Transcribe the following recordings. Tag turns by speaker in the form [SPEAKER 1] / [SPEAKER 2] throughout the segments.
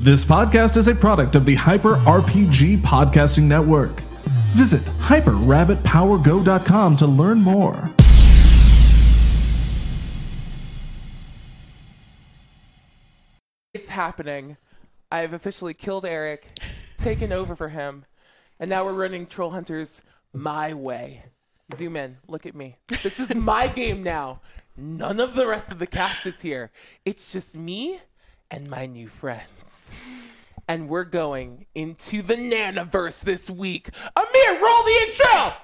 [SPEAKER 1] This podcast is a product of the Hyper RPG Podcasting Network. Visit hyperrabbitpowergo.com to learn more.
[SPEAKER 2] It's happening. I have officially killed Eric, taken over for him, and now we're running Troll Hunters my way. Zoom in. Look at me. This is my game now. None of the rest of the cast is here. It's just me and my new friends. And we're going into the Nanaverse this week. Amir, roll the intro!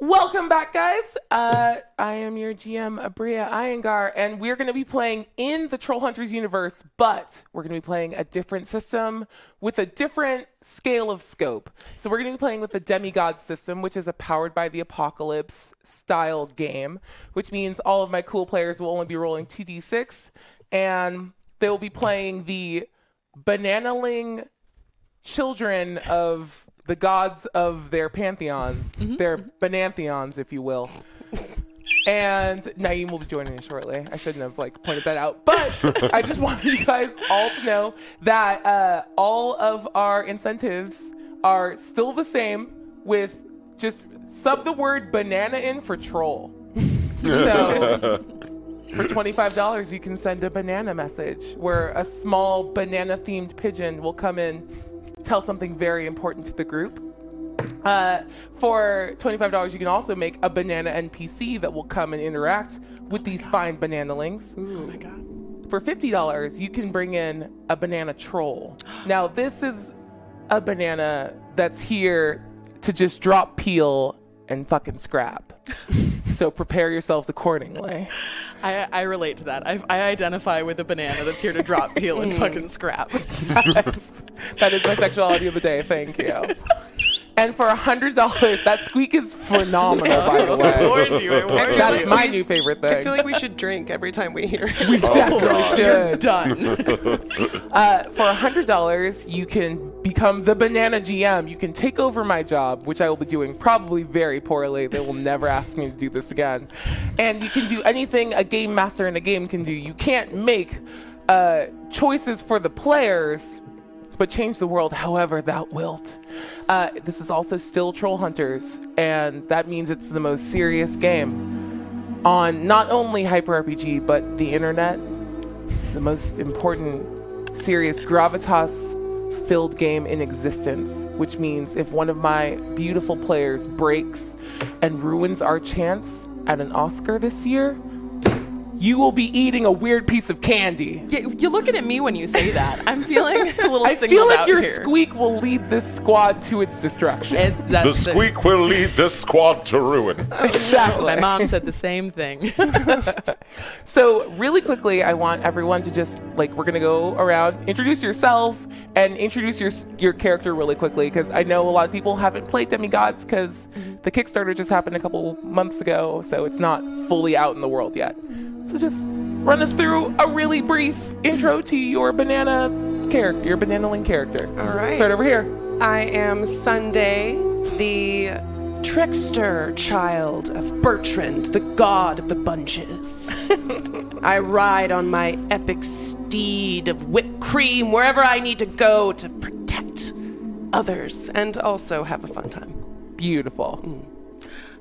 [SPEAKER 2] Welcome back, guys. Uh, I am your GM, Abria Iyengar, and we're going to be playing in the Troll Hunters universe, but we're going to be playing a different system with a different scale of scope. So we're going to be playing with the Demigod system, which is a powered by the apocalypse style game, which means all of my cool players will only be rolling 2d6, and they will be playing the bananaling children of the gods of their pantheons, their banantheons, if you will. And Naeem will be joining us shortly. I shouldn't have like pointed that out, but I just wanted you guys all to know that uh, all of our incentives are still the same. With just sub the word banana in for troll. So for $25, you can send a banana message where a small banana themed pigeon will come in, tell something very important to the group. Uh, for $25, you can also make a banana NPC that will come and interact with these fine bananalings. For $50, you can bring in a banana troll. Now, this is a banana that's here to just drop peel and fucking scrap. so prepare yourselves accordingly.
[SPEAKER 3] I, I relate to that. I, I identify with a banana that's here to drop peel and fucking scrap.
[SPEAKER 2] Yes. that is my sexuality of the day. Thank you. And for a hundred dollars, that squeak is phenomenal. By the way,
[SPEAKER 3] warned you. I warned you.
[SPEAKER 2] that's my new favorite thing.
[SPEAKER 4] I feel like we should drink every time we hear
[SPEAKER 2] we definitely
[SPEAKER 3] God. You're
[SPEAKER 2] should.
[SPEAKER 3] done.
[SPEAKER 2] Uh, for a hundred dollars, you can become the banana GM. You can take over my job, which I will be doing probably very poorly. They will never ask me to do this again. And you can do anything a game master in a game can do. You can't make uh, choices for the players, but change the world however thou wilt. Uh, this is also still Troll Hunters, and that means it's the most serious game on not only Hyper RPG but the internet. It's the most important, serious gravitas filled game in existence, which means if one of my beautiful players breaks and ruins our chance at an Oscar this year, you will be eating a weird piece of candy.
[SPEAKER 3] Yeah, You're looking at me when you say that. I'm feeling a little
[SPEAKER 2] I
[SPEAKER 3] singled
[SPEAKER 2] feel like
[SPEAKER 3] out
[SPEAKER 2] your
[SPEAKER 3] here.
[SPEAKER 2] squeak will lead this squad to its destruction.
[SPEAKER 3] It- that's
[SPEAKER 5] The squeak will lead this squad to ruin.
[SPEAKER 2] exactly.
[SPEAKER 3] My mom said the same thing.
[SPEAKER 2] So, really quickly, I want everyone to just like we're gonna go around, introduce yourself, and introduce your your character really quickly because I know a lot of people haven't played Demigods because the Kickstarter just happened a couple months ago, so it's not fully out in the world yet. So, just run us through a really brief intro to your banana character, your banana link character.
[SPEAKER 4] All right.
[SPEAKER 2] Start over here.
[SPEAKER 4] I am Sunday, the trickster child of Bertrand, the god of the bunches. I ride on my epic steed of whipped cream wherever I need to go to protect others and also have a fun time.
[SPEAKER 2] Beautiful.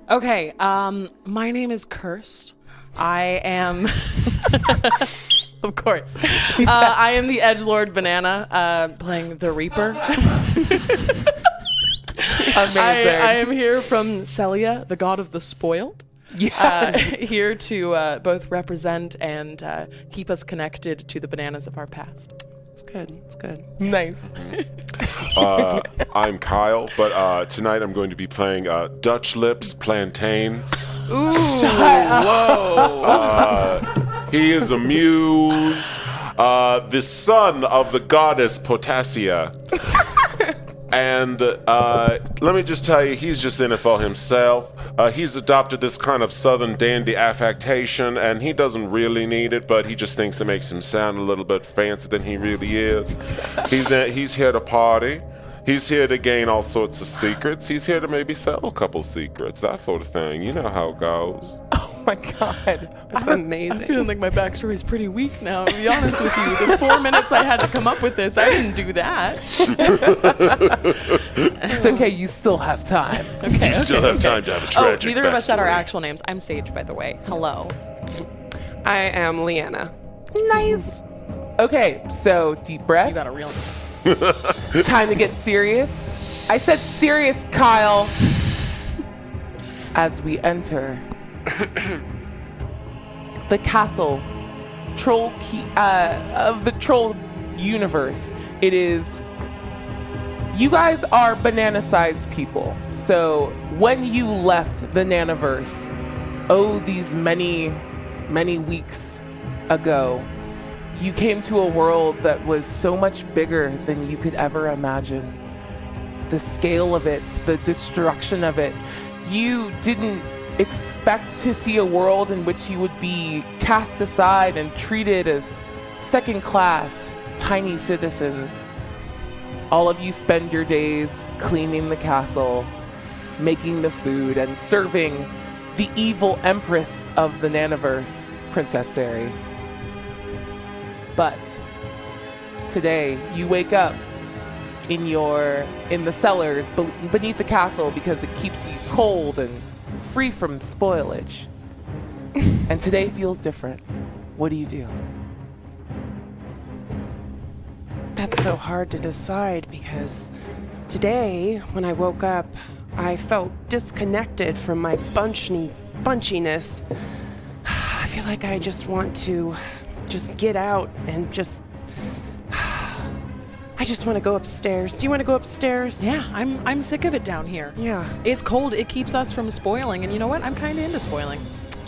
[SPEAKER 3] Okay, um, my name is Cursed. I am, of course, uh, I am the Edge Lord Banana, uh, playing the Reaper.
[SPEAKER 2] Amazing.
[SPEAKER 3] I, I am here from Celia, the god of the spoiled. Uh,
[SPEAKER 2] yes.
[SPEAKER 3] here to uh, both represent and uh, keep us connected to the bananas of our past.
[SPEAKER 4] It's good. It's good.
[SPEAKER 2] nice.
[SPEAKER 5] Uh, I'm Kyle, but uh, tonight I'm going to be playing uh, Dutch Lips Plantain. uh, He is a muse, uh, the son of the goddess Potassia. And uh, let me just tell you, he's just in it for himself. Uh, he's adopted this kind of southern dandy affectation, and he doesn't really need it, but he just thinks it makes him sound a little bit fancier than he really is. He's in, he's here to party. He's here to gain all sorts of secrets. He's here to maybe sell a couple secrets, that sort of thing. You know how it goes.
[SPEAKER 2] Oh my god.
[SPEAKER 4] That's
[SPEAKER 3] I'm
[SPEAKER 4] amazing.
[SPEAKER 3] feeling like my backstory is pretty weak now. To be honest with you, the four minutes I had to come up with this, I didn't do that.
[SPEAKER 2] It's okay. You still have time.
[SPEAKER 3] Okay,
[SPEAKER 5] You still have time to have a
[SPEAKER 3] Oh,
[SPEAKER 5] tragic
[SPEAKER 3] neither of us said our
[SPEAKER 5] backstory.
[SPEAKER 3] actual names. I'm Sage, by the way. Hello.
[SPEAKER 4] I am Leanna.
[SPEAKER 2] Nice. Okay, so deep
[SPEAKER 3] You got a
[SPEAKER 2] breath.
[SPEAKER 3] real name.
[SPEAKER 2] Time to get serious. I said serious, Kyle. As we enter the castle troll key, uh, of the troll universe, it is you guys are banana sized people. So when you left the Nanaverse, oh, these many, many weeks ago, you came to a world that was so much bigger than you could ever imagine. The scale of it, the destruction of it. You didn't expect to see a world in which you would be cast aside and treated as second class, tiny citizens. All of you spend your days cleaning the castle, making the food, and serving the evil empress of the Nanaverse, Princess Sari. But today you wake up in your in the cellars be- beneath the castle because it keeps you cold and free from spoilage. and today feels different. What do you do?
[SPEAKER 4] That's so hard to decide because today, when I woke up, I felt disconnected from my bunchy, bunchiness. I feel like I just want to just get out and just. I just want to go upstairs. Do you want to go upstairs?
[SPEAKER 3] Yeah, I'm I'm sick of it down here.
[SPEAKER 4] Yeah.
[SPEAKER 3] It's cold. It keeps us from spoiling, and you know what? I'm kind of into spoiling.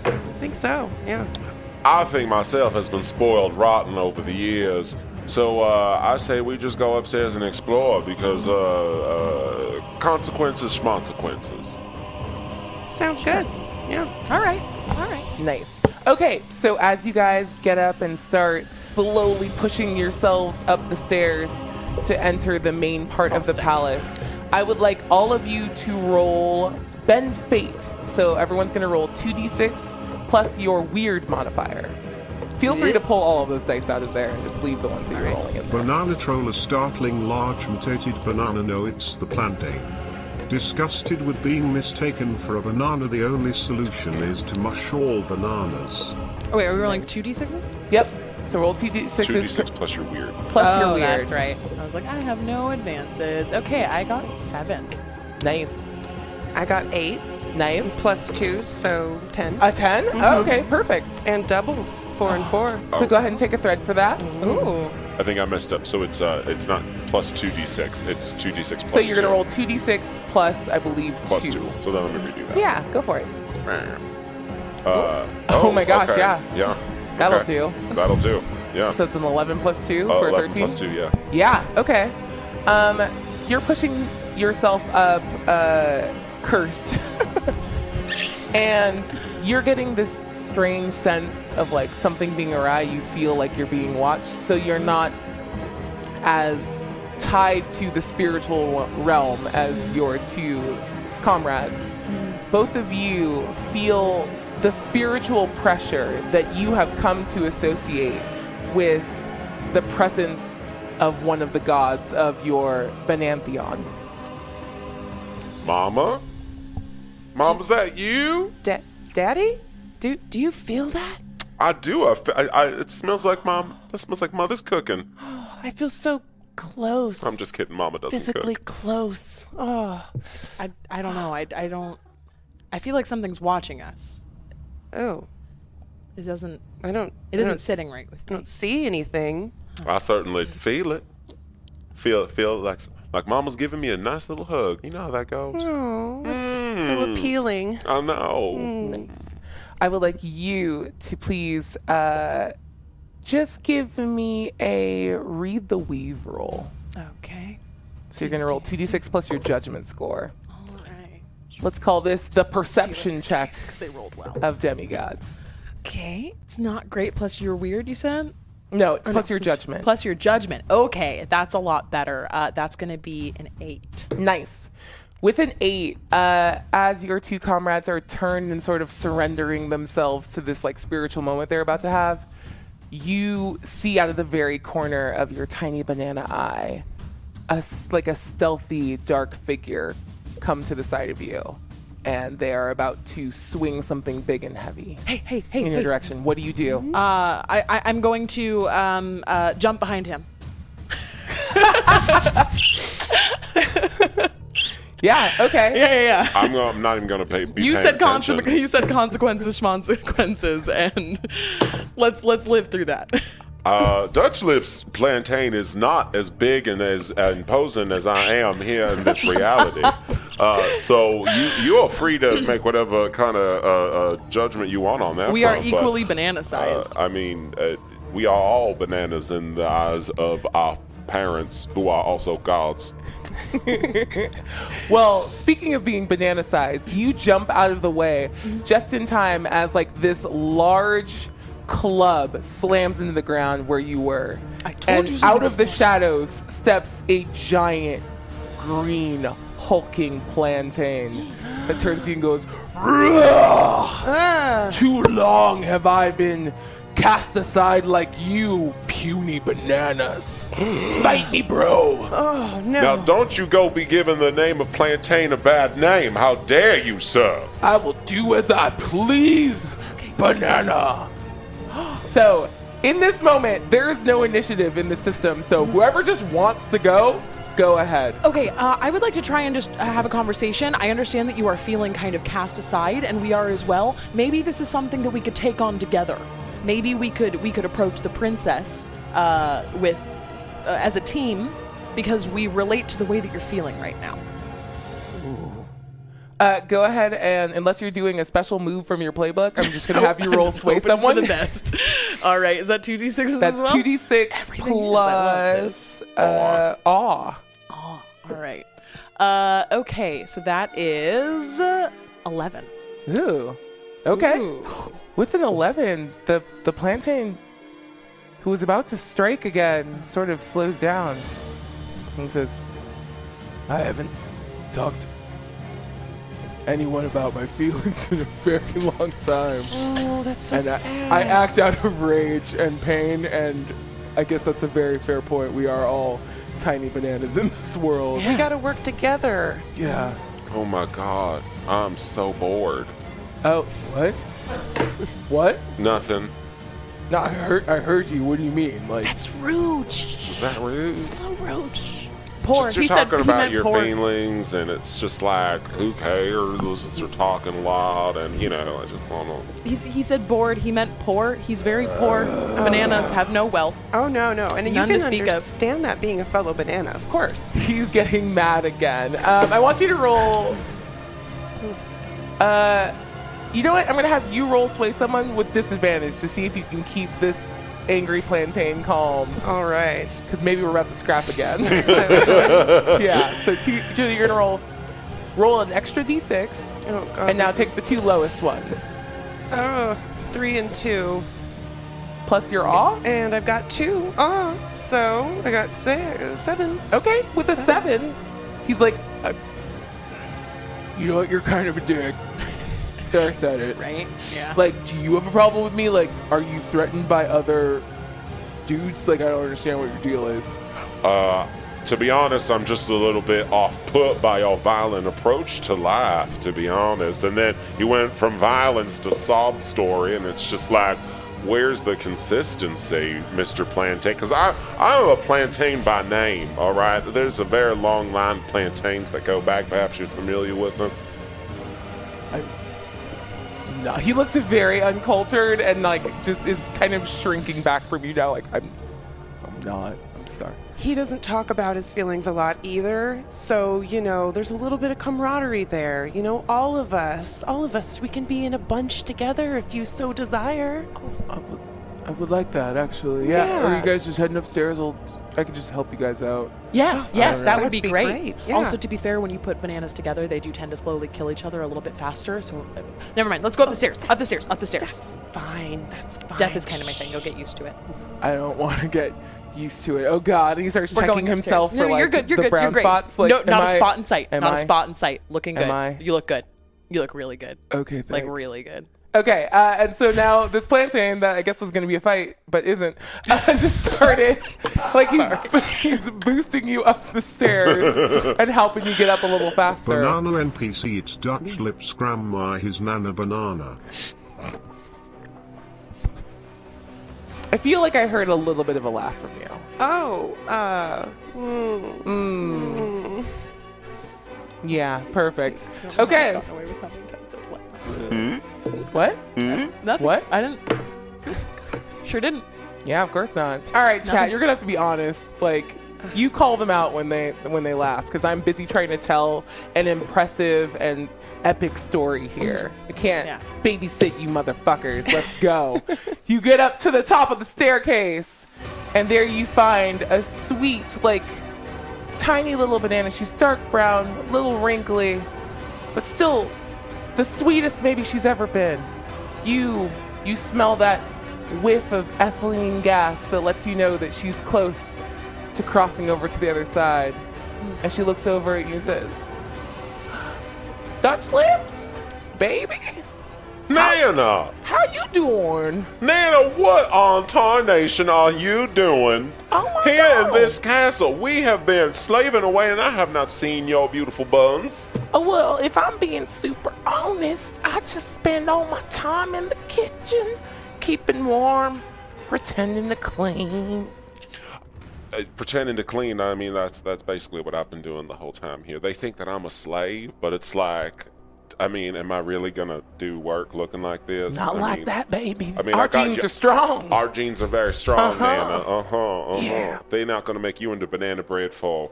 [SPEAKER 4] I think so. Yeah.
[SPEAKER 5] I think myself has been spoiled rotten over the years. So uh, I say we just go upstairs and explore because uh, uh, consequences, consequences.
[SPEAKER 4] Sounds good. Yeah.
[SPEAKER 3] All right, all right.
[SPEAKER 2] Nice. Okay, so as you guys get up and start slowly pushing yourselves up the stairs to enter the main part of the palace, I would like all of you to roll Bend Fate. So everyone's going to roll 2d6 plus your weird modifier. Feel free to pull all of those dice out of there and just leave the ones that you're rolling in there.
[SPEAKER 6] Banana troll a startling large mutated banana no it's the plantain. Disgusted with being mistaken for a banana the only solution is to mush all bananas.
[SPEAKER 3] Oh wait, are we rolling two d sixes?
[SPEAKER 2] Yep. So roll 2d6s
[SPEAKER 5] 2d6 plus your weird.
[SPEAKER 2] plus
[SPEAKER 3] oh,
[SPEAKER 2] your weird.
[SPEAKER 3] that's right. I was like, I have no advances. Okay, I got seven.
[SPEAKER 2] Nice.
[SPEAKER 4] I got eight
[SPEAKER 2] Nice.
[SPEAKER 4] plus two, so ten.
[SPEAKER 2] A 10?
[SPEAKER 3] Mm-hmm.
[SPEAKER 2] Oh, okay, perfect.
[SPEAKER 4] and doubles, four and four.
[SPEAKER 2] So go ahead and take a thread for that.
[SPEAKER 3] Ooh.
[SPEAKER 5] I think I messed up. So it's uh, it's not plus 2d6. It's 2d6 plus
[SPEAKER 2] So you're going to roll
[SPEAKER 5] two.
[SPEAKER 2] 2d6 plus, I believe,
[SPEAKER 5] plus 2. So then let me redo that.
[SPEAKER 2] Yeah, go for it.
[SPEAKER 5] Uh,
[SPEAKER 2] Oh my gosh,
[SPEAKER 5] okay.
[SPEAKER 2] yeah.
[SPEAKER 5] Yeah.
[SPEAKER 2] That'll
[SPEAKER 5] Okay.
[SPEAKER 2] do.
[SPEAKER 5] That'll do. Yeah.
[SPEAKER 2] So it's an 11 plus 2
[SPEAKER 5] Uh,
[SPEAKER 2] for
[SPEAKER 5] 11
[SPEAKER 2] 13?
[SPEAKER 5] plus 2, yeah.
[SPEAKER 2] Yeah, okay. Um, you're pushing yourself up, uh, cursed. and you're getting this strange sense of like something being awry. You feel like you're being watched, so you're not as tied to the spiritual realm as your two comrades. Both of you feel the spiritual pressure that you have come to associate with the presence of one of the gods of your Benantheon.
[SPEAKER 5] Mama? Mama's that you?
[SPEAKER 4] Da- Daddy, do do you feel that?
[SPEAKER 5] I do. I, fe- I, I, it smells like mom. It smells like mother's cooking.
[SPEAKER 4] I feel so close.
[SPEAKER 5] I'm just kidding. Mama doesn't
[SPEAKER 4] physically
[SPEAKER 5] cook.
[SPEAKER 4] close. Oh,
[SPEAKER 3] I, I don't know. I, I don't. I feel like something's watching us.
[SPEAKER 4] oh,
[SPEAKER 3] It doesn't.
[SPEAKER 4] I don't.
[SPEAKER 3] It
[SPEAKER 4] I
[SPEAKER 3] isn't
[SPEAKER 4] don't s-
[SPEAKER 3] sitting right with
[SPEAKER 4] I
[SPEAKER 3] me.
[SPEAKER 4] don't see anything.
[SPEAKER 5] I certainly feel it. Feel feel like like mama's giving me a nice little hug. You know how that goes.
[SPEAKER 3] Mm.
[SPEAKER 4] Oh, that's
[SPEAKER 2] Hmm.
[SPEAKER 4] so appealing.
[SPEAKER 5] I know.
[SPEAKER 3] Mm.
[SPEAKER 2] I would like you to please uh, just give me a read the weave roll.
[SPEAKER 3] Okay.
[SPEAKER 2] So you're going to roll 2d6 plus your judgment score.
[SPEAKER 3] All right.
[SPEAKER 2] Let's call this the perception check
[SPEAKER 3] Because they rolled well.
[SPEAKER 2] of demigods.
[SPEAKER 3] Okay. It's not great. Plus, you're weird, you said?
[SPEAKER 2] No, it's
[SPEAKER 3] Or
[SPEAKER 2] plus
[SPEAKER 3] no,
[SPEAKER 2] your judgment.
[SPEAKER 3] Plus your judgment. Okay. That's a lot better. Uh, that's going to be an eight.
[SPEAKER 2] Nice. With an eight, uh, as your two comrades are turned and sort of surrendering themselves to this like spiritual moment they're about to have, you see out of the very corner of your tiny banana eye, a s like a stealthy dark figure come to the side of you, and they are about to swing something big and heavy
[SPEAKER 3] Hey, hey, hey.
[SPEAKER 2] in your
[SPEAKER 3] hey.
[SPEAKER 2] direction. What do you do?
[SPEAKER 3] Uh, I, I, I'm going to um, uh, jump behind him.
[SPEAKER 2] yeah. Okay.
[SPEAKER 3] Yeah, yeah, yeah.
[SPEAKER 5] I'm, gonna, I'm not even going to pay. Be
[SPEAKER 3] You
[SPEAKER 5] paying
[SPEAKER 3] said,
[SPEAKER 5] attention.
[SPEAKER 3] conse- you said consequences, consequences, and let's let's live through that.
[SPEAKER 5] Uh, Dutch Lips plantain is not as big and as imposing as I am here in this reality. Uh, so you you are free to make whatever kind of uh, uh, judgment you want on that.
[SPEAKER 3] We are
[SPEAKER 5] front, Oh, but,
[SPEAKER 3] equally banana
[SPEAKER 5] uh,
[SPEAKER 3] sized.
[SPEAKER 5] I mean, uh, we are all bananas in the eyes of our parents, who are also gods.
[SPEAKER 2] Well, speaking of being banana sized, you jump out of the way just in time as like this large club slams into the ground where you were.
[SPEAKER 3] I told
[SPEAKER 2] and
[SPEAKER 3] you something
[SPEAKER 2] out of the
[SPEAKER 3] was
[SPEAKER 2] shadows steps a giant green hulking plantain that turns to you and goes,
[SPEAKER 3] Ah.
[SPEAKER 2] "Rah! Too long have I been cast aside like you, puny bananas.
[SPEAKER 3] Mm.
[SPEAKER 2] Fight me, bro.
[SPEAKER 4] Oh, no.
[SPEAKER 5] Now, don't you go be giving the name of plantain a bad name. How dare you, sir?
[SPEAKER 2] I will do as I please, banana. so, in this moment, there is no initiative in the system. So, whoever just wants to go, go ahead.
[SPEAKER 3] Okay, uh, I would like to try and just uh, have a conversation. I understand that you are feeling kind of cast aside, and we are as well. Maybe this is something that we could take on together. Maybe we could we could approach the princess uh, with uh, as a team because we relate to the way that you're feeling right now.
[SPEAKER 2] Uh, go ahead, and unless you're doing a special move from your playbook, I'm just gonna have you roll sway someone.
[SPEAKER 3] best. All right, is that two d sixes?
[SPEAKER 2] That's two d six
[SPEAKER 3] Everything is, I love
[SPEAKER 2] plus uh, awe.
[SPEAKER 3] All right. Uh, okay, so that is uh, eleven.
[SPEAKER 2] Ooh. Okay. With an 11, the, the plantain who was about to strike again sort of slows down and says, I haven't talked to anyone about my feelings in a very long time.
[SPEAKER 3] Oh, that's so
[SPEAKER 2] and uh, I, I act out of rage and pain, and I guess that's a very fair point. We are all tiny bananas in this world.
[SPEAKER 4] We gotta work together.
[SPEAKER 2] yeah.
[SPEAKER 5] Oh my God, I'm so bored.
[SPEAKER 2] Oh, what? what?
[SPEAKER 5] Nothing.
[SPEAKER 2] No, I heard, I heard you. What do you mean? Like,
[SPEAKER 4] That's rude. Shh,
[SPEAKER 5] Is that rude?
[SPEAKER 4] so rude. Shh.
[SPEAKER 3] poor.
[SPEAKER 5] Just you're
[SPEAKER 3] he said
[SPEAKER 5] talking
[SPEAKER 3] he
[SPEAKER 5] about
[SPEAKER 3] meant
[SPEAKER 5] your
[SPEAKER 3] poor.
[SPEAKER 5] feelings, and it's just like, who cares? It's just you're talking loud, and you know, I just want to.
[SPEAKER 3] He's, he said bored. He meant poor. He's very poor.
[SPEAKER 5] Uh.
[SPEAKER 3] Bananas have no wealth.
[SPEAKER 4] Oh no, no, and
[SPEAKER 3] None
[SPEAKER 4] you
[SPEAKER 3] to
[SPEAKER 4] can
[SPEAKER 3] speak of.
[SPEAKER 4] understand that being a fellow banana, of course.
[SPEAKER 2] he's getting mad again. Um, I want you to roll. Uh, you know what? I'm gonna have you roll sway someone with disadvantage to see if you can keep this angry plantain calm.
[SPEAKER 4] All right.
[SPEAKER 2] Because maybe we're about to scrap again. yeah. So two, Julie, you're gonna roll roll an extra d6,
[SPEAKER 4] Oh god.
[SPEAKER 2] and now
[SPEAKER 4] this
[SPEAKER 2] take
[SPEAKER 4] is-
[SPEAKER 2] the two lowest ones
[SPEAKER 4] Oh, three and two,
[SPEAKER 2] plus your awe.
[SPEAKER 4] and I've got two. Ah, so I got six, seven.
[SPEAKER 2] Okay, with a seven, he's like, "Uh, you know what? You're kind of a dick. there, I said it.
[SPEAKER 3] Right? Yeah.
[SPEAKER 2] Like, do you have a problem with me? Like, are you threatened by other dudes? Like, I don't understand what your deal is.
[SPEAKER 5] Uh, to be honest, I'm just a little bit off put by your violent approach to life, to be honest. And then you went from violence to sob story, and it's just like, where's the consistency, Mr. Plantain? Because I, I'm a plantain by name, all right? There's a very long line of plantains that go back. Perhaps you're familiar with them.
[SPEAKER 2] No, he looks very uncultured and like just is kind of shrinking back from you now. Like, I'm, I'm not. I'm sorry.
[SPEAKER 4] He doesn't talk about his feelings a lot either, so you know, there's a little bit of camaraderie there. You know, all of us, all of us, we can be in a bunch together if you so desire.
[SPEAKER 2] Uh,
[SPEAKER 7] I would like that actually. Yeah. Or
[SPEAKER 3] Yeah.
[SPEAKER 7] you guys just heading upstairs? I'll, I could just help you guys out.
[SPEAKER 3] Yes, yes, that would be,
[SPEAKER 4] be
[SPEAKER 3] great.
[SPEAKER 4] great, yeah.
[SPEAKER 3] Also, to be fair, when you put bananas together, they do tend to slowly kill each other a little bit faster. So, uh, never mind. Let's go up the stairs. Up the stairs. Up the stairs.
[SPEAKER 4] Fine, that's fine.
[SPEAKER 3] Death is kind of my thing. You'll get used to it.
[SPEAKER 7] I don't want to get used to it. Oh God! And he starts
[SPEAKER 3] We're
[SPEAKER 7] checking
[SPEAKER 3] going upstairs.
[SPEAKER 7] himself
[SPEAKER 3] No,
[SPEAKER 7] for like
[SPEAKER 3] you're good. You're
[SPEAKER 7] the
[SPEAKER 3] good.
[SPEAKER 7] brown
[SPEAKER 3] you're great.
[SPEAKER 7] spots. Like,
[SPEAKER 3] no,
[SPEAKER 7] am
[SPEAKER 3] not a
[SPEAKER 7] I-
[SPEAKER 3] spot in sight.
[SPEAKER 7] am
[SPEAKER 3] Not a
[SPEAKER 7] I-
[SPEAKER 3] spot in sight. Looking good.
[SPEAKER 7] Am I?
[SPEAKER 3] You look good. You look really good.
[SPEAKER 7] Okay. Thanks.
[SPEAKER 3] Like really good.
[SPEAKER 7] Okay, uh, and so now this plantain that I guess was going to be a fight but isn't uh, just started like he's, he's boosting you up the stairs and helping you get up a little faster.
[SPEAKER 6] Banana NPC eats Dutch lips grandma his nana banana.
[SPEAKER 7] I feel like I heard a little bit of a laugh from you. Hmm.
[SPEAKER 4] Oh, uh, Hmm. mm,
[SPEAKER 7] Yeah, perfect. Okay,
[SPEAKER 3] Got away with how many times I've laughed.
[SPEAKER 7] what?
[SPEAKER 3] Nothing.
[SPEAKER 7] What?
[SPEAKER 3] I didn't. Sure didn't.
[SPEAKER 7] Yeah, of course not. All right, chat. You're gonna have to be honest. Like, you call them out when they when they laugh, because I'm busy trying to tell an impressive and epic story here. I can't
[SPEAKER 3] Yeah.
[SPEAKER 7] babysit you, motherfuckers. Let's go. you get up to the top of the staircase, and there you find a sweet, like, tiny little banana. She's dark brown, a little wrinkly, but still the sweetest maybe she's ever been. You you smell that whiff of ethylene gas that lets you know that she's close to crossing over to the other side. And she looks over at you and says, Dutch lips, baby,
[SPEAKER 5] Nana!
[SPEAKER 7] how you doing?
[SPEAKER 5] Nana, what on tarnation are you doing?
[SPEAKER 7] Oh my
[SPEAKER 5] Here in
[SPEAKER 7] God.
[SPEAKER 5] this castle, we have been slaving away and I have not seen your beautiful buns.
[SPEAKER 7] Oh, well, if I'm being super honest, I just spend all my time in the kitchen, keeping warm, pretending to clean.
[SPEAKER 5] Uh, pretending to clean, I mean, that's that's basically what I've been doing the whole time here. They think that I'm a slave, but it's like, I mean, am I really gonna do work looking like this?
[SPEAKER 7] Not
[SPEAKER 5] I
[SPEAKER 7] like
[SPEAKER 5] mean,
[SPEAKER 7] that, baby.
[SPEAKER 5] I mean,
[SPEAKER 7] Our
[SPEAKER 5] I got
[SPEAKER 7] genes
[SPEAKER 5] you-
[SPEAKER 7] are strong.
[SPEAKER 5] Our genes are very strong,
[SPEAKER 7] Uh-huh.
[SPEAKER 5] Nana. Uh huh. Uh huh.
[SPEAKER 7] Yeah.
[SPEAKER 5] They're not gonna make you into banana bread for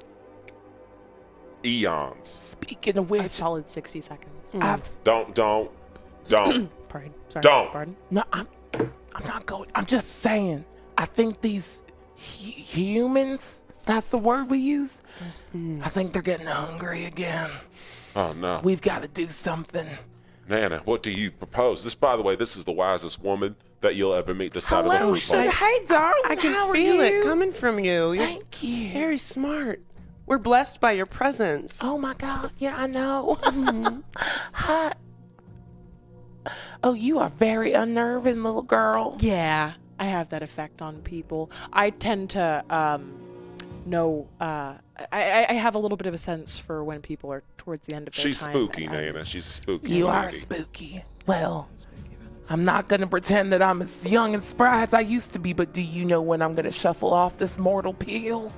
[SPEAKER 5] eons.
[SPEAKER 7] Speaking of which,
[SPEAKER 3] Solid 60 seconds. Ah,
[SPEAKER 7] I've
[SPEAKER 5] Don't, don't, don't.
[SPEAKER 3] Pardon. Sorry.
[SPEAKER 5] Don't.
[SPEAKER 3] Pardon.
[SPEAKER 7] no, I'm, I'm not going. I'm just saying. I think these hu- humans. That's the word we use. I think they're getting hungry again.
[SPEAKER 5] oh no.
[SPEAKER 7] We've got to do something.
[SPEAKER 5] Nana, what do you propose? This, by the way, this is the wisest woman that you'll ever meet this side of
[SPEAKER 7] Hello,
[SPEAKER 5] the fruit
[SPEAKER 7] sugar.
[SPEAKER 5] bowl.
[SPEAKER 7] Hey, darling.
[SPEAKER 4] I can
[SPEAKER 7] how are
[SPEAKER 4] feel
[SPEAKER 7] you?
[SPEAKER 4] it coming from you. You're
[SPEAKER 7] Thank you.
[SPEAKER 4] very smart. We're blessed by your presence.
[SPEAKER 7] Oh my God. Yeah, I know.
[SPEAKER 3] Mm-hmm.
[SPEAKER 7] Hi. Oh, you are very unnerving, little girl.
[SPEAKER 3] Yeah, I have that effect on people. I tend to um, know. Uh, I- I, I have a little bit of a sense for when people are towards the end of their
[SPEAKER 5] She's
[SPEAKER 3] time.
[SPEAKER 5] spooky,
[SPEAKER 3] and I'm-
[SPEAKER 5] Nana. She's a spooky.
[SPEAKER 7] You are
[SPEAKER 5] lady.
[SPEAKER 7] spooky. Well, I'm not gonna pretend that I'm as young and spry as I used to be, but do you know when I'm gonna shuffle off this mortal peel?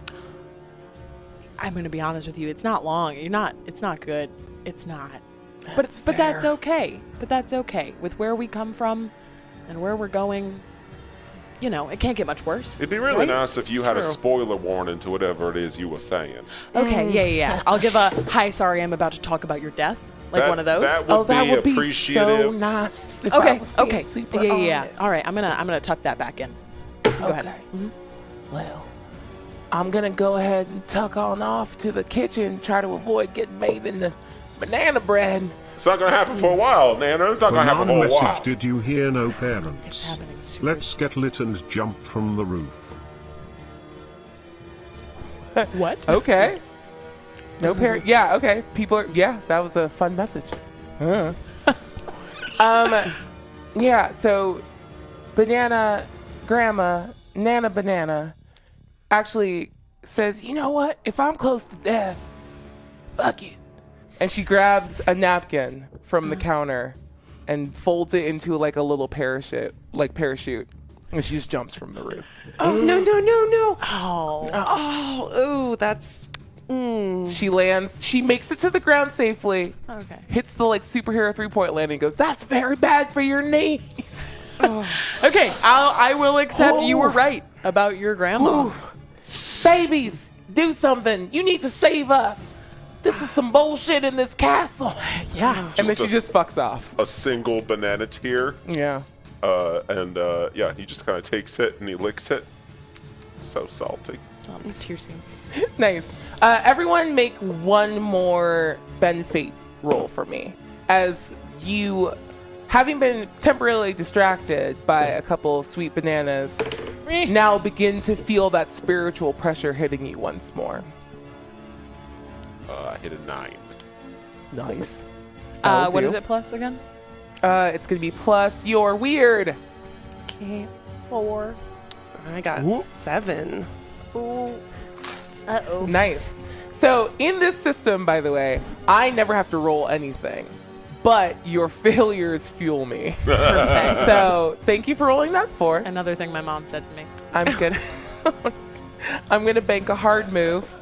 [SPEAKER 3] I'm going to be honest with you. It's not long. You're not. It's not good. It's not. but
[SPEAKER 7] That's
[SPEAKER 3] but that's
[SPEAKER 7] fair.
[SPEAKER 3] okay. But that's okay. With where we come from, and where we're going, you know, it can't get much worse.
[SPEAKER 5] It'd be really
[SPEAKER 3] right?
[SPEAKER 5] nice if you
[SPEAKER 3] It's
[SPEAKER 5] had a
[SPEAKER 3] true.
[SPEAKER 5] spoiler warning to whatever it is you were saying.
[SPEAKER 3] Okay.
[SPEAKER 7] Mm.
[SPEAKER 3] Yeah. Yeah. yeah. I'll give a hi. Sorry, I'm about to talk about your death. Like
[SPEAKER 5] That-
[SPEAKER 3] one of those.
[SPEAKER 5] that would
[SPEAKER 7] Oh, that
[SPEAKER 5] be
[SPEAKER 7] would be so
[SPEAKER 5] appreciative.
[SPEAKER 7] nice. If I
[SPEAKER 3] okay.
[SPEAKER 7] was being
[SPEAKER 3] Okay.
[SPEAKER 7] Super
[SPEAKER 3] Yeah. Yeah. yeah.
[SPEAKER 7] honest.
[SPEAKER 3] All right. I'm gonna I'm gonna tuck that back in. Go ahead.
[SPEAKER 7] Okay. Well, I'm gonna go ahead and tuck on off to the kitchen, try to avoid getting made into banana bread.
[SPEAKER 5] It's not gonna happen for a while, Nana. It's not gonna happen for
[SPEAKER 6] Banana
[SPEAKER 5] a while.
[SPEAKER 6] message did you hear no parents?
[SPEAKER 3] happening soon.
[SPEAKER 6] Let's get lit and jump from the roof.
[SPEAKER 3] What?
[SPEAKER 7] Okay. No parent. Yeah. Okay. People are. Yeah. That was a fun message. Huh. um. Yeah. So, banana, grandma, nana, banana, actually says, you know what? If I'm close to death, fuck it. And she grabs a napkin from the counter and folds it into like a little parachute, like parachute, and she just jumps from the roof.
[SPEAKER 4] Oh, no, no, no, no.
[SPEAKER 3] Oh.
[SPEAKER 4] Oh, ooh, that's. Mm.
[SPEAKER 7] She lands. She makes it to the ground safely.
[SPEAKER 3] Okay.
[SPEAKER 7] Hits the like superhero three point landing. Goes. That's very bad for your knees.
[SPEAKER 3] Okay. I'll, I will accept you were
[SPEAKER 7] Oof.
[SPEAKER 3] right about your grandma.
[SPEAKER 7] Oof. Babies, do something. You need to save us. This is some bullshit in this castle.
[SPEAKER 3] Yeah.
[SPEAKER 7] and then
[SPEAKER 5] Just
[SPEAKER 7] she
[SPEAKER 5] a-
[SPEAKER 7] just fucks off.
[SPEAKER 5] A single banana tear.
[SPEAKER 7] Yeah.
[SPEAKER 5] Uh, and uh, yeah, he just kind of takes it and he licks it. So salty.
[SPEAKER 2] Um, tear scene.
[SPEAKER 7] Nice. Uh, everyone make one more Ben Fate roll for me. As you, having been temporarily distracted by a couple of sweet bananas, now begin to feel that spiritual pressure hitting you once more.
[SPEAKER 5] Uh, I hit a nine.
[SPEAKER 7] Nice.
[SPEAKER 2] Uh,
[SPEAKER 7] That'll
[SPEAKER 2] what
[SPEAKER 7] Oh, do.
[SPEAKER 2] is it plus again?
[SPEAKER 7] Uh, it's going to be plus your weird.
[SPEAKER 2] Okay, four.
[SPEAKER 4] I got seven.
[SPEAKER 7] Nice. So, in this system, by the way, I never have to roll anything, but your failures fuel me.
[SPEAKER 2] Perfect.
[SPEAKER 7] so, thank you for rolling that four.
[SPEAKER 2] Another thing my mom said to me.
[SPEAKER 7] I'm gonna I'm gonna bank a hard move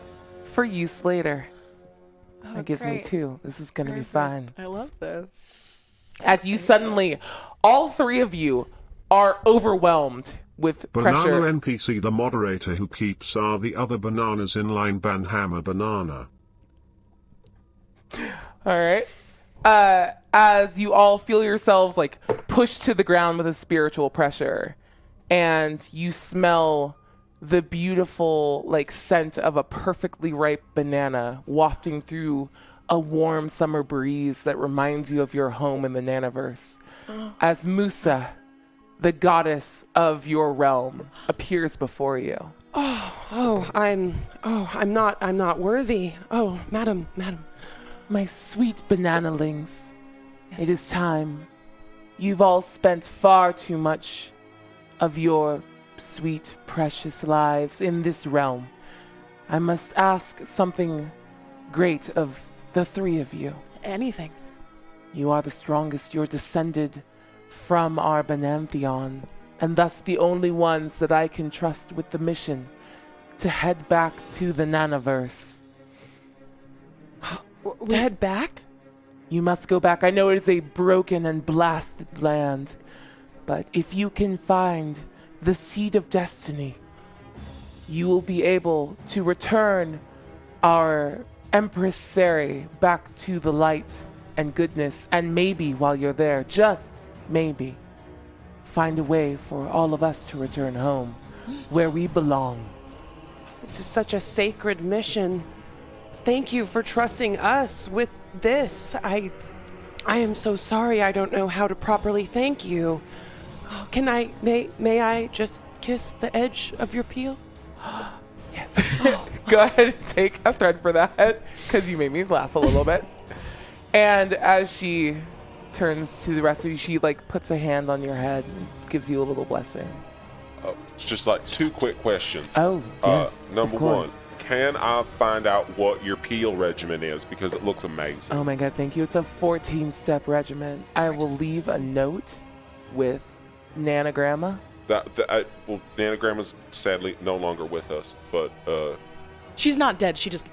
[SPEAKER 7] for use later. that gives me
[SPEAKER 2] great.
[SPEAKER 7] two. This is gonna be fun.
[SPEAKER 2] I love this.
[SPEAKER 7] As you suddenly, all three of you are overwhelmed with
[SPEAKER 6] Banana
[SPEAKER 7] pressure.
[SPEAKER 6] NPC the moderator who keeps are the other bananas in line banhammer banana.
[SPEAKER 7] All right. Uh, as you all feel yourselves like pushed to the ground with a spiritual pressure, and you smell the beautiful like scent of a perfectly ripe banana wafting through a warm summer breeze that reminds you of your home in the Nanaverse. As Musa, the goddess of your realm, appears before you.
[SPEAKER 4] Oh, I'm. Oh, I'm not. I'm not worthy. Oh, madam, madam.
[SPEAKER 7] My sweet bananalings, it is time. You've all spent far too much of your sweet, precious lives in this realm. I must ask something great of the three of you.
[SPEAKER 2] Anything.
[SPEAKER 7] You are the strongest. You're descended from our Benantheon, and thus the only ones that I can trust with the mission to head back to the Nanaverse.
[SPEAKER 4] To head back?
[SPEAKER 7] You must go back. I know it is a broken and blasted land, but if you can find the seed of destiny, you will be able to return our Empress Sari back to the light and goodness, and maybe while you're there, just maybe, find a way for all of us to return home where we belong.
[SPEAKER 4] This is such a sacred mission. Thank you for trusting us with this. I. I am so sorry. I don't know how to properly thank you. Oh, can I? May May I just kiss the edge of your peel?
[SPEAKER 7] go ahead and take a thread for that because you made me laugh a little bit. And as she turns to the rest of you, she like puts a hand on your head and gives you a little blessing.
[SPEAKER 5] Just like two quick questions.
[SPEAKER 7] Oh,
[SPEAKER 5] Uh,
[SPEAKER 7] yes.
[SPEAKER 5] number
[SPEAKER 7] of
[SPEAKER 5] one,
[SPEAKER 7] course.
[SPEAKER 5] can I find out what your peel regimen is because it looks amazing?
[SPEAKER 7] Oh my god, thank you. It's a 14 step regimen. I will leave a note with Nanogramma.
[SPEAKER 5] That, that I, well, Nanogram is sadly no longer with us, but uh,
[SPEAKER 2] She's not dead. She just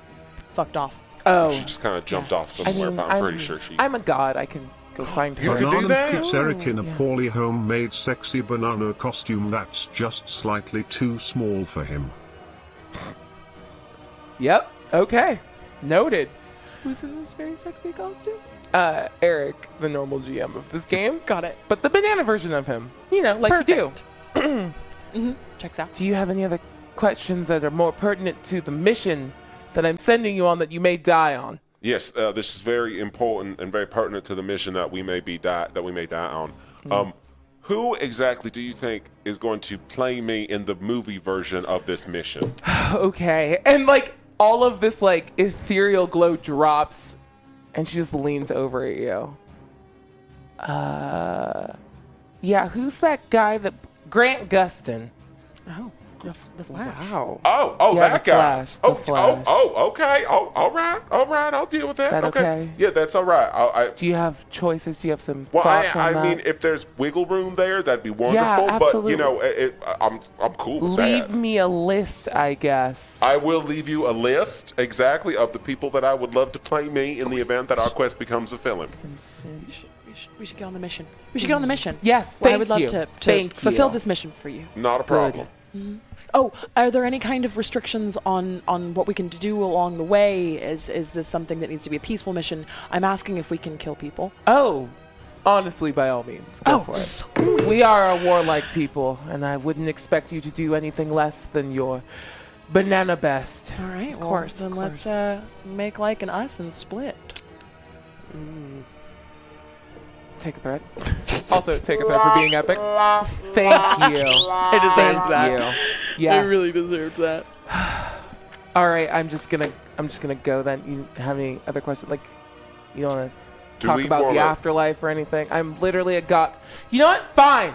[SPEAKER 2] fucked off.
[SPEAKER 5] she
[SPEAKER 7] Oh,
[SPEAKER 5] just kind of jumped off
[SPEAKER 7] I
[SPEAKER 5] somewhere.
[SPEAKER 7] mean,
[SPEAKER 5] but I'm,
[SPEAKER 7] I'm
[SPEAKER 5] pretty sure she.
[SPEAKER 7] I'm a god. I can go find
[SPEAKER 5] You
[SPEAKER 7] her.
[SPEAKER 5] could do that?
[SPEAKER 6] Banana fits Eric in a
[SPEAKER 7] yeah.
[SPEAKER 6] poorly homemade sexy banana costume that's just slightly too small for him.
[SPEAKER 7] Yep. Okay. Noted.
[SPEAKER 2] Who's in this very sexy costume?
[SPEAKER 7] uh, Eric, the normal GM of this game.
[SPEAKER 2] Got it.
[SPEAKER 7] But the banana version of him. You know, like you do.
[SPEAKER 2] Perfect.
[SPEAKER 3] Mm-hmm.
[SPEAKER 2] hmm Checks out.
[SPEAKER 7] Do you have any other questions that are more pertinent to the mission that I'm sending you on that you may die on?
[SPEAKER 5] Yes, uh, this is very important and very pertinent to the mission that we may be die, that we may die on.
[SPEAKER 7] Mm-hmm.
[SPEAKER 5] Um, who exactly do you think is going to play me in the movie version of this mission?
[SPEAKER 7] Okay. And like all of this like ethereal glow drops and she just leans over at you. Uh Yeah, who's that guy that Grant Gustin.
[SPEAKER 2] Oh, the, f- the flash.
[SPEAKER 4] Wow.
[SPEAKER 5] Oh, oh,
[SPEAKER 7] Yeah,
[SPEAKER 5] that
[SPEAKER 7] the
[SPEAKER 5] guy.
[SPEAKER 7] Flash, the
[SPEAKER 5] oh,
[SPEAKER 7] Flash.
[SPEAKER 5] oh, oh, okay. Oh, all right, all right. I'll deal with that.
[SPEAKER 7] that okay?
[SPEAKER 5] Yeah, that's all right. I, I,
[SPEAKER 7] Do you have choices? Do you have some
[SPEAKER 5] well, I,
[SPEAKER 7] thoughts on
[SPEAKER 5] I
[SPEAKER 7] that?
[SPEAKER 5] mean, if there's wiggle room there, that'd be wonderful. but
[SPEAKER 7] absolutely.
[SPEAKER 5] you know, it, it, I'm, I'm cool with
[SPEAKER 7] Leave
[SPEAKER 5] that.
[SPEAKER 7] me a list, I guess.
[SPEAKER 5] I will leave you a list exactly of the people that I would love to play me in the event that our quest becomes a film.
[SPEAKER 2] We should, we, should, we should get on the mission. We should get on
[SPEAKER 3] Mm.
[SPEAKER 2] the mission.
[SPEAKER 7] Yes,
[SPEAKER 2] Well, I
[SPEAKER 7] thank
[SPEAKER 2] would love
[SPEAKER 7] you.
[SPEAKER 2] to, to
[SPEAKER 7] Thank
[SPEAKER 2] fulfill
[SPEAKER 7] you.
[SPEAKER 2] this mission for you.
[SPEAKER 5] Not a problem.
[SPEAKER 2] Oh, are there any kind of restrictions on on what we can do along the way? Is is this something that needs to be a peaceful mission? I'm asking if we can kill people.
[SPEAKER 7] Oh, Honestly, by all means, go
[SPEAKER 3] Oh,
[SPEAKER 7] for it.
[SPEAKER 3] sweet.
[SPEAKER 7] We are a warlike people, and I wouldn't expect you to do anything less than your banana best.
[SPEAKER 2] Oh,
[SPEAKER 3] All right,
[SPEAKER 4] Of
[SPEAKER 3] well,
[SPEAKER 4] course,
[SPEAKER 3] Then
[SPEAKER 4] of
[SPEAKER 3] let's
[SPEAKER 4] course.
[SPEAKER 3] uh, make like an us and split.
[SPEAKER 7] Take a threat. also, take a threat for being epic. Thank you. I deserved Thank
[SPEAKER 3] that.
[SPEAKER 7] You. Yes.
[SPEAKER 3] deserved that.
[SPEAKER 7] All right, I'm just gonna, I'm just gonna go. Then you have any other questions? Like, you don't wanna
[SPEAKER 5] Do
[SPEAKER 7] talk
[SPEAKER 5] we
[SPEAKER 7] about the
[SPEAKER 5] wanna-
[SPEAKER 7] afterlife or anything? I'm literally a god. You know what? Fine.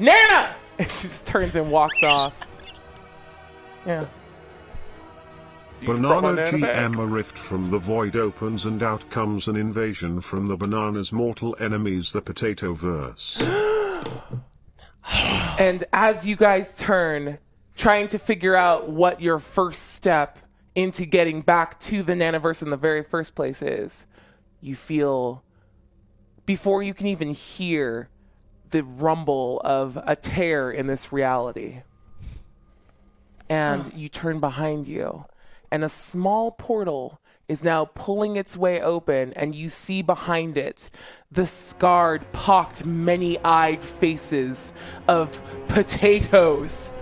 [SPEAKER 7] Nana. And she just turns and walks off. Yeah.
[SPEAKER 5] You brought my
[SPEAKER 6] Banana
[SPEAKER 5] nana back.
[SPEAKER 6] GM a rift from the void opens and out comes an invasion from the banana's mortal enemies the potato verse.
[SPEAKER 7] And as you guys turn, trying to figure out what your first step into getting back to the Nanaverse in the very first place is, you feel, before you can even hear the rumble of a tear in this reality. And you turn behind you, and a small portal is now pulling its way open, and you see behind it the scarred, pocked, many eyed faces of potatoes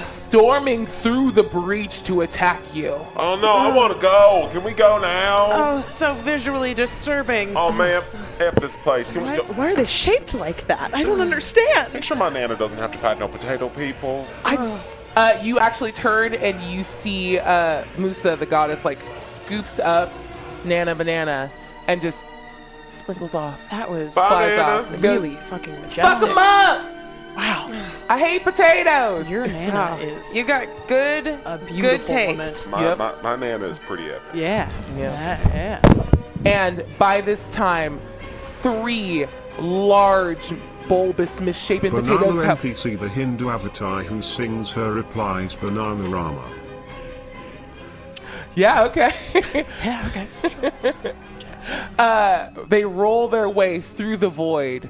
[SPEAKER 7] storming through the breach to attack you.
[SPEAKER 5] Oh no, I want to go. Can we go now?
[SPEAKER 4] Oh, it's so visually disturbing.
[SPEAKER 5] oh man, F this place. Can we
[SPEAKER 3] Why,
[SPEAKER 5] go?
[SPEAKER 3] why are they shaped like that? I don't understand.
[SPEAKER 5] Make sure my nana doesn't have to fight no potato people.
[SPEAKER 7] Uh, you actually turn and you see uh, Musa, the goddess, like scoops up Nana Banana and just sprinkles off.
[SPEAKER 3] That was
[SPEAKER 5] Bye,
[SPEAKER 7] Slides
[SPEAKER 5] Nana.
[SPEAKER 7] off. and goes,
[SPEAKER 3] really fucking
[SPEAKER 7] Fuck
[SPEAKER 3] majestic.
[SPEAKER 7] them up!
[SPEAKER 3] Wow,
[SPEAKER 7] I hate potatoes.
[SPEAKER 3] your nana is.
[SPEAKER 4] You got good,
[SPEAKER 3] a beautiful
[SPEAKER 4] good taste.
[SPEAKER 5] My,
[SPEAKER 7] Yep.
[SPEAKER 5] my, my nana is pretty epic.
[SPEAKER 3] Yeah.
[SPEAKER 7] Yeah.
[SPEAKER 3] Yeah.
[SPEAKER 7] And by this time, three large, bulbous, misshapen
[SPEAKER 6] Banana
[SPEAKER 7] potatoes have.
[SPEAKER 6] NPC the Hindu avatar who sings her replies Banana Rama.
[SPEAKER 7] Yeah, okay. Uh,
[SPEAKER 3] Yeah. Okay.
[SPEAKER 7] they roll their way through the void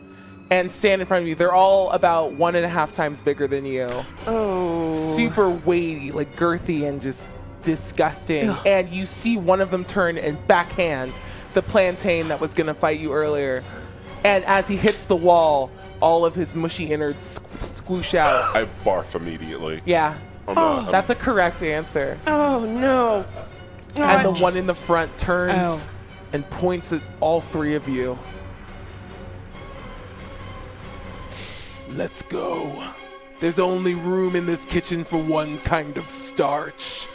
[SPEAKER 7] and stand in front of you. They're all about one and a half times bigger than you. Oh. Super weighty, like girthy and just disgusting. And you see one of them turn and backhand the plantain that was going to fight you earlier. And as he hits the wall, all of his mushy innards squ- squish out.
[SPEAKER 5] I barf immediately.
[SPEAKER 7] Yeah.
[SPEAKER 5] I'm not-
[SPEAKER 7] That's a correct answer.
[SPEAKER 4] Oh no. Oh,
[SPEAKER 7] And the
[SPEAKER 4] I'm
[SPEAKER 7] one in the front turns
[SPEAKER 3] Oh.
[SPEAKER 7] and points at all three of you. Let's go. There's only room in this kitchen for one kind of starch.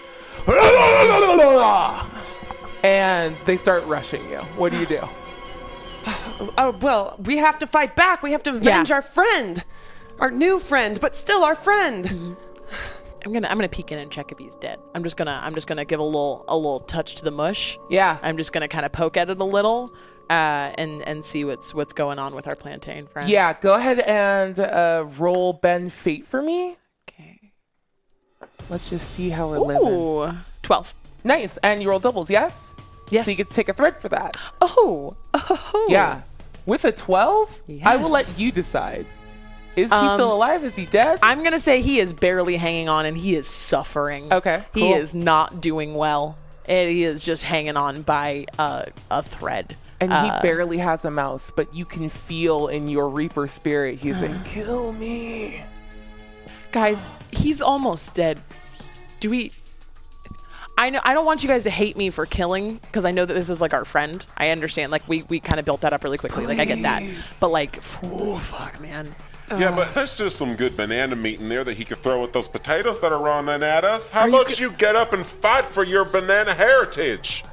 [SPEAKER 7] And they start rushing you. What do you do?
[SPEAKER 4] Oh, well, we have to fight back. We have to avenge
[SPEAKER 3] Yeah.
[SPEAKER 4] our friend. Our new friend, but still our friend.
[SPEAKER 3] I'm gonna I'm gonna peek in and check if he's dead. I'm just gonna I'm just gonna give a little a little touch to the mush.
[SPEAKER 7] Yeah.
[SPEAKER 3] I'm just gonna kind of poke at it a little, uh, and and see what's what's going on with our plantain friend.
[SPEAKER 7] Yeah, go ahead and uh, roll Ben Fate for me.
[SPEAKER 3] Okay.
[SPEAKER 7] Let's just see how we're living.
[SPEAKER 3] Ooh. Twelve.
[SPEAKER 7] Nice. And you roll doubles, yes?
[SPEAKER 3] Yes.
[SPEAKER 7] So you get to take a thread for that.
[SPEAKER 3] oh. Oh.
[SPEAKER 7] Yeah. With a 12? I will let
[SPEAKER 3] Yes. Um,
[SPEAKER 7] you decide. Is he still alive? Is he dead?
[SPEAKER 3] I'm gonna say he is barely hanging on, and he is suffering.
[SPEAKER 7] Okay,
[SPEAKER 3] He
[SPEAKER 7] cool.
[SPEAKER 3] is not doing well. And he is just hanging on by uh, a thread.
[SPEAKER 7] and
[SPEAKER 3] Uh,
[SPEAKER 7] he barely has a mouth, but you can feel in your Reaper spirit, he's like, kill me.
[SPEAKER 3] guys he's almost dead do we i know i don't want you guys to hate me for killing because i know that this is like our friend i understand like we we kind of built that up really quickly like i get that but like oh fuck man
[SPEAKER 5] yeah, but there's just some good banana meat in there that he could throw at those potatoes that are running at us. How about you get up and fight for your banana heritage?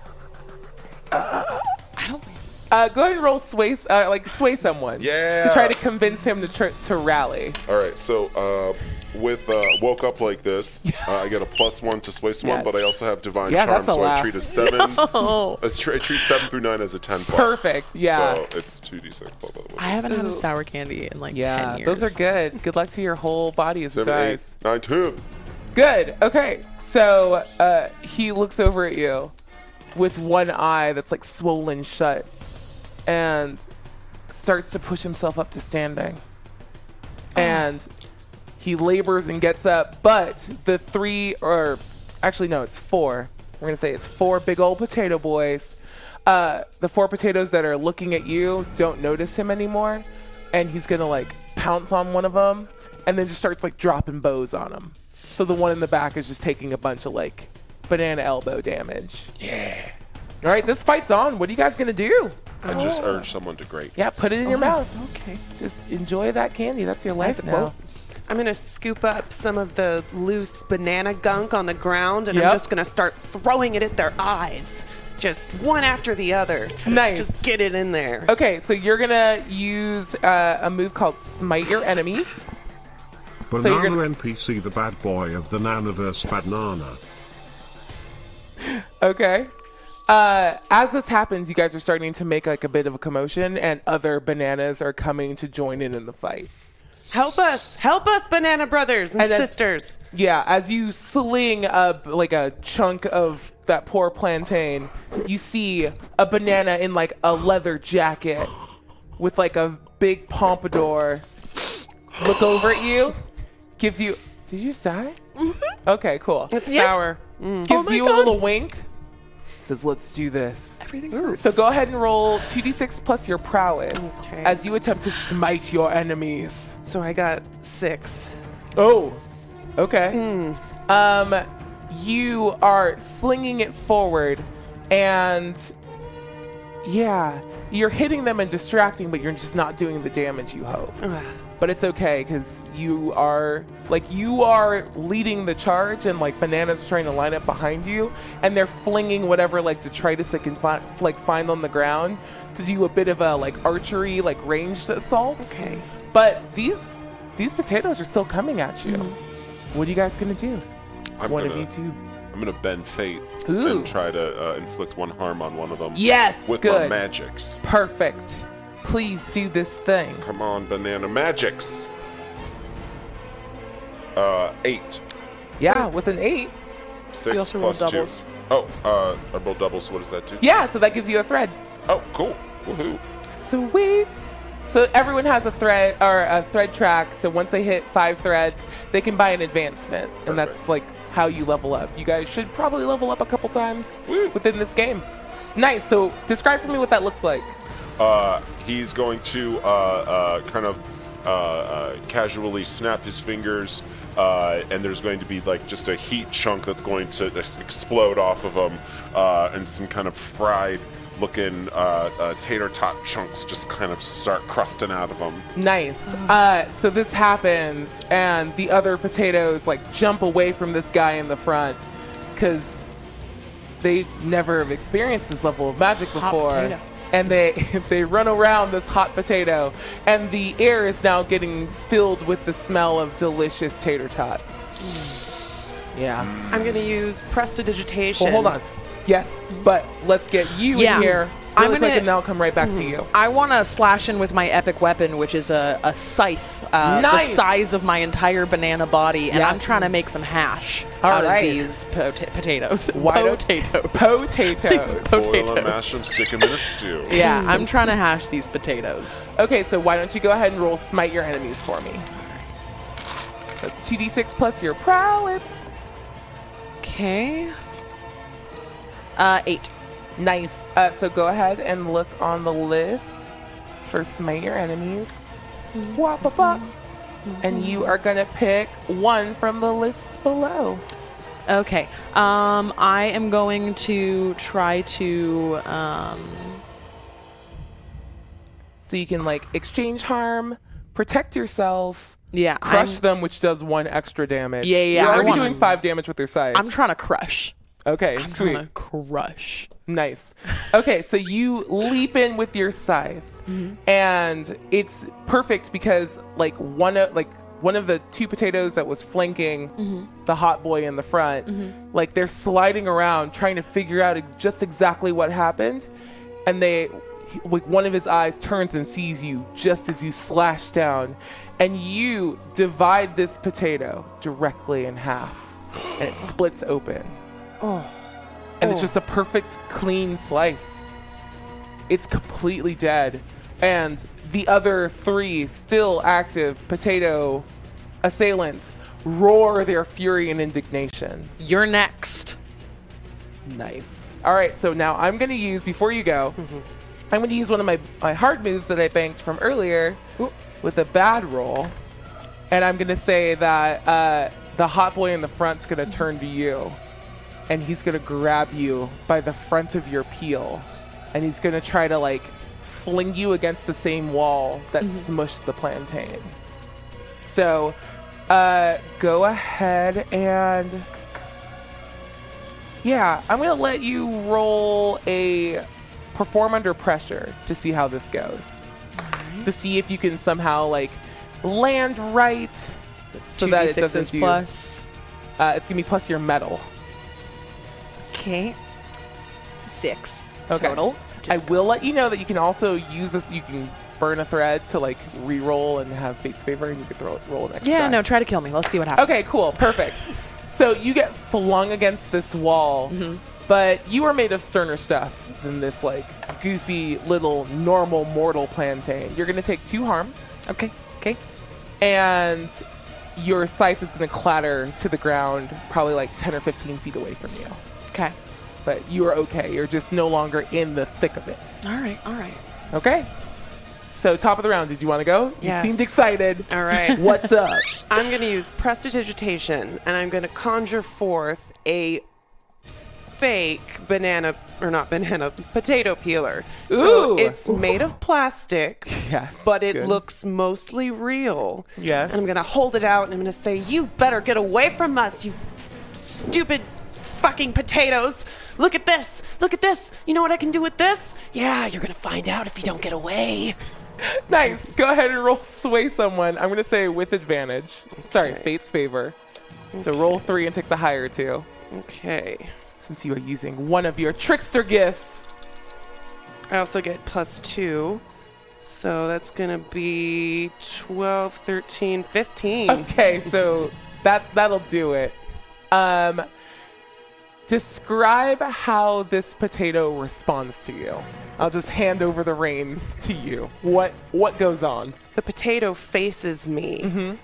[SPEAKER 3] i don't
[SPEAKER 7] Uh, go ahead and roll sway, uh, like sway someone.
[SPEAKER 5] Yeah.
[SPEAKER 7] To try to convince him to tr- to rally.
[SPEAKER 5] All right, so uh, with uh, woke up like this, uh, I get a plus one to sway someone,
[SPEAKER 7] Yes.
[SPEAKER 5] but I also have divine
[SPEAKER 7] Yeah,
[SPEAKER 5] charm,
[SPEAKER 7] that's a
[SPEAKER 5] so
[SPEAKER 7] laugh.
[SPEAKER 5] I treat a seven. I, tr- I treat seven through nine as a ten plus.
[SPEAKER 7] Perfect, yeah.
[SPEAKER 5] So it's two d six. Blah blah blah.
[SPEAKER 3] i haven't had a sour candy in like
[SPEAKER 7] Yeah,
[SPEAKER 3] 10 years
[SPEAKER 7] those are good. Good luck to your whole body as it
[SPEAKER 5] Seven, eight,
[SPEAKER 7] dies.
[SPEAKER 5] nine, two.
[SPEAKER 7] Good. Okay. So uh, he looks over at you with one eye that's like swollen shut and starts to push himself up to standing. And he labors and gets up, but the three, or actually, no, it's four We're gonna say it's four big old potato boys. Uh, the four potatoes that are looking at you don't notice him anymore, and he's gonna like pounce on one of them, and then just starts like dropping bows on him. So the one in the back is just taking a bunch of like banana elbow damage. Yeah. All right, this fight's on. What are you guys gonna do?
[SPEAKER 5] I just urge someone to great.
[SPEAKER 7] Oh. Yeah, put it in your mouth.
[SPEAKER 4] Okay.
[SPEAKER 7] Just enjoy that candy. That's your life
[SPEAKER 4] That's a
[SPEAKER 7] now.
[SPEAKER 4] quote. I'm going to scoop up some of the loose banana gunk on the ground and
[SPEAKER 7] Yep.
[SPEAKER 4] I'm just going to start throwing it at their eyes. Just one after the other. Try to
[SPEAKER 7] Nice.
[SPEAKER 4] Just get it in there.
[SPEAKER 7] Okay, so you're gonna use uh, a move called Smite Your Enemies.
[SPEAKER 6] Banana
[SPEAKER 7] So you're gonna-
[SPEAKER 6] NPC, the bad boy of the Nanaverse Banana.
[SPEAKER 7] Okay. Uh, as this happens, you guys are starting to make like a bit of a commotion, and other bananas are coming to join in in the fight.
[SPEAKER 4] Help us. Help us, banana brothers and,
[SPEAKER 7] And that's-
[SPEAKER 4] sisters.
[SPEAKER 7] Yeah, as you sling up like a chunk of that poor plantain, you see a banana in like a leather jacket with like a big pompadour look over at you, gives you. Did you just die? Okay, cool.
[SPEAKER 4] Mm-hmm.
[SPEAKER 7] Mm.
[SPEAKER 4] It's sour.
[SPEAKER 7] gives
[SPEAKER 2] Oh my
[SPEAKER 7] you a
[SPEAKER 2] God.
[SPEAKER 7] little wink. Says, "Let's do this."
[SPEAKER 4] Everything hurts.
[SPEAKER 7] So go ahead and roll 2d6 plus your prowess
[SPEAKER 4] Okay.
[SPEAKER 7] as you attempt to smite your enemies.
[SPEAKER 4] So I got six.
[SPEAKER 7] Oh, okay. Um, you are slinging it forward, and yeah, you're hitting them and distracting, but you're just not doing the damage you hope. But it's okay because you are like you are leading the charge, and like bananas are trying to line up behind you, and they're flinging whatever like detritus they can fi- like find on the ground to do a bit of a like archery like ranged assault.
[SPEAKER 4] Okay.
[SPEAKER 7] But these these potatoes are still coming at you. What are you guys gonna do?
[SPEAKER 5] I'm
[SPEAKER 7] One
[SPEAKER 5] gonna-
[SPEAKER 7] of you two.
[SPEAKER 5] I'm gonna bend fate
[SPEAKER 7] Ooh.
[SPEAKER 5] and try to uh, inflict one harm on one of them.
[SPEAKER 7] Yes,
[SPEAKER 5] with my
[SPEAKER 7] good.
[SPEAKER 5] magics.
[SPEAKER 7] Perfect. Please do this thing.
[SPEAKER 5] Come on, banana magics. Uh, eight,
[SPEAKER 7] Yeah, with an eight.
[SPEAKER 5] six
[SPEAKER 2] We also rolled
[SPEAKER 5] plus two.
[SPEAKER 2] doubles.
[SPEAKER 5] Oh, uh, I rolled doubles. So what does that do?
[SPEAKER 7] Yeah, so that gives you a thread.
[SPEAKER 5] Oh, cool. Woohoo.
[SPEAKER 7] Sweet. So everyone has a thread or a thread track. So once they hit five threads, they can buy an advancement, and that's
[SPEAKER 5] Perfect.
[SPEAKER 7] like how you level up. You guys should probably level up a couple times
[SPEAKER 5] Woo.
[SPEAKER 7] within this game. Nice. So describe for me what that looks like.
[SPEAKER 5] Uh, he's going to uh, uh, kind of uh, uh, casually snap his fingers, uh, and there's going to be like just a heat chunk that's going to just explode off of him, uh, and some kind of fried looking uh, uh, tater tot chunks just kind of start crusting out of him.
[SPEAKER 7] Nice. Uh, so this happens, and the other potatoes like jump away from this guy in the front because they never have experienced this level of magic before,
[SPEAKER 2] potato.
[SPEAKER 7] and they they run around this hot potato, and the air is now getting filled with the smell of delicious tater tots.
[SPEAKER 2] Mm.
[SPEAKER 7] Yeah.
[SPEAKER 4] I'm going to use prestidigitation.
[SPEAKER 7] Well, hold on. Yes, but let's get you
[SPEAKER 2] Yeah.
[SPEAKER 7] in here.
[SPEAKER 2] I'm
[SPEAKER 7] Really quick,
[SPEAKER 2] gonna- Mm.
[SPEAKER 7] and then I'll come right back to you.
[SPEAKER 2] I want to slash in with my epic weapon, which is a, a scythe, uh,
[SPEAKER 7] Nice.
[SPEAKER 2] the size of my entire banana body, and I'm
[SPEAKER 7] Yes.
[SPEAKER 2] trying to make some hash
[SPEAKER 7] All
[SPEAKER 2] out
[SPEAKER 7] right.
[SPEAKER 2] of these pota- potatoes.
[SPEAKER 7] Why don't-
[SPEAKER 2] potatoes?
[SPEAKER 7] Potatoes.
[SPEAKER 2] These
[SPEAKER 5] Boil
[SPEAKER 2] potatoes.
[SPEAKER 5] and mash him, stick him in a stew.
[SPEAKER 2] Yeah, I'm trying to hash these potatoes.
[SPEAKER 7] Okay, so why don't you go ahead and roll smite your enemies for me? That's 2d6 plus your prowess.
[SPEAKER 2] Okay. Uh, eight.
[SPEAKER 7] Nice. Uh, so go ahead and look on the list for smite your enemies. Wop, wop, wop. And you are going to pick one from the list below.
[SPEAKER 2] Okay. Um, I am going to try to. Um,
[SPEAKER 7] So you can like exchange harm, protect yourself,
[SPEAKER 2] yeah.
[SPEAKER 7] crush
[SPEAKER 2] I'm,
[SPEAKER 7] them, which does one extra damage.
[SPEAKER 2] Yeah, yeah,
[SPEAKER 7] You're
[SPEAKER 2] I
[SPEAKER 7] already
[SPEAKER 2] wanna-
[SPEAKER 7] doing five damage with your scythe.
[SPEAKER 2] I'm trying to crush.
[SPEAKER 7] okay,
[SPEAKER 2] I'm
[SPEAKER 7] sweet.
[SPEAKER 2] trying to crush.
[SPEAKER 7] Nice. Okay, so you leap in with your scythe, and it's perfect because like one of like one of the two potatoes that was flanking the hot boy in the front, like they're sliding around trying to figure out ex- just exactly what happened, and they he- like one of his eyes turns and sees you just as you slash down, and you divide this potato directly in half, and it splits open and it's just a perfect clean slice. It's completely dead, and the other three still active potato assailants roar their fury and indignation.
[SPEAKER 2] You're next.
[SPEAKER 7] Nice. All right, so now I'm going to use, before you go, I'm going to use one of my, my hard moves that I banked from earlier with a bad roll. And I'm going to say that uh, the hot boy in the front's going to turn to you. And he's going to grab you by the front of your peel. And he's going to try to, like, fling you against the same wall that
[SPEAKER 3] Mm-hmm.
[SPEAKER 7] smushed the plantain. So uh, go ahead and. Yeah, I'm gonna let you roll a perform under pressure to see how this goes. To see if you can somehow like land right, so
[SPEAKER 3] Two
[SPEAKER 7] that it
[SPEAKER 3] D6s
[SPEAKER 7] doesn't do.
[SPEAKER 3] plus.
[SPEAKER 7] Uh, it's gonna be plus your metal.
[SPEAKER 3] Okay. It's a six
[SPEAKER 7] Okay.
[SPEAKER 3] total.
[SPEAKER 7] I will let you know that you can also use this. You can burn a thread to like re-roll and have fate's favor, and you can throw, roll an extra.
[SPEAKER 3] Yeah,
[SPEAKER 7] die.
[SPEAKER 3] no, try to kill me. Let's see what happens.
[SPEAKER 7] Okay, cool, perfect. so you get flung against this wall, but you are made of sterner stuff than this like goofy little normal mortal plantain. You're gonna take two harm,
[SPEAKER 3] Okay. Okay.
[SPEAKER 7] and your scythe is gonna clatter to the ground, probably like ten or fifteen feet away from you.
[SPEAKER 3] Okay.
[SPEAKER 7] But you are okay. You're just no longer in the thick of it.
[SPEAKER 3] All right. All right.
[SPEAKER 7] Okay. So top of the round. Did you want to go?
[SPEAKER 4] Yes.
[SPEAKER 7] You seemed excited.
[SPEAKER 4] All right.
[SPEAKER 7] What's up?
[SPEAKER 4] I'm going to use prestidigitation and I'm going to conjure forth a fake banana or not banana potato peeler. So
[SPEAKER 7] Ooh.
[SPEAKER 4] it's made of plastic.
[SPEAKER 7] Yes,
[SPEAKER 4] But it
[SPEAKER 7] good.
[SPEAKER 4] looks mostly real.
[SPEAKER 7] Yes.
[SPEAKER 4] And I'm going to hold it out and I'm going to say, "You better get away from us, you f- stupid fucking potatoes. Look at this. Look at this. You know what I can do with this? Yeah, you're going to find out if you don't get away."
[SPEAKER 7] Nice. Go ahead and roll sway someone. I'm gonna say with advantage. Sorry, fate's favor. So roll three and take the higher two,
[SPEAKER 4] Okay.
[SPEAKER 7] since you are using one of your trickster gifts.
[SPEAKER 4] I also get plus two. So that's going to be 12, 13, 15.
[SPEAKER 7] Okay, so that that'll do it. Um, describe how this potato responds to you. I'll just hand over the reins to you. What what goes on?
[SPEAKER 4] The potato faces me.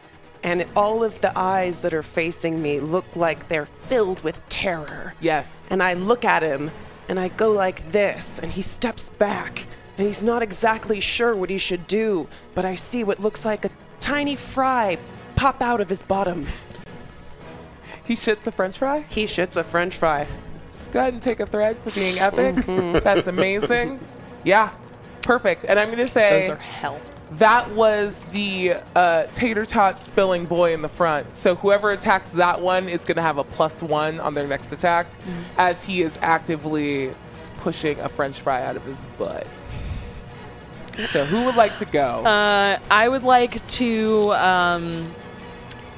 [SPEAKER 4] And all of the eyes that are facing me look like they're filled with terror.
[SPEAKER 7] Yes.
[SPEAKER 4] And I look at him and I go like this, and he steps back. And he's not exactly sure what he should do, but I see what looks like a tiny fry pop out of his bottom.
[SPEAKER 7] He shits a French fry.
[SPEAKER 4] He shits a french fry.
[SPEAKER 7] Go ahead and take a thread for being epic.
[SPEAKER 3] Mm-hmm.
[SPEAKER 7] That's amazing. Yeah, perfect. And I'm gonna
[SPEAKER 3] Those
[SPEAKER 7] say
[SPEAKER 3] are hell.
[SPEAKER 7] that was the uh, tater tot spilling boy in the front. So whoever attacks that one is gonna have a plus one on their next attack,
[SPEAKER 3] Mm-hmm.
[SPEAKER 7] as he is actively pushing a French fry out of his butt. So who would like to go?
[SPEAKER 3] Uh, I would like to um,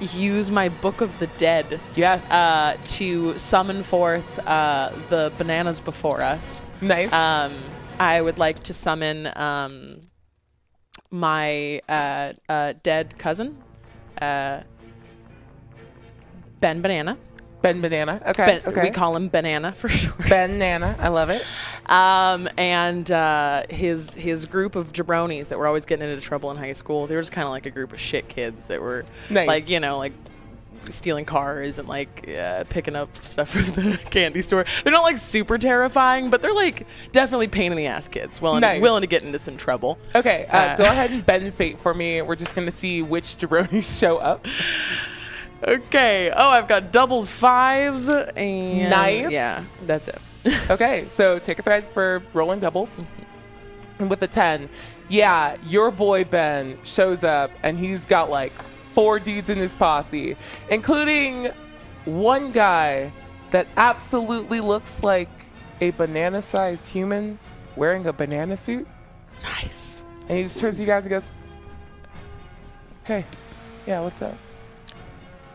[SPEAKER 3] use my Book of the Dead
[SPEAKER 7] yes.
[SPEAKER 3] uh, to summon forth uh, the bananas before us.
[SPEAKER 7] nice.
[SPEAKER 3] Um, I would like to summon um, my uh, uh, dead cousin, uh, Ben Banana.
[SPEAKER 7] ben Banana. Okay.
[SPEAKER 3] Ben,
[SPEAKER 7] okay.
[SPEAKER 3] We call him Banana for sure.
[SPEAKER 7] Banana. I love it.
[SPEAKER 3] Um, and uh, his his group of jabronis that were always getting into trouble in high school. They were just kind of like a group of shit kids that were
[SPEAKER 7] Nice.
[SPEAKER 3] like you know like stealing cars and like uh, picking up stuff from the candy store. They're not like super terrifying, but they're like definitely pain in the ass kids, willing
[SPEAKER 7] Nice.
[SPEAKER 3] willing to get into some trouble.
[SPEAKER 7] Okay, uh,
[SPEAKER 3] Uh,
[SPEAKER 7] go ahead and bend fate for me. We're just gonna see which jabronis show up.
[SPEAKER 3] Okay. Oh, I've got doubles fives and
[SPEAKER 7] Nice.
[SPEAKER 3] Yeah, that's it.
[SPEAKER 7] Okay, so take a thread for rolling doubles. And with a 10, yeah, your boy Ben shows up and he's got like four dudes in his posse, including one guy that absolutely looks like a banana sized human wearing a banana suit.
[SPEAKER 3] nice.
[SPEAKER 7] And he just turns to you guys and goes, Hey, yeah, what's up?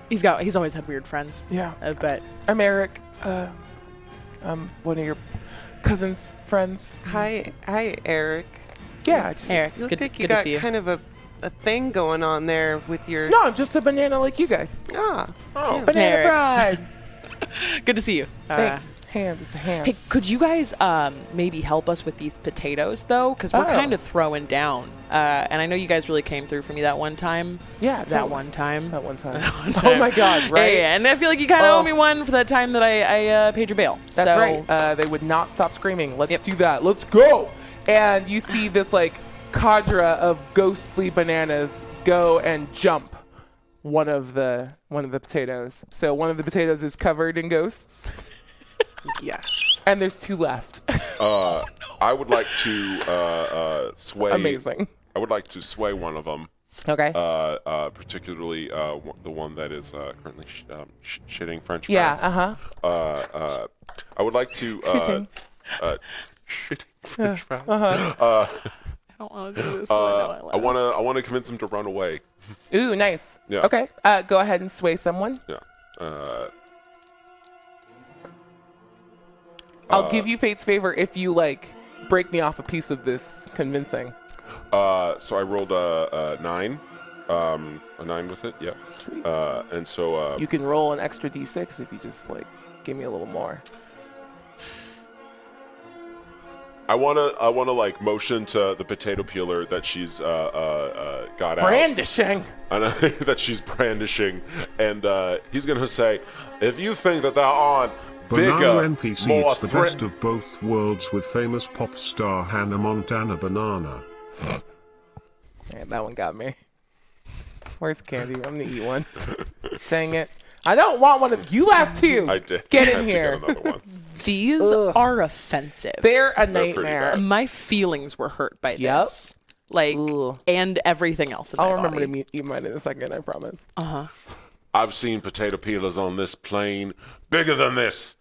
[SPEAKER 3] He's got he's always had weird friends. Uh,
[SPEAKER 7] Yeah.
[SPEAKER 3] I bet.
[SPEAKER 7] I'm Eric. Uh, I'm one of your cousin's friends.
[SPEAKER 4] Hi, hi, Eric.
[SPEAKER 7] Yeah, I just,
[SPEAKER 3] Eric,
[SPEAKER 4] You
[SPEAKER 3] it's
[SPEAKER 4] look
[SPEAKER 3] good, to,
[SPEAKER 4] like you
[SPEAKER 3] good to
[SPEAKER 4] got
[SPEAKER 3] see you.
[SPEAKER 4] kind of a, a thing going on there with your
[SPEAKER 7] No, I'm just a banana like you guys.
[SPEAKER 4] ah.
[SPEAKER 8] Oh,
[SPEAKER 7] Banana
[SPEAKER 3] Eric.
[SPEAKER 7] pride.
[SPEAKER 2] Good to see you. Uh,
[SPEAKER 7] Thanks. Hands, hands.
[SPEAKER 2] Hey, could you guys um, maybe help us with these potatoes though? Because we're
[SPEAKER 7] Oh.
[SPEAKER 2] kind of throwing down. Uh, and I know you guys really came through for me that one time.
[SPEAKER 7] Yeah,
[SPEAKER 2] that
[SPEAKER 7] totally.
[SPEAKER 2] one time.
[SPEAKER 7] That one time.
[SPEAKER 2] one time.
[SPEAKER 7] Oh my God! Right?
[SPEAKER 2] Yeah, and I feel like you kind of
[SPEAKER 7] Oh.
[SPEAKER 2] owe me one for that time that I, I uh, paid your bail.
[SPEAKER 7] That's
[SPEAKER 2] So,
[SPEAKER 7] right. Uh, they would not stop screaming. Let's do that. Let's go. And you see this like cadre of ghostly bananas go and jump one of the one of the potatoes. So one of the potatoes is covered in ghosts,
[SPEAKER 4] Yes.
[SPEAKER 7] and there's two left.
[SPEAKER 5] Uh, I would like to uh, uh, sway.
[SPEAKER 7] Amazing.
[SPEAKER 5] I would like to sway one of them,
[SPEAKER 7] Okay.
[SPEAKER 5] uh, uh, particularly uh, w- the one that is uh, currently sh- um, sh- shitting French
[SPEAKER 7] yeah.
[SPEAKER 5] fries.
[SPEAKER 7] Uh huh.
[SPEAKER 5] Uh, uh, I would like to. Uh,
[SPEAKER 7] Shitting. uh-huh.
[SPEAKER 5] Uh, shitting French fries.
[SPEAKER 2] I don't want to do this.
[SPEAKER 5] Uh, I want to. I want to convince him to run away.
[SPEAKER 7] Ooh, nice.
[SPEAKER 5] Yeah.
[SPEAKER 7] Okay. Uh, go ahead and sway someone.
[SPEAKER 5] Yeah. Uh,
[SPEAKER 7] I'll give you fate's favor if you like break me off a piece of this convincing.
[SPEAKER 5] uh, so I rolled a, a nine. Um, a nine with it. Yeah.
[SPEAKER 7] Sweet.
[SPEAKER 5] Uh, and so uh,
[SPEAKER 7] You can roll an extra d6 if you just like give me a little more.
[SPEAKER 5] I wanna. I wanna like motion to the potato peeler that she's uh, uh, uh, got out.
[SPEAKER 7] Brandishing.
[SPEAKER 5] and I think that she's brandishing, and uh, he's gonna say, "If you think that there aren't bigger,
[SPEAKER 6] Banana NPC
[SPEAKER 5] more
[SPEAKER 6] It's the
[SPEAKER 5] threat-
[SPEAKER 6] best of both worlds with famous pop star Hannah Montana Banana.
[SPEAKER 7] Man, that one got me. Where's candy? I'm gonna eat one. Dang it. I don't want one of you left too.
[SPEAKER 5] I did
[SPEAKER 7] Get
[SPEAKER 5] have
[SPEAKER 7] in
[SPEAKER 5] to
[SPEAKER 7] here.
[SPEAKER 5] another one.
[SPEAKER 2] These are offensive.
[SPEAKER 7] They're a
[SPEAKER 5] pretty
[SPEAKER 7] nightmare.
[SPEAKER 5] bad.
[SPEAKER 2] my feelings were hurt by
[SPEAKER 7] Yep.
[SPEAKER 2] this. Like
[SPEAKER 7] Ugh.
[SPEAKER 2] and everything else. In
[SPEAKER 7] I'll
[SPEAKER 2] my
[SPEAKER 7] remember
[SPEAKER 2] body.
[SPEAKER 7] to meet, eat mine in a second, I promise.
[SPEAKER 5] I've seen potato peelers on this plane bigger than this,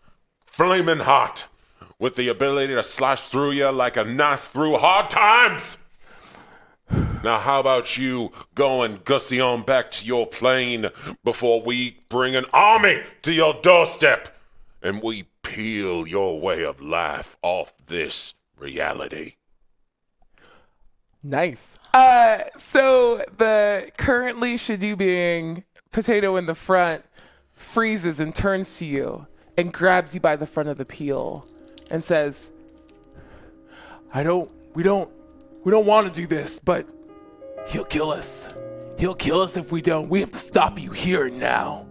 [SPEAKER 5] flaming hot, with the ability to slash through you like a knife through hard times. Now, how about you go and gussy on back to your plane before we bring an army to your doorstep and we peel your way of life off this reality?
[SPEAKER 7] Nice. Uh, so the currently Shadu being potato in the front freezes and turns to you and grabs you by the front of the peel and says, "I don't. We don't. We don't want to do this, but he'll kill us. He'll kill us if we don't. We have to stop you here and now."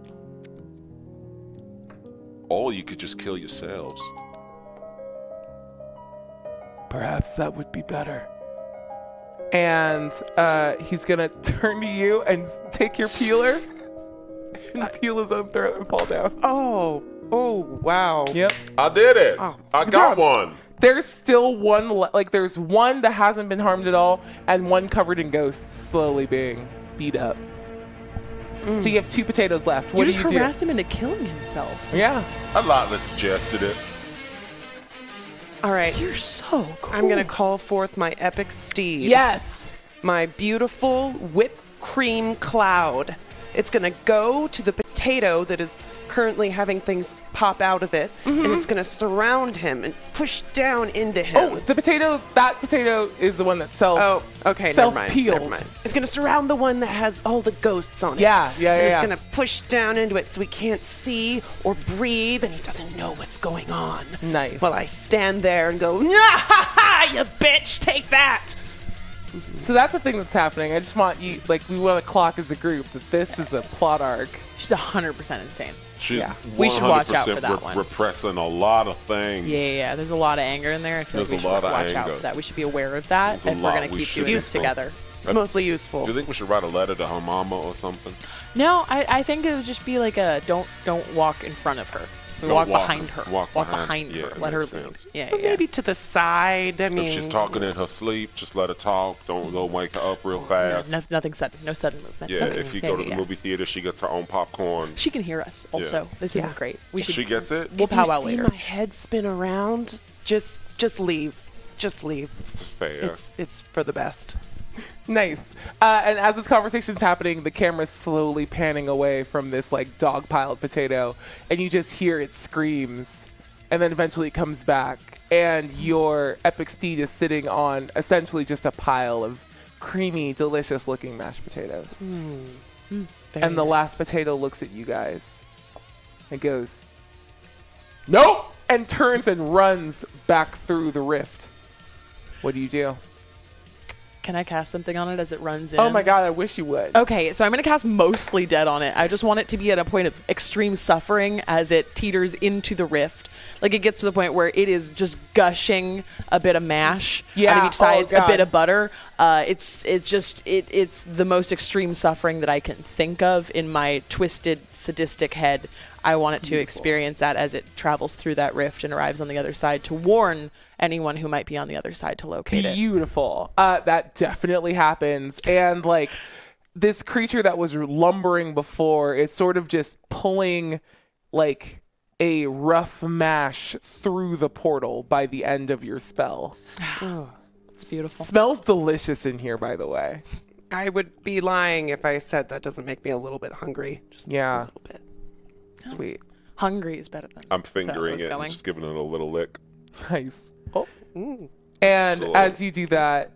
[SPEAKER 5] Or you could just kill yourselves.
[SPEAKER 7] Perhaps that would be better. And uh, he's gonna turn to you and s- take your peeler
[SPEAKER 4] Uh,
[SPEAKER 7] and peel his own throat and fall down.
[SPEAKER 4] Oh. Oh, wow.
[SPEAKER 7] Yep.
[SPEAKER 5] I did it! I got one!
[SPEAKER 7] There's still one, le- like, there's one that hasn't been harmed at all, and one covered in ghosts slowly being beat up. So
[SPEAKER 4] Mm.
[SPEAKER 7] you have two potatoes left. What
[SPEAKER 2] you
[SPEAKER 7] do
[SPEAKER 2] just
[SPEAKER 7] you
[SPEAKER 2] harassed him into killing himself.
[SPEAKER 7] do? Yeah.
[SPEAKER 5] A lot less suggested it.
[SPEAKER 4] All right.
[SPEAKER 2] You're so cool.
[SPEAKER 4] I'm going to call forth my epic steed.
[SPEAKER 7] Yes.
[SPEAKER 4] My beautiful whipped cream cloud. It's going to go to the potato that is currently having things pop out of it,
[SPEAKER 7] Mm-hmm.
[SPEAKER 4] and it's going to surround him and push down into him.
[SPEAKER 7] Oh, the potato. That potato is the one that self.
[SPEAKER 4] Oh, okay. Never
[SPEAKER 7] Self
[SPEAKER 4] mind. Never
[SPEAKER 7] peeled.
[SPEAKER 4] mind. It's gonna surround the one that has all the ghosts on it.
[SPEAKER 7] Yeah, yeah,
[SPEAKER 4] And
[SPEAKER 7] yeah,
[SPEAKER 4] it's
[SPEAKER 7] yeah.
[SPEAKER 4] gonna push down into it so he can't see or breathe, and he doesn't know what's going on.
[SPEAKER 7] Nice.
[SPEAKER 4] Well, I stand there and go, nah, ha, ha, you bitch, take that.
[SPEAKER 7] So that's the thing that's happening. I just want you, like, we want to clock as a group that this is a plot arc.
[SPEAKER 2] She's hundred percent insane.
[SPEAKER 5] She's
[SPEAKER 7] Yeah.
[SPEAKER 2] We should watch out for
[SPEAKER 5] 100%
[SPEAKER 2] that one.
[SPEAKER 5] Repressing a lot of things.
[SPEAKER 2] Yeah, yeah, yeah. There's a lot of anger in there. I feel like
[SPEAKER 5] There's
[SPEAKER 2] we
[SPEAKER 5] a
[SPEAKER 2] should
[SPEAKER 5] lot of
[SPEAKER 2] watch out
[SPEAKER 5] anger.
[SPEAKER 2] for that. We should be aware of that
[SPEAKER 5] There's a
[SPEAKER 2] if we're
[SPEAKER 5] lot
[SPEAKER 2] gonna
[SPEAKER 5] we
[SPEAKER 2] keep
[SPEAKER 5] should
[SPEAKER 2] doing
[SPEAKER 5] be
[SPEAKER 2] this
[SPEAKER 5] from.
[SPEAKER 2] together.
[SPEAKER 4] It's mostly useful.
[SPEAKER 5] Do you think we should write a letter to her mama or something?
[SPEAKER 2] No, I, I think it would just be like a don't don't walk in front of her. We
[SPEAKER 5] Don't
[SPEAKER 2] walk,
[SPEAKER 5] walk-
[SPEAKER 2] behind her.
[SPEAKER 5] walk behind-
[SPEAKER 2] behind,
[SPEAKER 5] yeah,
[SPEAKER 2] her.
[SPEAKER 5] that
[SPEAKER 2] Let her
[SPEAKER 5] makes
[SPEAKER 2] lead.
[SPEAKER 5] sense.
[SPEAKER 2] Yeah,
[SPEAKER 4] But
[SPEAKER 2] yeah.
[SPEAKER 4] maybe to the side. I mean,
[SPEAKER 5] If she's talking in her sleep, just let her talk. Don't, don't wake her up real
[SPEAKER 2] No,
[SPEAKER 5] fast.
[SPEAKER 2] no- nothing sudden. No sudden movement.
[SPEAKER 5] yeah, if you go to the movie theater, she gets her own popcorn.
[SPEAKER 2] She can hear us. Also, this isn't great. We should.
[SPEAKER 5] She gets it?
[SPEAKER 2] We'll
[SPEAKER 4] if you
[SPEAKER 2] powwow
[SPEAKER 4] see
[SPEAKER 2] later.
[SPEAKER 4] my head spin around, just just leave. Just leave.
[SPEAKER 5] It's fair.
[SPEAKER 4] It's it's for the best.
[SPEAKER 7] Nice. Uh, and as this conversation's happening, the camera's slowly panning away from this like dog-piled potato, and you just hear it screams, and then eventually it comes back, and your epic steed is sitting on essentially just a pile of creamy, delicious-looking mashed potatoes.
[SPEAKER 2] Very
[SPEAKER 7] and the
[SPEAKER 2] nice.
[SPEAKER 7] last potato looks at you guys and goes, Nope. And turns and runs back through the rift. What do you do?
[SPEAKER 3] Can I cast something on it as it runs in?
[SPEAKER 7] Oh my god, I wish you would.
[SPEAKER 3] Okay, so I'm going to cast mostly dead on it. I just want it to be at a point of extreme suffering as it teeters into the rift. Like it gets to the point where it is just gushing a bit of mash out
[SPEAKER 7] Yeah,
[SPEAKER 3] of each side,
[SPEAKER 7] oh,
[SPEAKER 3] a bit
[SPEAKER 7] God.
[SPEAKER 3] of butter. Uh, it's it's just it it's the most extreme suffering that I can think of in my twisted sadistic head. I want it to experience that as it travels through that rift and arrives on the other side to warn anyone who might be on the other side to locate it.
[SPEAKER 7] Beautiful. Uh, that definitely happens. And like this creature that was lumbering before is sort of just pulling like a rough mash through the portal by the end of your spell.
[SPEAKER 3] It's beautiful.
[SPEAKER 7] Smells delicious in here, by the way.
[SPEAKER 4] I would be lying if I said that doesn't make me a little bit hungry. Just
[SPEAKER 7] Yeah.
[SPEAKER 4] a little bit.
[SPEAKER 7] Sweet.
[SPEAKER 3] Hungry is better than
[SPEAKER 5] I'm fingering
[SPEAKER 3] was
[SPEAKER 5] it, and
[SPEAKER 3] going.
[SPEAKER 5] just giving it a little lick.
[SPEAKER 7] Nice. Oh. And
[SPEAKER 5] So-
[SPEAKER 7] as you do that,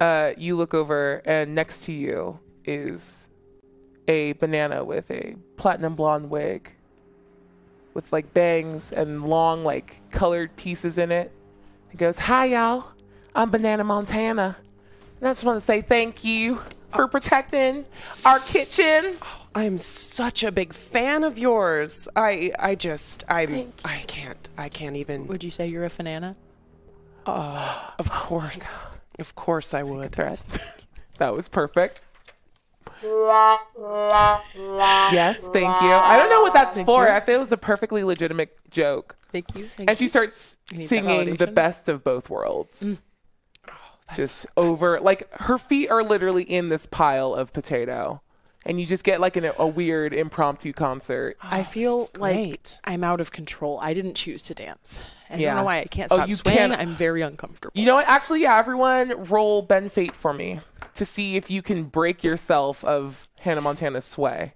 [SPEAKER 7] uh, you look over, and next to you is a banana with a platinum blonde wig with like bangs and long, like colored pieces in it. He goes, Hi, y'all. I'm Banana Montana. And I just want to say thank you for protecting our kitchen.
[SPEAKER 4] I'm such a big fan of yours. I I just I'm I can't I can't even.
[SPEAKER 3] Would you say you're a banana?
[SPEAKER 4] of course, of course I would.
[SPEAKER 7] Threat. that was perfect. yes, thank you. I don't know what that's for. I feel it was a perfectly legitimate joke.
[SPEAKER 3] Thank you. Thank
[SPEAKER 7] And she
[SPEAKER 3] you.
[SPEAKER 7] starts
[SPEAKER 3] need that
[SPEAKER 7] singing the
[SPEAKER 3] validation?
[SPEAKER 7] best of both worlds. Oh, just over, like her feet are literally in this pile of potato, and you just get like an, a weird impromptu concert.
[SPEAKER 3] I feel
[SPEAKER 4] is
[SPEAKER 3] like
[SPEAKER 4] great.
[SPEAKER 3] I'm out of control. I didn't choose to dance. I
[SPEAKER 7] Yeah.
[SPEAKER 3] don't know why I can't
[SPEAKER 7] Oh,
[SPEAKER 3] stop
[SPEAKER 7] you
[SPEAKER 3] swaying.
[SPEAKER 7] can't-
[SPEAKER 3] I'm very uncomfortable.
[SPEAKER 7] You know what? Actually, yeah, everyone roll Ben Fate for me to see if you can break yourself of Hannah Montana's sway.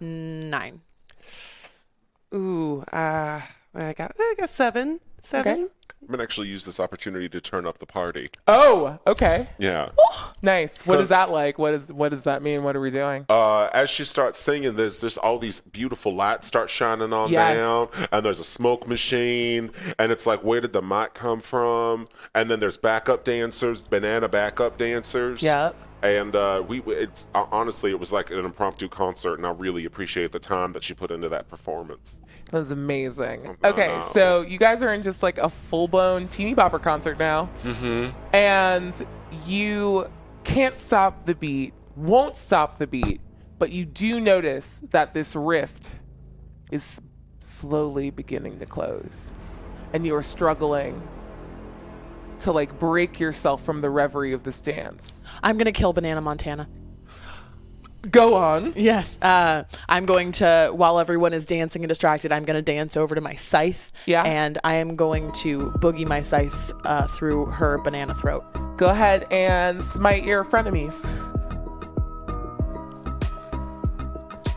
[SPEAKER 3] Nine.
[SPEAKER 4] Ooh, uh, I got I got seven, seven.
[SPEAKER 5] I'm gonna actually use this opportunity to turn up the party.
[SPEAKER 7] Oh, okay.
[SPEAKER 5] Yeah.
[SPEAKER 7] Nice. What is
[SPEAKER 5] Cause-
[SPEAKER 7] that like? What is what does that mean? What are we doing?
[SPEAKER 5] Uh, as she starts singing this, there's all these beautiful lights start shining on
[SPEAKER 7] Yes.
[SPEAKER 5] down, and there's a smoke machine, and it's like, where did the mic come from? And then there's backup dancers, banana backup dancers.
[SPEAKER 7] Yep.
[SPEAKER 5] And uh, we, it's uh, honestly, it was like an impromptu concert, and I really appreciate the time that she put into that performance.
[SPEAKER 7] That was amazing.
[SPEAKER 5] Oh, no,
[SPEAKER 7] Okay,
[SPEAKER 5] no.
[SPEAKER 7] so you guys are in just like a full blown teeny bopper concert now. Mm-hmm. And you can't stop the beat, won't stop the beat, but you do notice that this rift is slowly beginning to close. And you are struggling to like break yourself from the reverie of this dance.
[SPEAKER 3] I'm gonna kill Banana Montana.
[SPEAKER 7] Go on.
[SPEAKER 3] Yes. Uh, I'm going to while everyone is dancing and distracted, I'm gonna dance over to my scythe.
[SPEAKER 7] Yeah.
[SPEAKER 3] And I am going to boogie my scythe uh, through her banana throat.
[SPEAKER 7] Go ahead and smite your frenemies.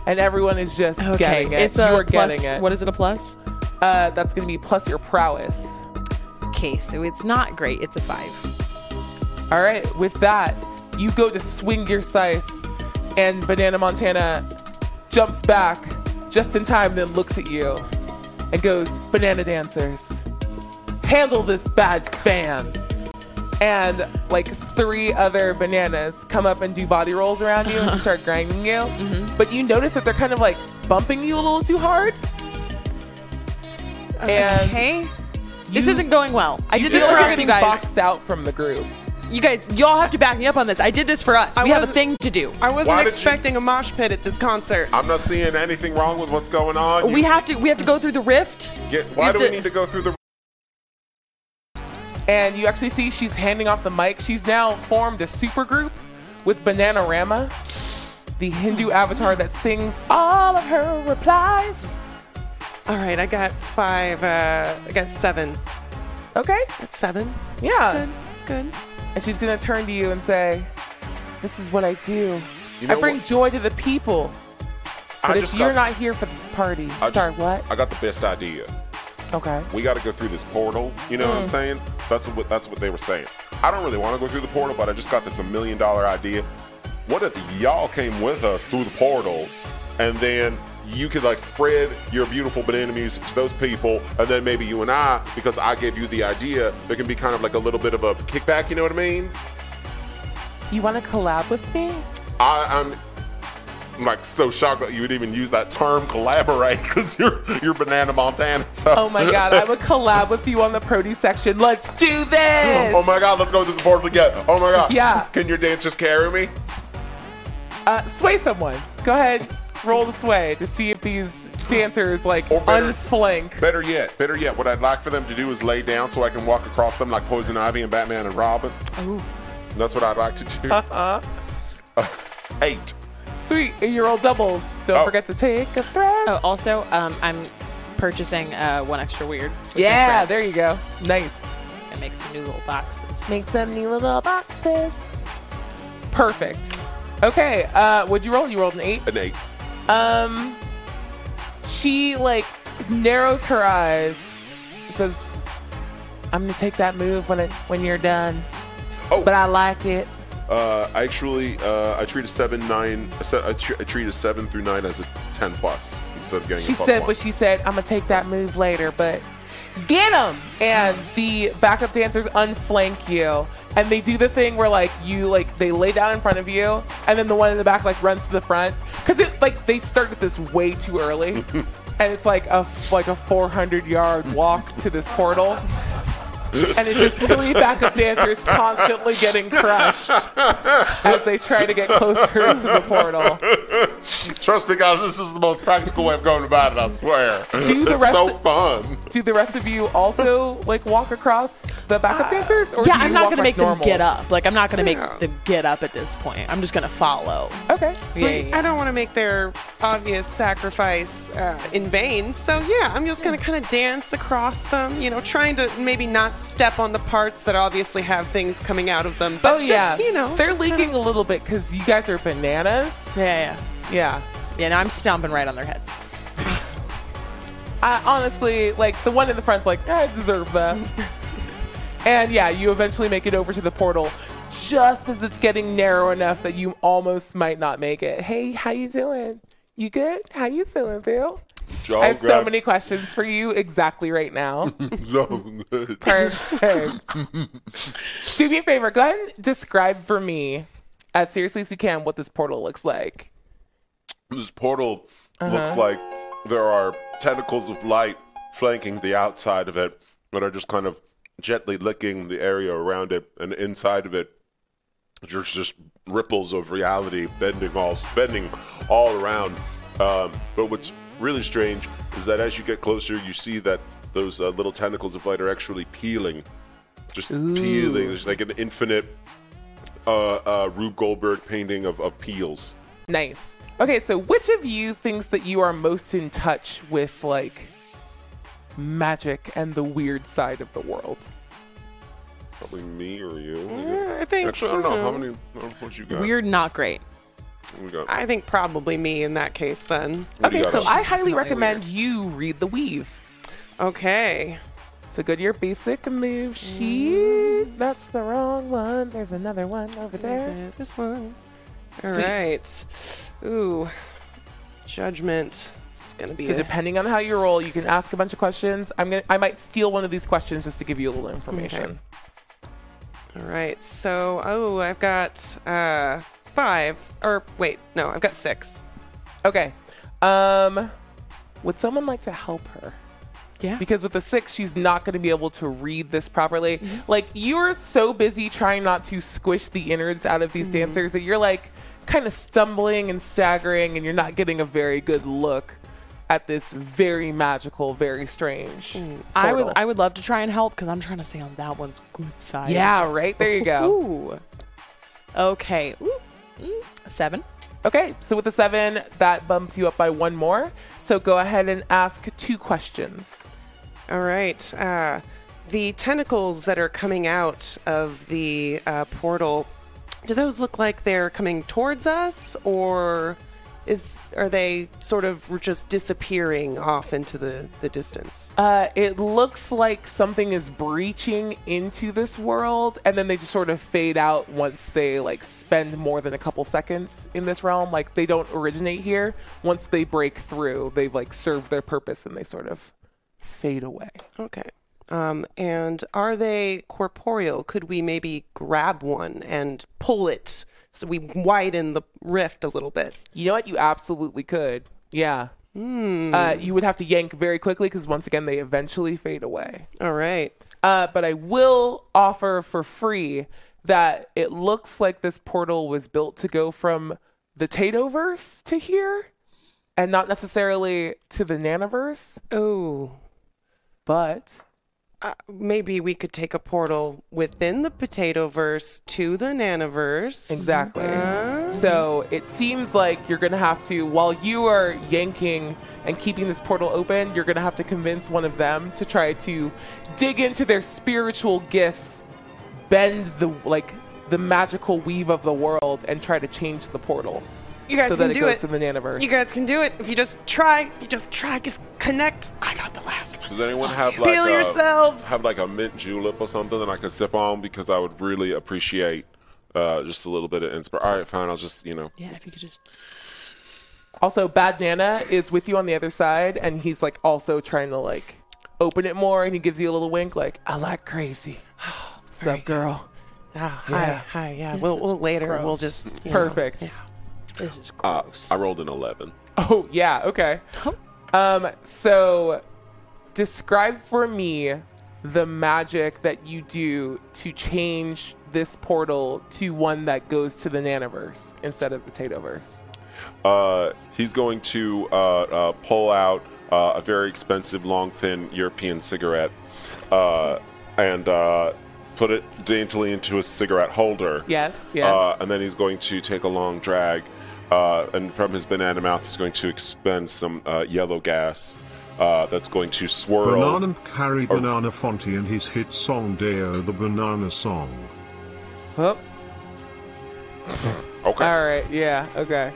[SPEAKER 7] And everyone is just getting it.
[SPEAKER 3] It's
[SPEAKER 7] you
[SPEAKER 3] a
[SPEAKER 7] are
[SPEAKER 3] plus.
[SPEAKER 7] getting it.
[SPEAKER 3] What is it? A plus?
[SPEAKER 7] uh, that's going to be plus your prowess.
[SPEAKER 3] Okay, so it's not great. It's a five.
[SPEAKER 7] All right. With that, you go to swing your scythe, and Banana Montana jumps back just in time, then looks at you and goes, "Banana dancers, handle this bad fan." And like three other bananas come up and do body rolls around you and start grinding you.
[SPEAKER 3] Mm-hmm.
[SPEAKER 7] But you notice that they're kind of like bumping you a little too hard. And
[SPEAKER 3] Okay. this
[SPEAKER 7] you-
[SPEAKER 3] isn't going well. I
[SPEAKER 7] you
[SPEAKER 3] did this
[SPEAKER 7] feel
[SPEAKER 3] for
[SPEAKER 7] like
[SPEAKER 3] us,
[SPEAKER 7] you're
[SPEAKER 3] you guys.
[SPEAKER 7] getting boxed out from the group.
[SPEAKER 3] You guys, y'all have to back me up on this. I did this for us. we have a
[SPEAKER 4] wasn't-
[SPEAKER 3] thing to do.
[SPEAKER 4] I wasn't
[SPEAKER 5] Why did you-
[SPEAKER 4] expecting a mosh pit at this concert.
[SPEAKER 5] I'm not seeing anything wrong with what's going on.
[SPEAKER 3] We
[SPEAKER 5] You
[SPEAKER 3] have to. We have to go through the rift.
[SPEAKER 5] get,
[SPEAKER 3] we
[SPEAKER 5] why
[SPEAKER 3] have
[SPEAKER 5] do we
[SPEAKER 3] to-
[SPEAKER 5] need to go through the?
[SPEAKER 7] and you actually see she's handing off the mic. She's now formed a supergroup with Bananarama, the Hindu avatar that sings all of her replies.
[SPEAKER 4] All right, I got five. Uh, I got seven.
[SPEAKER 7] Okay.
[SPEAKER 4] That's seven.
[SPEAKER 7] Yeah.
[SPEAKER 4] That's good. That's good.
[SPEAKER 7] And she's going to turn to you and say, This is what I do.
[SPEAKER 5] know
[SPEAKER 7] I bring
[SPEAKER 5] what?
[SPEAKER 7] joy to the people. But
[SPEAKER 5] I
[SPEAKER 7] if you're
[SPEAKER 5] got,
[SPEAKER 7] not here for this party,
[SPEAKER 5] I
[SPEAKER 7] sorry,
[SPEAKER 5] just-
[SPEAKER 7] what?
[SPEAKER 5] I got the best idea.
[SPEAKER 7] okay.
[SPEAKER 5] we got to go through this portal. You know what
[SPEAKER 7] Mm.
[SPEAKER 5] I'm saying? That's what that's what they were saying. I don't really want to go through the portal, but I just got this a million dollar idea. What if y'all came with us through the portal and then you could like spread your beautiful banana music to those people and then maybe you and I, because I gave you the idea, there can be kind of like a little bit of a kickback, you know what I mean?
[SPEAKER 7] You want to collab with me?
[SPEAKER 5] I, I'm like so shocked that you would even use that term collaborate because you're you're banana Montana. so-
[SPEAKER 7] Oh my god, I would collab with you on the produce section. Let's do this.
[SPEAKER 5] Oh my god, let's go to the portal again. Oh my god.
[SPEAKER 7] Yeah.
[SPEAKER 5] Can your dancers carry me?
[SPEAKER 7] Uh, sway someone. Go ahead, roll the sway to see if these dancers like
[SPEAKER 5] Or better-
[SPEAKER 7] unflank.
[SPEAKER 5] Better yet, better yet, what I'd like for them to do is lay down so I can walk across them like Poison Ivy and Batman and Robin. That's what I'd like to do. Uh-uh. eight.
[SPEAKER 7] Sweet, and your old doubles. Don't
[SPEAKER 5] Oh.
[SPEAKER 7] forget to take a thread.
[SPEAKER 3] Oh, also, um, I'm purchasing uh, one extra weird. with my
[SPEAKER 7] yeah,
[SPEAKER 3] friends.
[SPEAKER 7] there you go. Nice.
[SPEAKER 3] And make some new little boxes.
[SPEAKER 7] Make some new little boxes. Perfect. Okay, uh, what'd you roll? You rolled an eight.
[SPEAKER 5] An eight.
[SPEAKER 7] Um, she like narrows her eyes, says, "I'm gonna take that move when it when you're done."
[SPEAKER 5] Oh.
[SPEAKER 7] but I like it.
[SPEAKER 5] Uh, I actually, uh, I treat a seven, nine, I se- I tr- I treat a seven through nine as a ten plus instead of getting
[SPEAKER 7] She
[SPEAKER 5] a plus
[SPEAKER 7] said
[SPEAKER 5] one.
[SPEAKER 7] what she said. I'm gonna take that move later, but get them. And the backup dancers unflank you, and they do the thing where like you like they lay down in front of you, and then the one in the back like runs to the front because it like they started this way too early, and it's like a f- like a 400 yard walk to this portal. And it's just three backup dancers constantly getting crushed as they try to get closer to the portal.
[SPEAKER 5] Trust me, guys, this is the most practical way of going about it. I swear.
[SPEAKER 7] Do the
[SPEAKER 5] it's
[SPEAKER 7] rest
[SPEAKER 5] so
[SPEAKER 7] of-
[SPEAKER 5] fun.
[SPEAKER 7] Do the rest of you also like walk across the backup dancers? Or
[SPEAKER 2] Uh, yeah,
[SPEAKER 7] do you
[SPEAKER 2] I'm not
[SPEAKER 7] walk
[SPEAKER 2] gonna
[SPEAKER 7] like
[SPEAKER 2] make
[SPEAKER 7] normal?
[SPEAKER 2] them get up. Like I'm not gonna make them get up at this point. I'm just gonna follow.
[SPEAKER 7] Okay,
[SPEAKER 2] Yeah,
[SPEAKER 7] sweet.
[SPEAKER 2] yeah, yeah.
[SPEAKER 4] I don't want to make their obvious sacrifice uh, in vain. So, yeah, I'm just going to kind of dance across them, you know, trying to maybe not step on the parts that obviously have things coming out of them. But
[SPEAKER 7] Oh yeah,
[SPEAKER 4] just, you know,
[SPEAKER 7] they're
[SPEAKER 4] just
[SPEAKER 7] leaking
[SPEAKER 4] kinda-
[SPEAKER 7] a little bit because you guys are bananas.
[SPEAKER 2] Yeah, yeah.
[SPEAKER 7] Yeah.
[SPEAKER 2] Yeah, no, I'm stomping right on their heads.
[SPEAKER 7] I honestly like the one in the front's like I deserve that. and yeah, you eventually make it over to the portal just as it's getting narrow enough that you almost might not make it. Hey, how you doing? You good? How you doing, Bill?
[SPEAKER 5] Y'all
[SPEAKER 7] I have so
[SPEAKER 5] grab-
[SPEAKER 7] many questions for you exactly right now.
[SPEAKER 5] So good.
[SPEAKER 7] Perfect. Do me a favor. Go ahead and describe for me, as seriously as you can, what this portal looks like.
[SPEAKER 5] This portal looks like there are tentacles of light flanking the outside of it that are just kind of gently licking the area around it, and inside of it, there's just ripples of reality bending all bending all around. Um, but what's really strange is that as you get closer, you see that those uh, little tentacles of light are actually peeling, just peeling. There's like an infinite uh, uh, Rube Goldberg painting of, of peels.
[SPEAKER 7] Nice. Okay, so which of you thinks that you are most in touch with like magic and the weird side of the world?
[SPEAKER 5] Probably me or you.
[SPEAKER 4] Mm, I think-
[SPEAKER 5] Actually, I don't know how many. I don't know What you got?
[SPEAKER 2] Weird, not great.
[SPEAKER 5] We got.
[SPEAKER 4] I think probably me in that case then.
[SPEAKER 5] what do
[SPEAKER 7] Okay,
[SPEAKER 5] you got
[SPEAKER 7] so
[SPEAKER 5] on-
[SPEAKER 7] I highly recommend you read the weave.
[SPEAKER 4] Okay.
[SPEAKER 7] So go to your basic move sheet. Mm, That's the wrong one. There's another one over
[SPEAKER 4] Is
[SPEAKER 7] there.
[SPEAKER 4] it This one. All right. Ooh. Judgment. It's going to be
[SPEAKER 7] So
[SPEAKER 4] a-
[SPEAKER 7] depending on how you roll, you can ask a bunch of questions. I'm gonna I might steal one of these questions just to give you a little information.
[SPEAKER 4] Okay. All right. So, oh, I've got uh 5 or wait, no, I've got 6.
[SPEAKER 7] Okay. Um, would someone like to help her?
[SPEAKER 2] Yeah.
[SPEAKER 7] Because with the six, she's not going to be able to read this properly.
[SPEAKER 2] Mm-hmm.
[SPEAKER 7] Like, you're so busy trying not to squish the innards out of these
[SPEAKER 2] Mm-hmm.
[SPEAKER 7] dancers that you're like kind of stumbling and staggering, and you're not getting a very good look at this very magical, very strange.
[SPEAKER 2] Mm, I would
[SPEAKER 7] portal.
[SPEAKER 2] I would love to try and help because I'm trying to stay on that one's good side.
[SPEAKER 7] yeah, right? There you go.
[SPEAKER 2] Ooh. Okay. Ooh. Mm. Seven.
[SPEAKER 7] Okay, so with the seven, that bumps you up by one more. So go ahead and ask two questions.
[SPEAKER 4] All right. Uh, the tentacles that are coming out of the uh, portal, do those look like they're coming towards us or Is are they sort of just disappearing off into the, the distance?
[SPEAKER 7] Uh, it looks like something is breaching into this world, and then they just sort of fade out once they like spend more than a couple seconds in this realm. Like they don't originate here. Once they break through, they've like served their purpose, and they sort of fade away.
[SPEAKER 4] Okay. Um, and are they corporeal? Could we maybe grab one and pull it so we widen the rift a little bit?
[SPEAKER 7] You know what? You absolutely could. Yeah. Uh, you would have to yank very quickly because once again, they eventually fade away.
[SPEAKER 4] All right.
[SPEAKER 7] Uh, but I will offer for free that it looks like this portal was built to go from the Tatoverse to here and not necessarily to the Nanoverse.
[SPEAKER 4] Oh,
[SPEAKER 7] But
[SPEAKER 4] uh, maybe we could take a portal within the potato verse to the nanoverse.
[SPEAKER 7] Exactly.
[SPEAKER 4] Mm-hmm.
[SPEAKER 7] So it seems like you're going to have to, while you are yanking and keeping this portal open, you're going to have to convince one of them to try to dig into their spiritual gifts, bend the like the magical weave of the world, and try to change the portal.
[SPEAKER 4] You guys
[SPEAKER 7] so
[SPEAKER 4] can
[SPEAKER 7] that it
[SPEAKER 4] do
[SPEAKER 7] goes
[SPEAKER 4] it.
[SPEAKER 7] to the Nanoverse.
[SPEAKER 4] You guys can do it if you just try. If you just try, just connect. I got the last one.
[SPEAKER 5] Does anyone
[SPEAKER 4] This is
[SPEAKER 5] have
[SPEAKER 4] on you.
[SPEAKER 5] like
[SPEAKER 4] Peel
[SPEAKER 5] a,
[SPEAKER 4] yourselves?
[SPEAKER 5] have like a mint julep or something that I could sip on because I would really appreciate uh, just a little bit of inspiration. All right, fine. I'll just you know.
[SPEAKER 3] Yeah, if you could just.
[SPEAKER 7] Also, Bad Nana is with you on the other side, and he's like also trying to like open it more, and he gives you a little wink, like I like crazy. What's up, girl?
[SPEAKER 4] Ah, hi, hi, yeah. We'll, we'll later. We'll just you know.
[SPEAKER 7] Perfect.
[SPEAKER 3] This is
[SPEAKER 5] Uh,
[SPEAKER 3] gross.
[SPEAKER 5] I rolled an eleven.
[SPEAKER 7] Oh yeah, okay. Um, so describe for me the magic that you do to change this portal to one that goes to the nanoverse instead of the tatoverse.
[SPEAKER 5] Uh, he's going to uh, uh, pull out uh, a very expensive, long, thin European cigarette uh, and uh, put it daintily into his cigarette holder.
[SPEAKER 7] Yes, yes.
[SPEAKER 5] Uh, and then he's going to take a long drag, uh, and from his banana mouth, he's going to expend some uh, yellow gas uh, that's going to swirl.
[SPEAKER 6] Banana carry
[SPEAKER 3] Oh.
[SPEAKER 6] Banana Fonte and his hit song Deo the Banana Song.
[SPEAKER 7] Oh,
[SPEAKER 5] Okay.
[SPEAKER 7] all right, yeah, okay.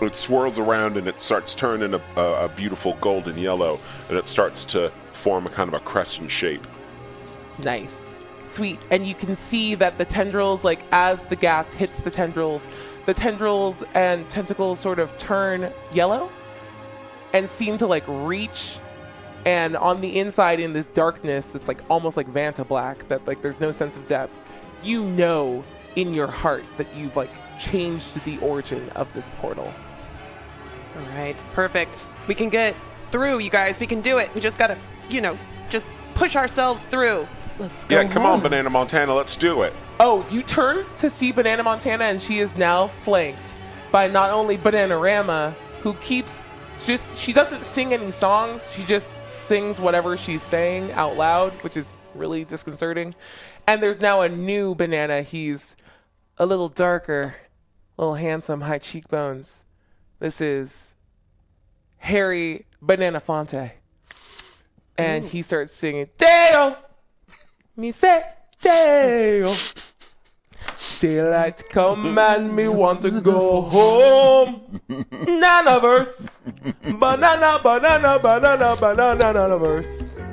[SPEAKER 5] It swirls around and it starts turning a, a, a beautiful golden yellow, and it starts to form a kind of a crescent shape.
[SPEAKER 7] Nice. Sweet. And you can see that the tendrils, like as the gas hits the tendrils, the tendrils and tentacles sort of turn yellow and seem to like reach. And on the inside, in this darkness, it's like almost like Vanta Black, that like there's no sense of depth. You know in your heart that you've like changed the origin of this portal.
[SPEAKER 4] All right, perfect. We can get through, you guys. We can do it. We just gotta, you know, just push ourselves through.
[SPEAKER 3] Let's go.
[SPEAKER 5] Yeah, come on, Banana Montana, let's do it.
[SPEAKER 7] Oh, you turn to see Banana Montana, and she is now flanked by not only Bananarama, who keeps just she doesn't sing any songs. She just sings whatever she's saying out loud, which is really disconcerting. And there's now a new banana. He's a little darker, a little handsome, high cheekbones. This is Harry Banana Fonte. And he starts singing, Dale! Me say, Dale! Daylight come and me want to go home. Nanaverse. Banana, banana, banana, banana, nanaverse.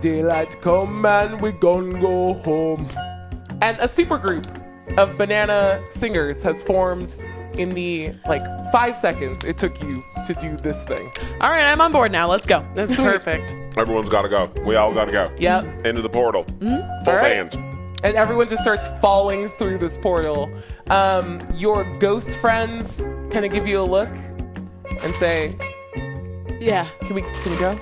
[SPEAKER 7] Daylight come and we gon' go home. And a supergroup of banana singers has formed in the like five seconds it took you to do this thing.
[SPEAKER 3] All right, I'm on board now. Let's go.
[SPEAKER 4] That's perfect.
[SPEAKER 5] Everyone's gotta go. We all gotta go.
[SPEAKER 7] Yep.
[SPEAKER 5] Into the portal.
[SPEAKER 3] Hmm?
[SPEAKER 5] Full
[SPEAKER 7] All right.
[SPEAKER 5] band.
[SPEAKER 7] and everyone just starts falling through this portal. Um, your ghost friends kind of give you a look and say,
[SPEAKER 3] Yeah.
[SPEAKER 7] "Can we? Can we go?"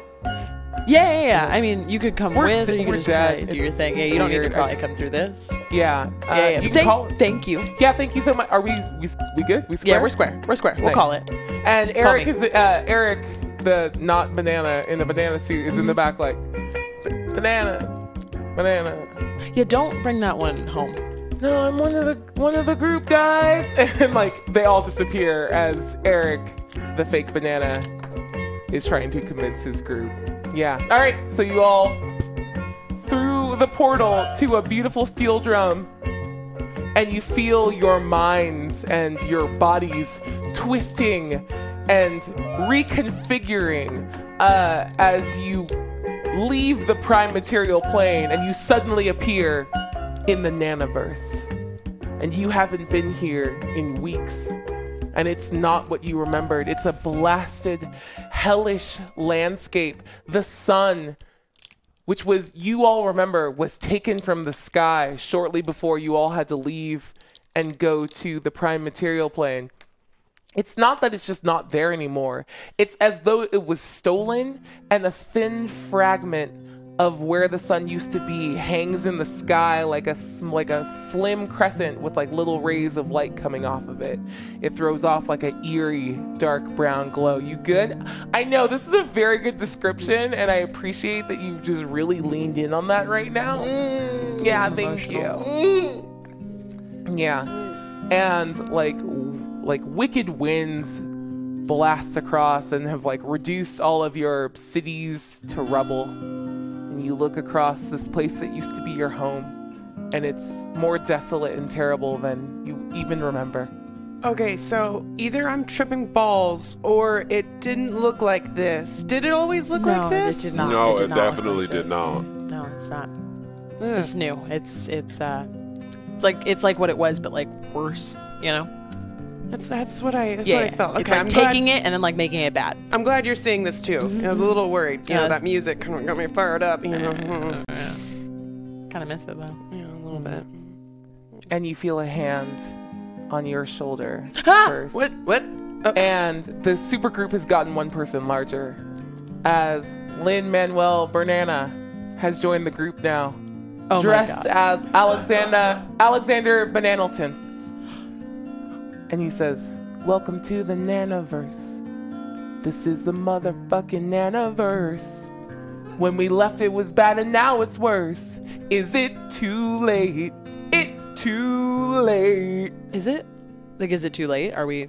[SPEAKER 3] Yeah, yeah, yeah. I mean, you could come
[SPEAKER 7] We're
[SPEAKER 3] with,
[SPEAKER 7] d-
[SPEAKER 3] or you
[SPEAKER 7] we're
[SPEAKER 3] could just
[SPEAKER 7] dead.
[SPEAKER 3] uh, do your
[SPEAKER 7] It's
[SPEAKER 3] thing. Yeah, you don't need to
[SPEAKER 7] weird. I
[SPEAKER 3] probably
[SPEAKER 7] just-
[SPEAKER 3] come through this.
[SPEAKER 7] Yeah. Uh,
[SPEAKER 3] yeah, yeah.
[SPEAKER 7] You can
[SPEAKER 3] thank,
[SPEAKER 7] call.
[SPEAKER 3] thank you.
[SPEAKER 7] yeah. Thank you so much. Are we? We, we good? We square?
[SPEAKER 3] Yeah, we're square. We're square. We'll
[SPEAKER 7] Nice.
[SPEAKER 3] call it.
[SPEAKER 7] And Eric
[SPEAKER 3] me.
[SPEAKER 7] is uh, Eric, the not banana in the banana suit, is in
[SPEAKER 3] Mm-hmm.
[SPEAKER 7] the back like "Ba- banana, banana.
[SPEAKER 3] Yeah, don't bring that one home.
[SPEAKER 7] No, I'm one of the one of the group guys, and like they all disappear as Eric, the fake banana, is trying to convince his group. Yeah. All right. So you all through the portal to a beautiful steel drum. and you feel your minds and your bodies twisting and reconfiguring uh, as you leave the prime material plane and you suddenly appear in the nanoverse. And you haven't been here in weeks. And it's not what you remembered. It's a blasted, hellish landscape. The sun which was you all remember was taken from the sky shortly before you all had to leave and go to the prime material plane. It's not that it's just not there anymore. It's as though it was stolen and a thin fragment of where the sun used to be hangs in the sky like a s- like a slim crescent with like little rays of light coming off of it. It throws off like an eerie dark brown glow. You good? I know this is a very good description and I appreciate that you've just really leaned in on that right now. yeah, thank you. yeah. And like w- like wicked winds blast across and have like reduced all of your cities to rubble and you look across this place that used to be your home, and it's more desolate and terrible than you even remember.
[SPEAKER 4] Okay, so either I'm tripping balls or it didn't look like this. Did it always look
[SPEAKER 3] No,
[SPEAKER 4] like this?
[SPEAKER 3] it did not.
[SPEAKER 5] No,
[SPEAKER 3] did
[SPEAKER 5] it
[SPEAKER 3] not look
[SPEAKER 5] definitely
[SPEAKER 3] like
[SPEAKER 5] did
[SPEAKER 3] this.
[SPEAKER 5] not.
[SPEAKER 3] No, it's not. It's new. It's it's uh, it's like it's like what it was, but like worse. You know?
[SPEAKER 4] That's that's what I that's
[SPEAKER 3] yeah.
[SPEAKER 4] what I felt. Okay,
[SPEAKER 3] it's like
[SPEAKER 4] I'm
[SPEAKER 3] taking
[SPEAKER 4] glad,
[SPEAKER 3] it and then like making it bad.
[SPEAKER 4] I'm glad you're seeing this too. I was a little worried. You know
[SPEAKER 3] Yes.
[SPEAKER 4] that music kind of got me fired up. You know, Mhm.
[SPEAKER 3] Kind of miss it though.
[SPEAKER 4] yeah, a little bit.
[SPEAKER 7] And you feel a hand on your shoulder first.
[SPEAKER 4] Ah, What? What? Oh,
[SPEAKER 7] And the supergroup has gotten one person larger, as Lynn Manuel Bernana has joined the group now,
[SPEAKER 3] Oh my
[SPEAKER 7] dressed
[SPEAKER 3] god.
[SPEAKER 7] as Alexander Alexander Bananelton. And he says, "Welcome to the Nanoverse." This is the motherfucking nanoverse. When we left, it was bad, and now it's worse. Is it too late? It too late.
[SPEAKER 3] Is it? Like, is it too late? Are we?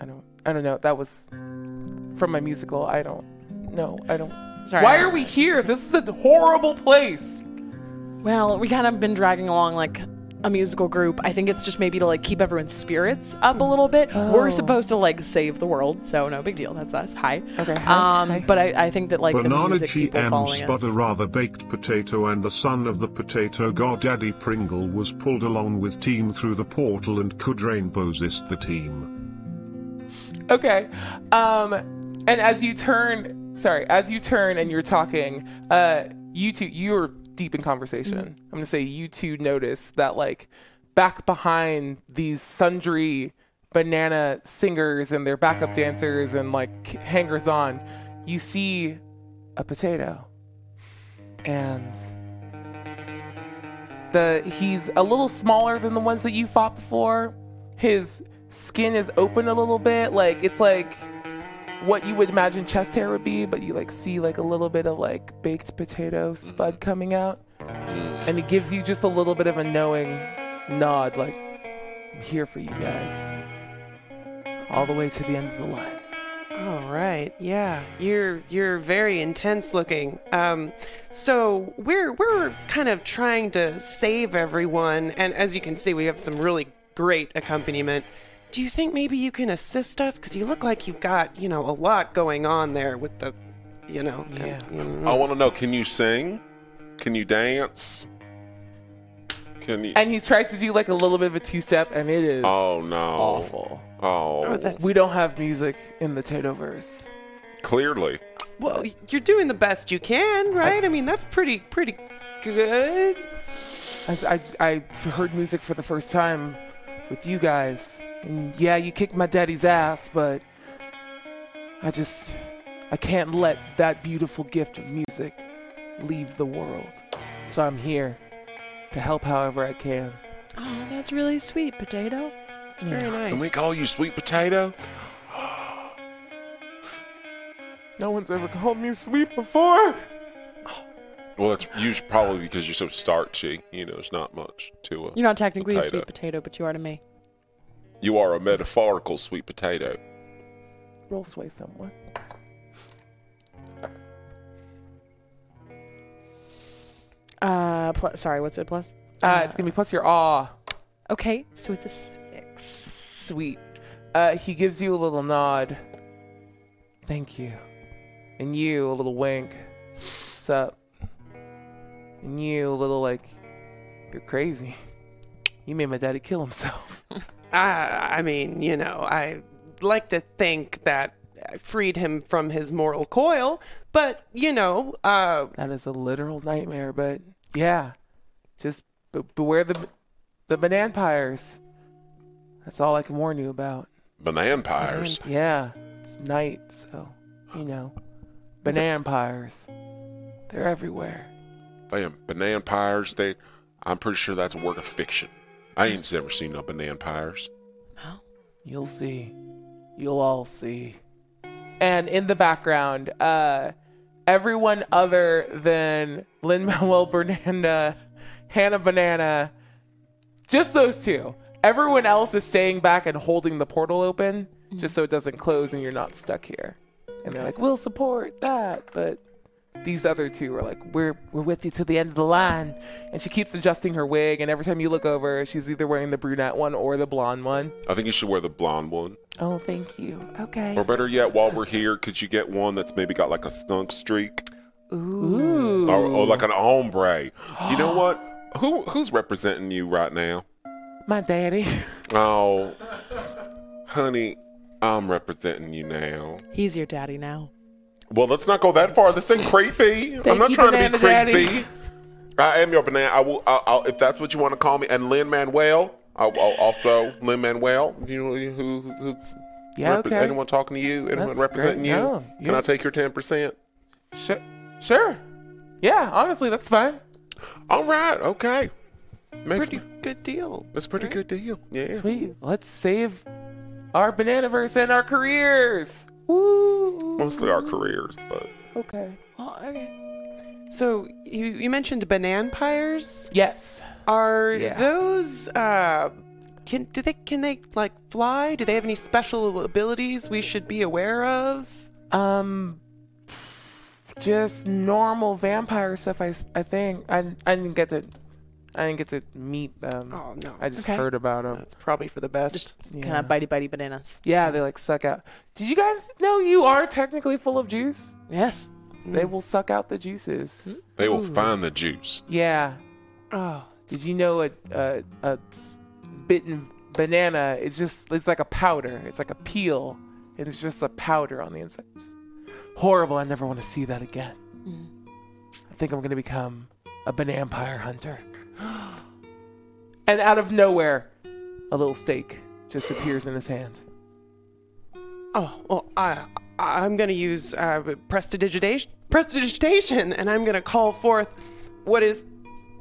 [SPEAKER 7] I don't. I don't know. That was from my musical. I don't. No, I don't.
[SPEAKER 3] Sorry.
[SPEAKER 7] Why are we here? This is a horrible place.
[SPEAKER 3] Well, we kind of been dragging along like a musical group. I think it's just maybe to like keep everyone's spirits up a little bit.
[SPEAKER 7] Oh.
[SPEAKER 3] We're supposed to like save the world, so no big deal. That's us. Hi.
[SPEAKER 7] Okay, hi,
[SPEAKER 3] Um,
[SPEAKER 7] hi.
[SPEAKER 3] but I, I think that like the
[SPEAKER 6] Banana
[SPEAKER 3] music people
[SPEAKER 6] GM
[SPEAKER 3] following
[SPEAKER 6] spot a
[SPEAKER 3] us.
[SPEAKER 6] rather baked potato and the son of the potato god Daddy Pringle was pulled along with team through the portal and could rainbowsist the team.
[SPEAKER 7] Okay. Um, and as you turn, sorry, as you turn and you're talking, uh, you two, you're deep in conversation. I'm gonna say you two notice that like back behind these sundry banana singers and their backup dancers and like hangers on, you see a potato, and the he's a little smaller than the ones that you fought before. His skin is open a little bit, like it's like what you would imagine chest hair would be, but you like see like a little bit of like baked potato spud coming out, and it gives you just a little bit of a knowing nod, like I'm here for you guys, all the way to the end of the line.
[SPEAKER 4] all right. Yeah, you're you're very intense looking. Um, so we're we're kind of trying to save everyone, and as you can see, we have some really great accompaniment. Do you think maybe you can assist us? Because you look like you've got you know a lot going on there with the, you know.
[SPEAKER 7] Yeah.
[SPEAKER 4] you know.
[SPEAKER 5] I want to know can you sing? Can you dance? Can you?
[SPEAKER 7] And he tries to do like a little bit of a two-step, and it is
[SPEAKER 5] Oh, no.
[SPEAKER 7] awful.
[SPEAKER 5] Oh,
[SPEAKER 4] Oh, that's-
[SPEAKER 7] We don't have music in the Tatoverse.
[SPEAKER 5] clearly.
[SPEAKER 4] Well, you're doing the best you can, right? I, mean, that's pretty pretty good.
[SPEAKER 7] I, s- I s- I heard music for the first time with you guys. And yeah, you kicked my daddy's ass, but I just. I can't let that beautiful gift of music leave the world. So I'm here to help however I can.
[SPEAKER 3] Oh, that's really sweet, potato.
[SPEAKER 4] It's very nice.
[SPEAKER 5] Can we call you Sweet Potato?
[SPEAKER 7] No one's ever called me sweet before.
[SPEAKER 5] Well, that's usually probably because you're so starchy. You know, there's not much to it.
[SPEAKER 3] You're not technically a
[SPEAKER 5] Potato.
[SPEAKER 3] sweet potato, but you are to me.
[SPEAKER 5] You are a metaphorical sweet potato.
[SPEAKER 7] Roll sway someone.
[SPEAKER 3] Uh, plus, sorry, what's it plus?
[SPEAKER 7] Ah, Uh, it's gonna be plus your awe.
[SPEAKER 3] Uh, Okay, so it's a six.
[SPEAKER 7] Sweet. Uh, he gives you a little nod. Thank you. And you a little wink. Sup. And you a little like, you're crazy. You made my daddy kill himself.
[SPEAKER 4] I, I mean, you know, I like to think that I freed him from his moral coil, but, you know, uh,
[SPEAKER 7] That is a literal nightmare, but yeah. Just b- beware the the banana pyres. That's all I can warn you about.
[SPEAKER 3] Mm-hmm.
[SPEAKER 5] Banana pyres.
[SPEAKER 7] Yeah, it's night, so you know, banana pyres. They're everywhere.
[SPEAKER 5] Damn, banana pyres. They, I'm pretty sure that's a work of fiction. I ain't never seen no banana pyres.
[SPEAKER 7] You'll see. You'll all see. And in the background, uh, everyone other than Lin Manuel Bernanda, Hannah Banana, just those two. Everyone else is staying back and holding the portal open just so it doesn't close and you're not stuck here. And they're like, we'll support that. But these other two are like, we're, we're with you to the end of the line. And she keeps adjusting her wig. And every time you look over, she's either wearing the brunette one or the blonde one.
[SPEAKER 5] I think you should wear the blonde one.
[SPEAKER 7] Oh, thank you. Okay.
[SPEAKER 5] Or better yet, while we're here, could you get one that's maybe got like a skunk streak
[SPEAKER 7] Ooh.
[SPEAKER 5] or, or like an ombre? You know what? Who who's representing you right now?
[SPEAKER 7] My daddy.
[SPEAKER 5] Oh, honey, I'm representing you now.
[SPEAKER 3] He's your daddy now.
[SPEAKER 5] Well, let's not go that far. This ain't creepy. I'm not
[SPEAKER 7] you,
[SPEAKER 5] trying to be
[SPEAKER 7] Banana
[SPEAKER 5] creepy.
[SPEAKER 7] Daddy.
[SPEAKER 5] I am your banana. I will. I'll, I'll, if that's what you want to call me, and Lin Manuel. I'll, I'll also Lin Manuel. You know who, who's
[SPEAKER 7] Yeah,
[SPEAKER 5] repre-
[SPEAKER 7] okay.
[SPEAKER 5] anyone talking to you? Anyone
[SPEAKER 7] That's
[SPEAKER 5] representing
[SPEAKER 7] great.
[SPEAKER 5] you?
[SPEAKER 7] No,
[SPEAKER 5] Can
[SPEAKER 7] yeah.
[SPEAKER 5] I take your ten percent?
[SPEAKER 7] Sure. Sure. Yeah, honestly, that's fine.
[SPEAKER 5] All right. Okay. Makes,
[SPEAKER 4] pretty good deal.
[SPEAKER 5] that's a pretty good deal. Yeah.
[SPEAKER 7] Sweet. Let's save our bananaverse and our careers. Woo.
[SPEAKER 5] Mostly our careers, but
[SPEAKER 7] Okay.
[SPEAKER 4] Well, okay. So you, you mentioned banana pyres.
[SPEAKER 7] Yes.
[SPEAKER 4] Are
[SPEAKER 7] Yeah.
[SPEAKER 4] those uh, can do they can they like fly? Do they have any special abilities we should be aware of?
[SPEAKER 7] Um, just normal vampire stuff. I, s- I think I, I didn't get to I didn't get to meet them.
[SPEAKER 4] Oh, no.
[SPEAKER 7] I just
[SPEAKER 4] Okay.
[SPEAKER 7] heard about them.
[SPEAKER 4] That's probably for the best.
[SPEAKER 3] Kind of bitey bitey bananas.
[SPEAKER 7] Yeah, they like suck out. Did you guys know you are technically full of juice?
[SPEAKER 3] Yes.
[SPEAKER 7] They
[SPEAKER 4] Mm.
[SPEAKER 7] will suck out the juices.
[SPEAKER 4] Hmm?
[SPEAKER 5] they will find the juice.
[SPEAKER 7] Yeah.
[SPEAKER 4] oh,
[SPEAKER 7] Did you know a, a, a s- bitten banana is just, it's like a powder. It's like a peel. And it's just a powder on the inside. It's horrible. I never want to see that again. I think I'm going to become a banana hunter. and out of nowhere, a little steak just appears in his hand.
[SPEAKER 4] oh well, I I- I'm gonna use uh, prestidigitation, prestidigitation, and I'm gonna call forth what is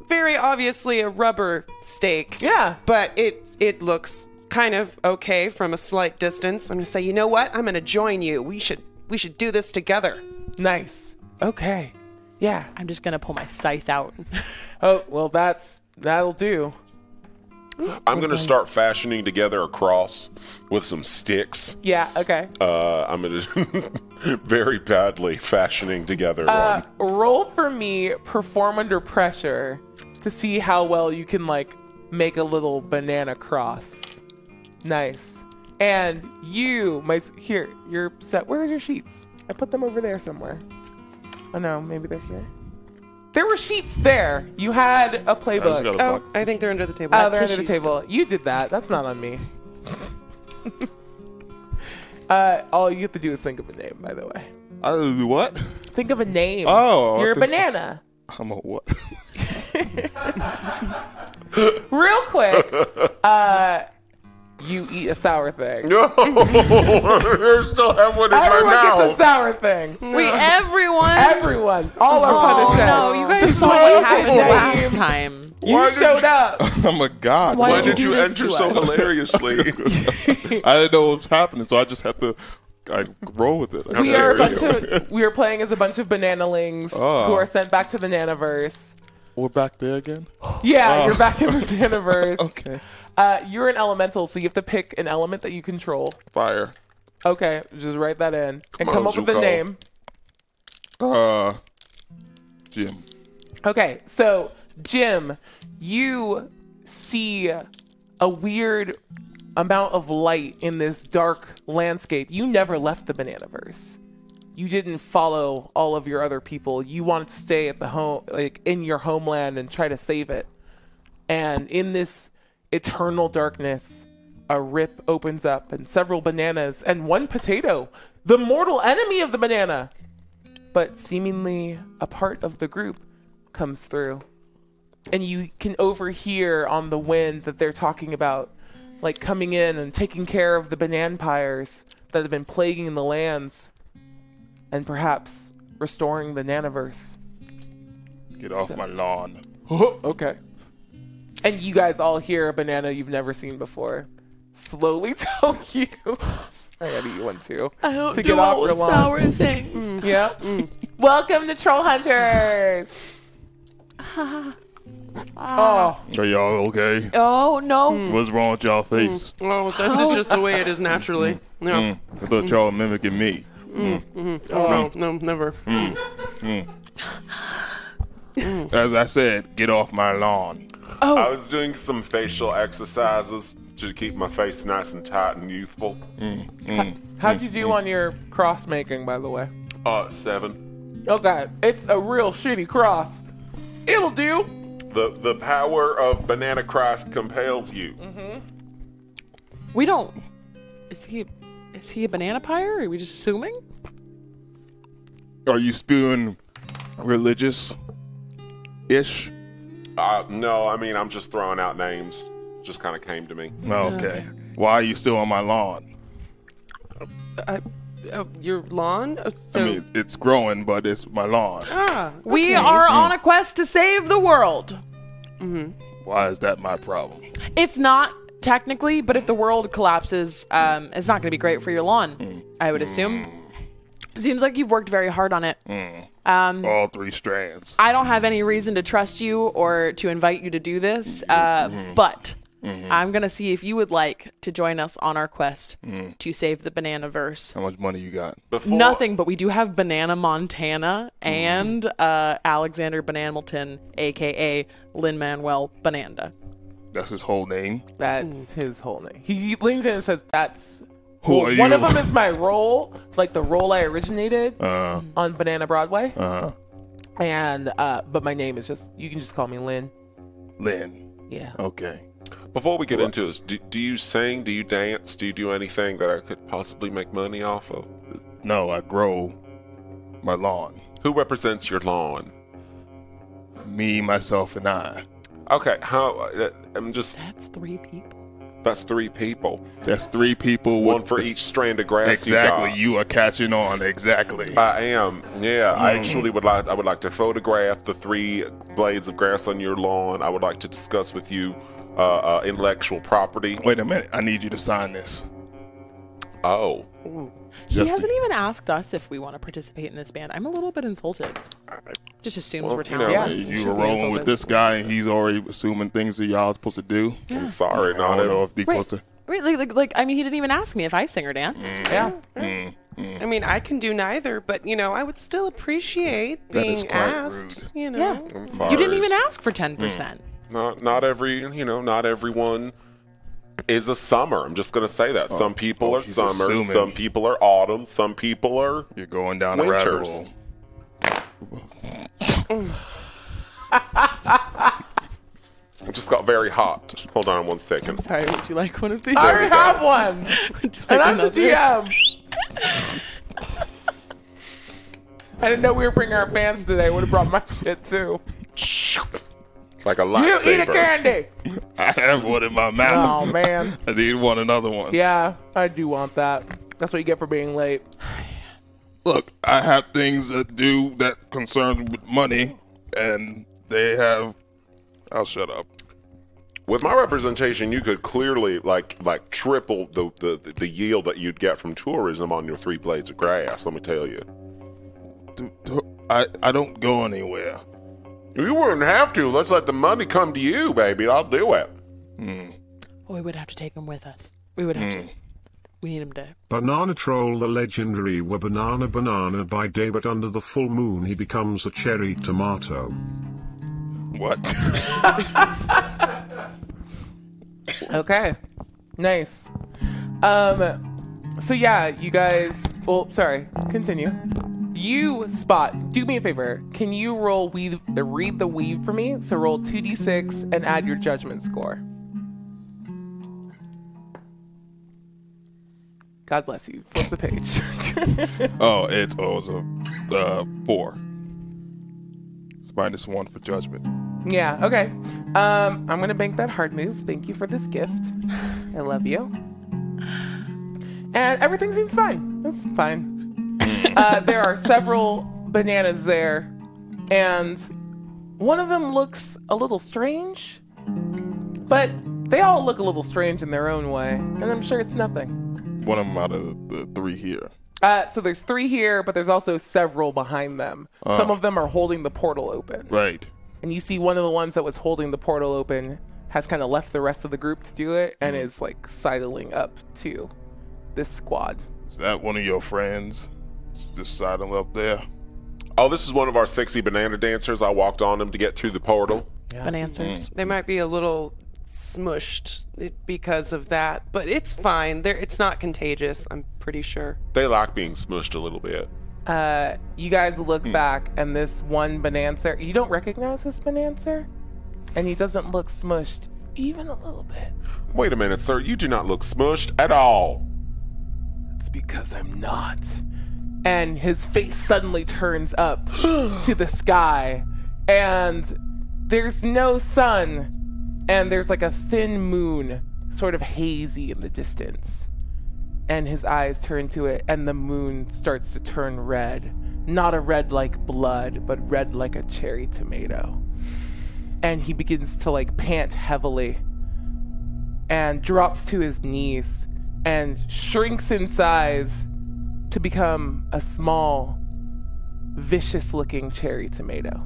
[SPEAKER 4] very obviously a rubber stake.
[SPEAKER 7] Yeah.
[SPEAKER 4] but it it looks kind of okay from a slight distance. I'm gonna say, you know what? I'm gonna join you. We should we should do this together.
[SPEAKER 7] Nice. Okay. Yeah.
[SPEAKER 3] I'm just gonna pull my scythe out.
[SPEAKER 7] Oh, well, that's, that'll do.
[SPEAKER 5] I'm gonna start fashioning together a cross with some sticks.
[SPEAKER 7] Yeah, okay.
[SPEAKER 5] Uh, I'm gonna very badly fashioning together
[SPEAKER 7] Uh,
[SPEAKER 5] one.
[SPEAKER 7] roll for me, perform under pressure to see how well you can like make a little banana cross. Nice. And you, my s- here, your set. Where's your sheets? I put them over there somewhere. Oh no, maybe they're here. There were sheets there. You had a playbook. Oh,
[SPEAKER 4] Oh, I think Oh, they're under the table.
[SPEAKER 7] they're under the table. You did that. That's not on me. uh, all you have to do is think of a name, by the way.
[SPEAKER 9] Oh, what?
[SPEAKER 7] Think of a name.
[SPEAKER 9] Oh,
[SPEAKER 7] you're a
[SPEAKER 9] I think-
[SPEAKER 7] banana.
[SPEAKER 9] I'm a what?
[SPEAKER 7] Real quick, uh, you eat a sour thing.
[SPEAKER 5] No, I still have one in
[SPEAKER 7] Everyone
[SPEAKER 5] my
[SPEAKER 7] gets a
[SPEAKER 5] mouth.
[SPEAKER 7] sour thing.
[SPEAKER 3] Wait, everyone.
[SPEAKER 7] Everyone, all are punished.
[SPEAKER 3] Oh, no, you guys saw
[SPEAKER 7] whole
[SPEAKER 3] what happened
[SPEAKER 7] game.
[SPEAKER 3] last time.
[SPEAKER 7] You
[SPEAKER 5] Why did
[SPEAKER 7] showed
[SPEAKER 5] you-
[SPEAKER 7] up.
[SPEAKER 9] I'm a god.
[SPEAKER 3] Why
[SPEAKER 5] Why
[SPEAKER 9] Why
[SPEAKER 3] did
[SPEAKER 5] did
[SPEAKER 3] you
[SPEAKER 5] you
[SPEAKER 3] do this
[SPEAKER 5] enter
[SPEAKER 3] to
[SPEAKER 5] so
[SPEAKER 3] us?
[SPEAKER 5] hilariously?
[SPEAKER 9] I didn't know what was happening, so I just have to like roll with it. I
[SPEAKER 7] We
[SPEAKER 9] guess.
[SPEAKER 7] are a
[SPEAKER 5] There you Ah.
[SPEAKER 7] bunch of we are playing as a bunch of bananalings who
[SPEAKER 9] Oh.
[SPEAKER 7] are sent back to the nanaverse.
[SPEAKER 9] We're back there again.
[SPEAKER 7] Yeah,
[SPEAKER 5] Ah.
[SPEAKER 7] you're back in the nanaverse.
[SPEAKER 9] Okay.
[SPEAKER 7] Uh, you're an elemental, so you have to pick an element that you control.
[SPEAKER 9] Fire.
[SPEAKER 7] Okay, just write that in
[SPEAKER 5] Come
[SPEAKER 7] and
[SPEAKER 5] on,
[SPEAKER 7] come up with a
[SPEAKER 5] Zuko.
[SPEAKER 7] name.
[SPEAKER 9] Uh, Jim.
[SPEAKER 7] Okay, so Jim, you see a weird amount of light in this dark landscape. You never left the Bananaverse. You didn't follow all of your other people. You wanted to stay at the home, like in your homeland, and try to save it. And in this eternal darkness, a rip opens up, and several bananas and one potato, the mortal enemy of the banana, but seemingly a part of the group, comes through and you can overhear on the wind that they're talking about like coming in and taking care of the banana pyres that have been plaguing the lands and perhaps restoring the nanoverse.
[SPEAKER 9] Get off my lawn.
[SPEAKER 7] okay. And you guys all hear a banana you've never seen before slowly tell you I gotta eat one too. I hope to get off your lawn.
[SPEAKER 10] things.
[SPEAKER 7] Yeah. Mm. Welcome to Troll Hunters. oh.
[SPEAKER 9] Are y'all okay?
[SPEAKER 3] Oh
[SPEAKER 7] Hmm.
[SPEAKER 3] no!
[SPEAKER 9] What's wrong with y'all face?
[SPEAKER 7] Mm.
[SPEAKER 4] Well, this is just the way it is naturally. No,
[SPEAKER 9] Mm. I thought y'all mimicking me.
[SPEAKER 4] oh, no, never.
[SPEAKER 9] Mm. As I said, get off my lawn.
[SPEAKER 3] Oh.
[SPEAKER 5] I was doing some facial exercises to keep my face nice and tight and youthful.
[SPEAKER 7] How'd you do on your cross making, by the way?
[SPEAKER 5] Uh, seven.
[SPEAKER 7] Okay, it's a real shitty cross. It'll do.
[SPEAKER 5] The the power of Banana Christ compels you.
[SPEAKER 3] Mm-hmm. We don't. Is he? Is he a banana pyre? Are we just assuming?
[SPEAKER 9] Are you spewing religious ish?
[SPEAKER 5] Uh, no, I mean I'm just throwing out names. Just kind of came to me.
[SPEAKER 7] Oh,
[SPEAKER 9] Okay. Why are you still on my lawn?
[SPEAKER 4] I, uh, your lawn? Uh, So,
[SPEAKER 9] I mean, it's growing, but it's my lawn.
[SPEAKER 7] Oh.
[SPEAKER 4] ah,
[SPEAKER 3] We are
[SPEAKER 7] Hmm.
[SPEAKER 3] on a quest to save the world.
[SPEAKER 9] Why is that my problem?
[SPEAKER 3] It's not technically, but if the world collapses, um, it's not going to be great for your lawn.
[SPEAKER 7] Hmm.
[SPEAKER 3] I would assume. Seems like you've worked very hard on it.
[SPEAKER 7] Mm.
[SPEAKER 9] All three strands.
[SPEAKER 3] I don't have any reason to trust you or to invite you to do this, uh,
[SPEAKER 5] Mm-hmm.
[SPEAKER 3] but I'm going to see if you would like to join us on our quest
[SPEAKER 5] Mm-hmm.
[SPEAKER 3] to save the banana verse.
[SPEAKER 9] How much money you got?
[SPEAKER 5] Before
[SPEAKER 3] Nothing, but we do have Banana Montana
[SPEAKER 5] Mm-hmm.
[SPEAKER 3] and uh, Alexander Banamilton, aka Lin Manuel Bananda.
[SPEAKER 9] That's his whole name.
[SPEAKER 7] That's his whole name. He leans in and says, "That's
[SPEAKER 9] Who
[SPEAKER 7] well,
[SPEAKER 9] are
[SPEAKER 7] one
[SPEAKER 9] you?
[SPEAKER 7] of them is my role, like the role I originated on Banana Broadway,
[SPEAKER 9] Uh,
[SPEAKER 7] and uh, but my name is just you can just call me Lynn.
[SPEAKER 9] Lynn.
[SPEAKER 7] Yeah,
[SPEAKER 9] Okay.
[SPEAKER 5] before we get into this, do, do you sing? Do you dance? Do you do anything that I could possibly make money off of?
[SPEAKER 9] No, I grow my lawn.
[SPEAKER 5] Who represents your lawn?
[SPEAKER 9] Me, myself, and I.
[SPEAKER 5] Okay, how? uh, I'm just.
[SPEAKER 3] That's three people.
[SPEAKER 5] That's three people.
[SPEAKER 9] That's three people. with
[SPEAKER 5] One for
[SPEAKER 9] this-
[SPEAKER 5] each strand of grass.
[SPEAKER 9] Exactly.
[SPEAKER 5] You
[SPEAKER 9] You are catching on. Exactly.
[SPEAKER 5] got. I am. Yeah, I
[SPEAKER 9] Mm-hmm.
[SPEAKER 5] actually would like. I would like to photograph the three blades of grass on your lawn. I would like to discuss with you uh, uh, intellectual property.
[SPEAKER 9] Wait a minute. I need you to sign this.
[SPEAKER 5] Oh,
[SPEAKER 3] He
[SPEAKER 9] Just-
[SPEAKER 3] hasn't even asked us if we want to participate in this band. I'm a little bit insulted. Just assumes
[SPEAKER 5] Well,
[SPEAKER 3] we're
[SPEAKER 5] you know,
[SPEAKER 3] talented.
[SPEAKER 7] Yeah.
[SPEAKER 9] you were rolling with this guy, and he's already assuming things that y'all are supposed to do.
[SPEAKER 5] I'm sorry,
[SPEAKER 9] I
[SPEAKER 5] not
[SPEAKER 9] don't
[SPEAKER 5] at
[SPEAKER 9] know
[SPEAKER 5] all.
[SPEAKER 9] if they
[SPEAKER 3] Right.
[SPEAKER 9] supposed to.
[SPEAKER 3] Right, like, like, like, I mean, he didn't even ask me if I sing or dance.
[SPEAKER 5] Mm.
[SPEAKER 7] yeah.
[SPEAKER 4] I mean, I can do neither, but you know, I would still appreciate
[SPEAKER 9] That is
[SPEAKER 4] being
[SPEAKER 9] quite
[SPEAKER 4] asked. You know,
[SPEAKER 3] Yeah.
[SPEAKER 5] I'm sorry.
[SPEAKER 3] You didn't even ask for 10%.
[SPEAKER 5] Not, not every. You know, not everyone is a summer. I'm just gonna say that. some people
[SPEAKER 9] oh,
[SPEAKER 5] are
[SPEAKER 9] he's
[SPEAKER 5] summer.
[SPEAKER 9] assuming.
[SPEAKER 5] Some people are autumn. Some people are.
[SPEAKER 9] You're going down a rabbit
[SPEAKER 5] Winters.
[SPEAKER 9] hole.
[SPEAKER 5] It just got very hot. Hold on one second.
[SPEAKER 3] Sorry, would you like one of these?
[SPEAKER 7] I already have one,
[SPEAKER 3] Would you like
[SPEAKER 7] and I'm the
[SPEAKER 3] another?
[SPEAKER 7] GM. I didn't know we were bringing our fans today. Would have brought my shit too.
[SPEAKER 5] Like a
[SPEAKER 7] You eat a
[SPEAKER 5] lightsaber.
[SPEAKER 7] candy.
[SPEAKER 9] I have one in my
[SPEAKER 7] Oh
[SPEAKER 9] mouth.
[SPEAKER 7] man.
[SPEAKER 9] I need one another one.
[SPEAKER 7] Yeah, I do want that. That's what you get for being late.
[SPEAKER 9] Look, I have things that do that concerns with money, and they have. I'll shut up.
[SPEAKER 5] With my representation, you could clearly like like triple the, the the yield that you'd get from tourism on your three blades of grass. Let me tell you,
[SPEAKER 9] Do- do- I I don't go anywhere.
[SPEAKER 5] you wouldn't have to. Let's let the money come to you, baby. I'll do it.
[SPEAKER 3] Oh, we would have to take him with us. We would have to. We need him to.
[SPEAKER 6] Banana Troll the legendary were banana banana by day, but under the full moon he becomes a cherry tomato.
[SPEAKER 9] What?
[SPEAKER 7] Okay. Nice. Um so yeah, you guys well sorry, continue. You spot, do me a favor. Can you roll weave uh, read the weave for me? So roll 2d6 and add your judgment score. God bless you. Flip the page.
[SPEAKER 9] Oh, it's oh, it's a uh, four. It's minus one for judgment.
[SPEAKER 7] yeah, okay. Um, I'm gonna bank that hard move. Thank you for this gift. I love you. And everything seems fine. That's fine. uh, there are several bananas there, and one of them looks a little strange, but they all look a little strange in their own way, and I'm sure it's nothing.
[SPEAKER 9] One of them out of the three here.
[SPEAKER 7] Uh, so there's three here, but there's also several behind them. Some of them are holding the portal open.
[SPEAKER 9] Right.
[SPEAKER 7] and you see one of the ones that was holding the portal open has kind of left the rest of the group to do it and is like sidling up to this squad.
[SPEAKER 9] Is that one of your friends? Just sidling up there.
[SPEAKER 5] Oh, this is one of our sexy banana dancers. I walked on him to get through the portal.
[SPEAKER 3] answers.
[SPEAKER 4] They might be a little smushed because of that, but it's fine. They're, it's not contagious, I'm pretty sure.
[SPEAKER 5] They like being smushed a little bit.
[SPEAKER 7] Uh, You guys look back and this one Bonancer, you don't recognize this Bonancer? And he doesn't look smushed even a little bit.
[SPEAKER 5] Wait a minute, sir. You do not look smushed at all.
[SPEAKER 7] It's because I'm not. And his face suddenly turns up to the sky, and there's no sun, and there's like a thin moon, sort of hazy in the distance. And his eyes turn to it, and the moon starts to turn red. Not a red like blood, but red like a cherry tomato. And he begins to like pant heavily and drops to his knees and shrinks in size to become a small, vicious looking cherry tomato.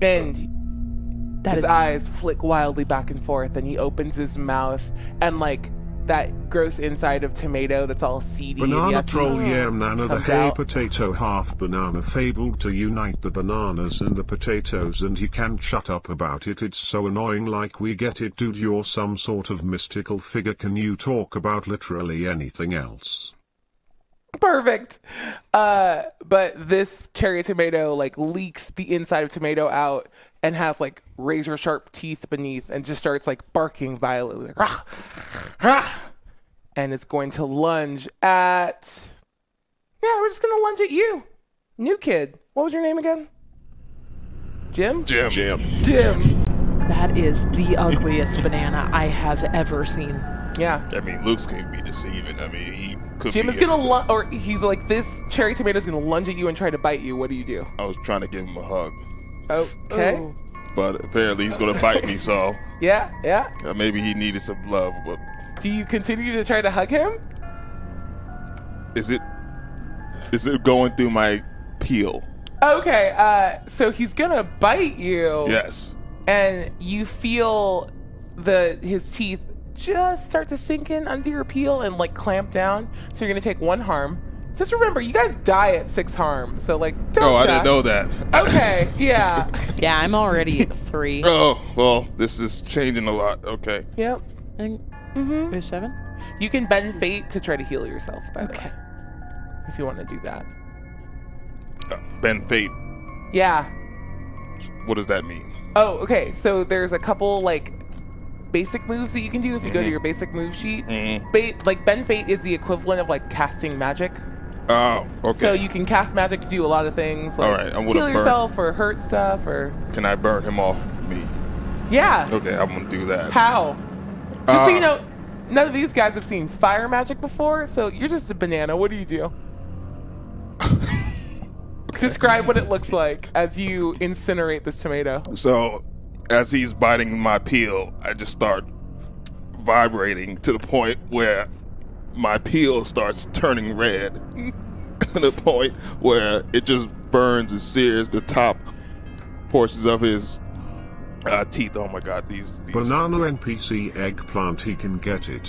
[SPEAKER 7] And
[SPEAKER 3] That is
[SPEAKER 7] his eyes flick wildly back and forth, and he opens his mouth and, like, that gross inside of tomato that's all seedy and
[SPEAKER 6] Banana
[SPEAKER 7] yucky.
[SPEAKER 6] troll yam nana the
[SPEAKER 7] uh, Comes
[SPEAKER 6] hay
[SPEAKER 7] out.
[SPEAKER 6] potato half banana fabled to unite the bananas and the potatoes and he can't shut up about it it's so annoying like we get it dude you're some sort of mystical figure can you talk about literally anything else
[SPEAKER 7] perfect. Uh, but this cherry tomato like leaks the inside of tomato out and has like razor sharp teeth beneath and just starts like barking violently, like, "Rah! Rah!" and it's going to lunge at. Yeah, we're just gonna lunge at you, new kid. What was your name again? Jim.
[SPEAKER 9] Jim.
[SPEAKER 5] Jim.
[SPEAKER 7] Jim.
[SPEAKER 3] that is the ugliest banana I have ever seen.
[SPEAKER 7] Yeah.
[SPEAKER 9] I mean, looks can be deceiving. I mean, he could
[SPEAKER 7] Jim
[SPEAKER 9] be
[SPEAKER 7] is gonna
[SPEAKER 9] anything.
[SPEAKER 7] lunge, or he's like this cherry tomato's gonna lunge at you and try to bite you. What do you do?
[SPEAKER 9] I was trying to give him a hug,
[SPEAKER 7] Okay.
[SPEAKER 9] but apparently he's gonna bite me. So
[SPEAKER 7] Yeah. Yeah.
[SPEAKER 9] uh, maybe he needed some love. But
[SPEAKER 7] Do you continue to try to hug him?
[SPEAKER 9] is it is it going through my peel?
[SPEAKER 7] Okay, uh, so he's gonna bite you.
[SPEAKER 9] Yes.
[SPEAKER 7] And you feel the his teeth just start to sink in under your peel and like clamp down. So you're gonna take one harm. Just remember, you guys die at six harm. So like, don't.
[SPEAKER 9] Oh, I
[SPEAKER 7] die.
[SPEAKER 9] didn't know that.
[SPEAKER 7] Okay, yeah,
[SPEAKER 3] Yeah, I'm already at three.
[SPEAKER 9] Oh well, this is changing a lot. Okay.
[SPEAKER 7] yep.
[SPEAKER 3] I think there's seven.
[SPEAKER 7] You can bend fate to try to heal yourself, by the
[SPEAKER 3] Okay.
[SPEAKER 7] way, if you want to do that.
[SPEAKER 9] Uh, Ben Fate.
[SPEAKER 7] Yeah,
[SPEAKER 9] What does that mean?
[SPEAKER 7] Oh, okay. So there's a couple like basic moves that you can do if you
[SPEAKER 9] Mm-hmm.
[SPEAKER 7] go to your basic move sheet. Ba- like Ben Fate is the equivalent of like casting magic.
[SPEAKER 9] Oh, okay.
[SPEAKER 7] So you can cast magic to do a lot of things, like
[SPEAKER 9] All right, I'm gonna
[SPEAKER 7] heal
[SPEAKER 9] burn.
[SPEAKER 7] yourself or hurt stuff or
[SPEAKER 9] can I burn him off me?
[SPEAKER 7] yeah.
[SPEAKER 9] Okay, I'm gonna do that.
[SPEAKER 7] How? Just so
[SPEAKER 9] Uh,
[SPEAKER 7] you know, none of these guys have seen fire magic before, so you're just a banana. What do you do? Describe what it looks like as you incinerate this tomato.
[SPEAKER 9] So, as he's biting my peel, I just start vibrating to the point where my peel starts turning red. to the point where it just burns and sears the top portions of his uh, teeth. Oh my god, these. these
[SPEAKER 6] banana npc eggplant he can get it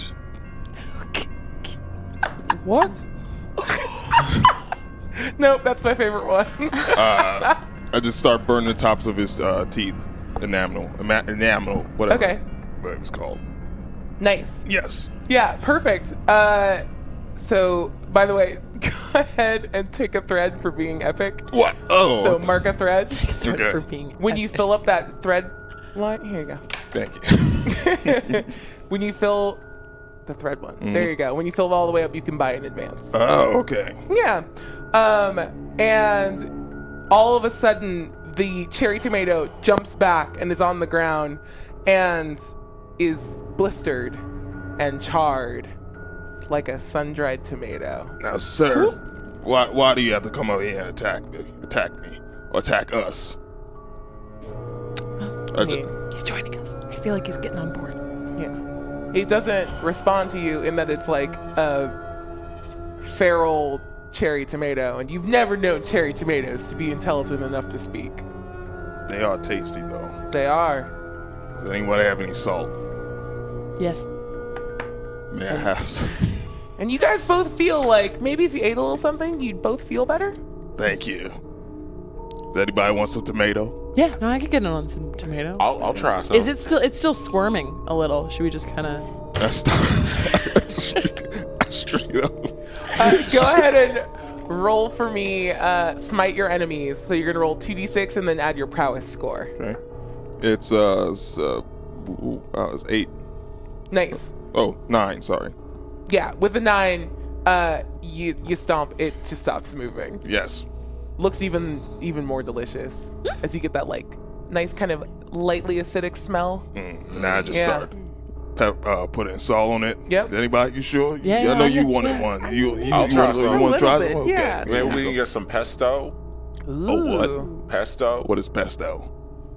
[SPEAKER 9] What?
[SPEAKER 7] Nope, that's my favorite one.
[SPEAKER 9] I just start burning the tops of his uh, teeth. Enamel. Ema- enamel. Whatever.
[SPEAKER 7] Okay.
[SPEAKER 9] Whatever it's called.
[SPEAKER 7] Nice.
[SPEAKER 9] Yes.
[SPEAKER 7] Yeah, perfect. Uh, so, by the way, go ahead and take a thread for being epic.
[SPEAKER 9] What? Oh.
[SPEAKER 7] So, mark a thread.
[SPEAKER 3] Thread
[SPEAKER 9] Okay.
[SPEAKER 3] for being
[SPEAKER 7] When you fill up that thread line, here you go.
[SPEAKER 9] Thank you.
[SPEAKER 7] When you fill the thread one, there you go. When you fill it all the way up, you can buy in advance.
[SPEAKER 9] Oh, okay.
[SPEAKER 7] Yeah. Um, and all of a sudden, the cherry tomato jumps back and is on the ground and is blistered and charred like a sun dried tomato.
[SPEAKER 9] Now, sir, why why do you have to come over here and attack me? Attack me or attack us? I th-
[SPEAKER 3] He's joining us. I feel like he's getting on board.
[SPEAKER 7] Yeah. He doesn't respond to you in that it's like a feral cherry tomato, and you've never known cherry tomatoes to be intelligent enough to speak.
[SPEAKER 9] They are tasty though.
[SPEAKER 7] They are.
[SPEAKER 9] Does anyone have any salt?
[SPEAKER 3] Yes.
[SPEAKER 9] May I have? Some?
[SPEAKER 7] And you guys both feel like maybe if you ate a little something, you'd both feel better.
[SPEAKER 9] Thank you. Does anybody want some tomato?
[SPEAKER 3] Yeah. No, I could get in on some tomato.
[SPEAKER 5] I'll, I'll try some.
[SPEAKER 3] Is it still? It's still squirming a little. Should we just kind of?
[SPEAKER 9] I start. straight up.
[SPEAKER 7] Go ahead and roll for me, uh, smite your enemies. So you're gonna roll 2d6 and then add your prowess score.
[SPEAKER 9] Okay. It's uh, it's, uh, ooh, uh, it's eight.
[SPEAKER 7] Nice.
[SPEAKER 9] Oh, nine. Sorry.
[SPEAKER 7] Yeah, with a 9, uh, you, you stomp, it just stops moving.
[SPEAKER 9] Yes.
[SPEAKER 7] Looks even even more delicious as you get that, like, nice kind of lightly acidic smell.
[SPEAKER 9] Mm. Now I just
[SPEAKER 7] Yeah.
[SPEAKER 9] start pep, uh, putting salt on it.
[SPEAKER 7] Yep.
[SPEAKER 9] Anybody? You sure?
[SPEAKER 3] Yeah, yeah,
[SPEAKER 9] I know
[SPEAKER 3] I'll
[SPEAKER 9] you
[SPEAKER 3] get-
[SPEAKER 9] wanted
[SPEAKER 3] yeah.
[SPEAKER 9] one. You you, you
[SPEAKER 5] I'll try
[SPEAKER 9] want
[SPEAKER 5] some.
[SPEAKER 9] you want to
[SPEAKER 4] A
[SPEAKER 9] try
[SPEAKER 4] little
[SPEAKER 9] some? Oh,
[SPEAKER 4] bit, yeah.
[SPEAKER 5] Maybe we can get some pesto.
[SPEAKER 7] Ooh.
[SPEAKER 5] What? Pesto?
[SPEAKER 9] What is pesto?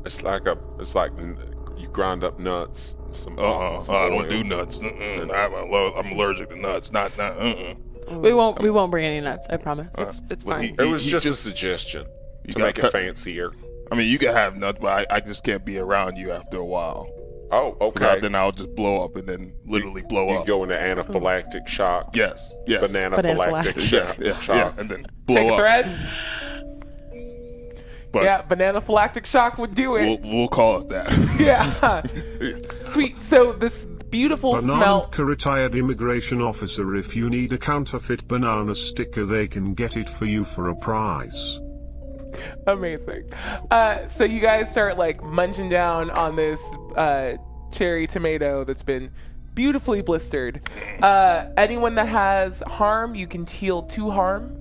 [SPEAKER 5] It's like a. It's like n- you grind up nuts. Some.
[SPEAKER 9] Uh uh
[SPEAKER 5] some
[SPEAKER 9] I don't
[SPEAKER 5] oil.
[SPEAKER 9] do nuts. Mm-mm. I'm, aller- I'm allergic to nuts. Not not. Uh-uh.
[SPEAKER 3] We won't. We won't bring any nuts. I promise.
[SPEAKER 4] It's, it's
[SPEAKER 9] Well,
[SPEAKER 4] fine.
[SPEAKER 5] It
[SPEAKER 9] He-
[SPEAKER 5] was
[SPEAKER 9] he
[SPEAKER 5] just, a
[SPEAKER 9] just-
[SPEAKER 5] suggestion to
[SPEAKER 9] got
[SPEAKER 5] make
[SPEAKER 9] pe-
[SPEAKER 5] it fancier.
[SPEAKER 9] I mean, you can have nuts, but I, I just can't be around you after a while.
[SPEAKER 5] Oh,
[SPEAKER 9] 'Cause I-
[SPEAKER 5] okay.
[SPEAKER 9] Then I'll just blow up and then literally blow
[SPEAKER 5] You
[SPEAKER 9] up.
[SPEAKER 5] go into anaphylactic shock.
[SPEAKER 9] Yes. Yes.
[SPEAKER 5] Banana
[SPEAKER 3] Bananaphylactic.
[SPEAKER 5] phylactic
[SPEAKER 9] Yeah,
[SPEAKER 5] shock.
[SPEAKER 9] yeah, yeah,
[SPEAKER 5] shock.
[SPEAKER 9] and then blow
[SPEAKER 7] Take a
[SPEAKER 9] up.
[SPEAKER 7] thread.
[SPEAKER 9] But
[SPEAKER 7] Yeah, banana phylactic shock would do it.
[SPEAKER 9] we'll, we'll call it that.
[SPEAKER 7] yeah. Sweet. So this beautiful
[SPEAKER 6] Banana
[SPEAKER 7] smell.
[SPEAKER 6] a retired immigration officer. If you need a counterfeit banana sticker, they can get it for you for a price.
[SPEAKER 7] Amazing. Uh, so you guys start like munching down on this uh, cherry tomato that's been beautifully blistered. Uh, anyone that has harm, you can teal two harm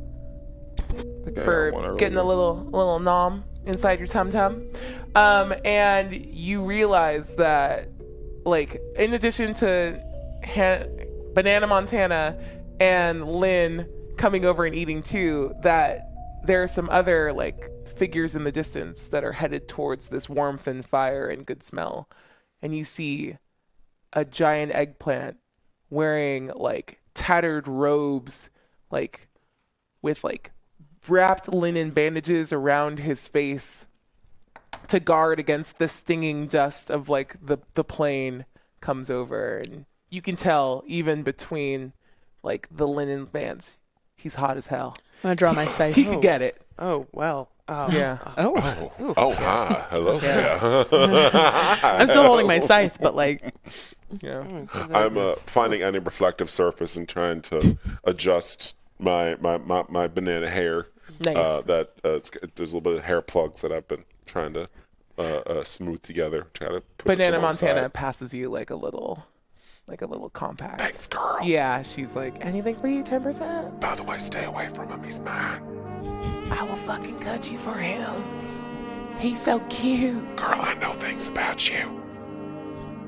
[SPEAKER 9] I want
[SPEAKER 7] for
[SPEAKER 9] to
[SPEAKER 7] getting a
[SPEAKER 9] really-
[SPEAKER 7] little little nom inside your tum tum. Um, and you realize that, like, in addition to Han- Banana Montana and Lynn coming over and eating too, that there are some other like figures in the distance that are headed towards this warmth and fire and good smell, and you see a giant eggplant wearing like tattered robes, like with like wrapped linen bandages around his face to guard against the stinging dust of like the the plane comes over and you can tell even between like the linen bands he's hot as hell
[SPEAKER 3] I'm gonna draw my scythe.
[SPEAKER 7] he could get it
[SPEAKER 4] Oh, well. Oh.
[SPEAKER 7] yeah
[SPEAKER 3] Oh,
[SPEAKER 5] Oh, hi. Hello. Yeah.
[SPEAKER 3] I'm still holding
[SPEAKER 5] Oh.
[SPEAKER 3] my scythe, but like,
[SPEAKER 7] yeah
[SPEAKER 5] I'm uh, finding any reflective surface and trying to adjust my my, my, my banana hair.
[SPEAKER 7] Nice.
[SPEAKER 5] Uh, that uh, it's, there's a little bit of hair plugs that I've been trying to uh, uh, smooth together. Try to put it to
[SPEAKER 7] banana
[SPEAKER 5] one
[SPEAKER 7] montana
[SPEAKER 5] side.
[SPEAKER 7] passes you like a little like a little compact
[SPEAKER 5] Thanks, girl.
[SPEAKER 7] yeah she's like anything for you 10%
[SPEAKER 5] By the way, stay away from him. He's mine.
[SPEAKER 7] i will fucking cut you for him he's so cute
[SPEAKER 5] Girl, I know things about you.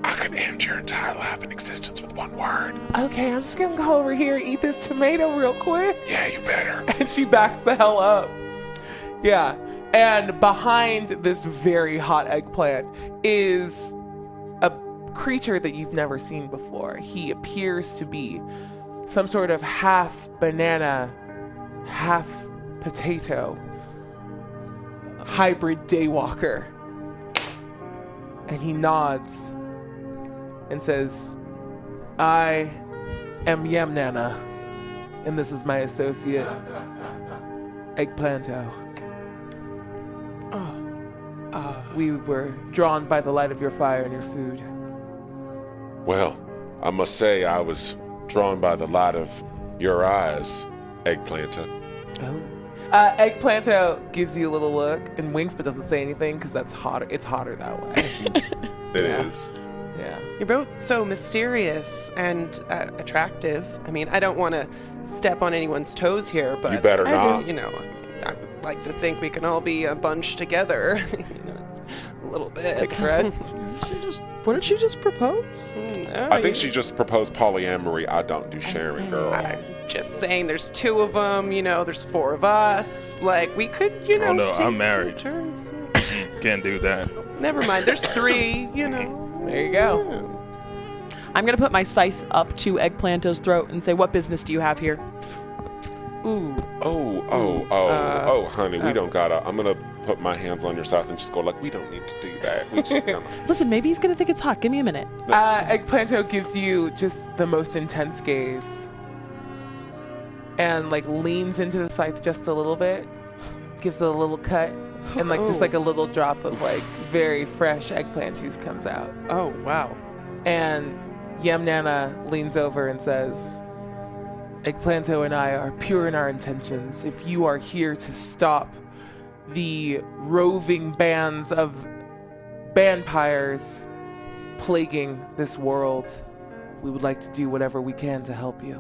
[SPEAKER 5] I could end your entire life and existence with one word.
[SPEAKER 7] okay i'm just gonna go over here and eat this tomato real quick
[SPEAKER 5] Yeah, you better.
[SPEAKER 7] and she backs the hell up. Yeah. And behind this very hot eggplant is a creature that you've never seen before. He appears to be some sort of half banana, half potato hybrid daywalker. And he nods and says, I am Yamnana, and this is my associate. Eggplanto. Uh, we were drawn by the light of your fire and your food.
[SPEAKER 5] Well, I must say, I was drawn by the light of your eyes, Eggplanta.
[SPEAKER 7] Uh, Eggplanto gives you a little look and winks, but doesn't say anything because that's hotter. It's hotter that way.
[SPEAKER 5] It is.
[SPEAKER 7] yeah.
[SPEAKER 4] You're both so mysterious and uh, attractive. I mean, I don't want to step on anyone's toes here, but
[SPEAKER 5] You better
[SPEAKER 4] I do-
[SPEAKER 5] not.
[SPEAKER 4] you know, I would like to think we can all be a bunch together. you know, it's a little bit.
[SPEAKER 3] Wouldn't she just propose?
[SPEAKER 4] Mm, oh,
[SPEAKER 5] I think she just proposed polyamory. I don't do sharing, girl.
[SPEAKER 4] I'm just saying, there's two of them. You know, there's four of us. Like we could, you know,
[SPEAKER 9] Oh, no, I'm
[SPEAKER 4] take two
[SPEAKER 9] married.
[SPEAKER 4] turns.
[SPEAKER 9] Can't do that.
[SPEAKER 4] Never mind. There's three. You know.
[SPEAKER 7] There you go.
[SPEAKER 3] I'm gonna put my scythe up to Eggplanto's throat and say, "What business do you have here?"
[SPEAKER 5] Oh, oh, oh,
[SPEAKER 3] Uh,
[SPEAKER 5] oh, honey, we don't gotta. I'm gonna put my hands on your side and just go like, we don't need to do that. We just kind of.
[SPEAKER 3] Listen, maybe he's gonna think it's hot. Give me a minute.
[SPEAKER 7] Uh, Eggplanto gives you just the most intense gaze and like leans into the scythe just a little bit, gives it a little cut, and like just like a little drop of like very fresh eggplant juice comes out.
[SPEAKER 4] Oh wow.
[SPEAKER 7] And Yamnana leans over and says, Eggplanto and I are pure in our intentions. If you are here to stop the roving bands of vampires plaguing this world, we would like to do whatever we can to help you.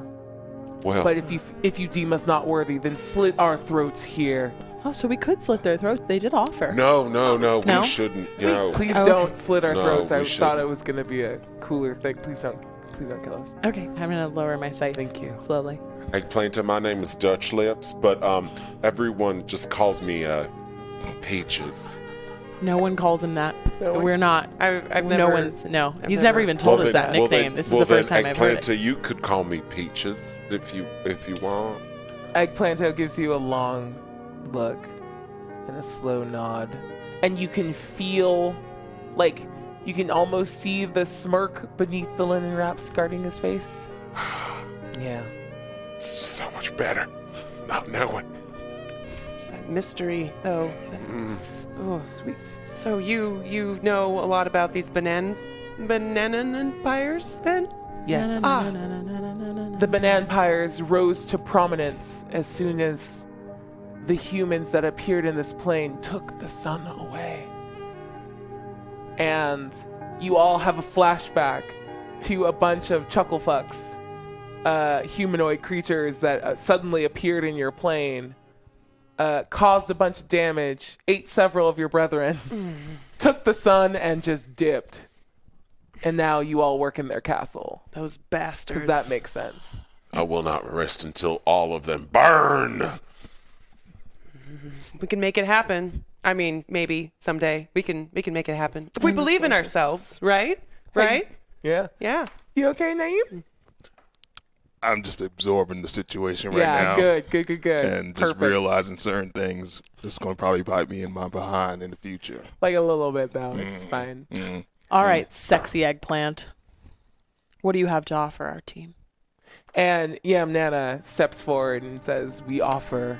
[SPEAKER 5] Well,
[SPEAKER 7] But if you if you deem us not worthy, then slit our throats here.
[SPEAKER 3] Oh, so we could slit their throats. They did offer.
[SPEAKER 5] no, no, no,
[SPEAKER 3] No?
[SPEAKER 5] we shouldn't. No,
[SPEAKER 7] Please
[SPEAKER 3] Oh,
[SPEAKER 7] don't slit our
[SPEAKER 5] No,
[SPEAKER 7] throats.
[SPEAKER 5] we
[SPEAKER 7] I thought
[SPEAKER 5] shouldn't.
[SPEAKER 7] it was gonna be a cooler thing. Please don't please don't kill us.
[SPEAKER 3] Okay, I'm gonna lower my scythe
[SPEAKER 7] Thank you.
[SPEAKER 3] slowly.
[SPEAKER 5] Eggplanta, my name is Dutch Lips, but um, everyone just calls me uh, Peaches.
[SPEAKER 3] No one calls him that.
[SPEAKER 7] No one-
[SPEAKER 3] We're not.
[SPEAKER 4] I, I've never.
[SPEAKER 3] no one's. No, he's never,
[SPEAKER 4] never-
[SPEAKER 3] even told
[SPEAKER 5] Well,
[SPEAKER 3] us
[SPEAKER 5] then-
[SPEAKER 3] that
[SPEAKER 5] well,
[SPEAKER 3] nickname.
[SPEAKER 5] then-
[SPEAKER 3] this is
[SPEAKER 5] well,
[SPEAKER 3] the first
[SPEAKER 5] then,
[SPEAKER 3] time I've heard it.
[SPEAKER 5] Eggplanta, you could call me Peaches if you if you want.
[SPEAKER 7] Eggplanto gives you a long look and a slow nod. And you can feel, like, you can almost see the smirk beneath the linen wraps guarding his face. Yeah.
[SPEAKER 5] It's just so much better. Not knowing.
[SPEAKER 4] It's that mystery, though.
[SPEAKER 9] Mm.
[SPEAKER 4] That's- Oh, sweet. So you you know a lot about these banan bananan empires, then?
[SPEAKER 7] Yes.
[SPEAKER 4] Ah.
[SPEAKER 3] Ah.
[SPEAKER 7] The Bananpires rose to prominence as soon as the humans that appeared in this plane took the sun away. And you all have a flashback to a bunch of chucklefucks, uh, humanoid creatures that uh, suddenly appeared in your plane, uh, caused a bunch of damage, ate several of your brethren, took the sun, and just dipped. And now you all work in their castle.
[SPEAKER 4] Those bastards.
[SPEAKER 7] Does that make sense?
[SPEAKER 5] I will not rest until all of them burn.
[SPEAKER 4] we can make it happen. I mean, maybe someday we can we can make it happen if we
[SPEAKER 7] Mm.
[SPEAKER 4] believe in ourselves, right? Right?
[SPEAKER 7] Yeah.
[SPEAKER 4] Yeah.
[SPEAKER 7] You okay, Naeem?
[SPEAKER 9] I'm just absorbing the situation right
[SPEAKER 7] yeah,
[SPEAKER 9] now.
[SPEAKER 7] good, good, good, good.
[SPEAKER 9] And just
[SPEAKER 7] Perfect.
[SPEAKER 9] realizing certain things that's going to probably bite me in my behind in the future.
[SPEAKER 7] like a little bit though.
[SPEAKER 9] Mm.
[SPEAKER 7] It's fine.
[SPEAKER 3] All right, sexy eggplant. What do you have to offer our team?
[SPEAKER 7] And Yamnana steps forward and says, "We offer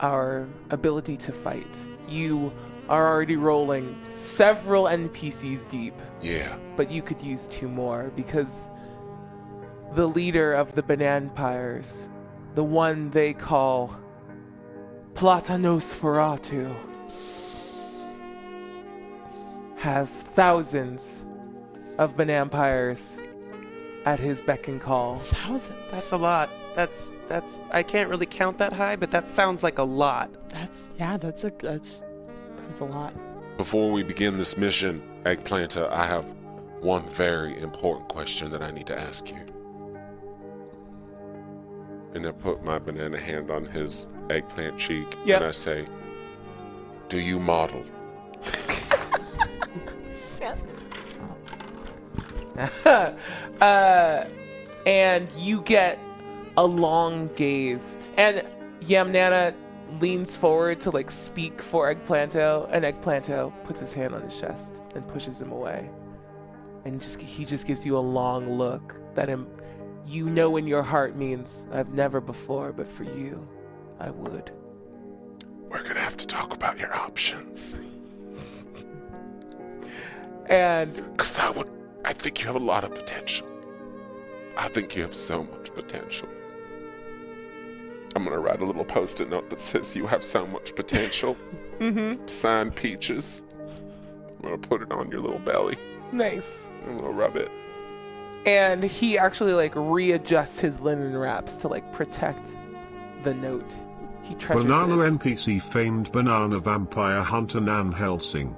[SPEAKER 7] our ability to fight. You are already rolling several NPCs deep,
[SPEAKER 5] Yeah.
[SPEAKER 7] but you could use two more because the leader of the Bananpires, the one they call Platanos Feratu, has thousands of Bananpires at his beck and call.
[SPEAKER 3] Thousands.
[SPEAKER 4] That's a lot. That's that's I can't really count that high, but that sounds like a lot.
[SPEAKER 3] That's yeah. That's a that's that's a lot.
[SPEAKER 5] Before we begin this mission, Eggplanta, I have one very important question that I need to ask you. And I put my banana hand on his eggplant cheek
[SPEAKER 7] Yep.
[SPEAKER 5] and I say, Do you model?
[SPEAKER 7] uh, and you get a long gaze. And Yamnana leans forward to like speak for Eggplanto, and Eggplanto puts his hand on his chest and pushes him away. And just he just gives you a long look that him, you know in your heart means I've never before, but for you, I would.
[SPEAKER 5] We're going to have to talk about your options.
[SPEAKER 7] And
[SPEAKER 5] Because I would. I think you have a lot of potential. I think you have so much potential. I'm gonna write a little post-it note that says you have so much potential. mm-hmm. Signed peaches. I'm gonna put it on your little belly.
[SPEAKER 7] Nice.
[SPEAKER 5] I'm gonna rub it.
[SPEAKER 7] And he actually like readjusts his linen wraps to like protect the note. He treasures
[SPEAKER 6] Banana
[SPEAKER 7] it.
[SPEAKER 6] NPC famed banana vampire hunter Nan Helsing.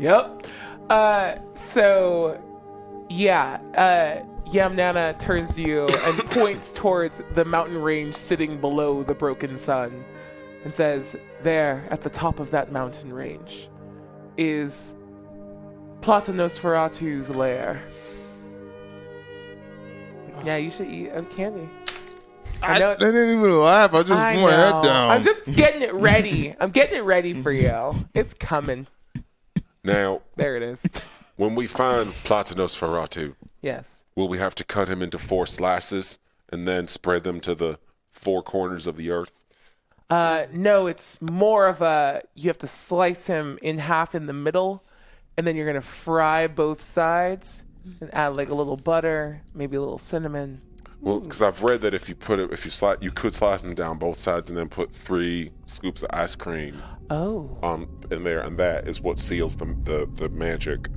[SPEAKER 7] Yep. Uh, so, yeah. Uh, Yamnana turns to you and points towards the mountain range sitting below the broken sun and says, There, at the top of that mountain range, is Plata Nosferatu's lair. Yeah, you should eat a candy. I, know. it-
[SPEAKER 9] They didn't even laugh. I just
[SPEAKER 7] I
[SPEAKER 9] put my head
[SPEAKER 7] know.
[SPEAKER 9] down.
[SPEAKER 7] I'm just getting it ready. I'm getting it ready for you. It's coming.
[SPEAKER 5] Now,
[SPEAKER 7] There it is.
[SPEAKER 5] when we find Platinos Ferratu,
[SPEAKER 7] Yes.
[SPEAKER 5] will we have to cut him into four slices and then spread them to the four corners of the earth?
[SPEAKER 7] Uh, no, it's more of a you have to slice him in half in the middle, and then you're gonna fry both sides and add like a little butter, maybe a little cinnamon.
[SPEAKER 5] Well, because I've read that if you put it, if you slice, you could slice them down both sides and then put three scoops of ice cream
[SPEAKER 7] Oh,
[SPEAKER 5] um in there, and that is what seals the the, the magic.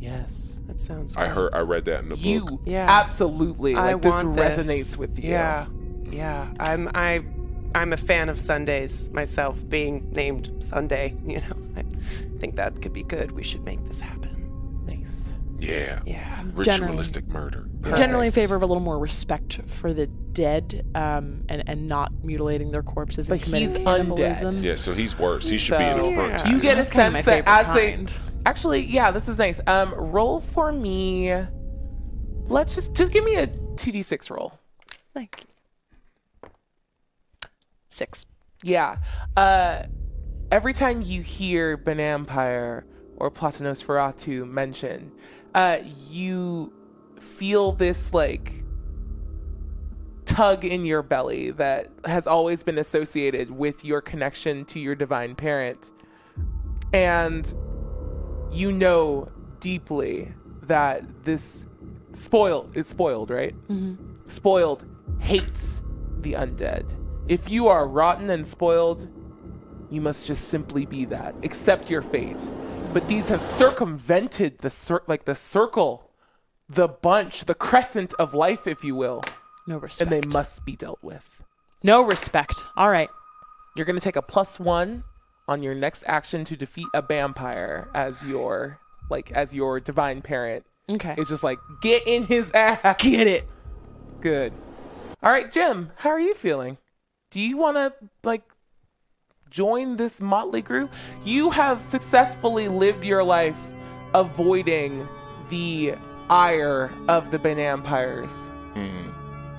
[SPEAKER 7] yes.
[SPEAKER 4] That sounds.
[SPEAKER 5] I heard, I read that in the book.
[SPEAKER 7] You
[SPEAKER 4] Yeah.
[SPEAKER 7] absolutely
[SPEAKER 4] I
[SPEAKER 7] like this
[SPEAKER 4] want
[SPEAKER 7] resonates
[SPEAKER 4] this.
[SPEAKER 7] with you.
[SPEAKER 4] Yeah, yeah. I'm I, I'm a fan of Sundays myself. Being named Sunday, you know, I think that could be good. We should make this happen.
[SPEAKER 7] Nice.
[SPEAKER 5] Yeah.
[SPEAKER 4] Yeah.
[SPEAKER 5] Ritualistic murder.
[SPEAKER 3] Generally in favor of a little more respect for the dead um, and, and not mutilating their corpses and
[SPEAKER 7] But
[SPEAKER 3] committing
[SPEAKER 7] he's undead.
[SPEAKER 3] cannibalism.
[SPEAKER 5] Yeah, so he's worse. He should be in the
[SPEAKER 7] So-
[SPEAKER 5] front.
[SPEAKER 7] You get a
[SPEAKER 3] That's kinda my
[SPEAKER 7] sense that
[SPEAKER 3] favorite
[SPEAKER 7] as
[SPEAKER 3] kind.
[SPEAKER 7] they actually, yeah, this is nice. Um, roll for me. Let's just just give me a two d six roll.
[SPEAKER 3] Thank you. Six.
[SPEAKER 7] Yeah. Uh, every time you hear Banampire or Platanosferatu mentioned, uh, you feel this like tug in your belly that has always been associated with your connection to your divine parent. And you know deeply that this spoil is spoiled, right? spoiled hates the undead. If you are rotten and spoiled, you must just simply be that. Accept your fate. But these have circumvented the cir- like the circle, the bunch, the crescent of life, if you will,
[SPEAKER 3] No respect.
[SPEAKER 7] and they must be dealt with.
[SPEAKER 3] no respect. All right.
[SPEAKER 7] You're gonna take a plus one on your next action to defeat a vampire as your like as your divine parent.
[SPEAKER 3] Okay.
[SPEAKER 7] It's just like get in his ass.
[SPEAKER 3] Get it.
[SPEAKER 7] Good. All right, Jim, how are you feeling? Do you want to like join this motley group? You have successfully lived your life avoiding the ire of the Banampires.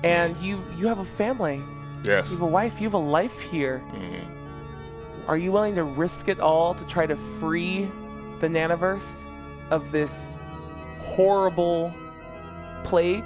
[SPEAKER 7] And you you have a family, you
[SPEAKER 9] yes.
[SPEAKER 7] have a wife, you have a life here. Are you willing to risk it all to try to free the Nanoverse of this horrible plague?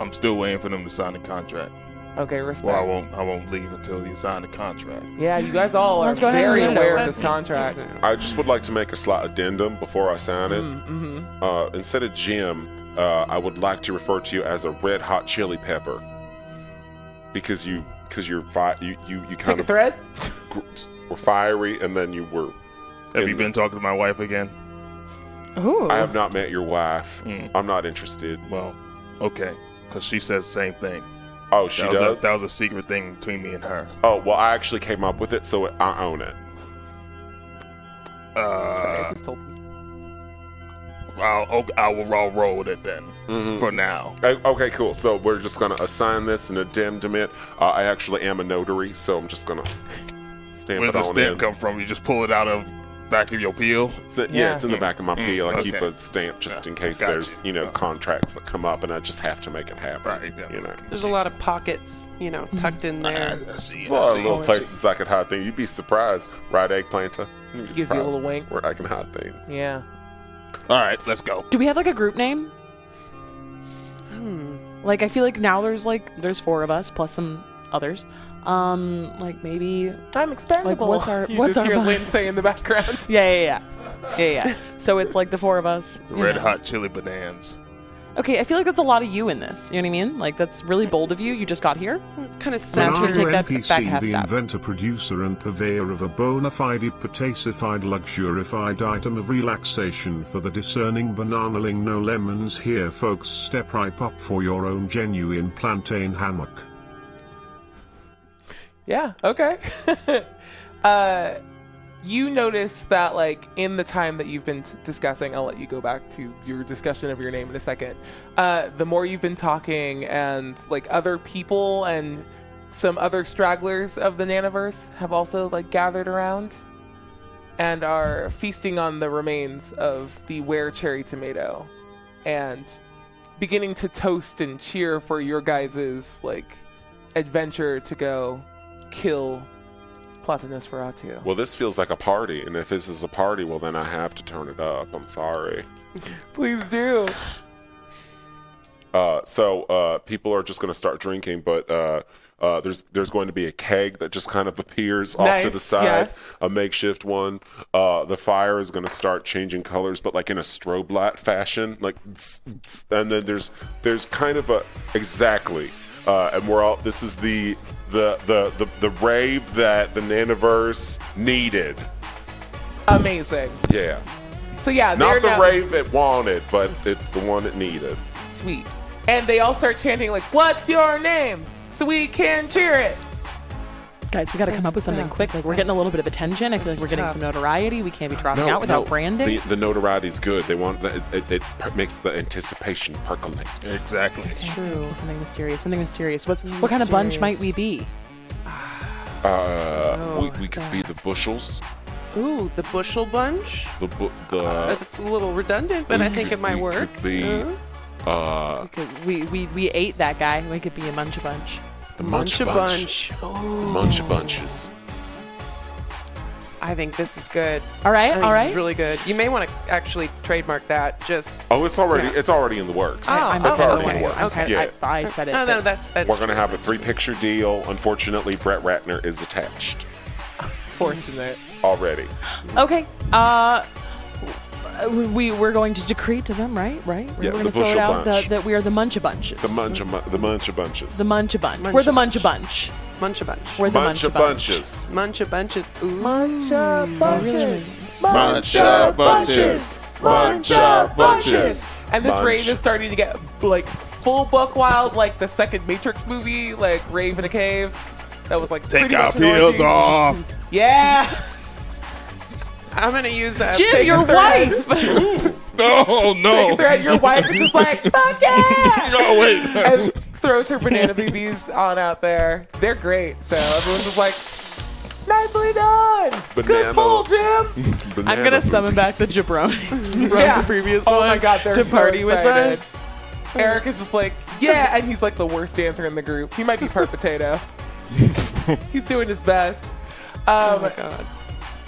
[SPEAKER 9] I'm still waiting for them to sign the contract.
[SPEAKER 7] Okay, respect.
[SPEAKER 9] Well, I won't. I won't leave until you sign the contract.
[SPEAKER 7] Yeah, you guys all are
[SPEAKER 3] Let's go ahead and
[SPEAKER 7] very
[SPEAKER 3] read it.
[SPEAKER 7] aware of
[SPEAKER 4] Let's-
[SPEAKER 7] this contract.
[SPEAKER 5] I just would like to make a slight addendum before I sign it.
[SPEAKER 7] Mm-hmm.
[SPEAKER 5] Uh, instead of Jim, uh, I would like to refer to you as a red hot chili pepper because you because you're fi- you you, you
[SPEAKER 7] Take
[SPEAKER 5] kind
[SPEAKER 7] a
[SPEAKER 5] of
[SPEAKER 7] thread.
[SPEAKER 5] gr- were fiery and then you were.
[SPEAKER 9] Have you been talking to my wife again?
[SPEAKER 3] Ooh.
[SPEAKER 5] I have not met your wife.
[SPEAKER 9] Mm.
[SPEAKER 5] I'm not interested.
[SPEAKER 9] Well, okay, because she says the same thing.
[SPEAKER 5] Oh, she
[SPEAKER 9] that was
[SPEAKER 5] does.
[SPEAKER 9] A, that was a secret thing between me and her.
[SPEAKER 5] oh well, I actually came up with it, so I own it.
[SPEAKER 7] Sorry, I
[SPEAKER 9] Uh,
[SPEAKER 7] just told this.
[SPEAKER 9] I'll, okay, I will, I'll roll with it then.
[SPEAKER 5] Mm-hmm.
[SPEAKER 9] For now.
[SPEAKER 5] O- Okay, cool. So we're just gonna assign this an addendum. It. Uh, I actually am a notary, so I'm just gonna stamp
[SPEAKER 9] Where
[SPEAKER 5] it
[SPEAKER 9] the
[SPEAKER 5] on
[SPEAKER 9] stamp
[SPEAKER 5] in.
[SPEAKER 9] come from? You just pull it out of back of your peel.
[SPEAKER 5] So- yeah.
[SPEAKER 7] Yeah.
[SPEAKER 5] it's in the back of my peel. I keep
[SPEAKER 9] Hmm, okay.
[SPEAKER 5] a stamp just
[SPEAKER 9] Yeah,
[SPEAKER 5] in case
[SPEAKER 9] got
[SPEAKER 5] there's,
[SPEAKER 9] you.
[SPEAKER 5] you know,
[SPEAKER 9] Yeah.
[SPEAKER 5] contracts that come up, and I just have to make it happen.
[SPEAKER 9] Right, yeah.
[SPEAKER 5] You know,
[SPEAKER 4] There's a lot of pockets, you know,
[SPEAKER 7] Mm-hmm.
[SPEAKER 4] tucked in
[SPEAKER 9] I,
[SPEAKER 4] there.
[SPEAKER 9] Ah, I see.
[SPEAKER 5] There's a lot
[SPEAKER 9] I
[SPEAKER 5] of little
[SPEAKER 9] see.
[SPEAKER 5] places I could hide things. You'd be surprised, right, eggplanta? You'd be
[SPEAKER 7] Gives you a
[SPEAKER 5] surprised
[SPEAKER 7] little wink.
[SPEAKER 5] where I can hide things.
[SPEAKER 7] Yeah.
[SPEAKER 9] All right, let's go.
[SPEAKER 3] Do we have like a group name?
[SPEAKER 7] Hmm.
[SPEAKER 3] Like I feel like now there's like there's four of us plus some others. Um, like maybe
[SPEAKER 7] I'm expendable.
[SPEAKER 3] what's our-
[SPEAKER 7] you
[SPEAKER 3] what's
[SPEAKER 7] just
[SPEAKER 3] our
[SPEAKER 7] hear
[SPEAKER 3] bond?
[SPEAKER 7] Lynn say in the background.
[SPEAKER 3] yeah yeah yeah. Yeah, yeah. So it's like the four of us. you
[SPEAKER 9] Red
[SPEAKER 3] know.
[SPEAKER 9] Hot Chili Bananas.
[SPEAKER 3] Okay, I feel like that's a lot of you in this. You know what I mean? Like that's really bold of you. You just got here.
[SPEAKER 4] kind of sad.
[SPEAKER 3] That's where you take that
[SPEAKER 6] NPC,
[SPEAKER 3] back half
[SPEAKER 6] the
[SPEAKER 3] step.
[SPEAKER 6] inventor, producer, and purveyor of a bona fide, potassified, luxurified item of relaxation for the discerning bananaling. No lemons here, folks. Step right up for your own genuine plantain hammock.
[SPEAKER 7] Yeah, okay. uh, you notice that, like, in the time that you've been t- discussing, I'll let you go back to your discussion of your name in a second. Uh, the more you've been talking, and, like, other people and some other stragglers of the Nanoverse have also, like, gathered around and are feasting on the remains of the Ware Cherry Tomato and beginning to toast and cheer for your guys's, like, adventure to go kill Plotinus Ferratio.
[SPEAKER 5] Well, this feels like a party, and if this is a party, well, then I have to turn it up. I'm sorry.
[SPEAKER 7] Please do.
[SPEAKER 5] Uh, so uh, people are just going to start drinking, but uh, uh, there's there's going to be a keg that just kind of appears off to
[SPEAKER 7] Nice,
[SPEAKER 5] the side,
[SPEAKER 7] yes.
[SPEAKER 5] a makeshift one. Uh, the fire is going to start changing colors, but like in a strobe light fashion, like tss, tss, and then there's there's kind of a exactly, uh, and we're all this is the the the the, the rave that the Nanoverse needed.
[SPEAKER 7] Amazing.
[SPEAKER 5] Yeah,
[SPEAKER 7] So yeah,
[SPEAKER 5] not
[SPEAKER 7] they're
[SPEAKER 5] the
[SPEAKER 7] now-
[SPEAKER 5] rave it wanted, but it's the one it needed.
[SPEAKER 7] Sweet. And they all start chanting like, "What's your name?" So we can cheer it.
[SPEAKER 3] Guys, we got to come up with something quick. Like we're getting a little bit of attention. I feel like we're getting some notoriety. We can't be trotting out without branding.
[SPEAKER 5] The, the notoriety is good. They want the, it, it per- makes the anticipation percolate.
[SPEAKER 9] Exactly.
[SPEAKER 3] True. Something mysterious. Something mysterious. What's what kind of bunch might we be?
[SPEAKER 5] Uh,
[SPEAKER 4] Oh
[SPEAKER 5] we, we could be the bushels,
[SPEAKER 4] Ooh, the bushel bunch.
[SPEAKER 5] the bu- the.
[SPEAKER 4] That's a little redundant, but
[SPEAKER 5] we
[SPEAKER 4] I think
[SPEAKER 5] could-
[SPEAKER 4] it might
[SPEAKER 5] we
[SPEAKER 4] work.
[SPEAKER 5] Could be
[SPEAKER 4] Uh,
[SPEAKER 5] uh,
[SPEAKER 3] Could- We, we we ate that guy. We could be a munch bunch.
[SPEAKER 5] the munch
[SPEAKER 4] a
[SPEAKER 5] bunch,
[SPEAKER 4] bunch. Oh,
[SPEAKER 5] munch bunches.
[SPEAKER 4] I think this is good.
[SPEAKER 3] All right,
[SPEAKER 4] I think
[SPEAKER 3] all
[SPEAKER 4] This
[SPEAKER 3] right.
[SPEAKER 4] is really good. You may want to actually trademark that. Just
[SPEAKER 5] Oh, it's already
[SPEAKER 4] Yeah.
[SPEAKER 5] it's already in the works.
[SPEAKER 4] Oh,
[SPEAKER 5] it's
[SPEAKER 4] okay,
[SPEAKER 5] already in
[SPEAKER 4] okay,
[SPEAKER 5] the works.
[SPEAKER 4] okay.
[SPEAKER 5] Yeah.
[SPEAKER 3] I, I said it.
[SPEAKER 4] no, no,
[SPEAKER 3] but-
[SPEAKER 4] that's that's.
[SPEAKER 5] We're gonna have a three-picture deal. Unfortunately, Brett Ratner is attached
[SPEAKER 7] Fortunate.
[SPEAKER 5] already.
[SPEAKER 3] Okay. Uh, we we're going to decree to them, right? Right.
[SPEAKER 5] Yeah,
[SPEAKER 3] we're going
[SPEAKER 5] the
[SPEAKER 3] to throw it
[SPEAKER 5] bushel
[SPEAKER 3] out
[SPEAKER 5] bunch.
[SPEAKER 3] that, that we are the muncha bunches.
[SPEAKER 5] The munch,
[SPEAKER 4] Hmm.
[SPEAKER 5] the munch bunches.
[SPEAKER 3] The muncha bunch. we're the muncha bunch.
[SPEAKER 4] have munch a bunch.
[SPEAKER 3] We're the
[SPEAKER 5] munch
[SPEAKER 3] muncha bunch.
[SPEAKER 5] bunches.
[SPEAKER 4] Munch a bunches. Ooh,
[SPEAKER 9] Muncha bunches. Muncha bunches.
[SPEAKER 7] And this
[SPEAKER 5] Bunch.
[SPEAKER 7] rave is starting to get like full buck wild, like the second Matrix movie, like Rave in a Cave. That was like
[SPEAKER 9] Take
[SPEAKER 7] pretty
[SPEAKER 9] our
[SPEAKER 7] much an
[SPEAKER 9] pills
[SPEAKER 7] orgy.
[SPEAKER 9] off.
[SPEAKER 7] Yeah.
[SPEAKER 4] I'm gonna use that.
[SPEAKER 3] Jim, your wife.
[SPEAKER 9] No,
[SPEAKER 7] Take a
[SPEAKER 9] no.
[SPEAKER 7] thread. Your wife is just like, "Fuck yeah!"
[SPEAKER 9] No, wait.
[SPEAKER 7] and throws her banana BBs on out there. They're great. So everyone's just like, nicely done.
[SPEAKER 5] Banana.
[SPEAKER 7] Good pull, Jim.
[SPEAKER 3] I'm gonna summon back the jabronis from
[SPEAKER 7] Yeah.
[SPEAKER 3] the previous
[SPEAKER 7] Oh
[SPEAKER 3] one
[SPEAKER 7] my God, they're
[SPEAKER 3] to
[SPEAKER 7] so
[SPEAKER 3] party with
[SPEAKER 7] excited.
[SPEAKER 3] us.
[SPEAKER 7] Eric is just like, yeah, and he's like the worst dancer in the group. He might be part potato. he's doing his best.
[SPEAKER 4] Oh
[SPEAKER 7] Um,
[SPEAKER 4] my god.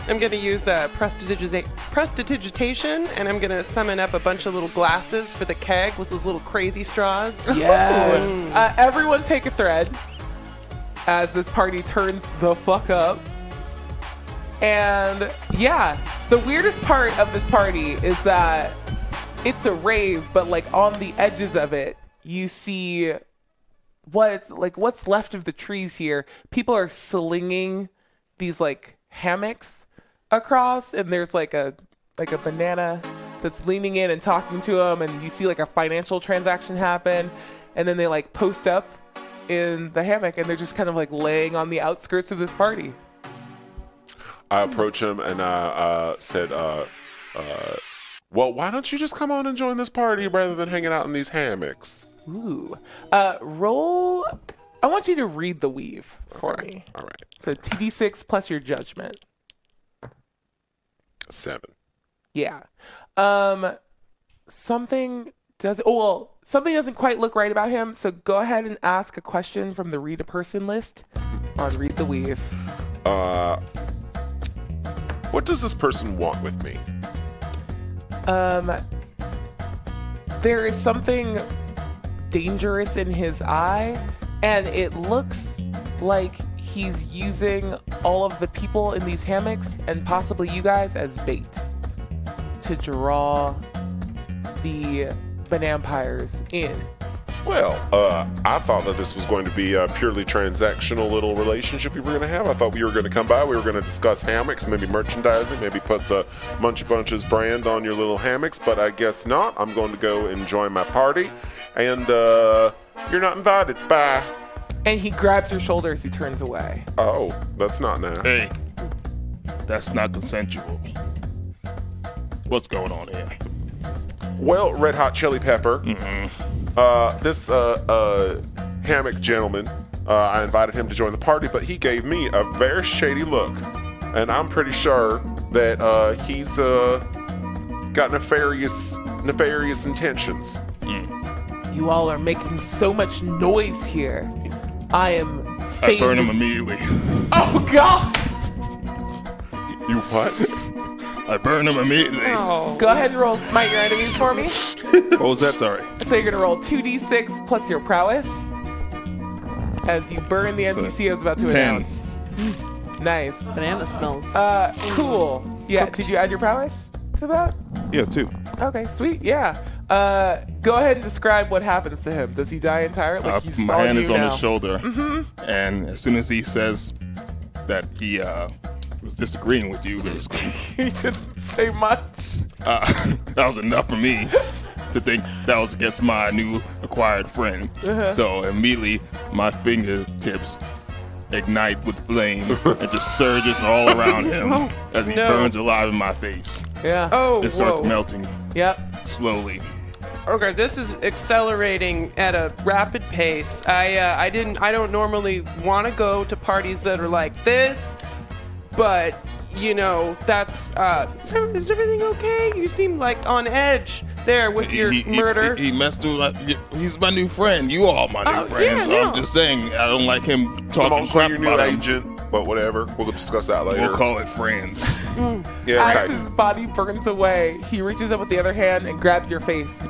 [SPEAKER 4] I'm gonna use uh, prestidigita- prestidigitation, and I'm gonna summon up a bunch of little glasses for the keg with those little crazy straws.
[SPEAKER 7] yes. Uh, everyone take a thread as this party turns the fuck up. And yeah, the weirdest part of this party is that it's a rave, but like on the edges of it, you see what's like what's left of the trees here. People are slinging these like hammocks across, and there's like a like a banana that's leaning in and talking to them, and you see like a financial transaction happen, and then they like post up in the hammock, and they're just kind of like laying on the outskirts of this party.
[SPEAKER 5] I approach him and I uh, said, uh, uh, "Well, why don't you just come on and join this party rather than hanging out in these hammocks?"
[SPEAKER 7] Ooh, uh, roll. I want you to read the weave for me.
[SPEAKER 5] All right,
[SPEAKER 7] So TD6 plus your judgment.
[SPEAKER 5] seven.
[SPEAKER 7] Yeah. Um something does oh well, something doesn't quite look right about him, so go ahead and ask a question from the read a person list on Read the Weave.
[SPEAKER 5] Uh, what does this person want with me?
[SPEAKER 7] Um there is something dangerous in his eye and it looks like he's using all of the people in these hammocks and possibly you guys as bait. to draw the Banampires in?
[SPEAKER 5] Well, uh, I thought that this was going to be a purely transactional little relationship we were going to have. I thought we were going to come by, we were going to discuss hammocks, maybe merchandising, maybe put the Munch Bunches brand on your little hammocks, but I guess not. I'm going to go enjoy my party, and uh, you're not invited. Bye.
[SPEAKER 7] And he grabs your shoulder as he turns away.
[SPEAKER 5] Oh, that's not nice.
[SPEAKER 9] Hey, that's not consensual. What's going on here?
[SPEAKER 5] Well, Red Hot Chili Pepper.
[SPEAKER 9] Mm-hmm.
[SPEAKER 5] Uh, this uh, uh, hammock gentleman, uh, I invited him to join the party, but he gave me a very shady look, and I'm pretty sure that uh, he's uh, got nefarious nefarious intentions.
[SPEAKER 7] You all are making so much noise here. I am
[SPEAKER 9] I burn
[SPEAKER 7] fading.
[SPEAKER 9] him immediately.
[SPEAKER 7] Oh God!
[SPEAKER 5] You what?
[SPEAKER 9] I burn him immediately.
[SPEAKER 4] Oh.
[SPEAKER 7] Go ahead and roll smite your enemies for me.
[SPEAKER 9] What was that? Sorry.
[SPEAKER 7] So you're gonna roll two d6 plus your prowess as you burn the
[SPEAKER 9] So,
[SPEAKER 7] NPC I was about to
[SPEAKER 9] ten.
[SPEAKER 7] announce. Nice.
[SPEAKER 3] Banana smells.
[SPEAKER 7] Uh, cool. Yeah. Did you add your prowess to that?
[SPEAKER 9] Yeah, two.
[SPEAKER 7] Okay. Sweet. Yeah. Uh, go ahead and describe what happens to him. Does he die entirely? Like
[SPEAKER 9] Uh,
[SPEAKER 7] he
[SPEAKER 9] my
[SPEAKER 7] saw
[SPEAKER 9] hand
[SPEAKER 7] you
[SPEAKER 9] is on
[SPEAKER 7] now. Mm-hmm.
[SPEAKER 9] his shoulder, and as soon as he says that he uh, was disagreeing with you, basically,
[SPEAKER 7] He didn't say much.
[SPEAKER 9] uh, that was enough for me to think that was against my new acquired friend.
[SPEAKER 7] Uh-huh.
[SPEAKER 9] So immediately, my fingertips ignite with flame and just surges all around him as he
[SPEAKER 7] Oh, No.
[SPEAKER 9] burns alive in my face.
[SPEAKER 7] Yeah. Oh.
[SPEAKER 9] It starts
[SPEAKER 4] Whoa.
[SPEAKER 9] melting
[SPEAKER 7] Yep.
[SPEAKER 9] slowly.
[SPEAKER 4] Okay, this is accelerating at a rapid pace. I uh, I didn't I don't normally want to go to parties that are like this, but you know that's uh is, ev- is everything okay? You seem like on edge there with your
[SPEAKER 9] he, he-
[SPEAKER 4] murder.
[SPEAKER 9] He, he messed with my, he's my new friend. You all my new
[SPEAKER 4] Oh,
[SPEAKER 9] friends.
[SPEAKER 4] yeah,
[SPEAKER 9] so
[SPEAKER 4] no.
[SPEAKER 9] I'm just saying I don't like him
[SPEAKER 5] I'm
[SPEAKER 9] talking
[SPEAKER 5] also
[SPEAKER 9] crap
[SPEAKER 5] your new
[SPEAKER 9] about him.
[SPEAKER 5] agent, but whatever. We'll discuss that later.
[SPEAKER 9] We'll call it friend.
[SPEAKER 5] yeah.
[SPEAKER 7] As
[SPEAKER 5] Okay.
[SPEAKER 7] his body burns away, he reaches up with the other hand and grabs your face,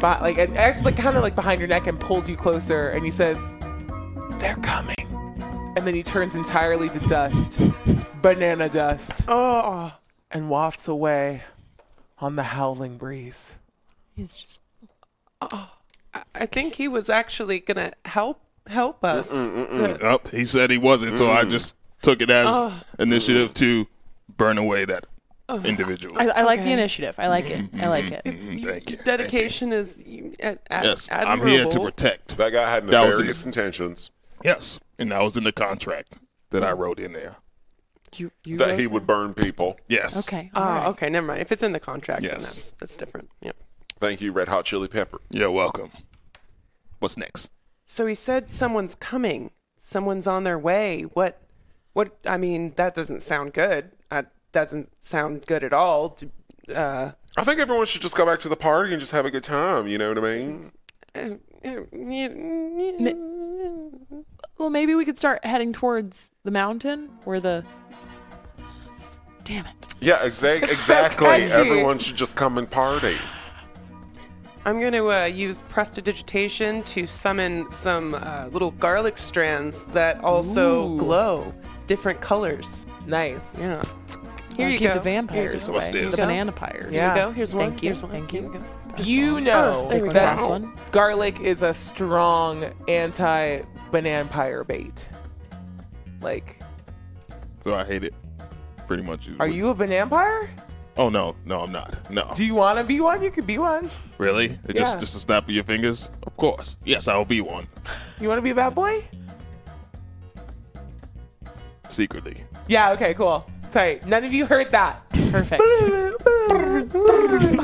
[SPEAKER 7] but like and acts like kind of like behind your neck and pulls you closer, and he says, "They're coming," and then he turns entirely to dust, banana dust,
[SPEAKER 4] oh,
[SPEAKER 7] and wafts away on the howling breeze.
[SPEAKER 4] I think he was actually gonna help help us.
[SPEAKER 9] Yup, he said he wasn't, so
[SPEAKER 5] Mm.
[SPEAKER 9] I just took it as
[SPEAKER 4] Oh.
[SPEAKER 9] initiative to burn away that individual.
[SPEAKER 3] I, I like the initiative. I like it. I like it.
[SPEAKER 9] Mm, Thank you.
[SPEAKER 4] Dedication is you- ad- ad-
[SPEAKER 9] Yes, I'm
[SPEAKER 4] admirable.
[SPEAKER 9] here to protect.
[SPEAKER 5] That guy had
[SPEAKER 9] That was
[SPEAKER 5] nefarious intentions
[SPEAKER 9] Yes, and that was in the contract that I wrote in there.
[SPEAKER 4] You, you
[SPEAKER 5] that
[SPEAKER 4] wrote-
[SPEAKER 5] he would burn people.
[SPEAKER 9] Yes.
[SPEAKER 3] Okay. Uh,
[SPEAKER 4] Oh,
[SPEAKER 3] all right.
[SPEAKER 4] okay, never mind. If it's in the contract, then
[SPEAKER 9] Yes.
[SPEAKER 4] that's that's different. Yeah.
[SPEAKER 5] Thank you, Red Hot Chili Pepper.
[SPEAKER 9] You're welcome. What's next?
[SPEAKER 4] So he said someone's coming. Someone's on their way. What? What? I mean, that doesn't sound good. That doesn't sound good at all. To, uh,
[SPEAKER 5] I think everyone should just go back to the party and just have a good time. You know what I mean?
[SPEAKER 3] Well, maybe we could start heading towards the mountain where the. Damn it.
[SPEAKER 5] Yeah, exa- exactly.
[SPEAKER 7] catchy.
[SPEAKER 5] Everyone should just come and party.
[SPEAKER 4] I'm going to uh, use prestidigitation to summon some uh, little garlic strands that also
[SPEAKER 7] Ooh.
[SPEAKER 4] glow different colors.
[SPEAKER 7] Nice.
[SPEAKER 4] Yeah. Here
[SPEAKER 3] Or
[SPEAKER 4] you
[SPEAKER 3] keep
[SPEAKER 4] go.
[SPEAKER 3] the vampires
[SPEAKER 4] Here
[SPEAKER 3] away.
[SPEAKER 9] What's this?
[SPEAKER 3] The banana pyres.
[SPEAKER 7] Yeah.
[SPEAKER 4] you go. Here's one.
[SPEAKER 3] Ah, Thank you.
[SPEAKER 4] Here's one.
[SPEAKER 3] Thank
[SPEAKER 4] Here
[SPEAKER 3] you.
[SPEAKER 4] go.
[SPEAKER 7] You know
[SPEAKER 3] Take one
[SPEAKER 7] that
[SPEAKER 3] last one.
[SPEAKER 7] garlic is a strong anti banana bait. Like,
[SPEAKER 9] So I hate it. Pretty much.
[SPEAKER 7] are you a banana?
[SPEAKER 9] Oh no, no, I'm not. No.
[SPEAKER 7] Do you want to be one? You could be one.
[SPEAKER 9] Really? It just
[SPEAKER 7] Yeah.
[SPEAKER 9] just a snap of your fingers? Of course. Yes, I'll be one.
[SPEAKER 7] You want to be a bad boy?
[SPEAKER 9] Secretly.
[SPEAKER 7] Yeah, okay, cool. Sorry, none of you heard that.
[SPEAKER 3] Perfect.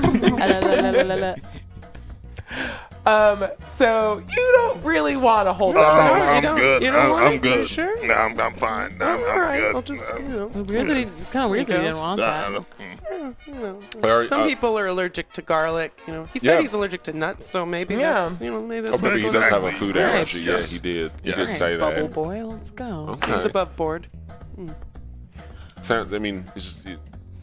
[SPEAKER 3] La-la-la-la-la-la.
[SPEAKER 7] Um, so you don't really want to hold up. that
[SPEAKER 9] Um, I'm
[SPEAKER 7] much.
[SPEAKER 9] good.
[SPEAKER 4] you don't
[SPEAKER 9] I'm,
[SPEAKER 4] want
[SPEAKER 9] I'm
[SPEAKER 4] it?
[SPEAKER 9] good.
[SPEAKER 4] You sure?
[SPEAKER 9] No, I'm, I'm fine. I'm,
[SPEAKER 4] All
[SPEAKER 9] I'm
[SPEAKER 4] right,
[SPEAKER 9] good.
[SPEAKER 4] I'll just, you know,
[SPEAKER 3] Weird that he, it's kind of weird that he didn't want
[SPEAKER 9] Uh, I
[SPEAKER 3] that.
[SPEAKER 9] don't- mm.
[SPEAKER 5] Alright,
[SPEAKER 4] Some
[SPEAKER 5] uh,
[SPEAKER 4] people are allergic to garlic. You know, he said
[SPEAKER 5] Yeah.
[SPEAKER 4] he's allergic to nuts, so maybe
[SPEAKER 7] Yeah.
[SPEAKER 4] that's you know maybe
[SPEAKER 5] Oh,
[SPEAKER 4] that's
[SPEAKER 5] maybe
[SPEAKER 4] what's
[SPEAKER 5] he
[SPEAKER 4] going
[SPEAKER 5] does
[SPEAKER 4] on.
[SPEAKER 5] have a food
[SPEAKER 9] Yes,
[SPEAKER 5] allergy.
[SPEAKER 9] yes.
[SPEAKER 5] Yeah, he did. He
[SPEAKER 9] Yes.
[SPEAKER 5] did say
[SPEAKER 3] Bubble
[SPEAKER 5] that.
[SPEAKER 3] boy, let's go.
[SPEAKER 4] He's
[SPEAKER 5] Okay.
[SPEAKER 4] above board.
[SPEAKER 5] Sounds, I mean, it's just a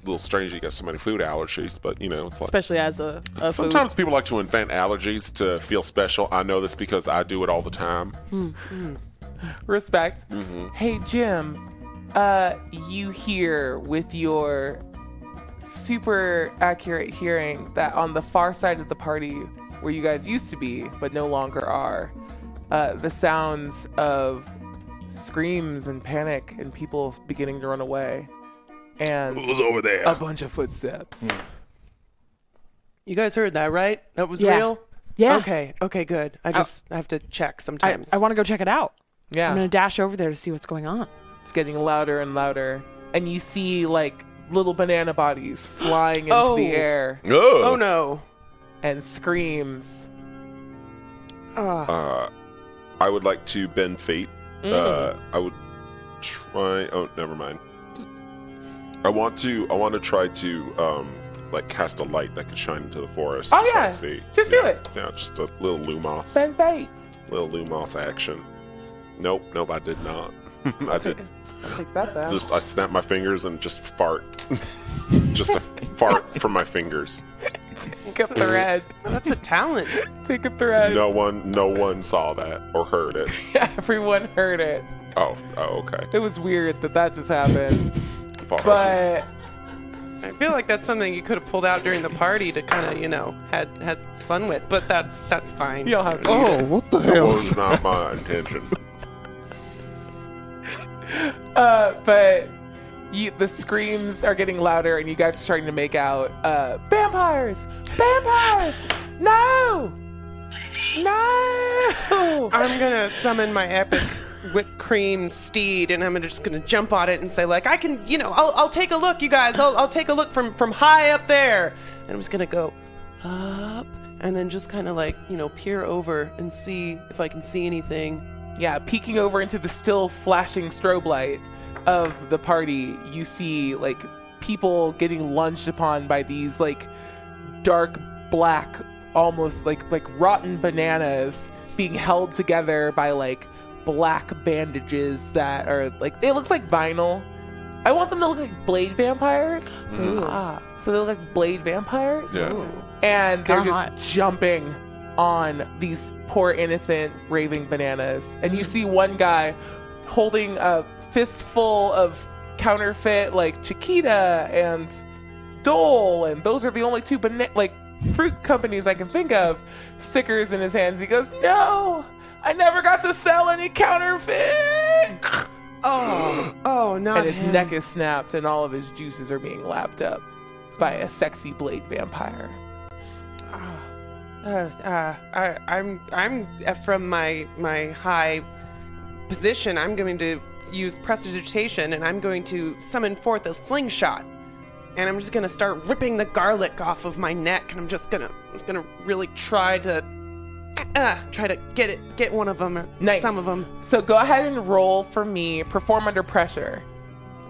[SPEAKER 5] little strange you got so many food allergies, but you know, it's like.
[SPEAKER 3] Especially as a, a food.
[SPEAKER 5] Sometimes people like to invent allergies to feel special. I know this because I do it all the time.
[SPEAKER 7] Respect. Hey, Jim, uh, you here with your super accurate hearing that on the far side of the party where you guys used to be but no longer are, uh, the sounds of screams and panic and people beginning to run away and
[SPEAKER 9] Who's over there?
[SPEAKER 2] Uh,
[SPEAKER 7] a bunch of footsteps.
[SPEAKER 4] You guys heard that, right? That was
[SPEAKER 2] Yeah.
[SPEAKER 4] real?
[SPEAKER 2] Yeah.
[SPEAKER 4] Okay, okay, good. I just I have to check
[SPEAKER 2] I,
[SPEAKER 4] sometimes.
[SPEAKER 2] I want to go check it out.
[SPEAKER 7] Yeah.
[SPEAKER 2] I'm gonna dash over there to see what's going on.
[SPEAKER 7] It's getting louder and louder, and you see like little banana bodies flying into
[SPEAKER 4] Oh.
[SPEAKER 7] the air
[SPEAKER 4] oh no.
[SPEAKER 7] and screams.
[SPEAKER 5] Uh, I would like to bend feet. Uh,
[SPEAKER 7] Mm.
[SPEAKER 5] I would try. Oh, never mind. I want to. I want to try to um, like cast a light that can shine into the forest.
[SPEAKER 7] Oh,
[SPEAKER 5] to try
[SPEAKER 7] yeah.
[SPEAKER 5] to see.
[SPEAKER 7] Just do
[SPEAKER 5] yeah.
[SPEAKER 7] it.
[SPEAKER 5] Yeah, just a little lumos,
[SPEAKER 7] Ben Fate.
[SPEAKER 5] little lumos action. Nope, nope, I did not. I did.
[SPEAKER 7] I'll take that then.
[SPEAKER 5] Just I snap my fingers and just fart. just a fart from my fingers.
[SPEAKER 7] Take a thread.
[SPEAKER 4] That's a talent.
[SPEAKER 7] Take a thread.
[SPEAKER 5] No one, no one saw that or heard it.
[SPEAKER 7] Everyone heard it.
[SPEAKER 5] Oh, oh, okay.
[SPEAKER 7] It was weird that that just happened.
[SPEAKER 5] Fart.
[SPEAKER 7] But
[SPEAKER 4] I feel like that's something you could have pulled out during the party to kind of, you know, had had fun with, but that's that's fine.
[SPEAKER 7] you don't have to.
[SPEAKER 9] Oh, what the
[SPEAKER 5] that
[SPEAKER 9] hell?
[SPEAKER 5] was not my intention.
[SPEAKER 7] Uh, but you, the screams are getting louder, and you guys are starting to make out. Uh, vampires! Vampires! No! No!
[SPEAKER 4] I'm gonna summon my epic whipped cream steed, and I'm just gonna jump on it and say like, I can, you know, I'll, I'll take a look, you guys. I'll, I'll take a look from from high up there, and I'm just gonna go up, and then just kind of like, you know, peer over and see if I can see anything.
[SPEAKER 7] Yeah, peeking over into the still flashing strobe light of the party, you see like people getting lunged upon by these like dark black, almost like like rotten bananas being held together by like black bandages that are like they look like vinyl. I want them to look like blade vampires. Ah, so they look like blade vampires
[SPEAKER 5] Yeah.
[SPEAKER 7] and they're
[SPEAKER 2] Kinda
[SPEAKER 7] just jumping on these poor innocent raving bananas. And you see one guy holding a fistful of counterfeit like Chiquita and Dole, and those are the only two bana- like fruit companies I can think of. Stickers in his hands. He goes, "No, I never got to sell any counterfeit."
[SPEAKER 4] Oh, oh, not
[SPEAKER 7] and his neck is snapped, and all of his juices are being lapped up by a sexy blade vampire.
[SPEAKER 4] Uh, uh, I, I'm I'm uh, from my my high position. I'm going to use prestidigitation, and I'm going to summon forth a slingshot, and I'm just going to start ripping the garlic off of my neck, and I'm just gonna I'm just gonna really try to uh, try to get it get one of them or
[SPEAKER 7] Nice.
[SPEAKER 4] some of them.
[SPEAKER 7] So go ahead and roll for me. Perform under pressure.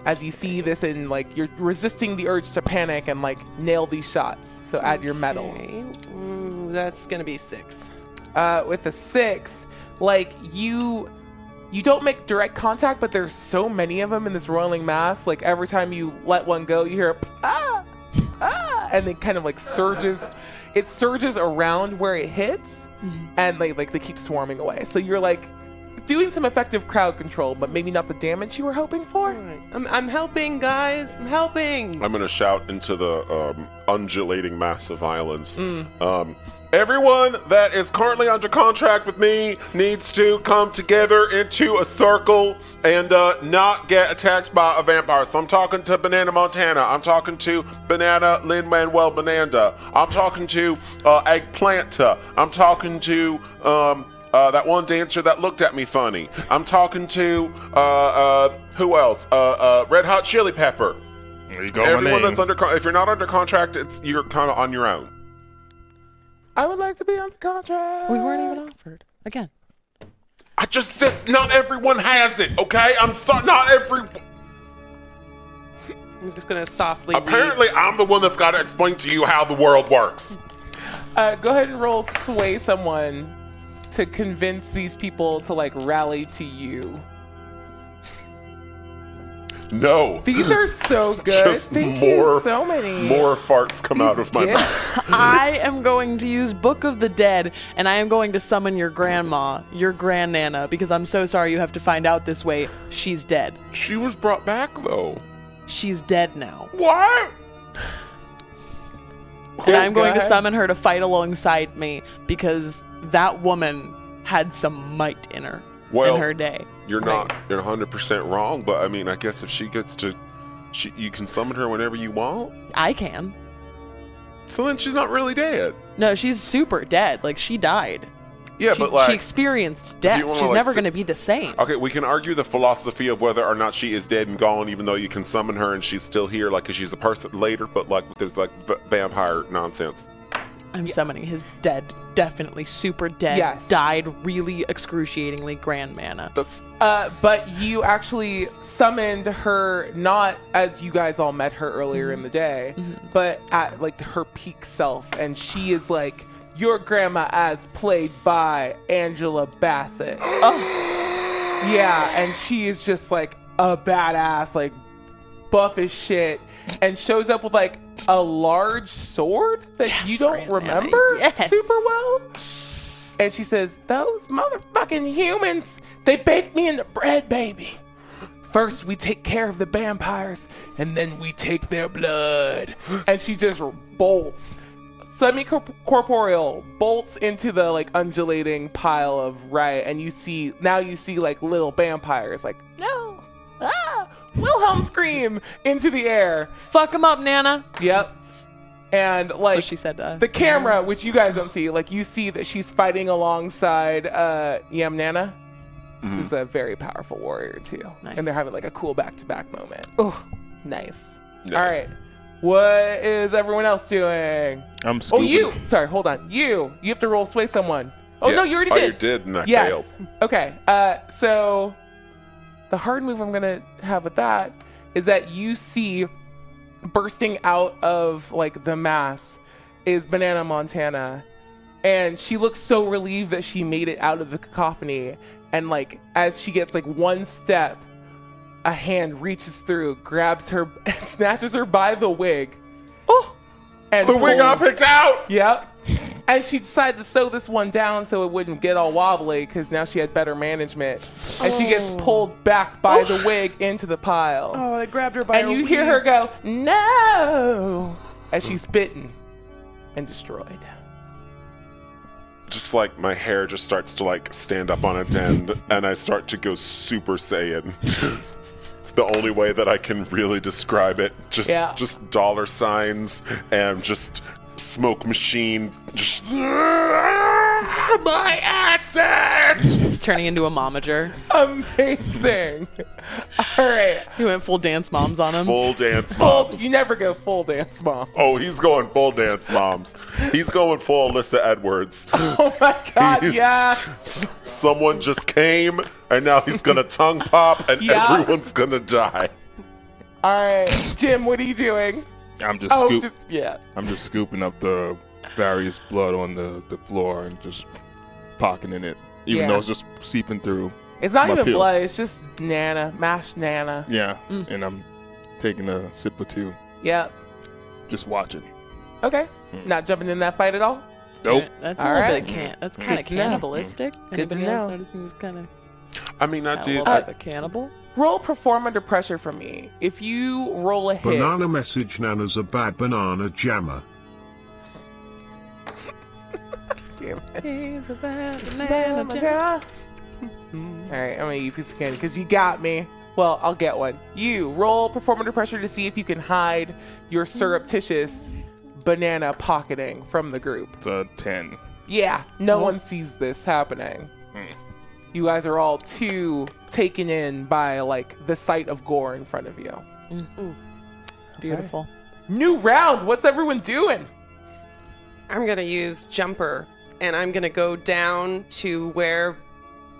[SPEAKER 7] As you see this in like you're resisting the urge to panic and like nail these shots. So add your metal.
[SPEAKER 4] Okay, Ooh, that's gonna be six.
[SPEAKER 7] Uh, with a six, like you you don't make direct contact, but there's so many of them in this roiling mass. Like every time you let one go, you hear a pff, ah ah, and it kind of like surges. It surges around where it hits,
[SPEAKER 2] Mm-hmm.
[SPEAKER 7] and they like they keep swarming away. So you're like doing some effective crowd control, but maybe not the damage you were hoping for.
[SPEAKER 2] Mm.
[SPEAKER 4] I'm I'm helping, guys. I'm helping.
[SPEAKER 5] I'm gonna shout into the um, undulating mass of violence. Um, everyone that is currently under contract with me needs to come together into a circle and uh, not get attacked by a vampire. So I'm talking to Banana Montana. I'm talking to Banana Lin Manuel Bananda. I'm talking to uh, Eggplanta. I'm talking to. Um, uh, that one dancer that looked at me funny. I'm talking to uh, uh, who else? Uh, uh, Red Hot Chili Pepper.
[SPEAKER 9] There you go, my
[SPEAKER 5] Everyone
[SPEAKER 9] name.
[SPEAKER 5] that's under con- if you're not under contract, it's you're kind of on your own.
[SPEAKER 7] I would like to be under contract.
[SPEAKER 2] We weren't even offered again.
[SPEAKER 5] I just said not everyone has it. Okay, I'm sorry. Not every.
[SPEAKER 4] I'm just gonna softly. read.
[SPEAKER 5] Apparently, I'm the one that's got to explain to you how the world works.
[SPEAKER 7] Uh, go ahead and roll sway someone to convince these people to like rally to you.
[SPEAKER 5] No.
[SPEAKER 7] These are so good.
[SPEAKER 5] Just
[SPEAKER 7] Thank
[SPEAKER 5] more.
[SPEAKER 7] you so many.
[SPEAKER 5] More farts come out of my mouth.
[SPEAKER 7] gifts.
[SPEAKER 2] I am going to use Book of the Dead, and I am going to summon your grandma, your grandnana, because I'm so sorry you have to find out this way. She's dead.
[SPEAKER 5] She was brought back though.
[SPEAKER 2] She's dead now.
[SPEAKER 5] What?
[SPEAKER 3] and I'm going to
[SPEAKER 7] God.
[SPEAKER 3] summon her to fight alongside me because that woman had some might in her
[SPEAKER 5] Well,
[SPEAKER 3] in her day.
[SPEAKER 5] You're not you're 100% wrong, but I mean, I guess if she gets to she, you can summon her whenever you want.
[SPEAKER 3] I can.
[SPEAKER 5] So then she's not really dead.
[SPEAKER 3] No, she's super dead. Like she died.
[SPEAKER 5] Yeah,
[SPEAKER 3] she,
[SPEAKER 5] but like
[SPEAKER 3] she experienced death.
[SPEAKER 5] you wanna,
[SPEAKER 3] She's
[SPEAKER 5] like,
[SPEAKER 3] never
[SPEAKER 5] sit-
[SPEAKER 3] going to be the same.
[SPEAKER 5] Okay, we can argue the philosophy of whether or not she is dead and gone, even though you can summon her and she's still here, like, 'cause she's a person later, but, like, there's, like, v- vampire nonsense.
[SPEAKER 3] I'm summoning his dead, definitely super dead,
[SPEAKER 7] Yes.
[SPEAKER 3] died really excruciatingly grand mana.
[SPEAKER 5] That's.
[SPEAKER 7] Uh, but you actually summoned her not as you guys all met her earlier in the day,
[SPEAKER 5] Mm-hmm.
[SPEAKER 7] but at like her peak self, and she is like your grandma as played by Angela Bassett. Yeah, and she is just like a badass, like buff as shit, and shows up with like a large sword that you don't
[SPEAKER 3] Grandma,
[SPEAKER 7] remember
[SPEAKER 3] yes.
[SPEAKER 7] super well. And she says, Those motherfucking humans, they baked me into bread, baby. First, we take care of the vampires, and then we take their blood. And she just bolts, semi corporeal, bolts into the like undulating pile of riot. And you see, now you see like little vampires, like, no, ah, Wilhelm scream into the air.
[SPEAKER 3] Fuck him up, Nana.
[SPEAKER 7] Yep. And like
[SPEAKER 3] she said to us.
[SPEAKER 7] the camera, which you guys don't see, like you see that she's fighting alongside uh, Yamnana, who's a very powerful warrior too, and they're having like a cool back-to-back moment.
[SPEAKER 3] Oh,
[SPEAKER 7] nice.
[SPEAKER 5] Nice.
[SPEAKER 7] All right, what is everyone else doing?
[SPEAKER 9] I'm
[SPEAKER 7] Oh,
[SPEAKER 9] scooping.
[SPEAKER 7] you. Sorry, hold on. You. You have to roll sway someone. Oh
[SPEAKER 5] Yeah.
[SPEAKER 7] no, you already
[SPEAKER 5] Oh,
[SPEAKER 7] did.
[SPEAKER 5] you did, and I
[SPEAKER 7] yes.
[SPEAKER 5] failed.
[SPEAKER 7] Okay. Uh, so the hard move I'm gonna have with that is that you see bursting out of like the mass is Banana Montana, and she looks so relieved that she made it out of the cacophony. And like as she gets like one step, a hand reaches through, grabs her, and snatches her by the wig. Oh. And
[SPEAKER 5] The wig I
[SPEAKER 7] pulls-
[SPEAKER 5] picked out!
[SPEAKER 7] Yep. And she decided to sew this one down so it wouldn't get all wobbly because now she had better management. And she gets pulled back by the wig into the pile.
[SPEAKER 4] Oh, I grabbed her by
[SPEAKER 7] and you hear her go, no! As she's bitten and destroyed.
[SPEAKER 5] Just like my hair just starts to, like, stand up on its end, and I start to go Super Saiyan. it's the only way that I can really describe it. Just,
[SPEAKER 7] Yeah.
[SPEAKER 5] just dollar signs and just smoke machine. Just. My accent!
[SPEAKER 3] he's turning into a momager.
[SPEAKER 7] Amazing. all right.
[SPEAKER 3] He went full dance moms on him.
[SPEAKER 5] Full dance
[SPEAKER 7] Full,
[SPEAKER 5] moms.
[SPEAKER 7] you never go full dance, mom.
[SPEAKER 5] Oh, he's going full dance moms. He's going full Alyssa Edwards.
[SPEAKER 7] Oh my god,
[SPEAKER 5] He's-
[SPEAKER 7] yes.
[SPEAKER 5] Someone just came, and now he's gonna tongue pop, and
[SPEAKER 7] Yeah.
[SPEAKER 5] everyone's gonna die.
[SPEAKER 7] All right. Jim, what are you doing?
[SPEAKER 9] I'm just
[SPEAKER 7] Oh,
[SPEAKER 9] scoop-
[SPEAKER 7] just, yeah.
[SPEAKER 9] I'm just scooping up the various blood on the, the floor and just pocketing it, even
[SPEAKER 7] Yeah.
[SPEAKER 9] though it's just seeping through.
[SPEAKER 7] It's not
[SPEAKER 9] my
[SPEAKER 7] even
[SPEAKER 9] peel.
[SPEAKER 7] blood, it's just Nana, mashed Nana.
[SPEAKER 9] Yeah, and I'm taking a sip or two,
[SPEAKER 7] Yep.
[SPEAKER 9] just watching.
[SPEAKER 7] Okay. Not jumping in that fight at all?
[SPEAKER 9] Nope.
[SPEAKER 3] That's a
[SPEAKER 7] All
[SPEAKER 3] little
[SPEAKER 7] right.
[SPEAKER 3] bit can- that's kind
[SPEAKER 7] Good
[SPEAKER 3] of
[SPEAKER 7] to know.
[SPEAKER 3] cannibalistic.
[SPEAKER 7] Good to
[SPEAKER 3] Anybody else
[SPEAKER 7] know.
[SPEAKER 3] noticing this kind of
[SPEAKER 5] I mean, I
[SPEAKER 3] a
[SPEAKER 5] did.
[SPEAKER 3] little bit of a cannibal?
[SPEAKER 7] Roll perform under pressure for me. If you roll a hit,
[SPEAKER 6] Banana message Nana's a bad banana jammer.
[SPEAKER 7] damn it.
[SPEAKER 3] He's a
[SPEAKER 7] All right, I'm gonna use piece of candy because you got me. Well, I'll get one. You roll perform under pressure to see if you can hide your surreptitious banana pocketing from the group.
[SPEAKER 9] It's a 10.
[SPEAKER 7] Yeah, no one sees this happening. You guys are all too taken in by like the sight of gore in front of you.
[SPEAKER 3] Beautiful.
[SPEAKER 7] New round. What's everyone doing?
[SPEAKER 4] I'm gonna use jumper, and I'm gonna go down to where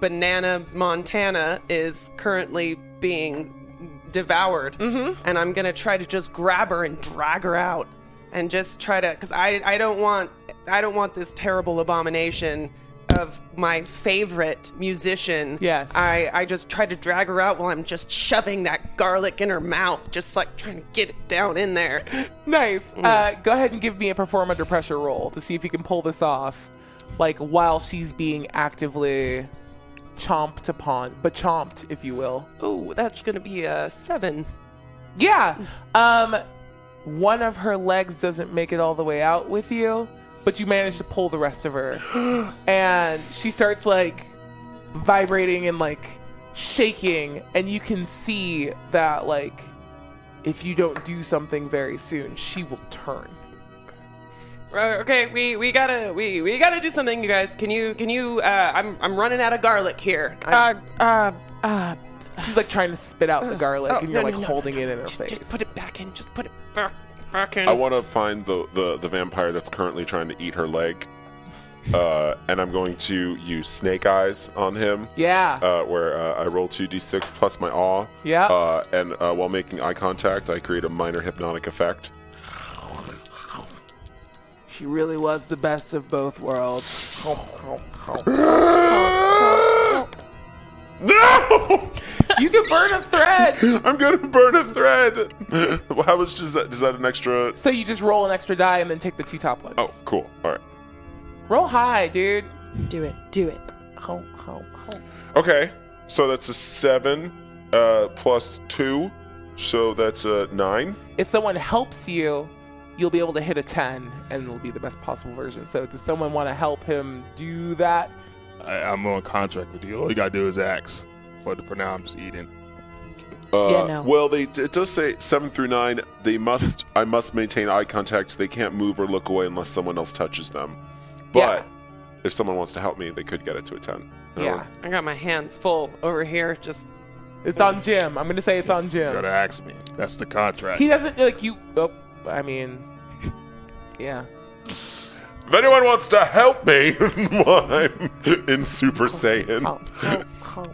[SPEAKER 4] Banana Montana is currently being devoured, mm-hmm. and I'm gonna try to just grab her and drag her out, and just try to, cause I I don't want I don't want this terrible abomination of my favorite musician.
[SPEAKER 7] Yes.
[SPEAKER 4] I I just try to drag her out while I'm just shoving that garlic in her mouth, just like trying to get it down in there.
[SPEAKER 7] Nice. Uh, go ahead and give me a perform under pressure roll to see if you can pull this off, like while she's being actively chomped upon, but chomped, if you will.
[SPEAKER 4] Oh, that's gonna be a seven.
[SPEAKER 7] Yeah. Um, One of her legs doesn't make it all the way out with you, but you manage to pull the rest of her. and she starts like vibrating and like shaking, and you can see that like if you don't do something very soon, she will turn.
[SPEAKER 4] Uh, okay, we, we gotta we, we gotta do something, you guys. Can you can you? Uh, I'm I'm running out of garlic here. I-
[SPEAKER 3] Uh, uh, uh,
[SPEAKER 7] She's like trying to spit out the garlic,
[SPEAKER 4] oh,
[SPEAKER 7] and you're
[SPEAKER 4] no, no,
[SPEAKER 7] like
[SPEAKER 4] no, no,
[SPEAKER 7] holding it in her
[SPEAKER 4] just,
[SPEAKER 7] face.
[SPEAKER 4] just put it back in. Just put it back back in.
[SPEAKER 5] I want to find the, the, the vampire that's currently trying to eat her leg. Uh, and I'm going to use snake eyes on him.
[SPEAKER 7] Yeah.
[SPEAKER 5] Uh, where uh, I roll 2d6 plus my awe.
[SPEAKER 7] Yeah.
[SPEAKER 5] Uh, and uh, while making eye contact, I create a minor hypnotic effect.
[SPEAKER 7] She really was the best of both worlds.
[SPEAKER 5] No!
[SPEAKER 7] You can burn a thread.
[SPEAKER 5] I'm gonna burn a thread. How much does that? Is that an extra?
[SPEAKER 7] So you just roll an extra die and then take the two top ones.
[SPEAKER 5] Oh, cool. All right.
[SPEAKER 7] Roll high, dude.
[SPEAKER 3] do it, do it.
[SPEAKER 5] Okay. So that's a seven uh, plus two. So that's a nine.
[SPEAKER 7] If someone helps you, you'll be able to hit a 10 and it'll be the best possible version. So does someone want to help him do that?
[SPEAKER 9] I, I'm on contract with you. All you gotta do is axe. But for now, I'm just eating.
[SPEAKER 5] Uh,
[SPEAKER 3] Yeah, no.
[SPEAKER 5] Well, they it does say seven through nine. They must. I must maintain eye contact. They can't move or look away unless someone else touches them. But if someone wants to help me, they could get it to a ten. You know,
[SPEAKER 7] Yeah.
[SPEAKER 4] I got my hands full over here. Just
[SPEAKER 7] It's on Jim. I'm going to say it's on
[SPEAKER 9] You
[SPEAKER 7] Jim.
[SPEAKER 9] gotta axe me. That's the contract.
[SPEAKER 7] He doesn't like you. Oh, I mean, yeah.
[SPEAKER 5] If anyone wants to help me while I'm in Super
[SPEAKER 3] Oh,
[SPEAKER 5] Saiyan,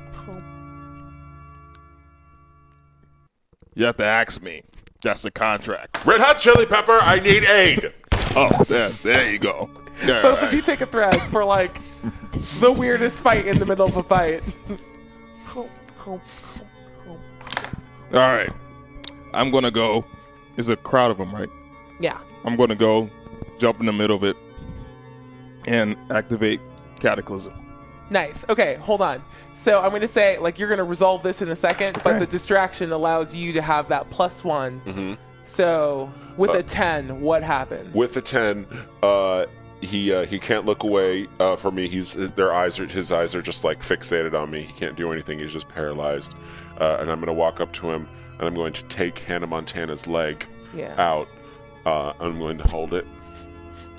[SPEAKER 9] You have to axe me. That's the contract.
[SPEAKER 5] Red Hot Chili Pepper, I need aid.
[SPEAKER 9] Oh, there, there you go. Yeah,
[SPEAKER 7] Both
[SPEAKER 9] right.
[SPEAKER 7] of you take a thread for like the weirdest fight in the middle of a fight.
[SPEAKER 9] All right. I'm gonna go. There's a crowd of them, right?
[SPEAKER 7] Yeah.
[SPEAKER 9] I'm gonna go jump in the middle of it and activate Cataclysm.
[SPEAKER 7] Nice. Okay, hold on. So I'm going to say, like, you're going to resolve this in a second, but the distraction allows you to have that plus one. So with a 10, what happens?
[SPEAKER 5] With a ten, uh, he uh, he can't look away uh, from me. He's his, their eyes are his eyes are just like fixated on me. He can't do anything. He's just paralyzed. Uh, and I'm gonna walk up to him and I'm going to take Hannah Montana's leg
[SPEAKER 7] Yeah.
[SPEAKER 5] out. Uh, I'm going to hold it,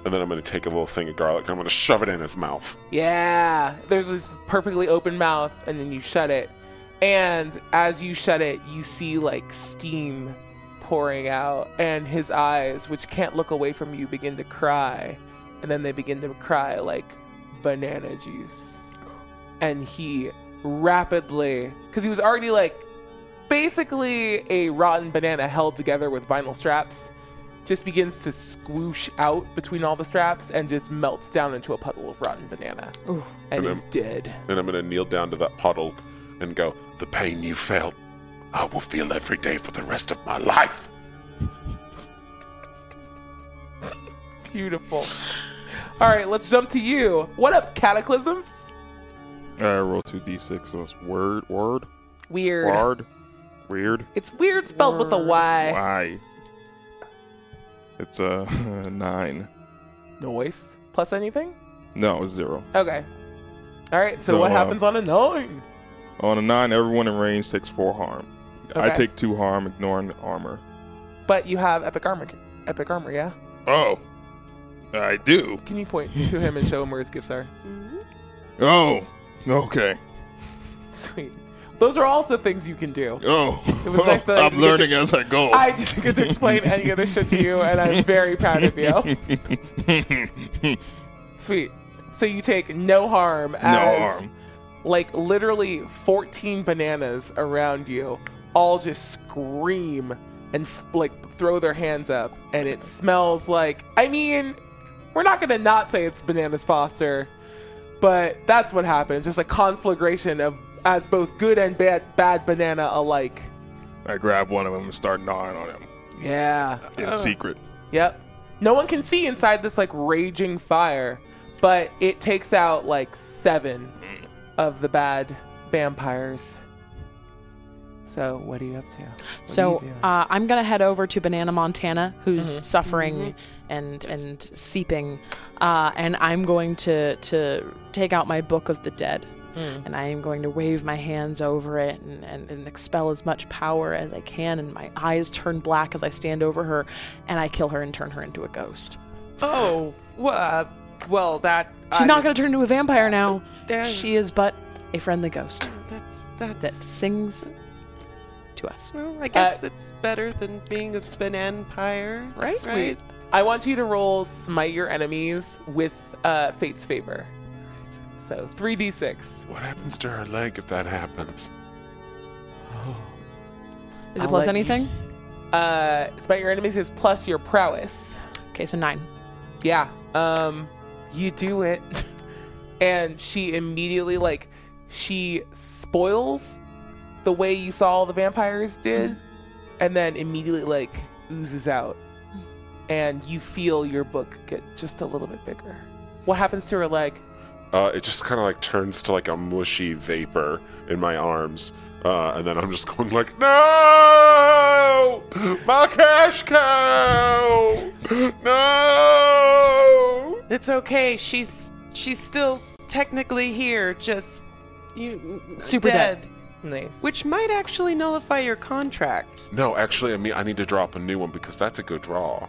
[SPEAKER 5] and then I'm going to take a little thing of garlic and I'm going to shove it in his mouth.
[SPEAKER 7] Yeah. There's this perfectly open mouth, and then you shut it. And as you shut it, you see, like, steam pouring out, and his eyes, which can't look away from you, begin to cry. And then they begin to cry like banana juice. And he rapidly, because he was already, like, basically a rotten banana held together with vinyl straps. just begins to squoosh out between all the straps and just melts down into a puddle of rotten banana and
[SPEAKER 5] And
[SPEAKER 7] is dead.
[SPEAKER 5] And I'm going to kneel down to that puddle and go, "The pain you felt, I will feel every day for the rest of my life."
[SPEAKER 7] Beautiful. All right, let's jump to you. What up, Cataclysm?
[SPEAKER 9] All right, roll two d6. So it's word, word,
[SPEAKER 7] Weird.
[SPEAKER 9] word, weird.
[SPEAKER 7] It's weird spelled with a Y.
[SPEAKER 9] Why? It's a uh, nine.
[SPEAKER 7] Noise plus anything?
[SPEAKER 9] No, it's zero.
[SPEAKER 7] Okay. All right, so,
[SPEAKER 9] So,
[SPEAKER 7] what
[SPEAKER 9] uh,
[SPEAKER 7] happens on a nine?
[SPEAKER 9] On a nine, everyone in range takes four harm. I
[SPEAKER 7] Okay.
[SPEAKER 9] take two harm, ignoring the armor.
[SPEAKER 7] But you have epic armor. Epic armor, yeah?
[SPEAKER 9] Oh, I do.
[SPEAKER 7] Can you point to him and show him where his gifts are?
[SPEAKER 9] Oh, okay.
[SPEAKER 7] Sweet. Those are also things you can do.
[SPEAKER 9] Oh,
[SPEAKER 7] It was nice that I
[SPEAKER 9] I'm
[SPEAKER 7] didn't get
[SPEAKER 9] learning
[SPEAKER 7] to-
[SPEAKER 9] as I go.
[SPEAKER 7] I didn't get to explain any of this shit to you, and I'm very proud of you. Sweet. So you take no harm
[SPEAKER 9] no
[SPEAKER 7] as
[SPEAKER 9] harm.
[SPEAKER 7] like literally 14 bananas around you all just scream and f- like throw their hands up and it smells like I mean we're not going to not say it's bananas foster but that's what happens just a conflagration of as both good and bad bad banana alike.
[SPEAKER 9] I grab one of them and start gnawing on him
[SPEAKER 7] Yeah.
[SPEAKER 9] in secret.
[SPEAKER 7] Yep. No one can see inside this like raging fire, but it takes out like seven of the bad vampires. So what are you up to? What are
[SPEAKER 3] So
[SPEAKER 7] you doing? Mm-hmm.
[SPEAKER 3] uh, I'm gonna head over to Banana Montana, who's suffering and and seeping, uh, and I'm going to to take out my Book of the Dead,
[SPEAKER 7] Mm.
[SPEAKER 3] and I am going to wave my hands over it and, and, and expel as much power as I can, and my eyes turn black as I stand over her, and I kill her and turn her into a ghost.
[SPEAKER 7] oh, well, uh, well that
[SPEAKER 3] She's
[SPEAKER 7] I-
[SPEAKER 3] not gonna turn into a vampire now.
[SPEAKER 7] Dang.
[SPEAKER 3] She is but a friendly ghost
[SPEAKER 4] That's
[SPEAKER 3] that
[SPEAKER 4] that's.
[SPEAKER 3] sings to us.
[SPEAKER 4] Well, I guess it's better than being a banana pyre, right?
[SPEAKER 7] Sweet. I want you to roll smite your enemies with uh, fate's favor. So three d six.
[SPEAKER 5] What happens to her leg if that happens?
[SPEAKER 3] Is it
[SPEAKER 7] I'll
[SPEAKER 3] plus
[SPEAKER 7] let you-
[SPEAKER 3] anything?
[SPEAKER 7] Uh, smite your enemies is plus your prowess.
[SPEAKER 3] Okay, so nine.
[SPEAKER 7] Yeah. Um, you do it, and she immediately like she spoils the way you saw all the vampires did, and then immediately like oozes out, and you feel your book get just a little bit bigger. What happens to her leg?
[SPEAKER 5] Uh, it just kind of like turns to like a mushy vapor in my arms, uh, and then I'm just going like, "No, my cash cow, no!"
[SPEAKER 4] It's okay. She's she's still technically here, just you
[SPEAKER 3] Super
[SPEAKER 4] dead,
[SPEAKER 7] Nice.
[SPEAKER 4] which might actually nullify your contract.
[SPEAKER 5] No, actually, I mean, I need to drop a new one because that's a good draw.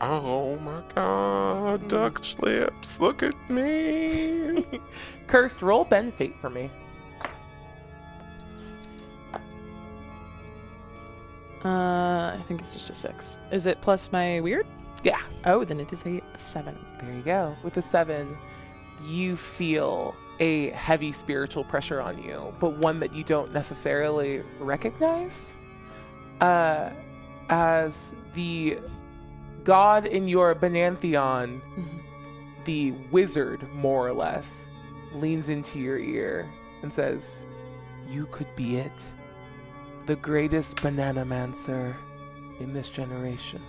[SPEAKER 5] Oh my god, duck slips, look at me.
[SPEAKER 7] Cursed, roll Ben Fate for me.
[SPEAKER 3] Uh, I think it's just a six. Is it plus my weird?
[SPEAKER 7] Yeah.
[SPEAKER 3] Oh, then it is a seven.
[SPEAKER 7] There you go. With a seven, you feel a heavy spiritual pressure on you, but one that you don't necessarily recognize. Uh, as the god in your Benantheon, the wizard, more or less, leans into your ear and says, You could be it. The greatest banana mancer in this generation.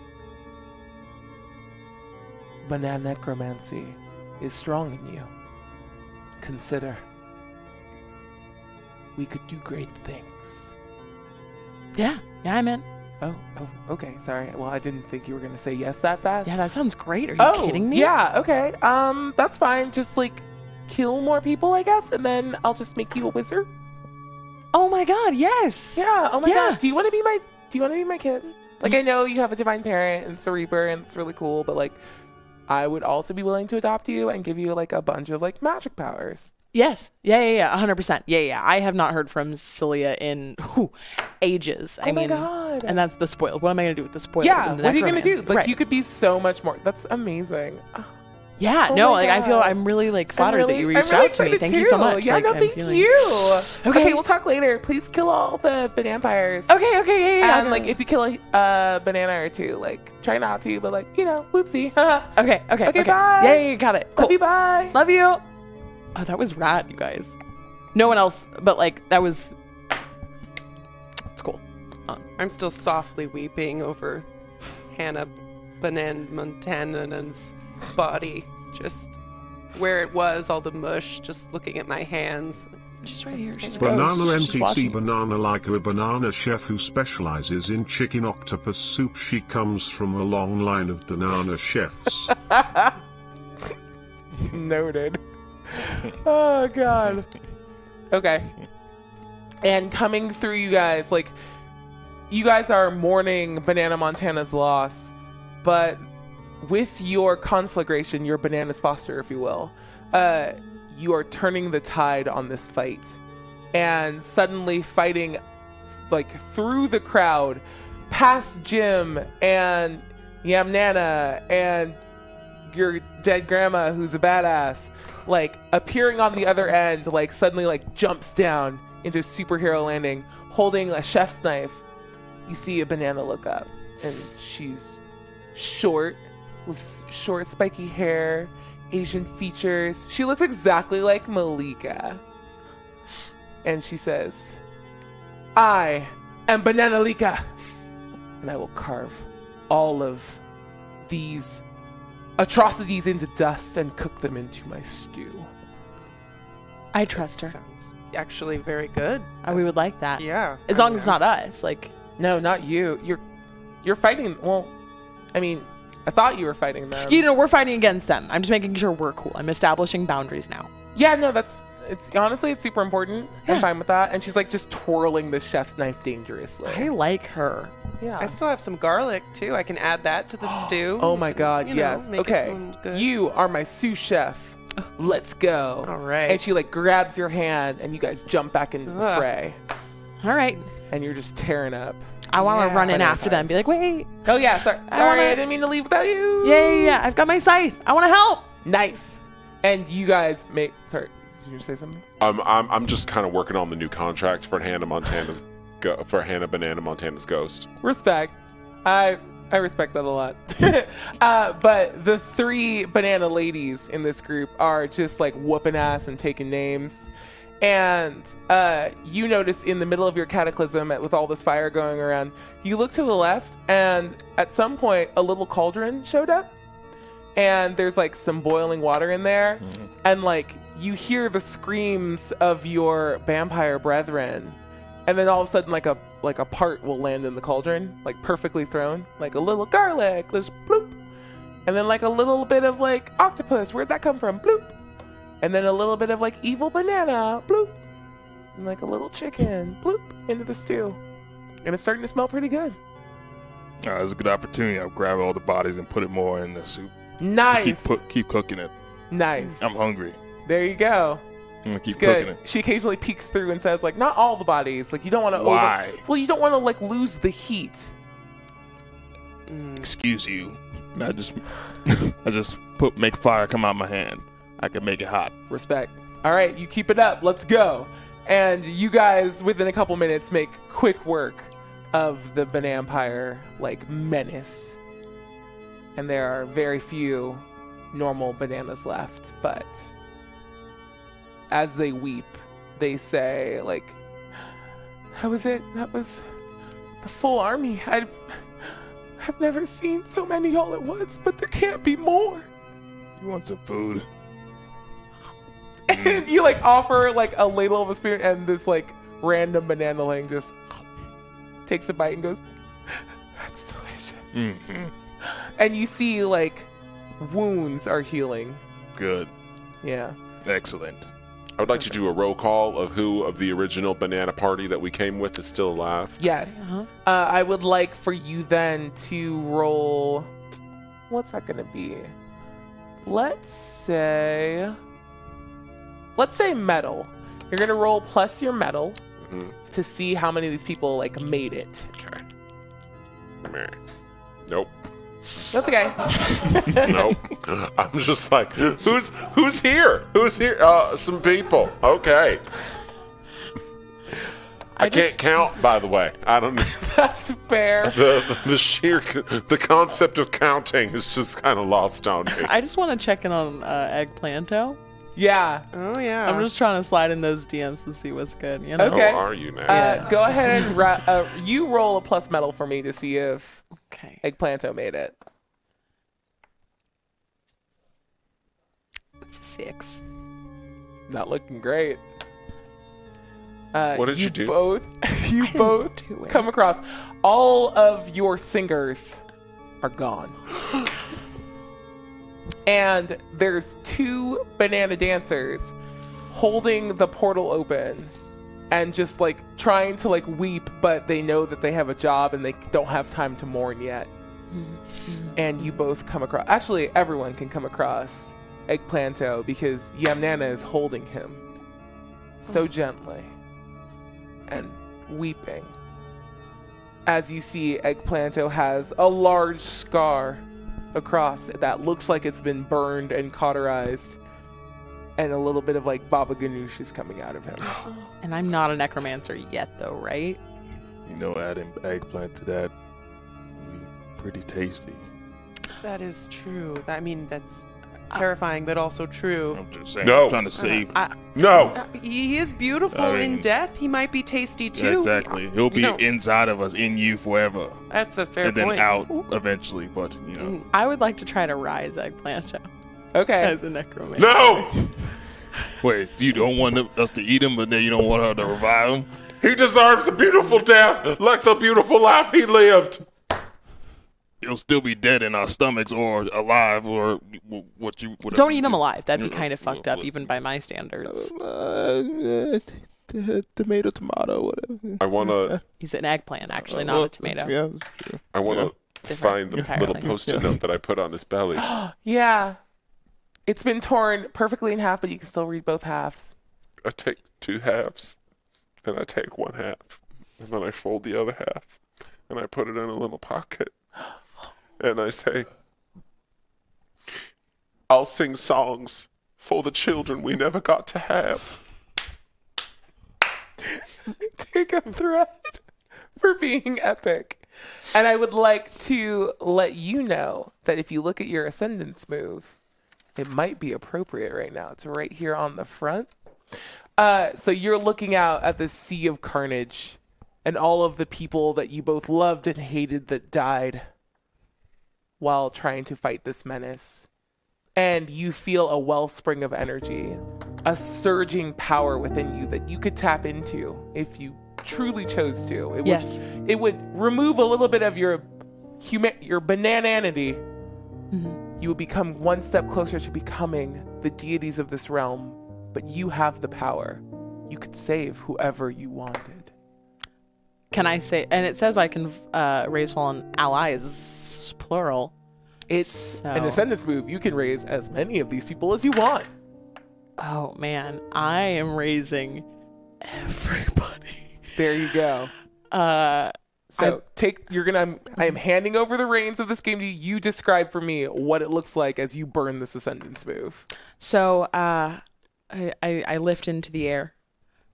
[SPEAKER 7] Banana necromancy is strong in you. Consider. We could do great things.
[SPEAKER 3] Yeah, yeah, I'm in.
[SPEAKER 7] Oh, oh, okay. Sorry. Well, I didn't think you were gonna say yes that fast.
[SPEAKER 3] Yeah, that sounds great. Are you
[SPEAKER 7] oh,
[SPEAKER 3] kidding me?
[SPEAKER 7] yeah. Okay. Um, that's fine. Just like kill more people, I guess, and then I'll just make you a wizard.
[SPEAKER 3] Oh my god, yes.
[SPEAKER 7] Yeah. Oh my
[SPEAKER 3] Yeah.
[SPEAKER 7] god. Do you want to be my? Do you want to be my kid? Like I know you have a divine parent and it's a reaper and it's really cool, but like, I would also be willing to adopt you and give you like a bunch of like magic powers.
[SPEAKER 3] Yes. Yeah, yeah, yeah. 100%. Yeah, yeah. I have not heard from Celia in whew, ages. I
[SPEAKER 7] Oh my
[SPEAKER 3] mean,
[SPEAKER 7] God.
[SPEAKER 3] and that's the spoiled. What am I going to do with the spoiled?
[SPEAKER 7] Yeah,
[SPEAKER 3] and the
[SPEAKER 7] what are you gonna do?
[SPEAKER 3] necromancy?
[SPEAKER 7] Like
[SPEAKER 3] Right.
[SPEAKER 7] you could be so much more. That's amazing. I'm
[SPEAKER 3] Yeah,
[SPEAKER 7] Oh
[SPEAKER 3] no,
[SPEAKER 7] my
[SPEAKER 3] like I feel
[SPEAKER 7] God.
[SPEAKER 3] I'm really like flattered
[SPEAKER 7] really-
[SPEAKER 3] that you
[SPEAKER 7] I'm
[SPEAKER 3] reached
[SPEAKER 7] really
[SPEAKER 3] out to me.
[SPEAKER 7] excited
[SPEAKER 3] Thank you so
[SPEAKER 7] too.
[SPEAKER 3] much.
[SPEAKER 7] Yeah,
[SPEAKER 3] like,
[SPEAKER 7] no,
[SPEAKER 3] I'm
[SPEAKER 7] thank
[SPEAKER 3] feeling-
[SPEAKER 7] you.
[SPEAKER 3] Okay.
[SPEAKER 7] Okay. we'll talk later. Please kill all the vampires.
[SPEAKER 3] Okay, okay, yeah, yeah, yeah.
[SPEAKER 7] And like, if you kill a uh, banana or two, like, try not to, but like, you know, whoopsie.
[SPEAKER 3] okay, okay,
[SPEAKER 7] Okay, bye.
[SPEAKER 3] Yeah, yeah, yeah, got it. Cool.
[SPEAKER 7] Love you, bye.
[SPEAKER 3] Love you. Oh, that was rad, you guys. No one else, but like that was. It's cool.
[SPEAKER 4] I'm still softly weeping over Hannah Banan Montanan's body, just where it was, all the mush, just looking at my hands.
[SPEAKER 3] She's right here. She's
[SPEAKER 6] Banana
[SPEAKER 3] ghost. She's
[SPEAKER 6] NPC
[SPEAKER 3] watching.
[SPEAKER 6] Banana like a banana chef who specializes in chicken octopus soup. She comes from a long line of banana chefs.
[SPEAKER 7] Noted. Oh god. Okay. And coming through you guys, like you guys are mourning Banana Montana's loss, but with your conflagration, your banana's foster, if you will, uh, you are turning the tide on this fight. And suddenly fighting like through the crowd, past Jim and Yamnana and your dead grandma who's a badass like appearing on the other end like suddenly like jumps down into superhero landing holding a chef's knife you see a banana look up and she's short with s- short spiky hair asian features she looks exactly like malika and she says i am banana lika and i will carve all of these atrocities into dust and cook them into my stew.
[SPEAKER 3] I trust her.
[SPEAKER 4] Sounds actually very good.
[SPEAKER 3] Oh, we would like that.
[SPEAKER 4] Yeah.
[SPEAKER 3] As long as it's not us. Like,
[SPEAKER 7] No, not you. You're you're fighting. Well, I mean, I thought you were fighting them.
[SPEAKER 3] you know, we're fighting against them. I'm just making sure we're cool. I'm establishing boundaries now.
[SPEAKER 7] yeah, no, that's it's honestly it's super important. I'm fine with that. And she's like just twirling the chef's knife dangerously.
[SPEAKER 3] I like her.
[SPEAKER 7] yeah.
[SPEAKER 4] I still have some garlic too. I can add that to the stew.
[SPEAKER 7] oh my god,
[SPEAKER 4] You know,
[SPEAKER 7] yes.
[SPEAKER 4] make it
[SPEAKER 7] okay,
[SPEAKER 4] sound good.
[SPEAKER 7] you are my sous chef. Let's go.
[SPEAKER 4] All right.
[SPEAKER 7] And she like grabs your hand, and you guys jump back into the
[SPEAKER 4] Ugh.
[SPEAKER 7] fray,
[SPEAKER 3] All right.
[SPEAKER 7] and you're just tearing up.
[SPEAKER 3] I want to
[SPEAKER 4] Yeah.
[SPEAKER 3] run in
[SPEAKER 7] Running
[SPEAKER 3] after them. Be like, wait.
[SPEAKER 7] Oh yeah, sorry, sorry, I,
[SPEAKER 3] wanna-
[SPEAKER 7] didn't mean to leave without you.
[SPEAKER 3] Yeah, yeah, yeah. I've got my scythe. I want to help.
[SPEAKER 7] Nice. And you guys make. Sorry, did you say something?
[SPEAKER 5] I'm, I'm, I'm just kind of working on the new contract for Hannah Montana's go- for Hannah Banana Montana's ghost.
[SPEAKER 7] respect. I I respect that a lot. uh, but the three banana ladies in this group are just like whooping ass and taking names. And uh, you notice in the middle of your cataclysm, at- with all this fire going around, you look to the left, and at some point, a little cauldron showed up, and there's like some boiling water in there, and like you hear the screams of your vampire brethren, and then all of a sudden like a like a part will land in the cauldron like perfectly thrown like a little garlic just bloop and then like a little bit of like octopus where'd that come from bloop and then a little bit of like evil banana bloop and like a little chicken bloop into the stew and it's starting to smell pretty good
[SPEAKER 9] Uh, it's a good opportunity. I'll grab all the bodies and put it more in the soup.
[SPEAKER 7] nice
[SPEAKER 9] Keep put, keep cooking it.
[SPEAKER 7] nice
[SPEAKER 9] I'm hungry.
[SPEAKER 7] there you go
[SPEAKER 9] I'm gonna
[SPEAKER 7] it's
[SPEAKER 9] keep
[SPEAKER 7] good.
[SPEAKER 9] cooking it.
[SPEAKER 7] She occasionally peeks through and says, like, not all the bodies. Like, you don't want to.
[SPEAKER 9] Why?
[SPEAKER 7] Over- well, you don't want to like lose the heat.
[SPEAKER 9] Excuse you. And I just I just put make fire come out of my hand. I can make it hot.
[SPEAKER 7] Respect. All right, you keep it up. Let's go. And you guys, within a couple minutes, make quick work of the Banampire, like, menace. And there are very few normal bananas left, but as they weep, they say, like, that was it. That was the full army. I've, I've never seen so many all at once, but there can't be more
[SPEAKER 9] You want some food?
[SPEAKER 7] and you like offer like a ladle of a spoon and this like random banana ling just takes a bite and goes that's delicious
[SPEAKER 9] Mm-hmm.
[SPEAKER 7] and you see like wounds are healing
[SPEAKER 9] Good.
[SPEAKER 7] yeah
[SPEAKER 9] Excellent.
[SPEAKER 5] I would like to do a roll call of who of the original banana party that we came with is still alive.
[SPEAKER 7] yes uh, i would like for you then to roll what's that gonna be let's say let's say metal you're gonna roll plus your metal to see how many of these people like made it
[SPEAKER 5] Okay. Meh. Nope.
[SPEAKER 7] that's okay
[SPEAKER 5] Nope. I'm just like, who's who's here? Who's here? Uh, some people. Okay. I, can't count, by the way. I don't.
[SPEAKER 7] that's fair
[SPEAKER 5] The, the sheer the concept of counting is just kind of lost on me.
[SPEAKER 3] I just want to check in on uh, Eggplanto.
[SPEAKER 7] Yeah. uh,
[SPEAKER 4] Oh yeah.
[SPEAKER 3] I'm just trying to slide in those DMs to see what's good, you know?
[SPEAKER 7] Okay.
[SPEAKER 5] How are you now?
[SPEAKER 7] Uh, go ahead and ro- uh, you roll a plus medal for me to see if
[SPEAKER 3] Okay.
[SPEAKER 7] Eggplanto made it.
[SPEAKER 3] It's a six.
[SPEAKER 7] Not looking great. Uh,
[SPEAKER 5] What did you do?
[SPEAKER 7] Both you both
[SPEAKER 3] do it.
[SPEAKER 7] come across all of your singers are gone, and there's two banana dancers holding the portal open and just like trying to like weep, but they know that they have a job and they don't have time to mourn yet. and you both come across. Actually, everyone can come across Eggplanto because Yamnana is holding him
[SPEAKER 3] Oh.
[SPEAKER 7] so gently and weeping. As you see, Eggplanto has a large scar across it that looks like it's been burned and cauterized, and a little bit of like Baba Ganoush is coming out of him.
[SPEAKER 3] And I'm not a necromancer yet, though, right?
[SPEAKER 9] You know, adding eggplant to that would be pretty tasty.
[SPEAKER 4] That is true. I mean, that's
[SPEAKER 9] Uh,
[SPEAKER 4] terrifying, but also true.
[SPEAKER 9] I'm just saying.
[SPEAKER 5] No.
[SPEAKER 9] I'm trying to save.
[SPEAKER 5] no.
[SPEAKER 4] He he is beautiful
[SPEAKER 9] Oh. I
[SPEAKER 4] in
[SPEAKER 9] mean-
[SPEAKER 4] death. He might be tasty
[SPEAKER 9] Yeah,
[SPEAKER 4] too.
[SPEAKER 9] exactly. He'll be
[SPEAKER 4] know-
[SPEAKER 9] inside of us, in you forever,
[SPEAKER 4] That's a fair
[SPEAKER 9] and then
[SPEAKER 4] point.
[SPEAKER 9] out eventually. But you
[SPEAKER 3] Mm.
[SPEAKER 9] know,
[SPEAKER 3] I would like to try to rise Eggplanto
[SPEAKER 7] Okay.
[SPEAKER 3] as a necromancer.
[SPEAKER 5] No.
[SPEAKER 9] Wait, you don't want us to eat him, but then you don't want her to revive him?
[SPEAKER 5] He deserves a beautiful death, like the beautiful life he lived.
[SPEAKER 9] He'll still be dead in our stomachs or alive or w- what you. whatever
[SPEAKER 3] Don't
[SPEAKER 9] you
[SPEAKER 3] eat him
[SPEAKER 9] do.
[SPEAKER 3] alive. That'd be
[SPEAKER 9] Yeah,
[SPEAKER 3] kind of
[SPEAKER 9] well,
[SPEAKER 3] fucked up,
[SPEAKER 9] well,
[SPEAKER 3] even by my standards.
[SPEAKER 9] Uh, uh, tomato, tomato, whatever.
[SPEAKER 5] I wanna,
[SPEAKER 3] He's an eggplant, actually,
[SPEAKER 9] Well,
[SPEAKER 3] not a tomato.
[SPEAKER 9] Yeah, that's true.
[SPEAKER 5] I wanna find the little
[SPEAKER 3] entirely.
[SPEAKER 5] post-it note that I put on his belly.
[SPEAKER 7] Yeah. It's been torn perfectly in half, but you can still read both halves.
[SPEAKER 5] I take two halves, and I take one half, and then I fold the other half, and I put it in a little pocket, and I say, "I'll sing songs for the children we never got to have."
[SPEAKER 7] Take a thread for being epic. And I would like to let you know that if you look at your ascendance move, it might be appropriate right now. It's right here on the front. Uh, so you're looking out at the sea of carnage and all of the people that you both loved and hated that died while trying to fight this menace. And you feel a wellspring of energy, a surging power within you that you could tap into if you truly chose to. It would,
[SPEAKER 3] Yes.
[SPEAKER 7] It would remove a little bit of your human, your banananity you will become one step closer to becoming the deities of this realm, but you have the power. You could save whoever you wanted.
[SPEAKER 3] Can I say? And it says I can uh, raise fallen allies, plural.
[SPEAKER 7] It's an
[SPEAKER 3] So-
[SPEAKER 7] ascendance move. You can raise as many of these people as you want.
[SPEAKER 3] Oh man, I am raising everybody.
[SPEAKER 7] There you go.
[SPEAKER 3] Uh,
[SPEAKER 7] So take you're gonna I'm, I am handing over the reins of this game to you. You describe for me what it looks like as you burn this ascendance move.
[SPEAKER 3] so uh, I, I I lift into the air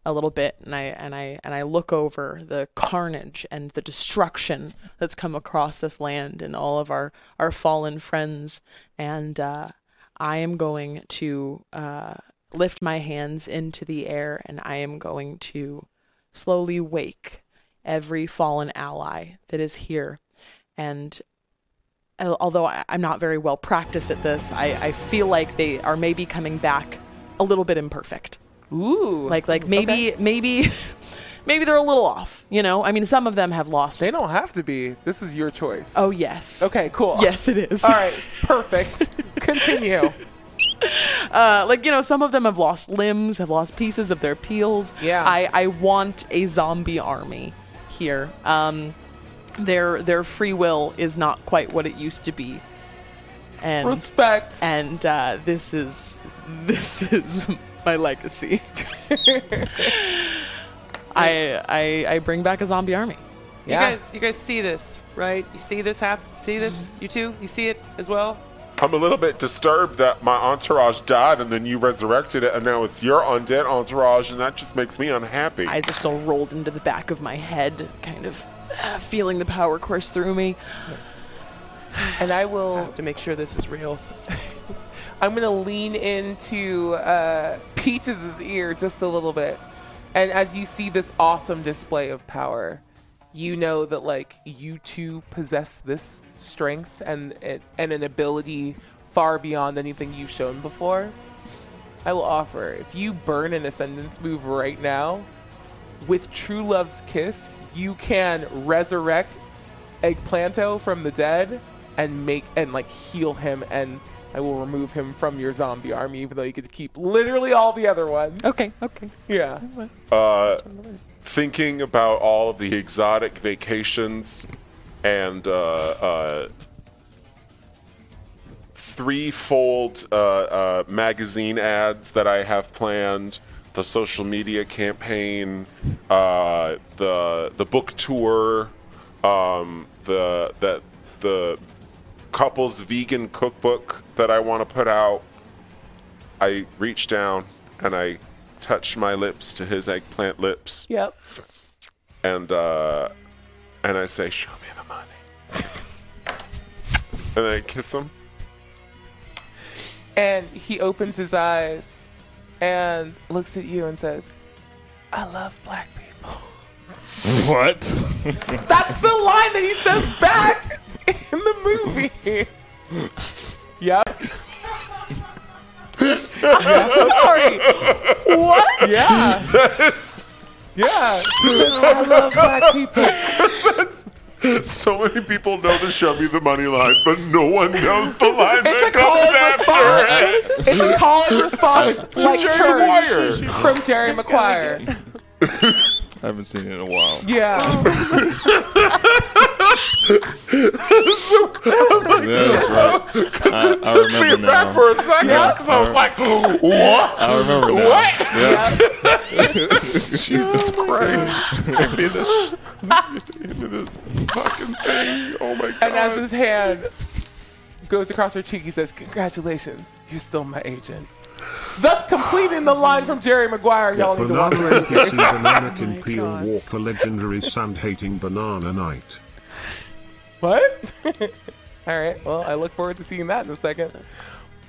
[SPEAKER 3] a little bit, and I and I and I look over the carnage and the destruction that's come across this land and all of our our fallen friends, and uh, I am going to uh, lift my hands into the air, and I am going to slowly wake every fallen ally that is here, and al- although I, I'm not very well practiced at this, I, I feel like they are maybe coming back a little bit imperfect.
[SPEAKER 7] Ooh.
[SPEAKER 3] Like like maybe maybe maybe they're a little off. You know, I mean, some of them have lost.
[SPEAKER 7] They don't have to be. This is your choice.
[SPEAKER 3] Oh yes.
[SPEAKER 7] Okay, cool.
[SPEAKER 3] Yes, it is.
[SPEAKER 7] All right, perfect. Continue.
[SPEAKER 3] Uh, like you know, some of them have lost limbs, have lost pieces of their peels.
[SPEAKER 7] Yeah.
[SPEAKER 3] I I want a zombie army here. Um, their their free will is not quite what it used to be. And
[SPEAKER 7] Respect.
[SPEAKER 3] and uh, this is this is my legacy. I, I I bring back a zombie army.
[SPEAKER 7] Yeah.
[SPEAKER 4] You guys, you guys see this, right? You see this happen? See this?
[SPEAKER 7] Mm-hmm.
[SPEAKER 4] You too? You see it as well?
[SPEAKER 5] I'm a little bit disturbed that my entourage died and then you resurrected it, and now it's your undead entourage, and that just makes me unhappy.
[SPEAKER 3] Eyes are still rolled into the back of my head, kind of ah, feeling the power course through me.
[SPEAKER 7] and I
[SPEAKER 4] I
[SPEAKER 7] will
[SPEAKER 4] have to make sure this is real.
[SPEAKER 7] I'm gonna lean into uh, Peaches' ear just a little bit, and as you see this awesome display of power, you know that like you two possess this strength and and and an ability far beyond anything you've shown before. I will offer if you burn an ascendance move right now, with True Love's kiss, you can resurrect Eggplanto from the dead and make and like heal him and I will remove him from your zombie army even though you could keep literally all the other ones.
[SPEAKER 3] Okay, okay.
[SPEAKER 7] Yeah.
[SPEAKER 5] uh, thinking about all of the exotic vacations and uh, uh, threefold uh, uh, magazine ads that I have planned, the social media campaign, uh, the the book tour, um, the that the couples vegan cookbook that I want to put out. I reach down and I touch my lips to his eggplant lips
[SPEAKER 7] Yep.
[SPEAKER 5] and uh, and I say, "Show me the money," and I kiss him.
[SPEAKER 7] And he opens his eyes and looks at you and says, I love black people.
[SPEAKER 9] What?
[SPEAKER 7] That's the line that he says back in the movie. yep.
[SPEAKER 2] Sorry. What?
[SPEAKER 7] Yeah. yeah. I love black people.
[SPEAKER 5] So many people know the Shove You the Money line, but no one knows the line that
[SPEAKER 7] It's a call
[SPEAKER 5] comes after it.
[SPEAKER 7] and response. It's a call and response like
[SPEAKER 5] Jerry
[SPEAKER 7] church from Jerry Maguire.
[SPEAKER 9] I haven't seen it in a while.
[SPEAKER 7] Yeah.
[SPEAKER 9] Yeah, I, I
[SPEAKER 5] Be
[SPEAKER 9] remember
[SPEAKER 5] back
[SPEAKER 9] now.
[SPEAKER 5] for a second because I was like, what?
[SPEAKER 9] I remember now.
[SPEAKER 5] What?
[SPEAKER 9] Yeah.
[SPEAKER 5] Jesus Christ. Get me this, get me this fucking thing. Oh my God.
[SPEAKER 7] And as his hand goes across her cheek, he says, Congratulations, you're still my agent. Thus completing the line from Jerry Maguire, y'all need to watch
[SPEAKER 6] Banana
[SPEAKER 7] it.
[SPEAKER 6] Kiss is an Anakin Peel Walker legendary sand hating banana knight.
[SPEAKER 7] What? All right. Well, I look forward to seeing that in a second.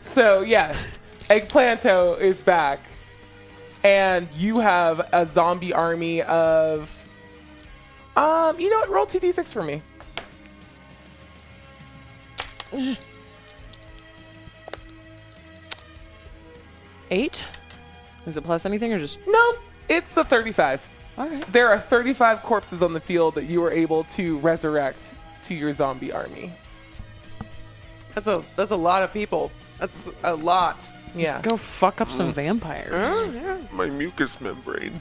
[SPEAKER 7] So, yes, Eggplanto is back. And you have a zombie army of. Um, you know what? Roll 2d6 for me.
[SPEAKER 3] Eight? Is it plus anything or just
[SPEAKER 7] No, it's a 35.
[SPEAKER 3] all right?
[SPEAKER 7] There are 35 corpses on the field that you were able to resurrect to your zombie army.
[SPEAKER 4] That's a that's a lot of people. That's a lot.
[SPEAKER 7] Yeah.
[SPEAKER 3] Go fuck up
[SPEAKER 4] Mm.
[SPEAKER 3] some vampires.
[SPEAKER 5] my mucous membrane.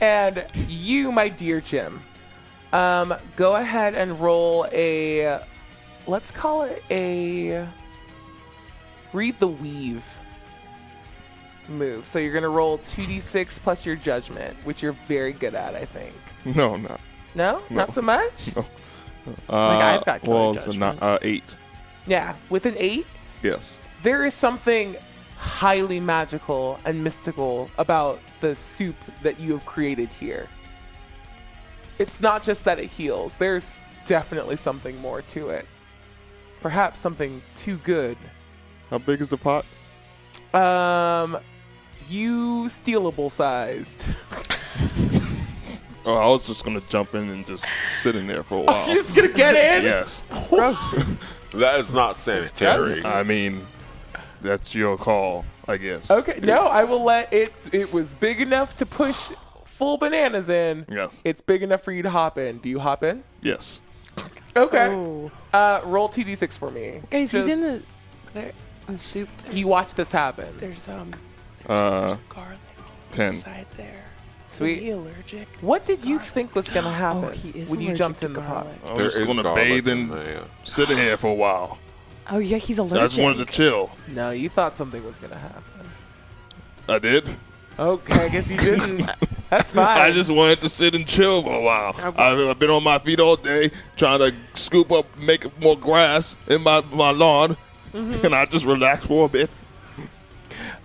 [SPEAKER 7] And you, my dear Jim, um, go ahead and roll a. Let's call it a. Read the weave move. So you're going to roll 2d6 plus your judgment, which you're very good at, I think.
[SPEAKER 9] No, no.
[SPEAKER 7] No? Not so much?
[SPEAKER 9] Uh,
[SPEAKER 3] I've got killer
[SPEAKER 9] well, it's a
[SPEAKER 3] judgment.
[SPEAKER 9] ni- uh, eight.
[SPEAKER 7] Yeah. With an 8,
[SPEAKER 9] Yes.
[SPEAKER 7] there is something highly magical and mystical about the soup that you have created here. It's not just that it heals, there's definitely something more to it. Perhaps something too good.
[SPEAKER 9] How big is the pot?
[SPEAKER 7] Um, you stealable sized.
[SPEAKER 9] Oh, I was just gonna jump in and just sit in there for a while.
[SPEAKER 7] You're just gonna get in?
[SPEAKER 9] yes.
[SPEAKER 5] That is not sanitary.
[SPEAKER 9] I mean, that's your call, I guess.
[SPEAKER 7] Okay, no, I will let it. It was big enough to push full bananas in.
[SPEAKER 9] Yes.
[SPEAKER 7] It's big enough for you to hop in. Do you hop in?
[SPEAKER 9] Yes.
[SPEAKER 7] Okay.
[SPEAKER 3] Oh.
[SPEAKER 7] Uh, roll TD6 for me.
[SPEAKER 3] Guys, he's
[SPEAKER 7] Just-
[SPEAKER 3] in the
[SPEAKER 4] There, the soup.
[SPEAKER 7] You watch this happen.
[SPEAKER 4] There's um. There's,
[SPEAKER 9] Uh,
[SPEAKER 4] garlic
[SPEAKER 9] ten.
[SPEAKER 4] inside there. Is he
[SPEAKER 7] Sweet.
[SPEAKER 4] allergic?
[SPEAKER 7] What did you think was going to happen
[SPEAKER 3] Oh, he is
[SPEAKER 7] when you
[SPEAKER 3] allergic
[SPEAKER 7] jumped
[SPEAKER 3] to
[SPEAKER 7] in the pot?
[SPEAKER 3] garlic.
[SPEAKER 9] I was just gonna
[SPEAKER 5] garlic uh,
[SPEAKER 9] bathe and
[SPEAKER 5] there.
[SPEAKER 9] sit in here for a while.
[SPEAKER 3] Oh yeah, he's allergic.
[SPEAKER 9] I just wanted to chill.
[SPEAKER 7] No, you thought something was going to happen.
[SPEAKER 9] I did.
[SPEAKER 7] Okay, I guess you didn't. That's fine.
[SPEAKER 9] I just wanted to sit and chill for a while. I've, I've been on my feet all day trying to scoop up, make more grass in my, my lawn,
[SPEAKER 4] Mm-hmm.
[SPEAKER 9] and I just relax for a bit.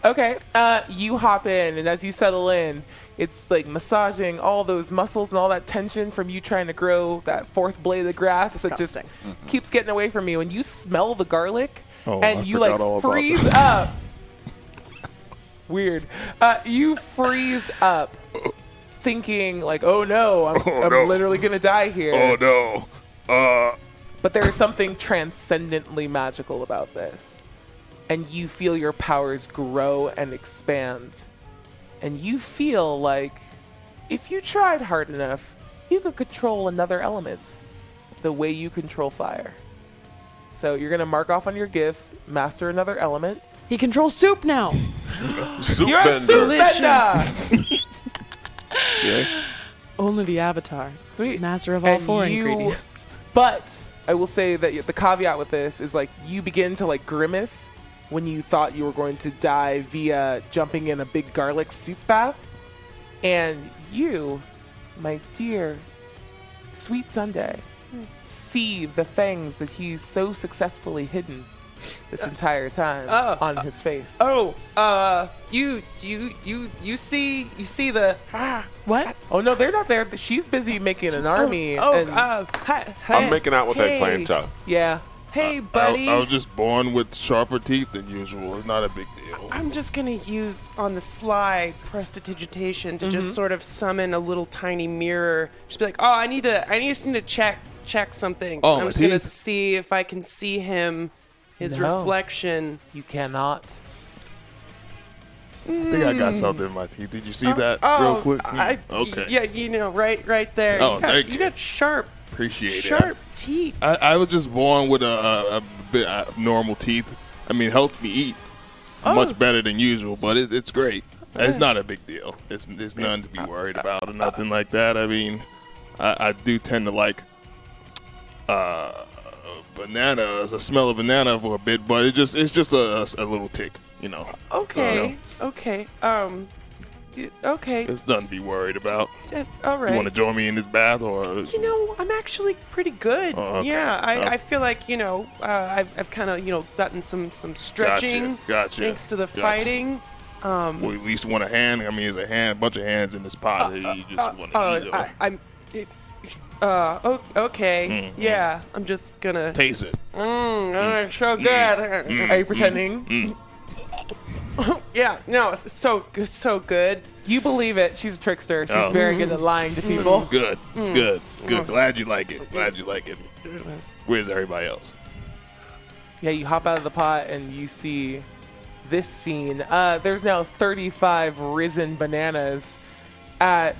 [SPEAKER 7] Okay, uh, you hop in, and as you settle in, it's like massaging all those muscles and all that tension from you trying to grow that fourth blade of grass that just keeps getting away from you. And you smell the garlic,
[SPEAKER 9] Oh,
[SPEAKER 7] and
[SPEAKER 9] I
[SPEAKER 7] you
[SPEAKER 9] forgot
[SPEAKER 7] like
[SPEAKER 9] all about
[SPEAKER 7] freeze up. Weird. Uh, you freeze up, thinking like, "Oh no, I'm,
[SPEAKER 9] Oh,
[SPEAKER 7] I'm
[SPEAKER 9] no.
[SPEAKER 7] literally gonna die here."
[SPEAKER 9] Oh no. Uh,
[SPEAKER 7] But there is something transcendently magical about this. And you feel your powers grow and expand. And you feel like if you tried hard enough, you could control another element the way you control fire. So you're going to mark off on your gifts, master another element.
[SPEAKER 3] He controls soup now.
[SPEAKER 5] Soup
[SPEAKER 7] You're a
[SPEAKER 5] bender.
[SPEAKER 7] soup bender!
[SPEAKER 3] Only the avatar.
[SPEAKER 7] Sweet.
[SPEAKER 3] Master of all
[SPEAKER 7] And
[SPEAKER 3] four
[SPEAKER 7] you-
[SPEAKER 3] ingredients.
[SPEAKER 7] But I will say that the caveat with this is like you begin to like grimace when you thought you were going to die via jumping in a big garlic soup bath. And you, my dear sweet Sunday, see the fangs that he's so successfully hidden this entire time
[SPEAKER 4] Oh.
[SPEAKER 7] on his face.
[SPEAKER 4] Oh, uh, you you you you see you see the ah,
[SPEAKER 3] What?
[SPEAKER 7] Oh, no, they're not there. She's busy making an army.
[SPEAKER 4] Oh,
[SPEAKER 7] and,
[SPEAKER 4] uh, hi, hi.
[SPEAKER 5] I'm making out with
[SPEAKER 4] hey,
[SPEAKER 5] that planto.
[SPEAKER 7] yeah.
[SPEAKER 4] Hey,
[SPEAKER 9] I,
[SPEAKER 4] buddy.
[SPEAKER 9] I was just born with sharper teeth than usual. It's not a big deal.
[SPEAKER 4] I'm just gonna use on the sly prestidigitation to
[SPEAKER 7] Mm-hmm.
[SPEAKER 4] just sort of summon a little tiny mirror. Just be like, oh, I need to, I need, just need to check check something.
[SPEAKER 9] Oh,
[SPEAKER 4] I'm
[SPEAKER 9] my
[SPEAKER 4] just gonna
[SPEAKER 9] teeth.
[SPEAKER 4] see if I can see him His
[SPEAKER 7] No.
[SPEAKER 4] reflection.
[SPEAKER 7] You cannot.
[SPEAKER 9] I think I got something in my teeth. Did you see that real quick?
[SPEAKER 4] Mm. Oh, I-
[SPEAKER 9] okay.
[SPEAKER 4] Yeah, you know, right, right there.
[SPEAKER 9] Oh,
[SPEAKER 4] you got,
[SPEAKER 9] thank you.
[SPEAKER 4] got sharp,
[SPEAKER 9] Appreciate
[SPEAKER 4] sharp
[SPEAKER 9] it.
[SPEAKER 4] teeth.
[SPEAKER 9] I, I was just born with a, a, a bit uh, normal teeth. I mean, it helped me eat
[SPEAKER 4] Oh.
[SPEAKER 9] much better than usual, but it, it's great. It's not a big deal. It's, it's none to be worried about or nothing like that. I mean, I, I do tend to like uh, banana, the smell of banana for a bit, but it just it's just a, a little tick, you know.
[SPEAKER 4] Okay, okay, um, y- okay.
[SPEAKER 9] It's nothing to be worried about.
[SPEAKER 4] uh, all right.
[SPEAKER 9] You want to join me in this bath or?
[SPEAKER 4] You know, I'm actually pretty good.
[SPEAKER 9] Oh, okay.
[SPEAKER 4] Yeah, I,
[SPEAKER 9] Oh.
[SPEAKER 4] I feel like you know uh, I've, I've kind of you know gotten some some stretching
[SPEAKER 9] gotcha,
[SPEAKER 4] thanks to the
[SPEAKER 9] gotcha.
[SPEAKER 4] fighting.
[SPEAKER 9] Well, at least want a hand. I mean, it's a hand, bunch of hands in this pot. that you just want to eat
[SPEAKER 4] Uh,
[SPEAKER 9] or
[SPEAKER 4] I, I'm. It, uh, oh, okay.
[SPEAKER 9] Mm-hmm.
[SPEAKER 4] Yeah, I'm just gonna.
[SPEAKER 9] taste it.
[SPEAKER 4] Mm, mm, so good.
[SPEAKER 9] mm.
[SPEAKER 7] Are you pretending?
[SPEAKER 4] Yeah, no, it's so g- so good.
[SPEAKER 7] You believe it. She's a trickster. She's
[SPEAKER 9] Oh.
[SPEAKER 7] very good at lying to
[SPEAKER 9] This is
[SPEAKER 7] people.
[SPEAKER 9] good. It's good. Good. Glad you like it. Glad you like it. Where's everybody else?
[SPEAKER 7] Yeah, you hop out of the pot and you see this scene. Uh, there's now 35 risen bananas at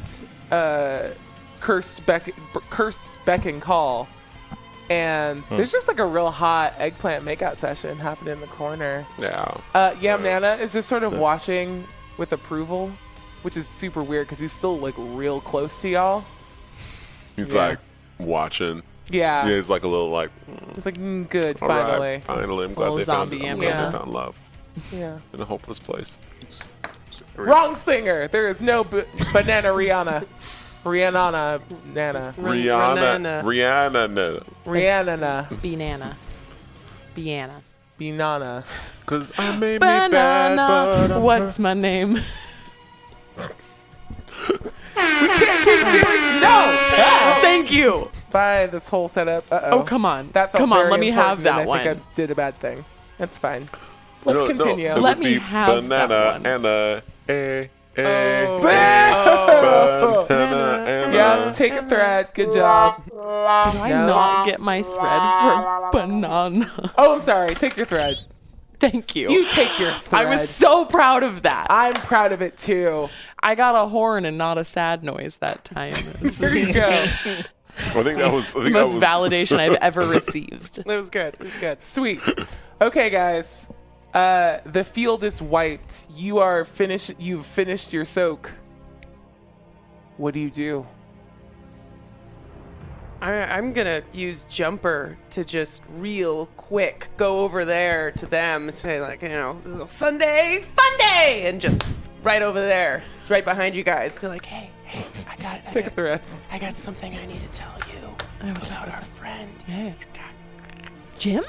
[SPEAKER 7] uh, Cursed, Beck- Cursed Beck and Call. And there's just like a real hot eggplant makeout session happening in the corner.
[SPEAKER 5] Yeah.
[SPEAKER 7] Uh, yeah, Nana is just sort of watching with approval, which is super weird because he's still like real close to y'all.
[SPEAKER 5] He's
[SPEAKER 7] Yeah.
[SPEAKER 5] like watching.
[SPEAKER 7] Yeah.
[SPEAKER 5] Yeah, he's like a little like,
[SPEAKER 7] It's like, mm, good,
[SPEAKER 5] all right,
[SPEAKER 7] finally.
[SPEAKER 5] finally, I'm glad,
[SPEAKER 3] Little
[SPEAKER 5] they found,
[SPEAKER 3] zombie
[SPEAKER 5] I'm glad
[SPEAKER 7] ambulance.
[SPEAKER 5] they found love
[SPEAKER 7] Yeah.
[SPEAKER 5] in a hopeless place.
[SPEAKER 7] Wrong singer. There is no b- banana Rihanna. Rihanna, Nana,
[SPEAKER 5] Rihanna.
[SPEAKER 4] Banana.
[SPEAKER 5] Rihanna. no.
[SPEAKER 7] Rihanna,
[SPEAKER 3] Banana. Banana.
[SPEAKER 7] Binana.
[SPEAKER 5] Cause I made me bad, but
[SPEAKER 3] Banana.
[SPEAKER 5] I'm
[SPEAKER 3] What's my name?
[SPEAKER 7] Thank you. By this whole setup. Uh-oh.
[SPEAKER 3] Oh, come on.
[SPEAKER 7] That felt
[SPEAKER 3] come on,
[SPEAKER 7] very
[SPEAKER 3] let me
[SPEAKER 7] important,
[SPEAKER 3] have
[SPEAKER 7] and
[SPEAKER 3] that
[SPEAKER 7] I
[SPEAKER 3] one.
[SPEAKER 7] think I did a bad thing. That's fine. Let's
[SPEAKER 5] No, no,
[SPEAKER 7] continue.
[SPEAKER 5] it
[SPEAKER 3] Let
[SPEAKER 5] would
[SPEAKER 3] me
[SPEAKER 5] be
[SPEAKER 3] have that
[SPEAKER 5] banana
[SPEAKER 3] one.
[SPEAKER 5] Anna. Eh, eh,
[SPEAKER 7] Oh.
[SPEAKER 5] banana Anna.
[SPEAKER 7] yeah, take a thread. Good job.
[SPEAKER 3] Did I
[SPEAKER 7] No.
[SPEAKER 3] not get my thread for banana?
[SPEAKER 7] Oh, I'm sorry. Take your thread.
[SPEAKER 3] Thank you.
[SPEAKER 7] You take your thread.
[SPEAKER 3] I was so proud of that. I,
[SPEAKER 7] I'm proud of it too.
[SPEAKER 3] got a horn and not a sad noise that time. This
[SPEAKER 7] There
[SPEAKER 3] is
[SPEAKER 7] you go.
[SPEAKER 5] I think that was. I think
[SPEAKER 3] the
[SPEAKER 5] that
[SPEAKER 3] most
[SPEAKER 5] was,
[SPEAKER 3] validation I've ever received.
[SPEAKER 4] It was good. It was good.
[SPEAKER 7] Sweet. Okay, guys. Uh, the field is wiped. You are finished. You've finished your soak. What do you do?
[SPEAKER 4] I, I'm gonna use jumper to just real quick go over there to them and say like you know Sunday fun day and just right over there right behind you guys be like hey hey I got it I
[SPEAKER 7] Take a
[SPEAKER 4] got,
[SPEAKER 7] thread.
[SPEAKER 4] I got something I need to tell you about our friend He's-
[SPEAKER 3] Yeah.
[SPEAKER 4] he's got-
[SPEAKER 3] Jim?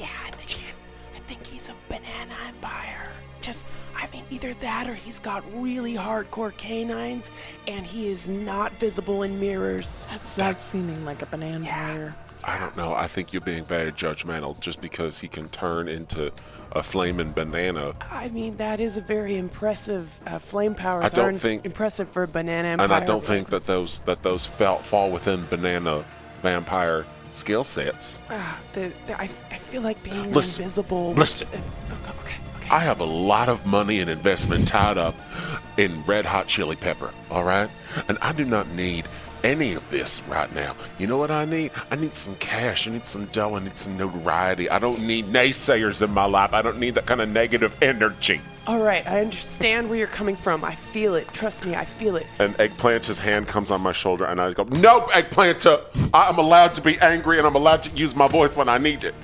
[SPEAKER 4] yeah I think he's I think he's a banana empire just I mean either that or he's got really hardcore canines and he is not visible in mirrors
[SPEAKER 3] That's that's seeming like a banana wire.
[SPEAKER 5] I don't know. I think you're being very judgmental just because he can turn into a flaming banana.
[SPEAKER 4] I mean, that is a very impressive uh, flame powers.
[SPEAKER 5] I don't
[SPEAKER 4] are ins-
[SPEAKER 5] think-
[SPEAKER 4] impressive for a banana empire.
[SPEAKER 5] And I don't think that those that those fell, fall within banana vampire skill sets.
[SPEAKER 4] Ah, the, the, I, I feel like being
[SPEAKER 5] Listen,
[SPEAKER 4] invisible.
[SPEAKER 5] listen.
[SPEAKER 4] Uh, okay, okay, okay.
[SPEAKER 5] I have a lot of money and investment tied up in red hot chili pepper, all right? And I do not need any of this right now. You know what I need? I need some cash. I need some dough. I need some notoriety. I don't need naysayers in my life. I don't need that kind of negative energy.
[SPEAKER 4] All right, I understand where you're coming from. I feel it. Trust me, I feel it.
[SPEAKER 5] And Eggplant's hand comes on my shoulder, and I go, Nope, Eggplanta! I'm allowed to be angry, and I'm allowed to use my voice when I need it.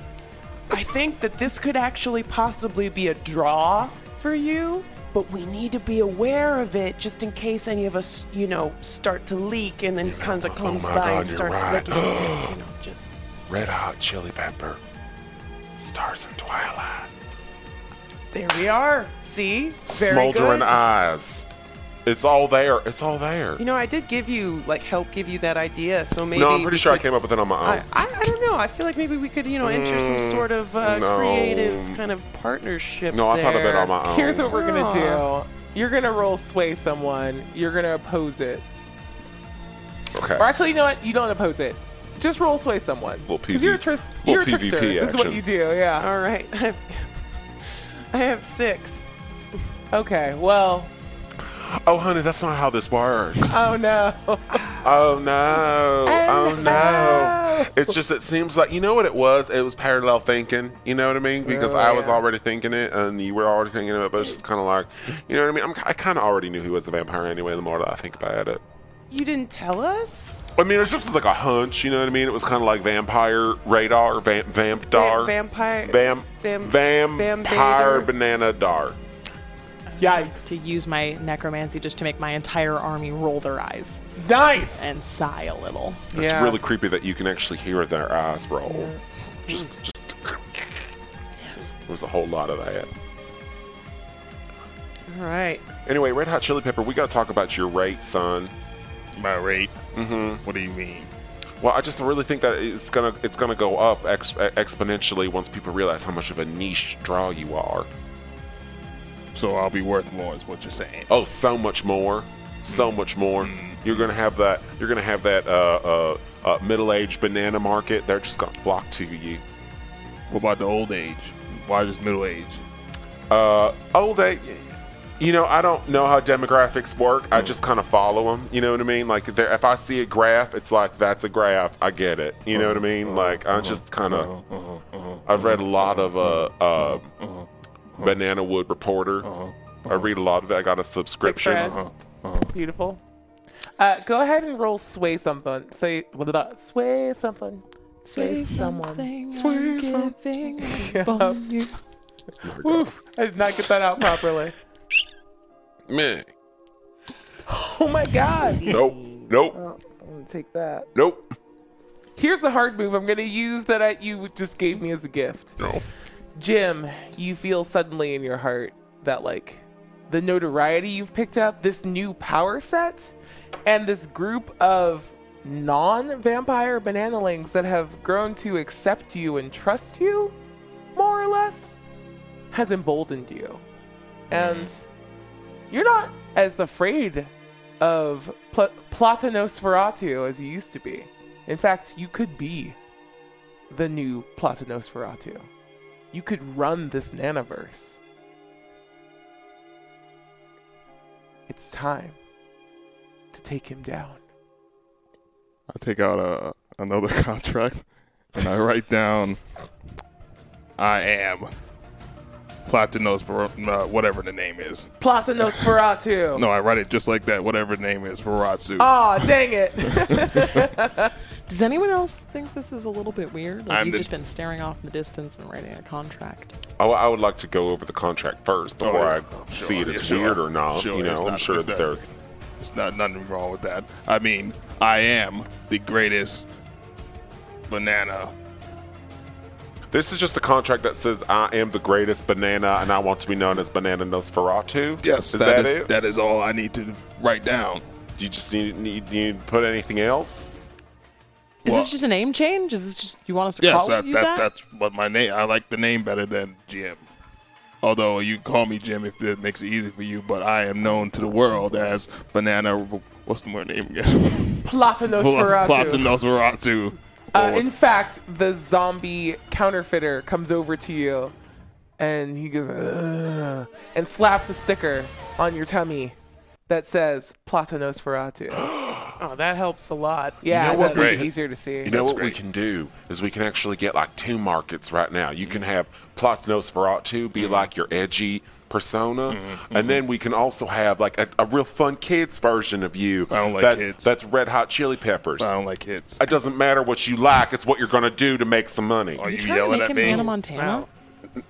[SPEAKER 4] I think that this could actually possibly be a draw for you, but we need to be aware of it just in case any of us, you know, start to leak and then comes
[SPEAKER 5] oh
[SPEAKER 4] comes
[SPEAKER 5] my
[SPEAKER 4] by
[SPEAKER 5] God, you're
[SPEAKER 4] and starts
[SPEAKER 5] right.
[SPEAKER 4] looking. you know, just
[SPEAKER 5] Red hot chili pepper. Stars in twilight.
[SPEAKER 4] there we are. See, Very
[SPEAKER 5] Smoldering
[SPEAKER 4] good.
[SPEAKER 5] eyes. It's all there. It's all there.
[SPEAKER 4] You know, I did give you like help give you that idea, so maybe.
[SPEAKER 5] no, I'm pretty
[SPEAKER 4] we
[SPEAKER 5] sure I
[SPEAKER 4] could-
[SPEAKER 5] came up with it on my
[SPEAKER 4] I,
[SPEAKER 5] own.
[SPEAKER 4] I, I don't know. I feel like maybe we could, you know, enter some sort of uh,
[SPEAKER 5] Mm, no.
[SPEAKER 4] creative kind of partnership.
[SPEAKER 5] no, I thought of it
[SPEAKER 4] there.
[SPEAKER 5] on my own.
[SPEAKER 7] Here's what we're gonna do. You're gonna roll sway someone. You're gonna oppose it.
[SPEAKER 5] Okay.
[SPEAKER 7] Or actually, you know what? You don't oppose it. Just roll sway someone.
[SPEAKER 5] Little
[SPEAKER 7] Because you're a, tris-
[SPEAKER 5] PV
[SPEAKER 7] you're a trickster.
[SPEAKER 5] PvP
[SPEAKER 7] This is what
[SPEAKER 5] action.
[SPEAKER 7] you do. Yeah.
[SPEAKER 4] All right. I have six.
[SPEAKER 7] Okay. Well.
[SPEAKER 5] Oh, honey, that's not how this works.
[SPEAKER 7] Oh no.
[SPEAKER 5] Oh no. Oh
[SPEAKER 7] no.
[SPEAKER 5] no. It's just it seems like you know what it was? It was parallel thinking. You know what I
[SPEAKER 4] Oh,
[SPEAKER 5] mean? Because I was already thinking it and you were already thinking of it, but it's just kinda like you know what I mean? I'm, I kinda already knew he was a vampire anyway, the more that I think about it.
[SPEAKER 4] You didn't tell us?
[SPEAKER 5] I mean, it was just like a hunch, you know what I mean? It was kind of like vampire radar, or vamp, vamp
[SPEAKER 4] Va-
[SPEAKER 5] dar,
[SPEAKER 4] vampire.
[SPEAKER 5] vam,
[SPEAKER 4] vam-
[SPEAKER 5] vampire
[SPEAKER 4] vambader.
[SPEAKER 5] banana dar.
[SPEAKER 3] to
[SPEAKER 7] Yikes.
[SPEAKER 3] use my necromancy just to make my entire army roll their eyes
[SPEAKER 7] Nice.
[SPEAKER 3] and sigh a little.
[SPEAKER 5] It's
[SPEAKER 7] Yeah.
[SPEAKER 5] really creepy that you can actually hear their eyes roll. Just, just. There's a whole lot of that.
[SPEAKER 4] All right.
[SPEAKER 5] Anyway, Red Hot Chili Pepper, we got to talk about your rate, son.
[SPEAKER 9] My rate. Mm-hmm. What do you mean?
[SPEAKER 5] Well, I just really think that it's gonna it's gonna go up ex- exponentially once people realize how much of a niche draw you are.
[SPEAKER 9] So I'll be worth more, is what you're saying.
[SPEAKER 5] Oh, so much more, so much more. You're gonna have that. You're gonna have that uh, uh, uh, middle-aged banana market. They're just gonna flock to you.
[SPEAKER 9] What about the old age? Why just middle age?
[SPEAKER 5] Uh, old age. You know, I don't know how demographics work. I just kind of follow them. You know what I mean? Like, there- if I see a graph, it's like that's a graph. I get it. You know what I
[SPEAKER 9] Uh-huh,
[SPEAKER 5] mean? Like, I just kind of. I've read a lot of
[SPEAKER 9] Uh-huh,
[SPEAKER 5] uh, uh, Banana Wood Reporter.
[SPEAKER 9] Uh-huh,
[SPEAKER 5] I read a lot of it. I got a subscription.
[SPEAKER 7] Fred. Beautiful. Uh, go ahead and roll sway something. Say what about sway something? Sway, someone.
[SPEAKER 5] Sway some-
[SPEAKER 7] Oof, I did not get that out properly.
[SPEAKER 5] Me.
[SPEAKER 7] oh my god.
[SPEAKER 5] Nope. Nope.
[SPEAKER 7] I'm gonna Oh, take that.
[SPEAKER 5] Nope.
[SPEAKER 7] Here's the hard move I'm gonna use that I, you just gave me as a gift.
[SPEAKER 5] No.
[SPEAKER 7] Jim, you feel suddenly in your heart that, like, the notoriety you've picked up, this new power set, and this group of non vampire bananalings that have grown to accept you and trust you, more or less, has emboldened you. And you're not as afraid of Pl- Platanosferatu as you used to be. In fact, you could be the new Platanosferatu you could run this nanoverse. It's time to take him down.
[SPEAKER 9] I take out uh, another contract and I write down I am Platinos, uh, whatever the name is.
[SPEAKER 7] Platanosferatu!
[SPEAKER 9] No, I write it just like that, whatever the name is, Varatsu.
[SPEAKER 7] Aw, dang it!
[SPEAKER 3] Does anyone else think this is a little bit weird? Like
[SPEAKER 9] I'm
[SPEAKER 3] he's
[SPEAKER 9] the-
[SPEAKER 3] just been staring off in the distance and writing a contract.
[SPEAKER 5] I, I would like to go over the contract first
[SPEAKER 9] Oh,
[SPEAKER 5] before
[SPEAKER 9] yeah.
[SPEAKER 5] I
[SPEAKER 9] Sure,
[SPEAKER 5] see it
[SPEAKER 9] yeah,
[SPEAKER 5] as
[SPEAKER 9] sure.
[SPEAKER 5] weird or not.
[SPEAKER 9] Sure,
[SPEAKER 5] you know,
[SPEAKER 9] it's
[SPEAKER 5] I'm
[SPEAKER 9] not-
[SPEAKER 5] sure
[SPEAKER 9] it's
[SPEAKER 5] that
[SPEAKER 9] not-
[SPEAKER 5] there's.
[SPEAKER 9] It's not nothing wrong with that. I mean, I am the greatest banana.
[SPEAKER 5] This is just a contract that says I am the greatest banana and I want to be known as Banana Nosferatu. is that,
[SPEAKER 9] is,
[SPEAKER 5] it?
[SPEAKER 9] That is all I need to write down.
[SPEAKER 5] Do you just need, need need to put anything else?
[SPEAKER 3] Is
[SPEAKER 9] Well-
[SPEAKER 3] this just a name change? Is this just you want us to
[SPEAKER 9] Yes,
[SPEAKER 3] call
[SPEAKER 9] that,
[SPEAKER 3] you
[SPEAKER 9] that,
[SPEAKER 3] that?
[SPEAKER 9] that's what my name. I like the name better than Jim. Although you can call me Jim if it makes it easy for you, but I am known to the world as Banana. What's the more name again?
[SPEAKER 7] Platanosferatu.
[SPEAKER 9] Platinosferatu.
[SPEAKER 7] Uh, in fact, the zombie counterfeiter comes over to you and he goes, "Ugh," and slaps a sticker on your tummy that says Platanosferatu.
[SPEAKER 4] Oh, that helps a lot.
[SPEAKER 7] Yeah,
[SPEAKER 5] know
[SPEAKER 7] that's
[SPEAKER 5] what
[SPEAKER 7] really
[SPEAKER 5] we-
[SPEAKER 7] easier to see.
[SPEAKER 5] You know
[SPEAKER 9] That's
[SPEAKER 5] what we
[SPEAKER 9] great.
[SPEAKER 5] can do is we can actually get like two markets right now. You
[SPEAKER 9] Mm-hmm.
[SPEAKER 5] can have Plots Nosferatu be like your edgy persona,
[SPEAKER 9] Mm-hmm.
[SPEAKER 5] and then we can also have like a, a real fun kids version of you.
[SPEAKER 9] I don't like
[SPEAKER 5] that's,
[SPEAKER 9] kids.
[SPEAKER 5] That's Red Hot Chili Peppers.
[SPEAKER 9] I don't like kids.
[SPEAKER 5] It doesn't matter what you like; it's what you're gonna do to make some money.
[SPEAKER 9] Are
[SPEAKER 3] you
[SPEAKER 9] you,
[SPEAKER 3] trying to
[SPEAKER 9] yelling
[SPEAKER 3] make
[SPEAKER 9] at
[SPEAKER 3] him
[SPEAKER 9] me?
[SPEAKER 3] Hannah Montana?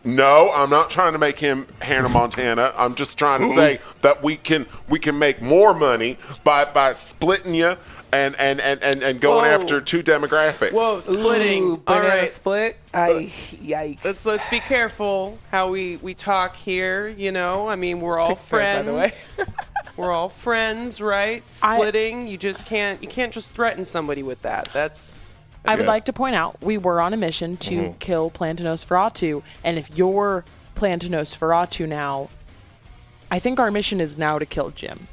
[SPEAKER 5] No, I'm not trying to make him Hannah Montana. I'm just trying to say that we can we can make more money by by splitting you and and and and, and going
[SPEAKER 4] Whoa.
[SPEAKER 5] after two demographics.
[SPEAKER 4] Whoa, splitting.
[SPEAKER 7] Ooh,
[SPEAKER 4] All
[SPEAKER 7] banana
[SPEAKER 4] right.
[SPEAKER 7] split? I, yikes.
[SPEAKER 4] Let's let's be careful how we we talk here. You know, I mean, we're all
[SPEAKER 7] Sorry, by the way.
[SPEAKER 4] friends. we're all friends, right?
[SPEAKER 3] I-
[SPEAKER 4] Splitting. you just can't. You can't just threaten somebody with that. That's.
[SPEAKER 3] I would like to point out we were on a mission to
[SPEAKER 9] Mm-hmm.
[SPEAKER 3] kill Plantanosferatu, and if you're Plantanosferatu now, I think our mission is now to kill Jim.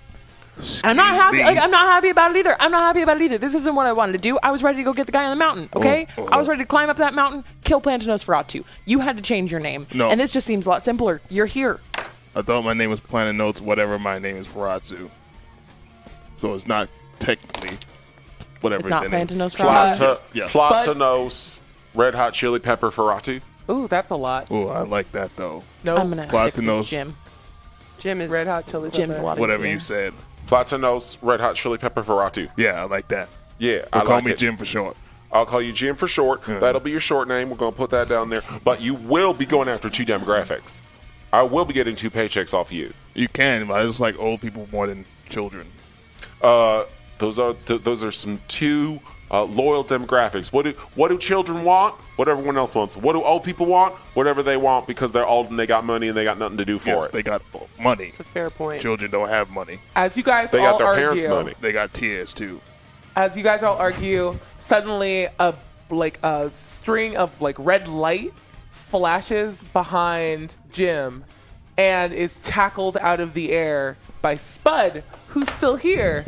[SPEAKER 3] And I'm not
[SPEAKER 9] Excuse
[SPEAKER 3] happy.
[SPEAKER 9] me.
[SPEAKER 3] Like, I'm not happy about it either. I'm not happy about it either. This isn't what I wanted to do. I was ready to go get the guy on the mountain. Okay,
[SPEAKER 9] oh,
[SPEAKER 3] I was
[SPEAKER 9] oh.
[SPEAKER 3] ready to climb up that mountain, kill Plantanosferatu. You had to change your name,
[SPEAKER 9] No.
[SPEAKER 3] and this just seems a lot simpler. You're here.
[SPEAKER 9] I thought my name was Planet Notes, whatever my name is Faratsu. So it's not technically whatever
[SPEAKER 3] It's not
[SPEAKER 9] the name-
[SPEAKER 3] Plantanosferatu.
[SPEAKER 5] Plata-
[SPEAKER 9] Yes.
[SPEAKER 5] Platanos, Red Hot Chili Pepper Ferrati.
[SPEAKER 7] Ooh, that's a lot.
[SPEAKER 9] Ooh, I like that though.
[SPEAKER 7] No,
[SPEAKER 3] I'm gonna stick with
[SPEAKER 9] Platanos.
[SPEAKER 3] Jim.
[SPEAKER 4] Jim is
[SPEAKER 7] Red Hot Chili
[SPEAKER 3] Jim's a
[SPEAKER 7] Peppers.
[SPEAKER 3] lot
[SPEAKER 9] Whatever
[SPEAKER 3] easier.
[SPEAKER 9] you said.
[SPEAKER 5] Platanos, Red Hot Chili Pepper Ferrati.
[SPEAKER 9] Yeah, I like that.
[SPEAKER 5] Yeah,
[SPEAKER 9] But
[SPEAKER 5] I
[SPEAKER 9] call
[SPEAKER 5] like
[SPEAKER 9] me
[SPEAKER 5] it.
[SPEAKER 9] Jim for short.
[SPEAKER 5] I'll call you Jim for short. That'll be your short name. We're going to put that down there. But you will be going after two demographics. I will be getting two paychecks off you.
[SPEAKER 9] You can, but I just like old people more than children.
[SPEAKER 5] Uh, those are th- those are some two uh, loyal demographics. What do what do children want? What everyone else wants. What do old people want? Whatever they want because they're old and they got money and they got nothing to do for
[SPEAKER 9] yes,
[SPEAKER 5] it.
[SPEAKER 9] they got money.
[SPEAKER 7] That's a fair point.
[SPEAKER 9] Children don't have money.
[SPEAKER 7] As you guys
[SPEAKER 5] They
[SPEAKER 7] all
[SPEAKER 5] got their
[SPEAKER 7] argue,
[SPEAKER 5] parents' money.
[SPEAKER 9] They got tears too.
[SPEAKER 7] as you guys all argue, suddenly a like a string of like red light flashes behind Jim and is tackled out of the air by Spud, who's still here.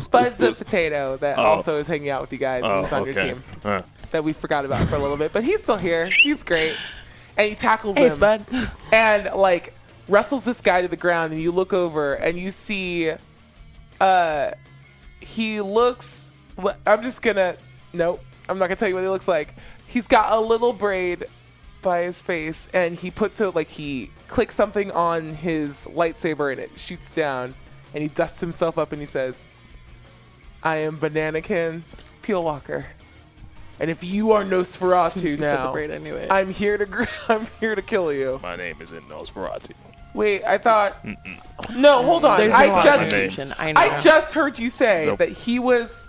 [SPEAKER 7] Spud's a potato
[SPEAKER 5] Oh.
[SPEAKER 7] that also is hanging out with you guys and is on your team
[SPEAKER 9] Uh,
[SPEAKER 7] that we forgot about for a little bit, but he's still here. He's great. And he tackles
[SPEAKER 3] Hey,
[SPEAKER 7] him
[SPEAKER 3] Spud.
[SPEAKER 7] and like wrestles this guy to the ground and you look over and you see uh he looks i'm just gonna nope i'm not gonna tell you what he looks like he's got a little braid by his face and he puts it like he clicks something on his lightsaber and it shoots down and he dusts himself up and he says i am bananakin peel walker and if you are nosferatu now
[SPEAKER 3] Celebrate anyway.
[SPEAKER 7] i'm here to gr- i'm here to kill you
[SPEAKER 9] my name is in Nosferatu.
[SPEAKER 7] Wait, I thought. No, hold on.
[SPEAKER 3] There's no
[SPEAKER 7] I
[SPEAKER 9] name.
[SPEAKER 7] just,
[SPEAKER 3] opposition. I know.
[SPEAKER 7] I just heard you say
[SPEAKER 9] Nope.
[SPEAKER 7] that he was.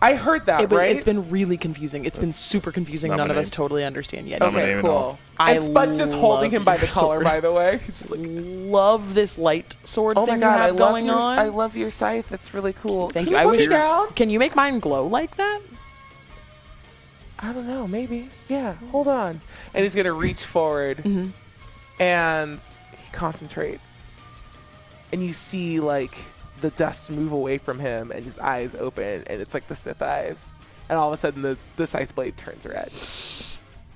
[SPEAKER 7] I heard that
[SPEAKER 3] It, was-
[SPEAKER 7] right.
[SPEAKER 3] It's been really confusing. It's been super confusing.
[SPEAKER 9] Not my
[SPEAKER 3] None of us
[SPEAKER 9] name.
[SPEAKER 3] totally understand yet.
[SPEAKER 9] my name
[SPEAKER 7] okay,
[SPEAKER 9] at
[SPEAKER 7] cool.
[SPEAKER 9] all.
[SPEAKER 3] I
[SPEAKER 7] and Spud's just holding
[SPEAKER 3] love
[SPEAKER 7] him by the
[SPEAKER 3] your
[SPEAKER 7] collar.
[SPEAKER 3] sword.
[SPEAKER 7] By the way, he's just like,
[SPEAKER 3] Love this light sword
[SPEAKER 7] "Oh
[SPEAKER 3] thing
[SPEAKER 7] my god,
[SPEAKER 3] you
[SPEAKER 7] I
[SPEAKER 3] have
[SPEAKER 7] love
[SPEAKER 3] going
[SPEAKER 7] your,
[SPEAKER 3] on.
[SPEAKER 7] I love your scythe. It's really cool.
[SPEAKER 3] Thank
[SPEAKER 7] Can
[SPEAKER 3] you.
[SPEAKER 7] you.
[SPEAKER 3] I
[SPEAKER 7] put
[SPEAKER 3] wish.
[SPEAKER 7] it down?
[SPEAKER 3] Can you make mine glow like that?
[SPEAKER 7] I don't know. Maybe. Yeah. Hold on. And he's gonna reach forward,
[SPEAKER 4] Mm-hmm.
[SPEAKER 7] and he concentrates, and you see like the dust move away from him, and his eyes open, and it's like the Sith eyes, and all of a sudden the the scythe blade turns red.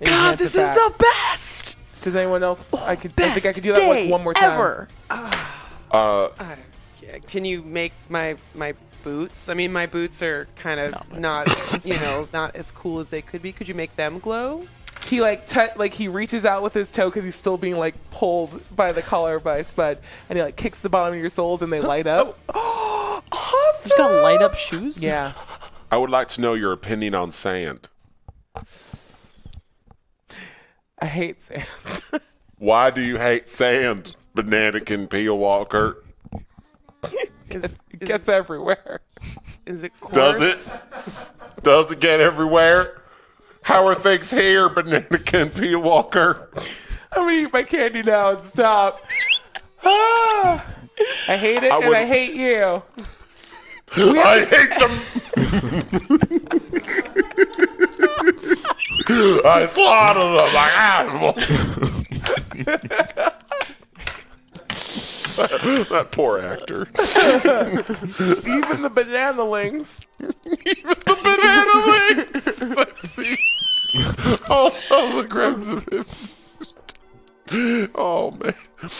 [SPEAKER 7] And he
[SPEAKER 4] God,
[SPEAKER 7] hands
[SPEAKER 4] this
[SPEAKER 7] it
[SPEAKER 4] is
[SPEAKER 7] back.
[SPEAKER 4] the best.
[SPEAKER 7] Does anyone else? I could. I think I
[SPEAKER 3] Best
[SPEAKER 7] could do that like
[SPEAKER 3] day
[SPEAKER 7] one more time.
[SPEAKER 3] Ever.
[SPEAKER 4] I don't- yeah, Can you make my my boots? I mean, my boots are kind of not, you know, not as cool as they could be. Could you make them glow?
[SPEAKER 7] He like t- like he reaches out with his toe because he's still being like pulled by the collar by Spud, and he like kicks the bottom of your soles and they light up.
[SPEAKER 3] It's got light up shoes.
[SPEAKER 7] Yeah.
[SPEAKER 5] I would like to know your opinion on sand.
[SPEAKER 7] I hate sand.
[SPEAKER 5] Why do you hate sand, Bananakin Peel Walker?
[SPEAKER 4] Is,
[SPEAKER 7] It gets everywhere.
[SPEAKER 4] is it coarse?
[SPEAKER 5] Does it? Does it get everywhere? How are things here, Bananakin Peel Walker?
[SPEAKER 7] I'm gonna eat my candy now and stop. Ah, I hate it
[SPEAKER 5] I
[SPEAKER 7] and
[SPEAKER 5] would-
[SPEAKER 7] I hate you.
[SPEAKER 5] I hate them. I slaughter them like animals. that poor actor.
[SPEAKER 7] Even the bananalings.
[SPEAKER 5] Even the banana legs. I see all holograms Oh, of him. Oh man.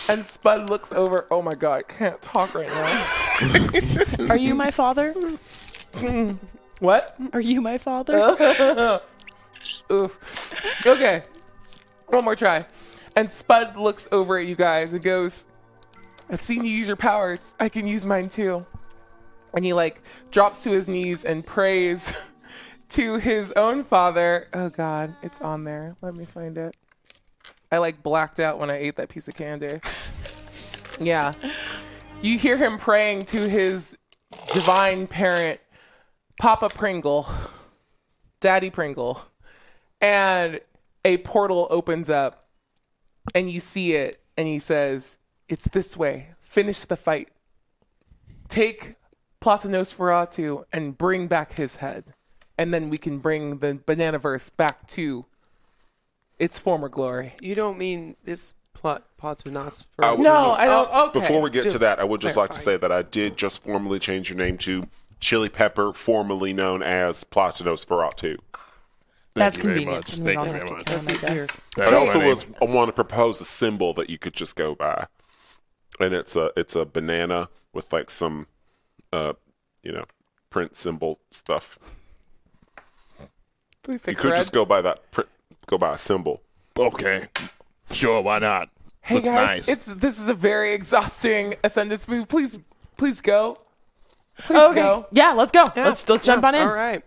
[SPEAKER 7] And Spud looks over. Oh my god, I can't talk right now.
[SPEAKER 3] Are you my father?
[SPEAKER 7] What?
[SPEAKER 3] Are you my father?
[SPEAKER 7] Oof. Okay. One more try. And Spud looks over at you guys and goes, I've seen you use your powers. I can use mine too. And he like drops to his knees and prays to his own father. Oh god, it's on there. Let me find it. I like blacked out when I ate that piece of candy. Yeah. You hear him praying to his divine parent, Papa Pringle, Daddy Pringle and a portal opens up and you see it and he says it's this way finish the fight take Platanosferatu and bring back his head and then we can bring the bananaverse back to its former glory
[SPEAKER 4] You don't mean this Plot Patunas for
[SPEAKER 5] I would-
[SPEAKER 7] No, I don't.
[SPEAKER 4] Oh, okay.
[SPEAKER 5] Before we get to
[SPEAKER 4] Just
[SPEAKER 5] that, I would just like to say
[SPEAKER 4] clarifying.
[SPEAKER 5] that I did just formally change your name to Chili Pepper, formerly known as Platinos Ferratu.
[SPEAKER 3] That's
[SPEAKER 9] you very
[SPEAKER 3] convenient.
[SPEAKER 9] much.
[SPEAKER 3] and we
[SPEAKER 9] Thank
[SPEAKER 3] don't
[SPEAKER 9] you
[SPEAKER 3] have
[SPEAKER 9] very
[SPEAKER 3] to
[SPEAKER 9] much.
[SPEAKER 3] count
[SPEAKER 4] That's
[SPEAKER 3] on
[SPEAKER 4] easier.
[SPEAKER 3] that.
[SPEAKER 5] I
[SPEAKER 9] That's
[SPEAKER 5] also
[SPEAKER 9] funny.
[SPEAKER 5] was I want to propose a symbol that you could just go by, and it's a it's a banana with like some, uh, you know, print symbol stuff.
[SPEAKER 7] Please
[SPEAKER 5] You
[SPEAKER 7] take
[SPEAKER 5] could
[SPEAKER 7] red.
[SPEAKER 5] just go by that print, go by a symbol.
[SPEAKER 9] Okay. Sure, why not?
[SPEAKER 7] Hey
[SPEAKER 9] Looks
[SPEAKER 7] guys,
[SPEAKER 9] nice.
[SPEAKER 7] it's this is a very exhausting ascendance move. Please, please go. Please
[SPEAKER 3] Okay.
[SPEAKER 7] go.
[SPEAKER 3] Yeah, let's go. Let's let's jump on in.
[SPEAKER 4] All right.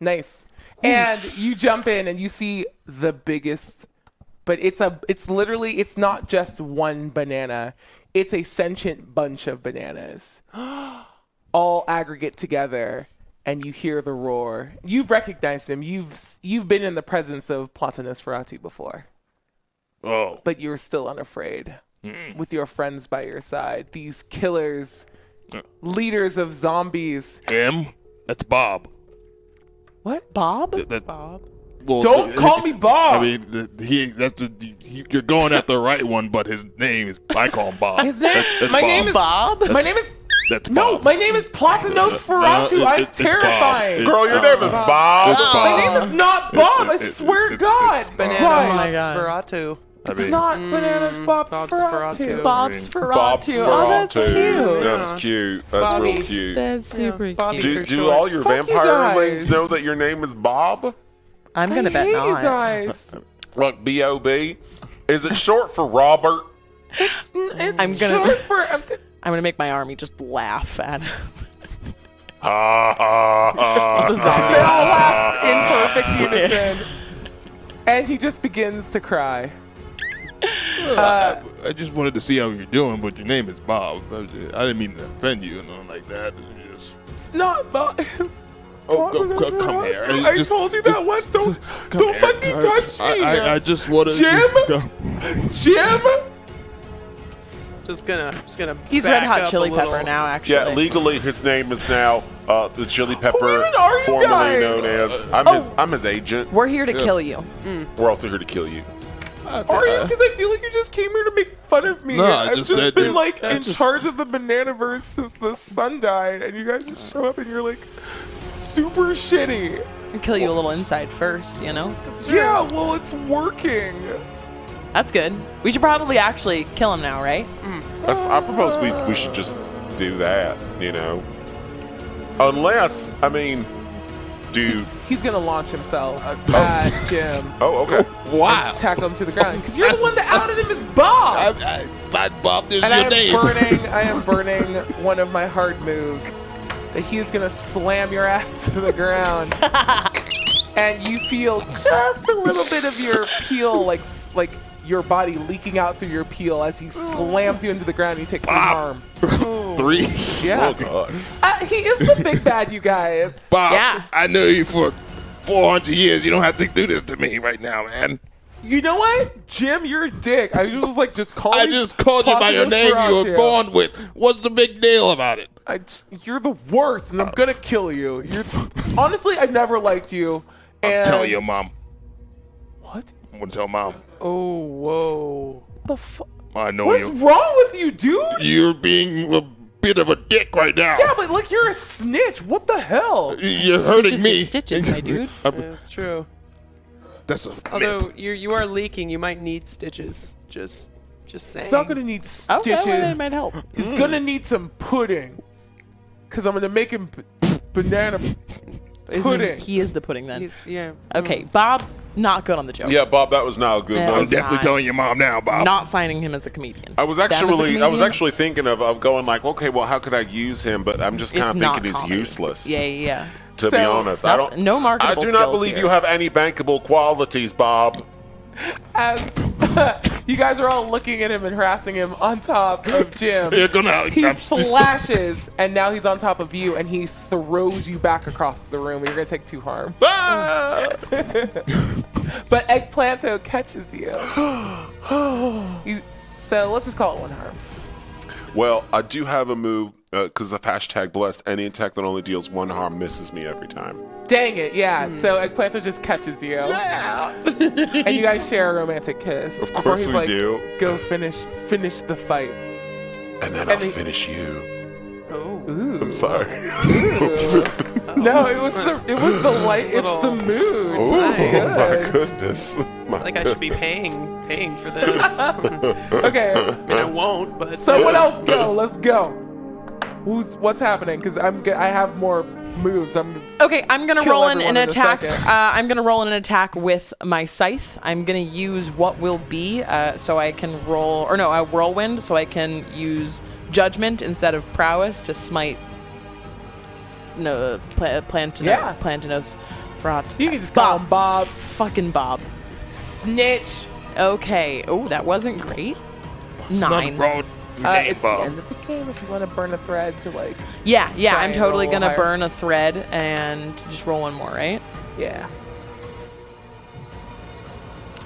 [SPEAKER 7] Nice. And you jump in and you see the biggest but it's a it's literally it's not just one banana. It's a sentient bunch of bananas. All aggregate together and you hear the roar. You've recognized him. You've s- you've been in the presence of Plotinus Ferrati before,
[SPEAKER 9] Oh.
[SPEAKER 7] but you're still unafraid. With your friends by your side, these killers, leaders of zombies.
[SPEAKER 9] Him? That's Bob.
[SPEAKER 3] Bob?
[SPEAKER 9] Th- that- Well,
[SPEAKER 7] Don't
[SPEAKER 9] th-
[SPEAKER 7] call me Bob.
[SPEAKER 9] I mean, th- he, that's the, he, you're going at the right one, but his name is, I call him Bob.
[SPEAKER 7] His name-
[SPEAKER 9] That- that's
[SPEAKER 7] my
[SPEAKER 9] Bob.
[SPEAKER 7] name is
[SPEAKER 3] Bob?
[SPEAKER 7] My name is
[SPEAKER 9] That's
[SPEAKER 7] No,
[SPEAKER 9] Bob.
[SPEAKER 7] my name is Platinos Ferratu.
[SPEAKER 9] No, it-
[SPEAKER 7] I'm
[SPEAKER 9] it- it's Bob.
[SPEAKER 7] terrifying.
[SPEAKER 9] It-
[SPEAKER 5] Girl, your name is Bob.
[SPEAKER 9] It's
[SPEAKER 7] my
[SPEAKER 9] Bob.
[SPEAKER 7] name is not Bob. I
[SPEAKER 9] it- it-
[SPEAKER 7] swear to
[SPEAKER 9] it's-
[SPEAKER 7] God.
[SPEAKER 9] it's
[SPEAKER 7] Banana
[SPEAKER 9] Bob.
[SPEAKER 4] Banana
[SPEAKER 9] Mm,
[SPEAKER 7] Bob.
[SPEAKER 3] my God.
[SPEAKER 4] Nosferatu.
[SPEAKER 9] I
[SPEAKER 7] It's
[SPEAKER 9] mean,
[SPEAKER 7] not Banana Bob's,
[SPEAKER 4] Bob's
[SPEAKER 7] Ferratu.
[SPEAKER 4] Ferratu.
[SPEAKER 3] Bob's Ferratu.
[SPEAKER 5] Bob's
[SPEAKER 3] Oh, that's
[SPEAKER 5] Ferratu.
[SPEAKER 3] cute.
[SPEAKER 5] That's cute. That's real
[SPEAKER 7] Bobby's.
[SPEAKER 5] cute.
[SPEAKER 3] That's super
[SPEAKER 4] Bobby.
[SPEAKER 3] cute.
[SPEAKER 5] do
[SPEAKER 4] for
[SPEAKER 5] do
[SPEAKER 4] sure.
[SPEAKER 5] all your
[SPEAKER 7] Fuck you
[SPEAKER 5] vampirelings
[SPEAKER 7] guys.
[SPEAKER 5] know that your name is Bob?
[SPEAKER 3] I'm gonna
[SPEAKER 7] I
[SPEAKER 3] bet
[SPEAKER 7] hate
[SPEAKER 3] not.
[SPEAKER 7] you guys.
[SPEAKER 5] Like B O B? Is it short for Robert?
[SPEAKER 7] It's, it's
[SPEAKER 3] I'm gonna-
[SPEAKER 7] short for. I'm gonna,
[SPEAKER 3] I'm gonna make my army just laugh at him.
[SPEAKER 5] Ah, ah, ah.
[SPEAKER 3] It's a zombie.
[SPEAKER 7] they all laugh in perfect unison, and he just begins to cry.
[SPEAKER 9] I just wanted to see how you're doing, but your name is Bob. I was- I didn't mean to offend you and nothing like that. It was Just,
[SPEAKER 7] It's not Bob. It's
[SPEAKER 9] oh,
[SPEAKER 7] Bob
[SPEAKER 9] go,
[SPEAKER 7] and
[SPEAKER 9] go-
[SPEAKER 7] Ferratu.
[SPEAKER 9] come here.
[SPEAKER 7] I
[SPEAKER 9] just-
[SPEAKER 7] told you
[SPEAKER 9] just-
[SPEAKER 7] that once. Don't,
[SPEAKER 9] just- come
[SPEAKER 7] don't
[SPEAKER 9] here.
[SPEAKER 7] fucking
[SPEAKER 9] I-
[SPEAKER 7] touch
[SPEAKER 9] I,
[SPEAKER 7] me.
[SPEAKER 9] I, I just want to.
[SPEAKER 7] Jim? Jim.
[SPEAKER 4] Just gonna, just gonna.
[SPEAKER 3] He's
[SPEAKER 4] back
[SPEAKER 3] red hot
[SPEAKER 4] up a
[SPEAKER 3] chili
[SPEAKER 4] little.
[SPEAKER 3] pepper now, actually.
[SPEAKER 5] Yeah, legally his name is now uh, the Chili Pepper,
[SPEAKER 7] even are you
[SPEAKER 5] formerly
[SPEAKER 7] guys?
[SPEAKER 5] known as. I'm his. I'm his agent.
[SPEAKER 3] Uh, oh. We're here to kill you.
[SPEAKER 5] We're also here to kill you.
[SPEAKER 7] Are you? Because I feel like you just came here to make fun of me.
[SPEAKER 9] Uh-huh. No, I
[SPEAKER 7] I've
[SPEAKER 9] just said
[SPEAKER 7] been
[SPEAKER 9] you-
[SPEAKER 7] like
[SPEAKER 9] I
[SPEAKER 7] in
[SPEAKER 9] just-
[SPEAKER 7] charge of the Bananaverse since the sun died, and you guys just show up and you're like super shitty.
[SPEAKER 3] Kill you a little inside first, you know?
[SPEAKER 7] Yeah, well, it's working.
[SPEAKER 3] That's good. We should probably actually kill him now, right?
[SPEAKER 5] That's, I propose we, we should just do that. You know, unless I mean, do
[SPEAKER 7] He's gonna launch himself
[SPEAKER 9] Uh,
[SPEAKER 7] at Jim.
[SPEAKER 5] oh okay.
[SPEAKER 9] Wow.
[SPEAKER 7] Tackle him to the ground because you're the one that outed him as Bob.
[SPEAKER 9] I, I, Bob, there's
[SPEAKER 7] and I
[SPEAKER 9] your
[SPEAKER 7] am
[SPEAKER 9] name.
[SPEAKER 7] burning. I am burning one of my hard moves. That he's gonna slam your ass to the ground, and you feel just a little bit of your peel, like s- like your body leaking out through your peel as he slams you into the ground. And you take three harm.
[SPEAKER 9] Three.
[SPEAKER 7] Yeah.
[SPEAKER 9] Oh, God.
[SPEAKER 7] Uh, he is the big bad, you guys.
[SPEAKER 9] Bob,
[SPEAKER 3] Yeah.
[SPEAKER 9] I know you for 400 years. You don't have to do this to me right now, man.
[SPEAKER 7] You know what, Jim? You're a dick. I was just like, just call.
[SPEAKER 9] I
[SPEAKER 7] me
[SPEAKER 9] just called you by your
[SPEAKER 7] Placidus
[SPEAKER 9] name you were
[SPEAKER 7] Ferraccio.
[SPEAKER 9] born with. What's the big deal about it?
[SPEAKER 7] I t- you're the worst, and I'm gonna kill you. You're honestly, I never liked you. And
[SPEAKER 9] Tell your mom.
[SPEAKER 7] what?
[SPEAKER 9] I'm going to tell mom.
[SPEAKER 7] Oh, whoa. The fuck?
[SPEAKER 9] I know
[SPEAKER 7] What is
[SPEAKER 9] Oh, you.
[SPEAKER 7] wrong with you, dude?
[SPEAKER 9] You're being a bit of a dick right now.
[SPEAKER 7] Yeah, but like you're a snitch. What the hell?
[SPEAKER 9] You're
[SPEAKER 3] Stitches
[SPEAKER 9] hurting me.
[SPEAKER 3] get stitches, my dude.
[SPEAKER 9] I'm-
[SPEAKER 4] That's true.
[SPEAKER 9] That's a myth.
[SPEAKER 4] Although you you are leaking, you might need stitches. Just, just saying.
[SPEAKER 7] He's not gonna need
[SPEAKER 3] Okay,
[SPEAKER 7] stitches.
[SPEAKER 3] well, that might help.
[SPEAKER 7] He's gonna need some pudding. Cause I'm gonna make him b- banana.
[SPEAKER 3] Isn't
[SPEAKER 7] Pudding.
[SPEAKER 3] He, he is the pudding then.
[SPEAKER 4] Yeah.
[SPEAKER 3] Okay, Bob, not good on the joke.
[SPEAKER 5] Yeah, Bob, that was not a good
[SPEAKER 3] Yeah.
[SPEAKER 5] one.
[SPEAKER 9] I'm definitely
[SPEAKER 3] not.
[SPEAKER 9] telling your mom now, Bob.
[SPEAKER 3] Not signing him as a comedian.
[SPEAKER 5] I was
[SPEAKER 3] Them as a
[SPEAKER 5] actually I was
[SPEAKER 3] comedian,
[SPEAKER 5] actually thinking of, of going like, okay, well, how could I use him? But I'm just kind
[SPEAKER 3] it's
[SPEAKER 5] of
[SPEAKER 3] not
[SPEAKER 5] thinking he's
[SPEAKER 3] comedy.
[SPEAKER 5] useless.
[SPEAKER 3] Yeah, yeah, yeah.
[SPEAKER 5] To be
[SPEAKER 7] So,
[SPEAKER 5] honest, I don't.
[SPEAKER 3] no
[SPEAKER 5] I
[SPEAKER 3] marketable
[SPEAKER 5] do not
[SPEAKER 3] skills
[SPEAKER 5] believe
[SPEAKER 3] here.
[SPEAKER 5] you have any bankable qualities, Bob.
[SPEAKER 7] As you guys are all looking at him and harassing him on top of Jim.
[SPEAKER 9] You're gonna.
[SPEAKER 7] He
[SPEAKER 9] I'm just-
[SPEAKER 7] flashes, and now he's on top of you, and he throws you back across the room. You're gonna take two harm.
[SPEAKER 5] Ah!
[SPEAKER 7] But Eggplanto catches you. He's- so let's just call it one harm.
[SPEAKER 5] Well, I uh, do have a move because of hashtag blessed. Any attack that only deals one harm misses me every time.
[SPEAKER 7] Dang it, yeah. So Eggplanter just catches you. and you guys share a romantic kiss. Of
[SPEAKER 5] course
[SPEAKER 7] he's
[SPEAKER 5] we
[SPEAKER 7] like,
[SPEAKER 5] do.
[SPEAKER 7] Go finish finish the fight.
[SPEAKER 5] And then I'll
[SPEAKER 7] And he-
[SPEAKER 5] finish you.
[SPEAKER 3] Oh.
[SPEAKER 7] Ooh.
[SPEAKER 5] Sorry.
[SPEAKER 7] No, it was the it was the light it's the moon.
[SPEAKER 5] Oh
[SPEAKER 7] Nice.
[SPEAKER 5] my goodness. My
[SPEAKER 10] Like I should be paying paying for this. I
[SPEAKER 7] Okay.
[SPEAKER 10] mean, I won't, but
[SPEAKER 7] Someone else go. Let's go. Who's what's happening? Because I'm g- I have more moves. I'm
[SPEAKER 3] Okay, I'm gonna
[SPEAKER 7] Kill
[SPEAKER 3] roll in an
[SPEAKER 7] everyone in a
[SPEAKER 3] attack. Uh,
[SPEAKER 7] second.
[SPEAKER 3] I'm gonna roll in an attack with my scythe. I'm gonna use what will be, uh, so I can roll, or no, a whirlwind, so I can use judgment instead of prowess to smite. No, pla- Plantino,
[SPEAKER 7] Yeah.
[SPEAKER 3] Plantinos, Frot.
[SPEAKER 7] you can just call him Bob.
[SPEAKER 3] Fucking Bob.
[SPEAKER 7] Snitch.
[SPEAKER 3] Okay. Oh, that wasn't great.
[SPEAKER 9] Another
[SPEAKER 3] Nine.
[SPEAKER 9] broad
[SPEAKER 7] Uh,
[SPEAKER 9] name
[SPEAKER 7] it's the
[SPEAKER 9] bomb.
[SPEAKER 7] end of the game. If you want to burn a thread to like,
[SPEAKER 3] Yeah, yeah.
[SPEAKER 7] Try
[SPEAKER 3] I'm
[SPEAKER 7] and
[SPEAKER 3] totally
[SPEAKER 7] roll
[SPEAKER 3] gonna
[SPEAKER 7] higher.
[SPEAKER 3] burn a thread and just roll one more. Right
[SPEAKER 7] yeah,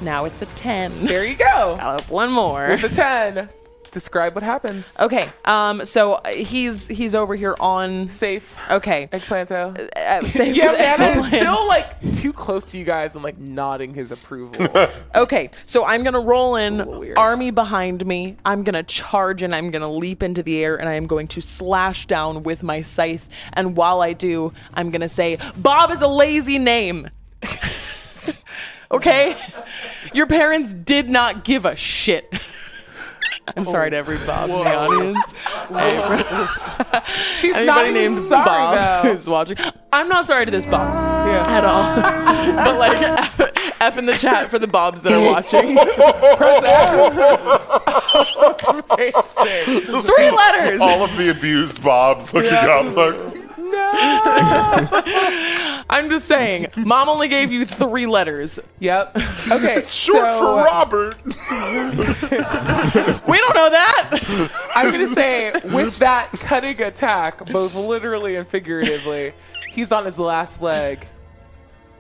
[SPEAKER 3] now, it's a ten.
[SPEAKER 7] there you go.
[SPEAKER 3] Got one more.
[SPEAKER 7] The ten. Describe what happens.
[SPEAKER 3] Okay. Um. So uh, he's he's over here on.
[SPEAKER 7] Safe.
[SPEAKER 3] Okay.
[SPEAKER 7] Eggplanto.
[SPEAKER 3] Uh, save
[SPEAKER 7] Yeah,
[SPEAKER 3] the
[SPEAKER 7] man, is
[SPEAKER 3] plan.
[SPEAKER 7] still like too close to you guys and like nodding his approval.
[SPEAKER 3] Okay. So I'm gonna roll in
[SPEAKER 7] little weird.
[SPEAKER 3] army behind me. I'm gonna charge and I'm gonna leap into the air and I am going to slash down with my scythe. And while I do, I'm gonna say, "Bob is a lazy name." okay. Your parents did not give a shit. I'm sorry to every Bob in the audience.
[SPEAKER 7] She's not
[SPEAKER 3] Anybody
[SPEAKER 7] even
[SPEAKER 3] named
[SPEAKER 7] sorry,
[SPEAKER 3] Bob
[SPEAKER 7] though.
[SPEAKER 3] who's watching. I'm not sorry to this Bob
[SPEAKER 7] Yeah.
[SPEAKER 3] at all. but like F, F in the chat for the Bobs that are watching.
[SPEAKER 7] Amazing.
[SPEAKER 3] Three letters.
[SPEAKER 5] All of the abused Bob's looking up like,
[SPEAKER 3] I'm just saying, mom only gave you three letters.
[SPEAKER 7] yep. Okay.
[SPEAKER 5] short
[SPEAKER 7] so, uh,
[SPEAKER 5] for Robert.
[SPEAKER 3] We don't know that.
[SPEAKER 7] I'm gonna say with that cutting attack, both literally and figuratively, he's on his last leg.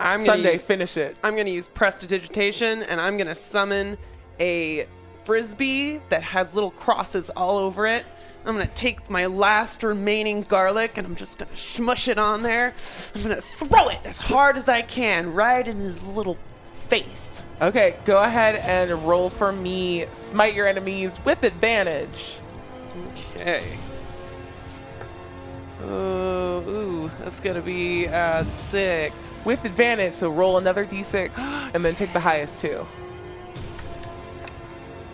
[SPEAKER 4] I'm gonna
[SPEAKER 7] Sunday,
[SPEAKER 4] use-
[SPEAKER 7] finish it.
[SPEAKER 4] I'm going to use prestidigitation and I'm going to summon a frisbee that has little crosses all over it. I'm going to take my last remaining garlic and I'm just going to smush it on there. I'm going to throw it as hard as I can right in his little face.
[SPEAKER 7] Okay, go ahead and roll for me. Smite your enemies with advantage.
[SPEAKER 4] Okay. Oh, ooh, that's going to be uh, six.
[SPEAKER 7] With advantage, so roll another d6 and then take the highest two.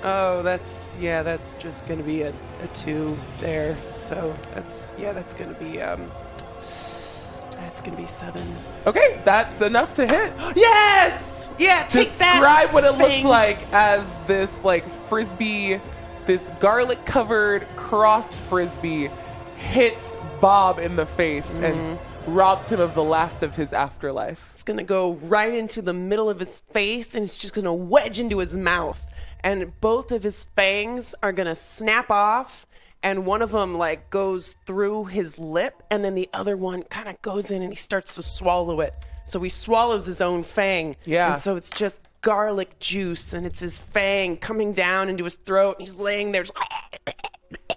[SPEAKER 4] Oh, that's yeah. That's just gonna be a, a two there. So that's yeah. That's gonna be um. That's gonna be seven.
[SPEAKER 7] Okay, that's enough to hit.
[SPEAKER 4] Yes. Yeah. Take
[SPEAKER 7] Describe
[SPEAKER 4] that.
[SPEAKER 7] what it looks
[SPEAKER 4] fanged-
[SPEAKER 7] like as this like frisbee, this garlic covered cross frisbee hits Bob in the face
[SPEAKER 4] Mm-hmm.
[SPEAKER 7] and robs him of the last of his afterlife.
[SPEAKER 4] It's gonna go right into the middle of his face, and it's just gonna wedge into his mouth, and both of his fangs are gonna snap off. And one of them like goes through his lip, and then the other one kind of goes in, and he starts to swallow it. So he swallows his own fang.
[SPEAKER 7] Yeah.
[SPEAKER 4] And so it's just garlic juice and it's his fang coming down into his throat and he's laying there just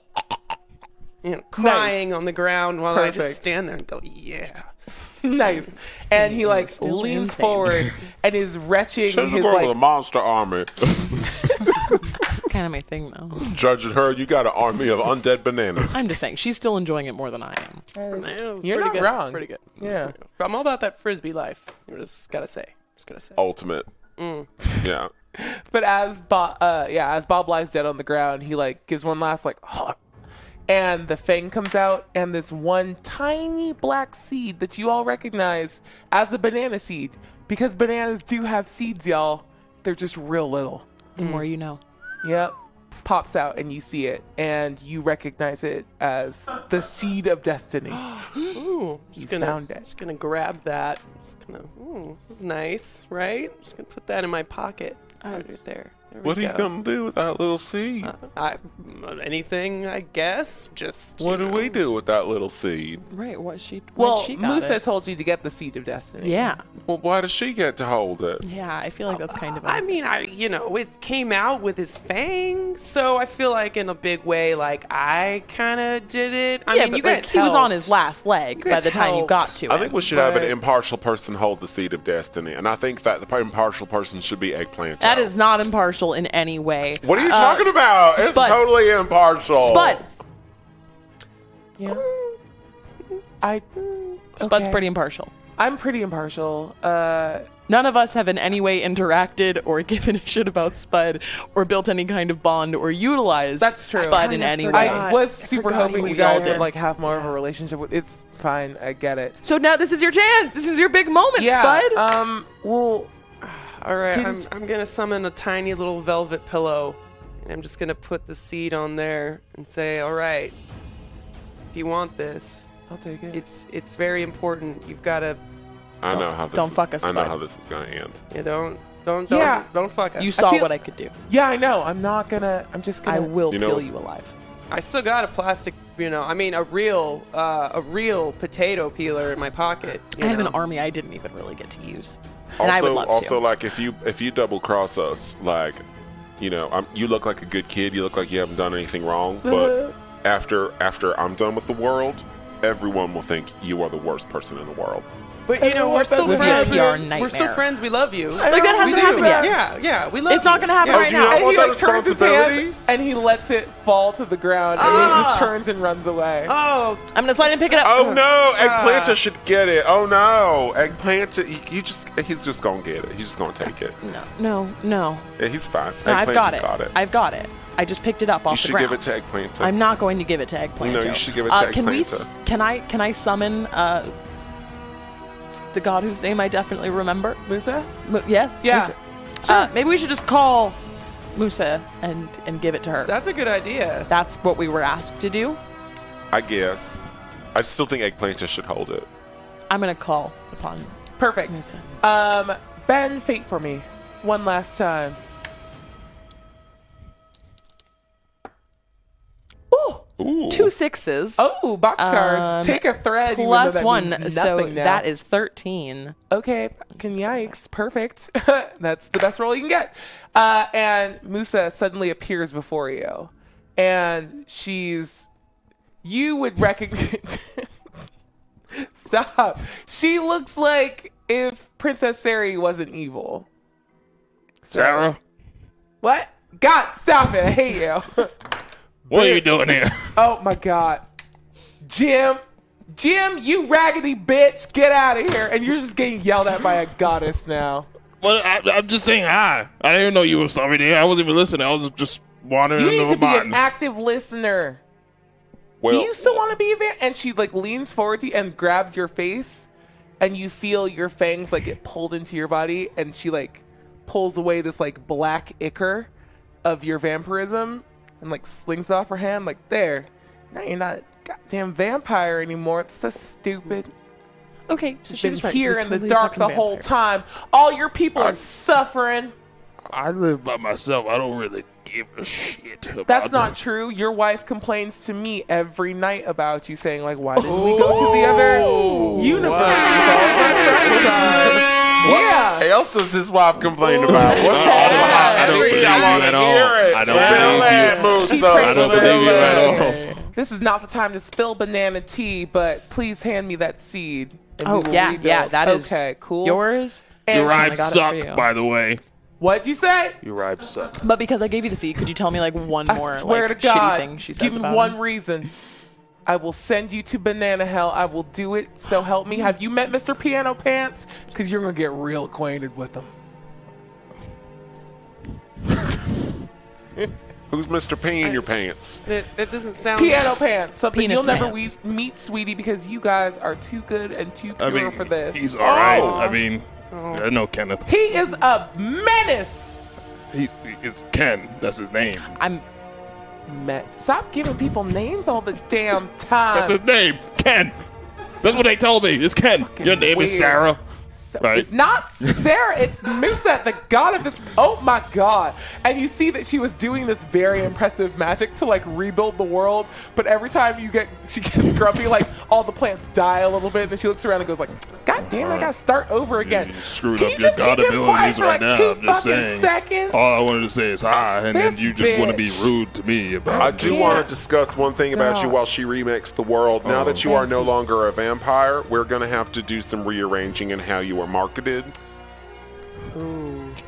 [SPEAKER 4] you know, crying on the ground while I
[SPEAKER 7] Perfect.
[SPEAKER 4] just stand there and go, yeah.
[SPEAKER 7] nice. And he like
[SPEAKER 4] Still
[SPEAKER 7] leans
[SPEAKER 4] Mm-hmm. insane.
[SPEAKER 7] forward and is retching
[SPEAKER 5] She's the
[SPEAKER 7] his
[SPEAKER 5] girl with a
[SPEAKER 7] like
[SPEAKER 5] monster army.
[SPEAKER 3] kind of my thing though.
[SPEAKER 5] Judging her, you got an army of undead bananas.
[SPEAKER 3] I'm just saying, she's still enjoying it more than I am.
[SPEAKER 7] You're not
[SPEAKER 4] pretty good.
[SPEAKER 7] wrong.
[SPEAKER 4] Pretty good.
[SPEAKER 7] Yeah.
[SPEAKER 4] But I'm all about that frisbee life. I just gotta say. Just gotta say.
[SPEAKER 5] Ultimate.
[SPEAKER 3] Mm.
[SPEAKER 5] Yeah.
[SPEAKER 7] But as Bob, uh, yeah, as Bob lies dead on the ground, he like gives one last like, and the fang comes out, and this one tiny black seed that you all recognize as a banana seed, because bananas do have seeds, y'all. They're just real little.
[SPEAKER 3] The
[SPEAKER 5] Mm.
[SPEAKER 3] more you know.
[SPEAKER 7] Yep. Pops out, and you see it, and you recognize it as the seed of destiny.
[SPEAKER 4] Ooh, just
[SPEAKER 7] You
[SPEAKER 4] gonna
[SPEAKER 7] found it.
[SPEAKER 4] just gonna grab
[SPEAKER 3] Oh,
[SPEAKER 4] that. Just gonna. Ooh, this is nice, right? Just gonna put that in my pocket. Put it there.
[SPEAKER 5] What are you gonna do without little C?
[SPEAKER 3] Uh,
[SPEAKER 11] I,
[SPEAKER 4] mm,
[SPEAKER 11] anything, I guess. Just
[SPEAKER 5] what do we do without little seed?
[SPEAKER 3] Right, what she
[SPEAKER 4] Well,
[SPEAKER 3] she got
[SPEAKER 4] Musa
[SPEAKER 3] it.
[SPEAKER 4] told you to get the seed of destiny.
[SPEAKER 3] Yeah.
[SPEAKER 5] Well, why does she get to hold it?
[SPEAKER 3] Yeah, I feel like that's kind of
[SPEAKER 7] I mean, I you know, it came out with his fang, so I feel like in a big way, like I kind of did it. I
[SPEAKER 3] yeah,
[SPEAKER 7] mean,
[SPEAKER 3] but
[SPEAKER 7] you
[SPEAKER 3] like,
[SPEAKER 7] guys
[SPEAKER 3] he was on
[SPEAKER 7] helped.
[SPEAKER 3] his last leg by
[SPEAKER 7] guys
[SPEAKER 3] the time you got
[SPEAKER 7] helped.
[SPEAKER 3] to it.
[SPEAKER 5] I think we should have an impartial person hold the seed of destiny, and I think that the impartial person should be eggplant.
[SPEAKER 3] that
[SPEAKER 5] Toad.
[SPEAKER 3] is not impartial in any way.
[SPEAKER 5] What are you
[SPEAKER 3] Uh,
[SPEAKER 5] talking about? It's
[SPEAKER 3] Spud.
[SPEAKER 5] totally impartial.
[SPEAKER 3] Spud.
[SPEAKER 4] I,
[SPEAKER 3] Spud's
[SPEAKER 4] Okay.
[SPEAKER 3] pretty impartial.
[SPEAKER 4] I'm pretty impartial. Uh,
[SPEAKER 3] None of us have in any way interacted or given a shit about Spud or built any kind of bond or utilized
[SPEAKER 4] That's true.
[SPEAKER 3] Spud in
[SPEAKER 7] Kinda
[SPEAKER 3] any
[SPEAKER 7] forgot.
[SPEAKER 3] way.
[SPEAKER 4] I
[SPEAKER 7] God,
[SPEAKER 4] was
[SPEAKER 7] I
[SPEAKER 4] super
[SPEAKER 7] forgot he
[SPEAKER 4] hoping you
[SPEAKER 7] was
[SPEAKER 4] guys
[SPEAKER 7] older.
[SPEAKER 4] would like have more of a relationship with. It's fine. I get it.
[SPEAKER 3] So now this is your chance. This is your big moment, Spud.
[SPEAKER 4] Um. Well.
[SPEAKER 7] All right, I'm,
[SPEAKER 4] Didn't-
[SPEAKER 7] I'm gonna summon a tiny little velvet pillow, and I'm just gonna put the seed on there and say, "All right, if you want this,
[SPEAKER 4] I'll take it.
[SPEAKER 7] it's it's very important. You've gotta,
[SPEAKER 5] I know how this.
[SPEAKER 3] don't
[SPEAKER 5] is,
[SPEAKER 3] fuck us,
[SPEAKER 5] I know
[SPEAKER 3] Spud.
[SPEAKER 5] how this is going to end.
[SPEAKER 7] you don't don't don't,
[SPEAKER 4] Yeah.
[SPEAKER 7] don't fuck us.
[SPEAKER 3] you saw
[SPEAKER 4] feel-
[SPEAKER 3] what I could do.
[SPEAKER 4] yeah, I know. I'm not gonna. I'm just gonna.
[SPEAKER 3] I will
[SPEAKER 5] You know-
[SPEAKER 3] kill you alive.
[SPEAKER 7] I still got a plastic, you know, I mean a real uh, a real potato peeler in my pocket. you
[SPEAKER 3] I have an
[SPEAKER 7] know.
[SPEAKER 3] army I didn't even really get to use.
[SPEAKER 5] Also,
[SPEAKER 3] and I would love
[SPEAKER 5] also
[SPEAKER 3] to.
[SPEAKER 5] like if you if you double cross us, like you know, I'm, you look like a good kid. You look like you haven't done anything wrong. But after after I'm done with the world, everyone will think you are the worst person in the world.
[SPEAKER 7] But you know,
[SPEAKER 4] want
[SPEAKER 7] we're still
[SPEAKER 4] that to be a
[SPEAKER 7] friends.
[SPEAKER 3] PR
[SPEAKER 7] We're still
[SPEAKER 3] nightmare.
[SPEAKER 7] friends. We love you.
[SPEAKER 3] Like, that hasn't
[SPEAKER 7] We do.
[SPEAKER 3] happened yet.
[SPEAKER 7] Yeah, yeah, we love.
[SPEAKER 3] It's not
[SPEAKER 7] you.
[SPEAKER 3] gonna happen
[SPEAKER 7] Yeah.
[SPEAKER 3] right
[SPEAKER 5] do you
[SPEAKER 3] now.
[SPEAKER 5] not want
[SPEAKER 4] he,
[SPEAKER 5] that
[SPEAKER 4] like, turns his hand
[SPEAKER 5] responsibility?
[SPEAKER 4] and he lets it fall to the ground, and he
[SPEAKER 7] Ah.
[SPEAKER 4] just turns and runs away.
[SPEAKER 7] Oh,
[SPEAKER 3] I'm gonna slide and pick it up.
[SPEAKER 5] Oh no, Eggplanta should get it. Oh no, Eggplanta, he, he just he's just gonna get it. He's just gonna take it.
[SPEAKER 3] No, no, no.
[SPEAKER 5] Yeah, he's fine.
[SPEAKER 3] No, I've
[SPEAKER 5] Eggplanta's
[SPEAKER 3] got it.
[SPEAKER 5] Got it.
[SPEAKER 3] I've got it. I just picked it up off
[SPEAKER 5] you
[SPEAKER 3] the
[SPEAKER 5] should
[SPEAKER 3] ground.
[SPEAKER 5] give it to Eggplanta.
[SPEAKER 3] I'm not going to give it to Eggplant.
[SPEAKER 5] No, you should give it
[SPEAKER 3] uh,
[SPEAKER 5] to
[SPEAKER 3] Can we?
[SPEAKER 5] Eggplanto.
[SPEAKER 3] s- Can I? Can I summon uh, the god whose name I definitely remember?
[SPEAKER 4] Musa?
[SPEAKER 3] Mu- yes.
[SPEAKER 4] Yeah.
[SPEAKER 3] Musa. Uh, maybe we should just call Musa and and give it to her.
[SPEAKER 7] that's a good idea.
[SPEAKER 3] That's what we were asked to do.
[SPEAKER 5] I guess. I still think Eggplanta should hold it.
[SPEAKER 3] I'm gonna call upon
[SPEAKER 4] Perfect.
[SPEAKER 3] Musa.
[SPEAKER 4] Um, Ben, fate for me, one last time.
[SPEAKER 5] Ooh.
[SPEAKER 3] Two sixes.
[SPEAKER 4] Oh, boxcars!
[SPEAKER 3] Um,
[SPEAKER 4] Take a thread. even though
[SPEAKER 3] plus
[SPEAKER 4] that
[SPEAKER 3] one,
[SPEAKER 4] means
[SPEAKER 3] so
[SPEAKER 4] nothing now.
[SPEAKER 3] that is thirteen.
[SPEAKER 4] Okay, can yikes, perfect. That's the best roll you can get. Uh, and Musa suddenly appears before you, and she's. You would recognize. Stop. She looks like if Princess Sari wasn't evil. So-
[SPEAKER 9] Sarah,
[SPEAKER 4] What? God, stop it! I hate you.
[SPEAKER 9] what are you doing here?
[SPEAKER 4] oh my God, Jim. Jim, you raggedy bitch, get out of here! And you're just getting yelled at by a goddess now.
[SPEAKER 9] well, I, I'm just saying hi. I didn't know you were sorry there. I wasn't even listening. I was just wandering
[SPEAKER 4] You
[SPEAKER 9] in
[SPEAKER 4] need
[SPEAKER 9] the
[SPEAKER 4] to be an
[SPEAKER 9] mind.
[SPEAKER 4] active listener.
[SPEAKER 5] Well,
[SPEAKER 4] Do you still want to be a van? And she like leans forward to you and grabs your face, and you feel your fangs like get pulled into your body, and she like pulls away this like black ichor of your vampirism and like slings it off her hand. Like there, now you're not a goddamn vampire anymore. It's so stupid.
[SPEAKER 3] Okay, so
[SPEAKER 4] She's
[SPEAKER 3] she
[SPEAKER 4] been
[SPEAKER 3] was right. He
[SPEAKER 4] here
[SPEAKER 3] was
[SPEAKER 4] in the
[SPEAKER 3] totally a
[SPEAKER 4] dark
[SPEAKER 3] fucking
[SPEAKER 4] the whole
[SPEAKER 3] vampire.
[SPEAKER 4] time. All your people are suffering.
[SPEAKER 9] I live by myself. I don't really give a shit about
[SPEAKER 4] That's not
[SPEAKER 9] that.
[SPEAKER 4] true. Your wife complains to me every night about you saying like, "Why didn't we go to the
[SPEAKER 9] Oh,
[SPEAKER 4] other universe?" with all my friends on?"
[SPEAKER 5] What else does his wife complain about? What's all
[SPEAKER 9] I
[SPEAKER 5] about?
[SPEAKER 9] don't believe
[SPEAKER 5] Gee,
[SPEAKER 9] you
[SPEAKER 5] I wanna
[SPEAKER 9] at all.
[SPEAKER 5] hear it.
[SPEAKER 9] I don't
[SPEAKER 5] Spill
[SPEAKER 9] believe
[SPEAKER 5] that,
[SPEAKER 9] you.
[SPEAKER 5] Moose,
[SPEAKER 4] She
[SPEAKER 5] though.
[SPEAKER 4] prays
[SPEAKER 9] I don't
[SPEAKER 4] for
[SPEAKER 9] believe you at
[SPEAKER 4] the
[SPEAKER 9] all.
[SPEAKER 4] best. This is not the time to spill banana tea, but please hand me that seed. and we
[SPEAKER 3] Oh
[SPEAKER 4] will
[SPEAKER 3] yeah,
[SPEAKER 4] rebuild.
[SPEAKER 3] yeah, that is
[SPEAKER 4] okay, cool.
[SPEAKER 3] Yours,
[SPEAKER 4] And
[SPEAKER 9] Your
[SPEAKER 3] I
[SPEAKER 9] rhymes
[SPEAKER 3] got it for
[SPEAKER 9] suck,
[SPEAKER 3] you.
[SPEAKER 9] by the way.
[SPEAKER 4] what'd you say?
[SPEAKER 9] Your rhymes suck.
[SPEAKER 3] but because I gave you the seed, could you tell me like one
[SPEAKER 4] I
[SPEAKER 3] more
[SPEAKER 4] swear
[SPEAKER 3] like
[SPEAKER 4] to
[SPEAKER 3] shitty
[SPEAKER 4] God,
[SPEAKER 3] thing she
[SPEAKER 4] just
[SPEAKER 3] says
[SPEAKER 4] give me
[SPEAKER 3] about
[SPEAKER 4] one
[SPEAKER 3] him?
[SPEAKER 4] reason. I will send you to banana hell. I will do it. So help me. Have you met Mr. Piano Pants? Because you're gonna get real acquainted with him.
[SPEAKER 5] Who's Mr. Pee in your pants?
[SPEAKER 7] That, that doesn't sound.
[SPEAKER 4] Piano pants, something
[SPEAKER 3] Penis
[SPEAKER 4] you'll never we-
[SPEAKER 3] pants.
[SPEAKER 4] meet, sweetie, because you guys are too good and too pure
[SPEAKER 9] I mean,
[SPEAKER 4] for this. Oh.
[SPEAKER 9] he's all right. I mean, I know Kenneth.
[SPEAKER 4] he is a menace.
[SPEAKER 9] He's, it's Ken. That's his name.
[SPEAKER 3] I'm
[SPEAKER 4] Me- Stop giving people names all the damn time.
[SPEAKER 9] That's his name, Ken. That's what they told me. It's Ken. Your name
[SPEAKER 4] weird.
[SPEAKER 9] is Sarah.
[SPEAKER 2] So-
[SPEAKER 9] Right.
[SPEAKER 2] It's not Sarah, it's Musa, the god of this. Oh my god. And you see that she was doing this very impressive magic to like rebuild the world, but every time you get she gets grumpy, like all the plants die a little bit, and then she looks around and goes like, God damn, I gotta start over again.
[SPEAKER 9] You screwed
[SPEAKER 2] Can you
[SPEAKER 9] up your
[SPEAKER 2] just keep
[SPEAKER 9] god
[SPEAKER 2] it quiet
[SPEAKER 9] abilities
[SPEAKER 2] for,
[SPEAKER 9] right
[SPEAKER 2] like,
[SPEAKER 9] now.
[SPEAKER 2] two
[SPEAKER 9] I'm just
[SPEAKER 2] fucking
[SPEAKER 9] saying.
[SPEAKER 2] seconds?
[SPEAKER 9] All I wanted to say is hi, and
[SPEAKER 2] This
[SPEAKER 9] then you just want to be
[SPEAKER 2] bitch.
[SPEAKER 9] rude to me about
[SPEAKER 5] I
[SPEAKER 9] it.
[SPEAKER 5] do want to discuss one thing about you while she remixed the world. Now that
[SPEAKER 9] Oh.
[SPEAKER 5] you are no longer a vampire, we're going to have to do some rearranging in how you are marketed.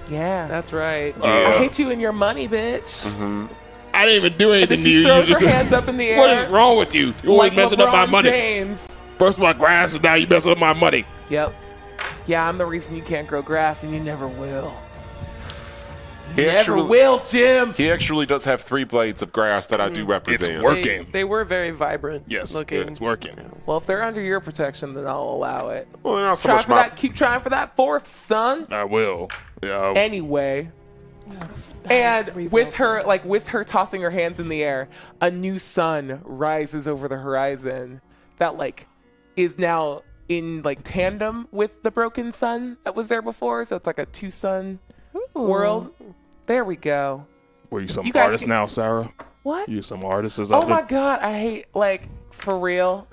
[SPEAKER 2] Yeah.
[SPEAKER 7] That's right.
[SPEAKER 2] I
[SPEAKER 9] Uh,
[SPEAKER 5] Yeah.
[SPEAKER 2] hit you in your money, bitch.
[SPEAKER 9] I didn't even do
[SPEAKER 2] then
[SPEAKER 9] anything
[SPEAKER 2] she
[SPEAKER 9] to Mm-hmm. you. You
[SPEAKER 2] throws
[SPEAKER 9] just
[SPEAKER 2] her hands up in the air.
[SPEAKER 9] What is wrong with you? You're always
[SPEAKER 2] Like
[SPEAKER 9] messing up my
[SPEAKER 2] LeBron
[SPEAKER 9] money.
[SPEAKER 2] James.
[SPEAKER 9] First my grass, and now you messing up my money.
[SPEAKER 2] Yep. Yeah, I'm the reason you can't grow grass, and you never will.
[SPEAKER 5] He
[SPEAKER 2] Never will, Jim.
[SPEAKER 5] He actually does have three blades of grass that I
[SPEAKER 3] Mm.
[SPEAKER 5] do represent.
[SPEAKER 9] It's work-
[SPEAKER 7] They,
[SPEAKER 9] Working.
[SPEAKER 7] they were very vibrant.
[SPEAKER 9] Yes,
[SPEAKER 7] Looking.
[SPEAKER 9] it's working.
[SPEAKER 2] Well, if they're under your protection, then I'll allow it.
[SPEAKER 5] Well, they're not so
[SPEAKER 2] Try
[SPEAKER 5] much
[SPEAKER 2] for
[SPEAKER 5] my.
[SPEAKER 2] that. Keep trying for that fourth, son.
[SPEAKER 9] I will. Yeah. I-
[SPEAKER 2] Anyway. And with her, like with her tossing her hands in the air, a new sun rises over the horizon that, like, is now in like tandem with the broken sun that was there before. So it's like a two sun world. There we go.
[SPEAKER 9] Were you some
[SPEAKER 2] You guys
[SPEAKER 9] artist
[SPEAKER 2] can-
[SPEAKER 9] now, Sarah?
[SPEAKER 2] What?
[SPEAKER 9] You some artist or
[SPEAKER 2] Oh
[SPEAKER 9] something?
[SPEAKER 2] my god, I hate like for real.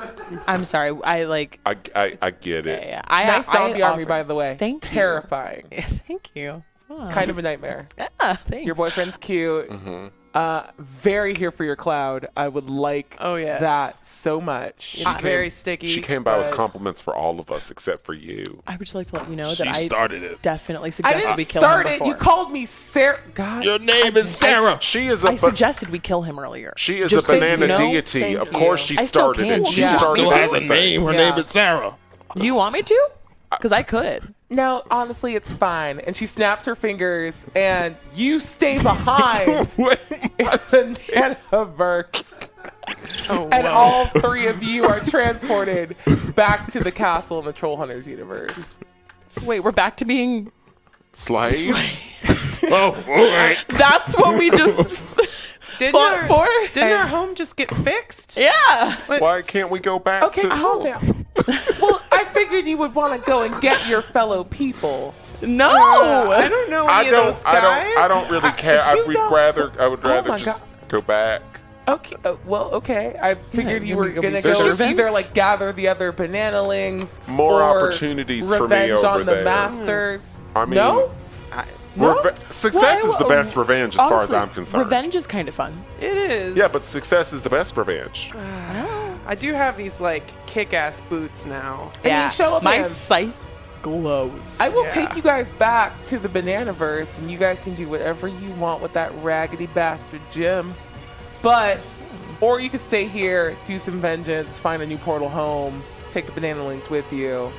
[SPEAKER 3] I'm sorry. I like.
[SPEAKER 5] I, I, I get it.
[SPEAKER 3] Yeah, I,
[SPEAKER 2] Nice
[SPEAKER 3] I
[SPEAKER 2] zombie army,
[SPEAKER 3] offered-
[SPEAKER 2] by the way.
[SPEAKER 3] Thank you.
[SPEAKER 2] Terrifying.
[SPEAKER 3] Thank you. Oh,
[SPEAKER 2] Kind of a nightmare.
[SPEAKER 3] yeah, thanks.
[SPEAKER 2] Your boyfriend's cute.
[SPEAKER 5] Mm-hmm.
[SPEAKER 2] Uh, very here for your cloud. I would like
[SPEAKER 7] Oh, yes.
[SPEAKER 2] that so much.
[SPEAKER 7] It's very sticky.
[SPEAKER 5] She came by with
[SPEAKER 7] but-
[SPEAKER 5] compliments for all of us except for you.
[SPEAKER 3] I would just like to let you know
[SPEAKER 9] She
[SPEAKER 3] that I
[SPEAKER 9] started it.
[SPEAKER 3] definitely
[SPEAKER 2] I
[SPEAKER 3] suggested
[SPEAKER 2] didn't
[SPEAKER 3] we kill
[SPEAKER 2] start
[SPEAKER 3] him
[SPEAKER 2] it.
[SPEAKER 3] before.
[SPEAKER 2] You called me Sarah. God.
[SPEAKER 9] Your name is Sarah.
[SPEAKER 5] She is a
[SPEAKER 3] I
[SPEAKER 5] bu-
[SPEAKER 3] suggested we kill him earlier.
[SPEAKER 5] she is
[SPEAKER 3] Just
[SPEAKER 5] a
[SPEAKER 3] so you
[SPEAKER 5] banana
[SPEAKER 3] know.
[SPEAKER 5] deity.
[SPEAKER 2] Thank
[SPEAKER 5] Of
[SPEAKER 2] you.
[SPEAKER 5] course, she
[SPEAKER 3] I still
[SPEAKER 5] started
[SPEAKER 3] can't
[SPEAKER 5] it. She
[SPEAKER 3] do that.
[SPEAKER 5] started
[SPEAKER 9] Still has a
[SPEAKER 5] everything.
[SPEAKER 9] name. Her
[SPEAKER 2] Yeah.
[SPEAKER 9] name is Sarah.
[SPEAKER 3] Do you want me to? Because I could.
[SPEAKER 2] No, honestly, it's fine. And she snaps her fingers, and you stay behind in the nanoverse. and all three of you are transported back to the castle in the Troll Hunters universe.
[SPEAKER 3] Wait, we're back to being.
[SPEAKER 5] Slaves?
[SPEAKER 9] Oh, all right.
[SPEAKER 3] That's what we just
[SPEAKER 7] Didn't,
[SPEAKER 3] fought
[SPEAKER 7] our,
[SPEAKER 3] for.
[SPEAKER 7] didn't our home just get fixed?
[SPEAKER 3] Yeah.
[SPEAKER 5] Why can't we go back
[SPEAKER 2] Okay,
[SPEAKER 5] to
[SPEAKER 2] calm down. well, I figured you would want to go and get your fellow people.
[SPEAKER 3] No.
[SPEAKER 7] I don't know
[SPEAKER 5] Uh, I
[SPEAKER 7] any
[SPEAKER 5] don't,
[SPEAKER 7] of those guys.
[SPEAKER 5] I don't. I don't really care. I
[SPEAKER 2] you
[SPEAKER 5] would
[SPEAKER 2] know-
[SPEAKER 5] rather. I would
[SPEAKER 2] Oh
[SPEAKER 5] rather
[SPEAKER 2] my
[SPEAKER 5] just go back.
[SPEAKER 2] Okay. Uh, well, okay. I figured you
[SPEAKER 3] you
[SPEAKER 2] were
[SPEAKER 3] can go
[SPEAKER 2] gonna
[SPEAKER 3] be
[SPEAKER 2] go
[SPEAKER 5] servants.
[SPEAKER 2] either like gather the other bananalings.
[SPEAKER 5] More
[SPEAKER 2] or
[SPEAKER 5] opportunities for me
[SPEAKER 2] Revenge
[SPEAKER 5] over
[SPEAKER 2] on the
[SPEAKER 5] there.
[SPEAKER 7] Hmm.
[SPEAKER 2] masters.
[SPEAKER 5] I mean,
[SPEAKER 2] no.
[SPEAKER 5] Reve- success is the best revenge, as far as I'm concerned.
[SPEAKER 3] Revenge is kind of fun.
[SPEAKER 7] It is.
[SPEAKER 5] Yeah, but success is the best revenge.
[SPEAKER 7] I do have these like kick-ass boots now.
[SPEAKER 2] I mean, show of
[SPEAKER 3] My
[SPEAKER 2] hands.
[SPEAKER 3] scythe glows.
[SPEAKER 2] I will
[SPEAKER 7] Yeah.
[SPEAKER 2] take you guys back to the Bananaverse, and you guys can do whatever you want with that raggedy bastard Jim. But, or you can stay here, do some vengeance, find a new portal home, take the Bananalings with you.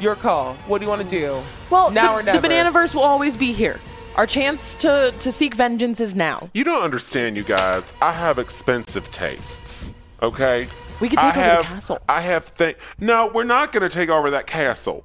[SPEAKER 2] Your call. What do you want to do?
[SPEAKER 3] well,
[SPEAKER 2] now
[SPEAKER 3] the,
[SPEAKER 2] or never.
[SPEAKER 3] the Bananaverse will always be here. Our chance to, to seek vengeance is now.
[SPEAKER 5] You don't understand, you guys. I have expensive tastes. Okay.
[SPEAKER 3] We could
[SPEAKER 5] I
[SPEAKER 3] take over the
[SPEAKER 5] have,
[SPEAKER 3] castle.
[SPEAKER 5] I have things. No, we're not going to take over that castle.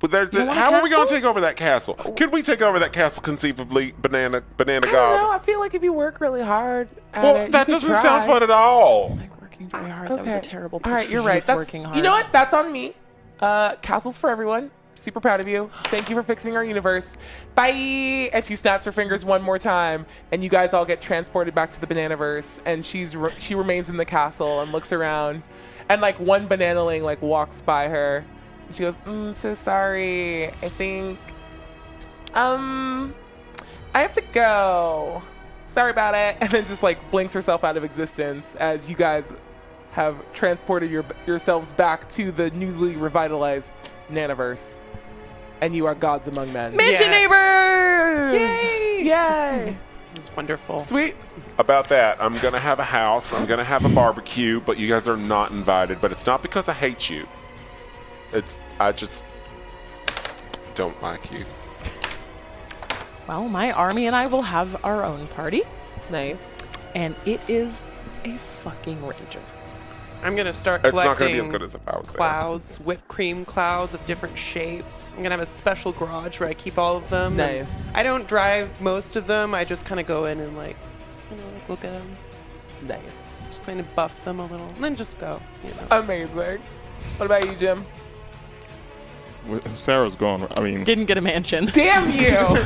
[SPEAKER 5] But there's
[SPEAKER 3] You
[SPEAKER 5] a-
[SPEAKER 3] want a
[SPEAKER 5] how are we going to
[SPEAKER 3] castle?
[SPEAKER 5] take over that castle? Could we take over that castle conceivably, banana, banana
[SPEAKER 2] I
[SPEAKER 5] god?
[SPEAKER 2] don't know. I feel like if you work really hard, at
[SPEAKER 5] Well,
[SPEAKER 2] it, you
[SPEAKER 5] that
[SPEAKER 2] could
[SPEAKER 5] doesn't
[SPEAKER 2] try.
[SPEAKER 5] sound fun at all.
[SPEAKER 3] Working very hard.
[SPEAKER 2] Okay.
[SPEAKER 3] That was a terrible.
[SPEAKER 2] All right,
[SPEAKER 3] picture.
[SPEAKER 2] you're
[SPEAKER 3] He
[SPEAKER 2] right.
[SPEAKER 3] hates
[SPEAKER 2] That's
[SPEAKER 3] working hard.
[SPEAKER 2] You know what? That's on me. Uh, castles for everyone. Super proud of you. Thank you for fixing our universe. Bye. And she snaps her fingers one more time, and you guys all get transported back to the Bananaverse. And she's re- she remains in the castle and looks around, and like one bananaling like walks by her. And she goes, mm, "So sorry. I think, um, I have to go. Sorry about it." And then just like blinks herself out of existence as you guys have transported your, yourselves back to the newly revitalized Nanoverse, and you are gods among men.
[SPEAKER 3] Mansion
[SPEAKER 7] Yes.
[SPEAKER 3] neighbors.
[SPEAKER 2] Yay! Yay!
[SPEAKER 7] This is wonderful.
[SPEAKER 2] Sweet.
[SPEAKER 5] About that, I'm going to have a house. I'm going to have a barbecue, but you guys are not invited. But it's not because I hate you. It's I just don't like you.
[SPEAKER 3] Well, my army and I will have our own party,
[SPEAKER 2] Nice.
[SPEAKER 3] and it is a fucking rager.
[SPEAKER 7] I'm gonna start
[SPEAKER 5] It's
[SPEAKER 7] collecting
[SPEAKER 5] not going to be as good as if I was there.
[SPEAKER 7] clouds, whipped cream clouds of different shapes. I'm gonna have a special garage where I keep all of them. and
[SPEAKER 2] Nice.
[SPEAKER 7] I don't drive most of them. I just kind of go in and like, you know, like look at them.
[SPEAKER 2] Nice.
[SPEAKER 7] Just kind of buff them a little, and then just go. You know.
[SPEAKER 2] Amazing. What about you, Jim?
[SPEAKER 9] Sarah's gone. I mean,
[SPEAKER 3] Didn't get a mansion.
[SPEAKER 4] Damn you!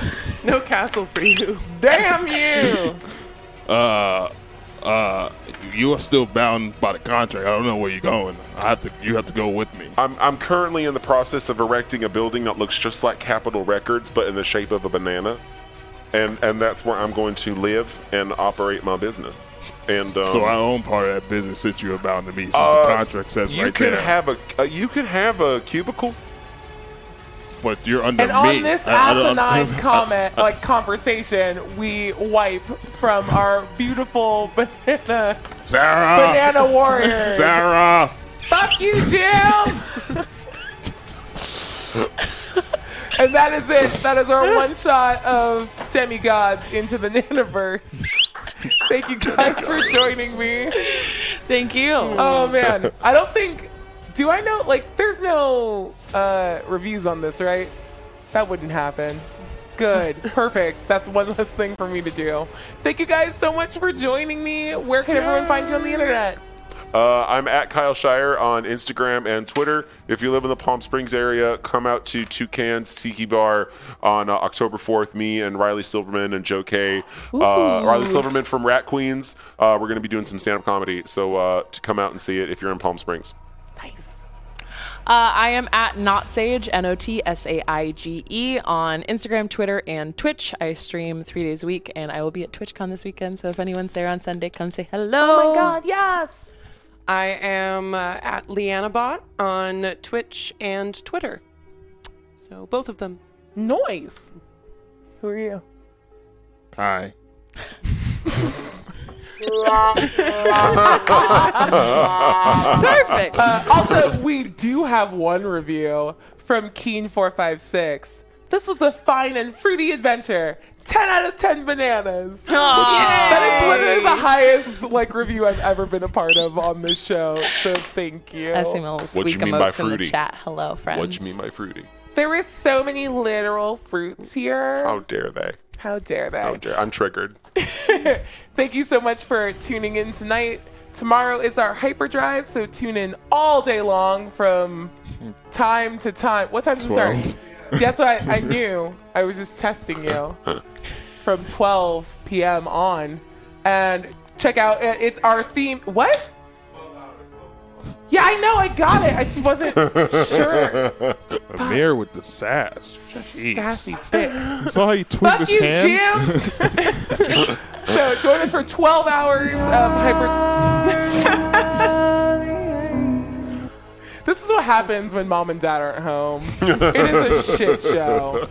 [SPEAKER 7] No castle for you.
[SPEAKER 4] Damn you!
[SPEAKER 9] uh, uh, you are still bound by the contract. I don't know where you're going. I have to. You have to go with me.
[SPEAKER 5] I'm, I'm currently in the process of erecting a building that looks just like Capitol Records, but in the shape of a banana, and and that's where I'm going to live and operate my business. And um,
[SPEAKER 9] so I own part of that business since you are bound to me. Since
[SPEAKER 5] uh,
[SPEAKER 9] the contract says
[SPEAKER 5] you
[SPEAKER 9] right
[SPEAKER 5] can
[SPEAKER 9] there.
[SPEAKER 5] have a uh, you can have a cubicle.
[SPEAKER 9] but you're under
[SPEAKER 4] And
[SPEAKER 9] me. Uh,
[SPEAKER 4] on this
[SPEAKER 9] I- I don't-
[SPEAKER 4] asinine comment, like conversation, we wipe from our beautiful banana
[SPEAKER 9] Sarah.
[SPEAKER 4] banana warriors.
[SPEAKER 9] Sarah.
[SPEAKER 4] Fuck you, Jim. and that is it. That is our one shot of demigods into the nanoverse. Thank you guys for joining me.
[SPEAKER 3] Thank you.
[SPEAKER 4] Oh man, I don't think. Do I know? Like, there's no uh, reviews on this, right? That wouldn't happen. Good, perfect. That's one less thing for me to do. Thank you guys so much for joining me. Where can everyone find you on the internet?
[SPEAKER 5] Uh, I'm at Kyle Shire on Instagram and Twitter. If you live in the Palm Springs area, come out to Toucan's Tiki Bar on uh, October 4th. Me and Riley Silverman and Joe Kay. Uh, Riley Silverman from Rat Queens. Uh, we're going to be doing some stand up comedy. So uh, to come out and see it if you're in Palm Springs.
[SPEAKER 3] Uh, I am at Not Sage, N O T S A I G E, on Instagram, Twitter, and Twitch. I stream three days a week, and I will be at TwitchCon this weekend. So if anyone's there on Sunday, come say hello.
[SPEAKER 4] Oh my God, yes.
[SPEAKER 7] I am uh, at Lianabot on Twitch and Twitter. So both of them.
[SPEAKER 4] Noise. Who are you?
[SPEAKER 9] Hi.
[SPEAKER 3] Perfect.
[SPEAKER 4] Uh, also, we do have one review from Keen456. This was a fine and fruity adventure. 10 out of 10 bananas. That is literally the highest like review I've ever been a part of on this show. So thank you.
[SPEAKER 3] SML
[SPEAKER 5] What
[SPEAKER 3] squeak
[SPEAKER 5] you mean by
[SPEAKER 3] emotes in the
[SPEAKER 5] fruity?
[SPEAKER 3] chat. Hello, friends.
[SPEAKER 5] What you mean by fruity?
[SPEAKER 4] There is so many literal fruits here.
[SPEAKER 5] How dare they?
[SPEAKER 4] How dare they?
[SPEAKER 5] How dare I'm triggered.
[SPEAKER 4] Thank you so much for tuning in tonight. Tomorrow is our hyperdrive, so tune in all day long from time to time. What time does it start? That's what I, I knew. I was just testing you from 12 p.m. on. And check out, uh, it's our theme. What? Yeah, I know. I got it. I just wasn't sure.
[SPEAKER 9] Amir with the sass. Jeez.
[SPEAKER 4] Sassy bitch.
[SPEAKER 9] Saw how you tweaked
[SPEAKER 4] Fuck
[SPEAKER 9] his
[SPEAKER 4] you,
[SPEAKER 9] hand.
[SPEAKER 4] Jim. so join us for 12 hours of hyper. this is what happens when mom and dad aren't home. It is a shit show.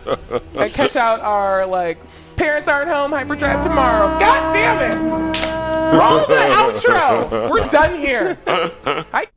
[SPEAKER 4] And catch out our like parents aren't home hyperdrive tomorrow. God damn it! Roll the outro. We're done here. I-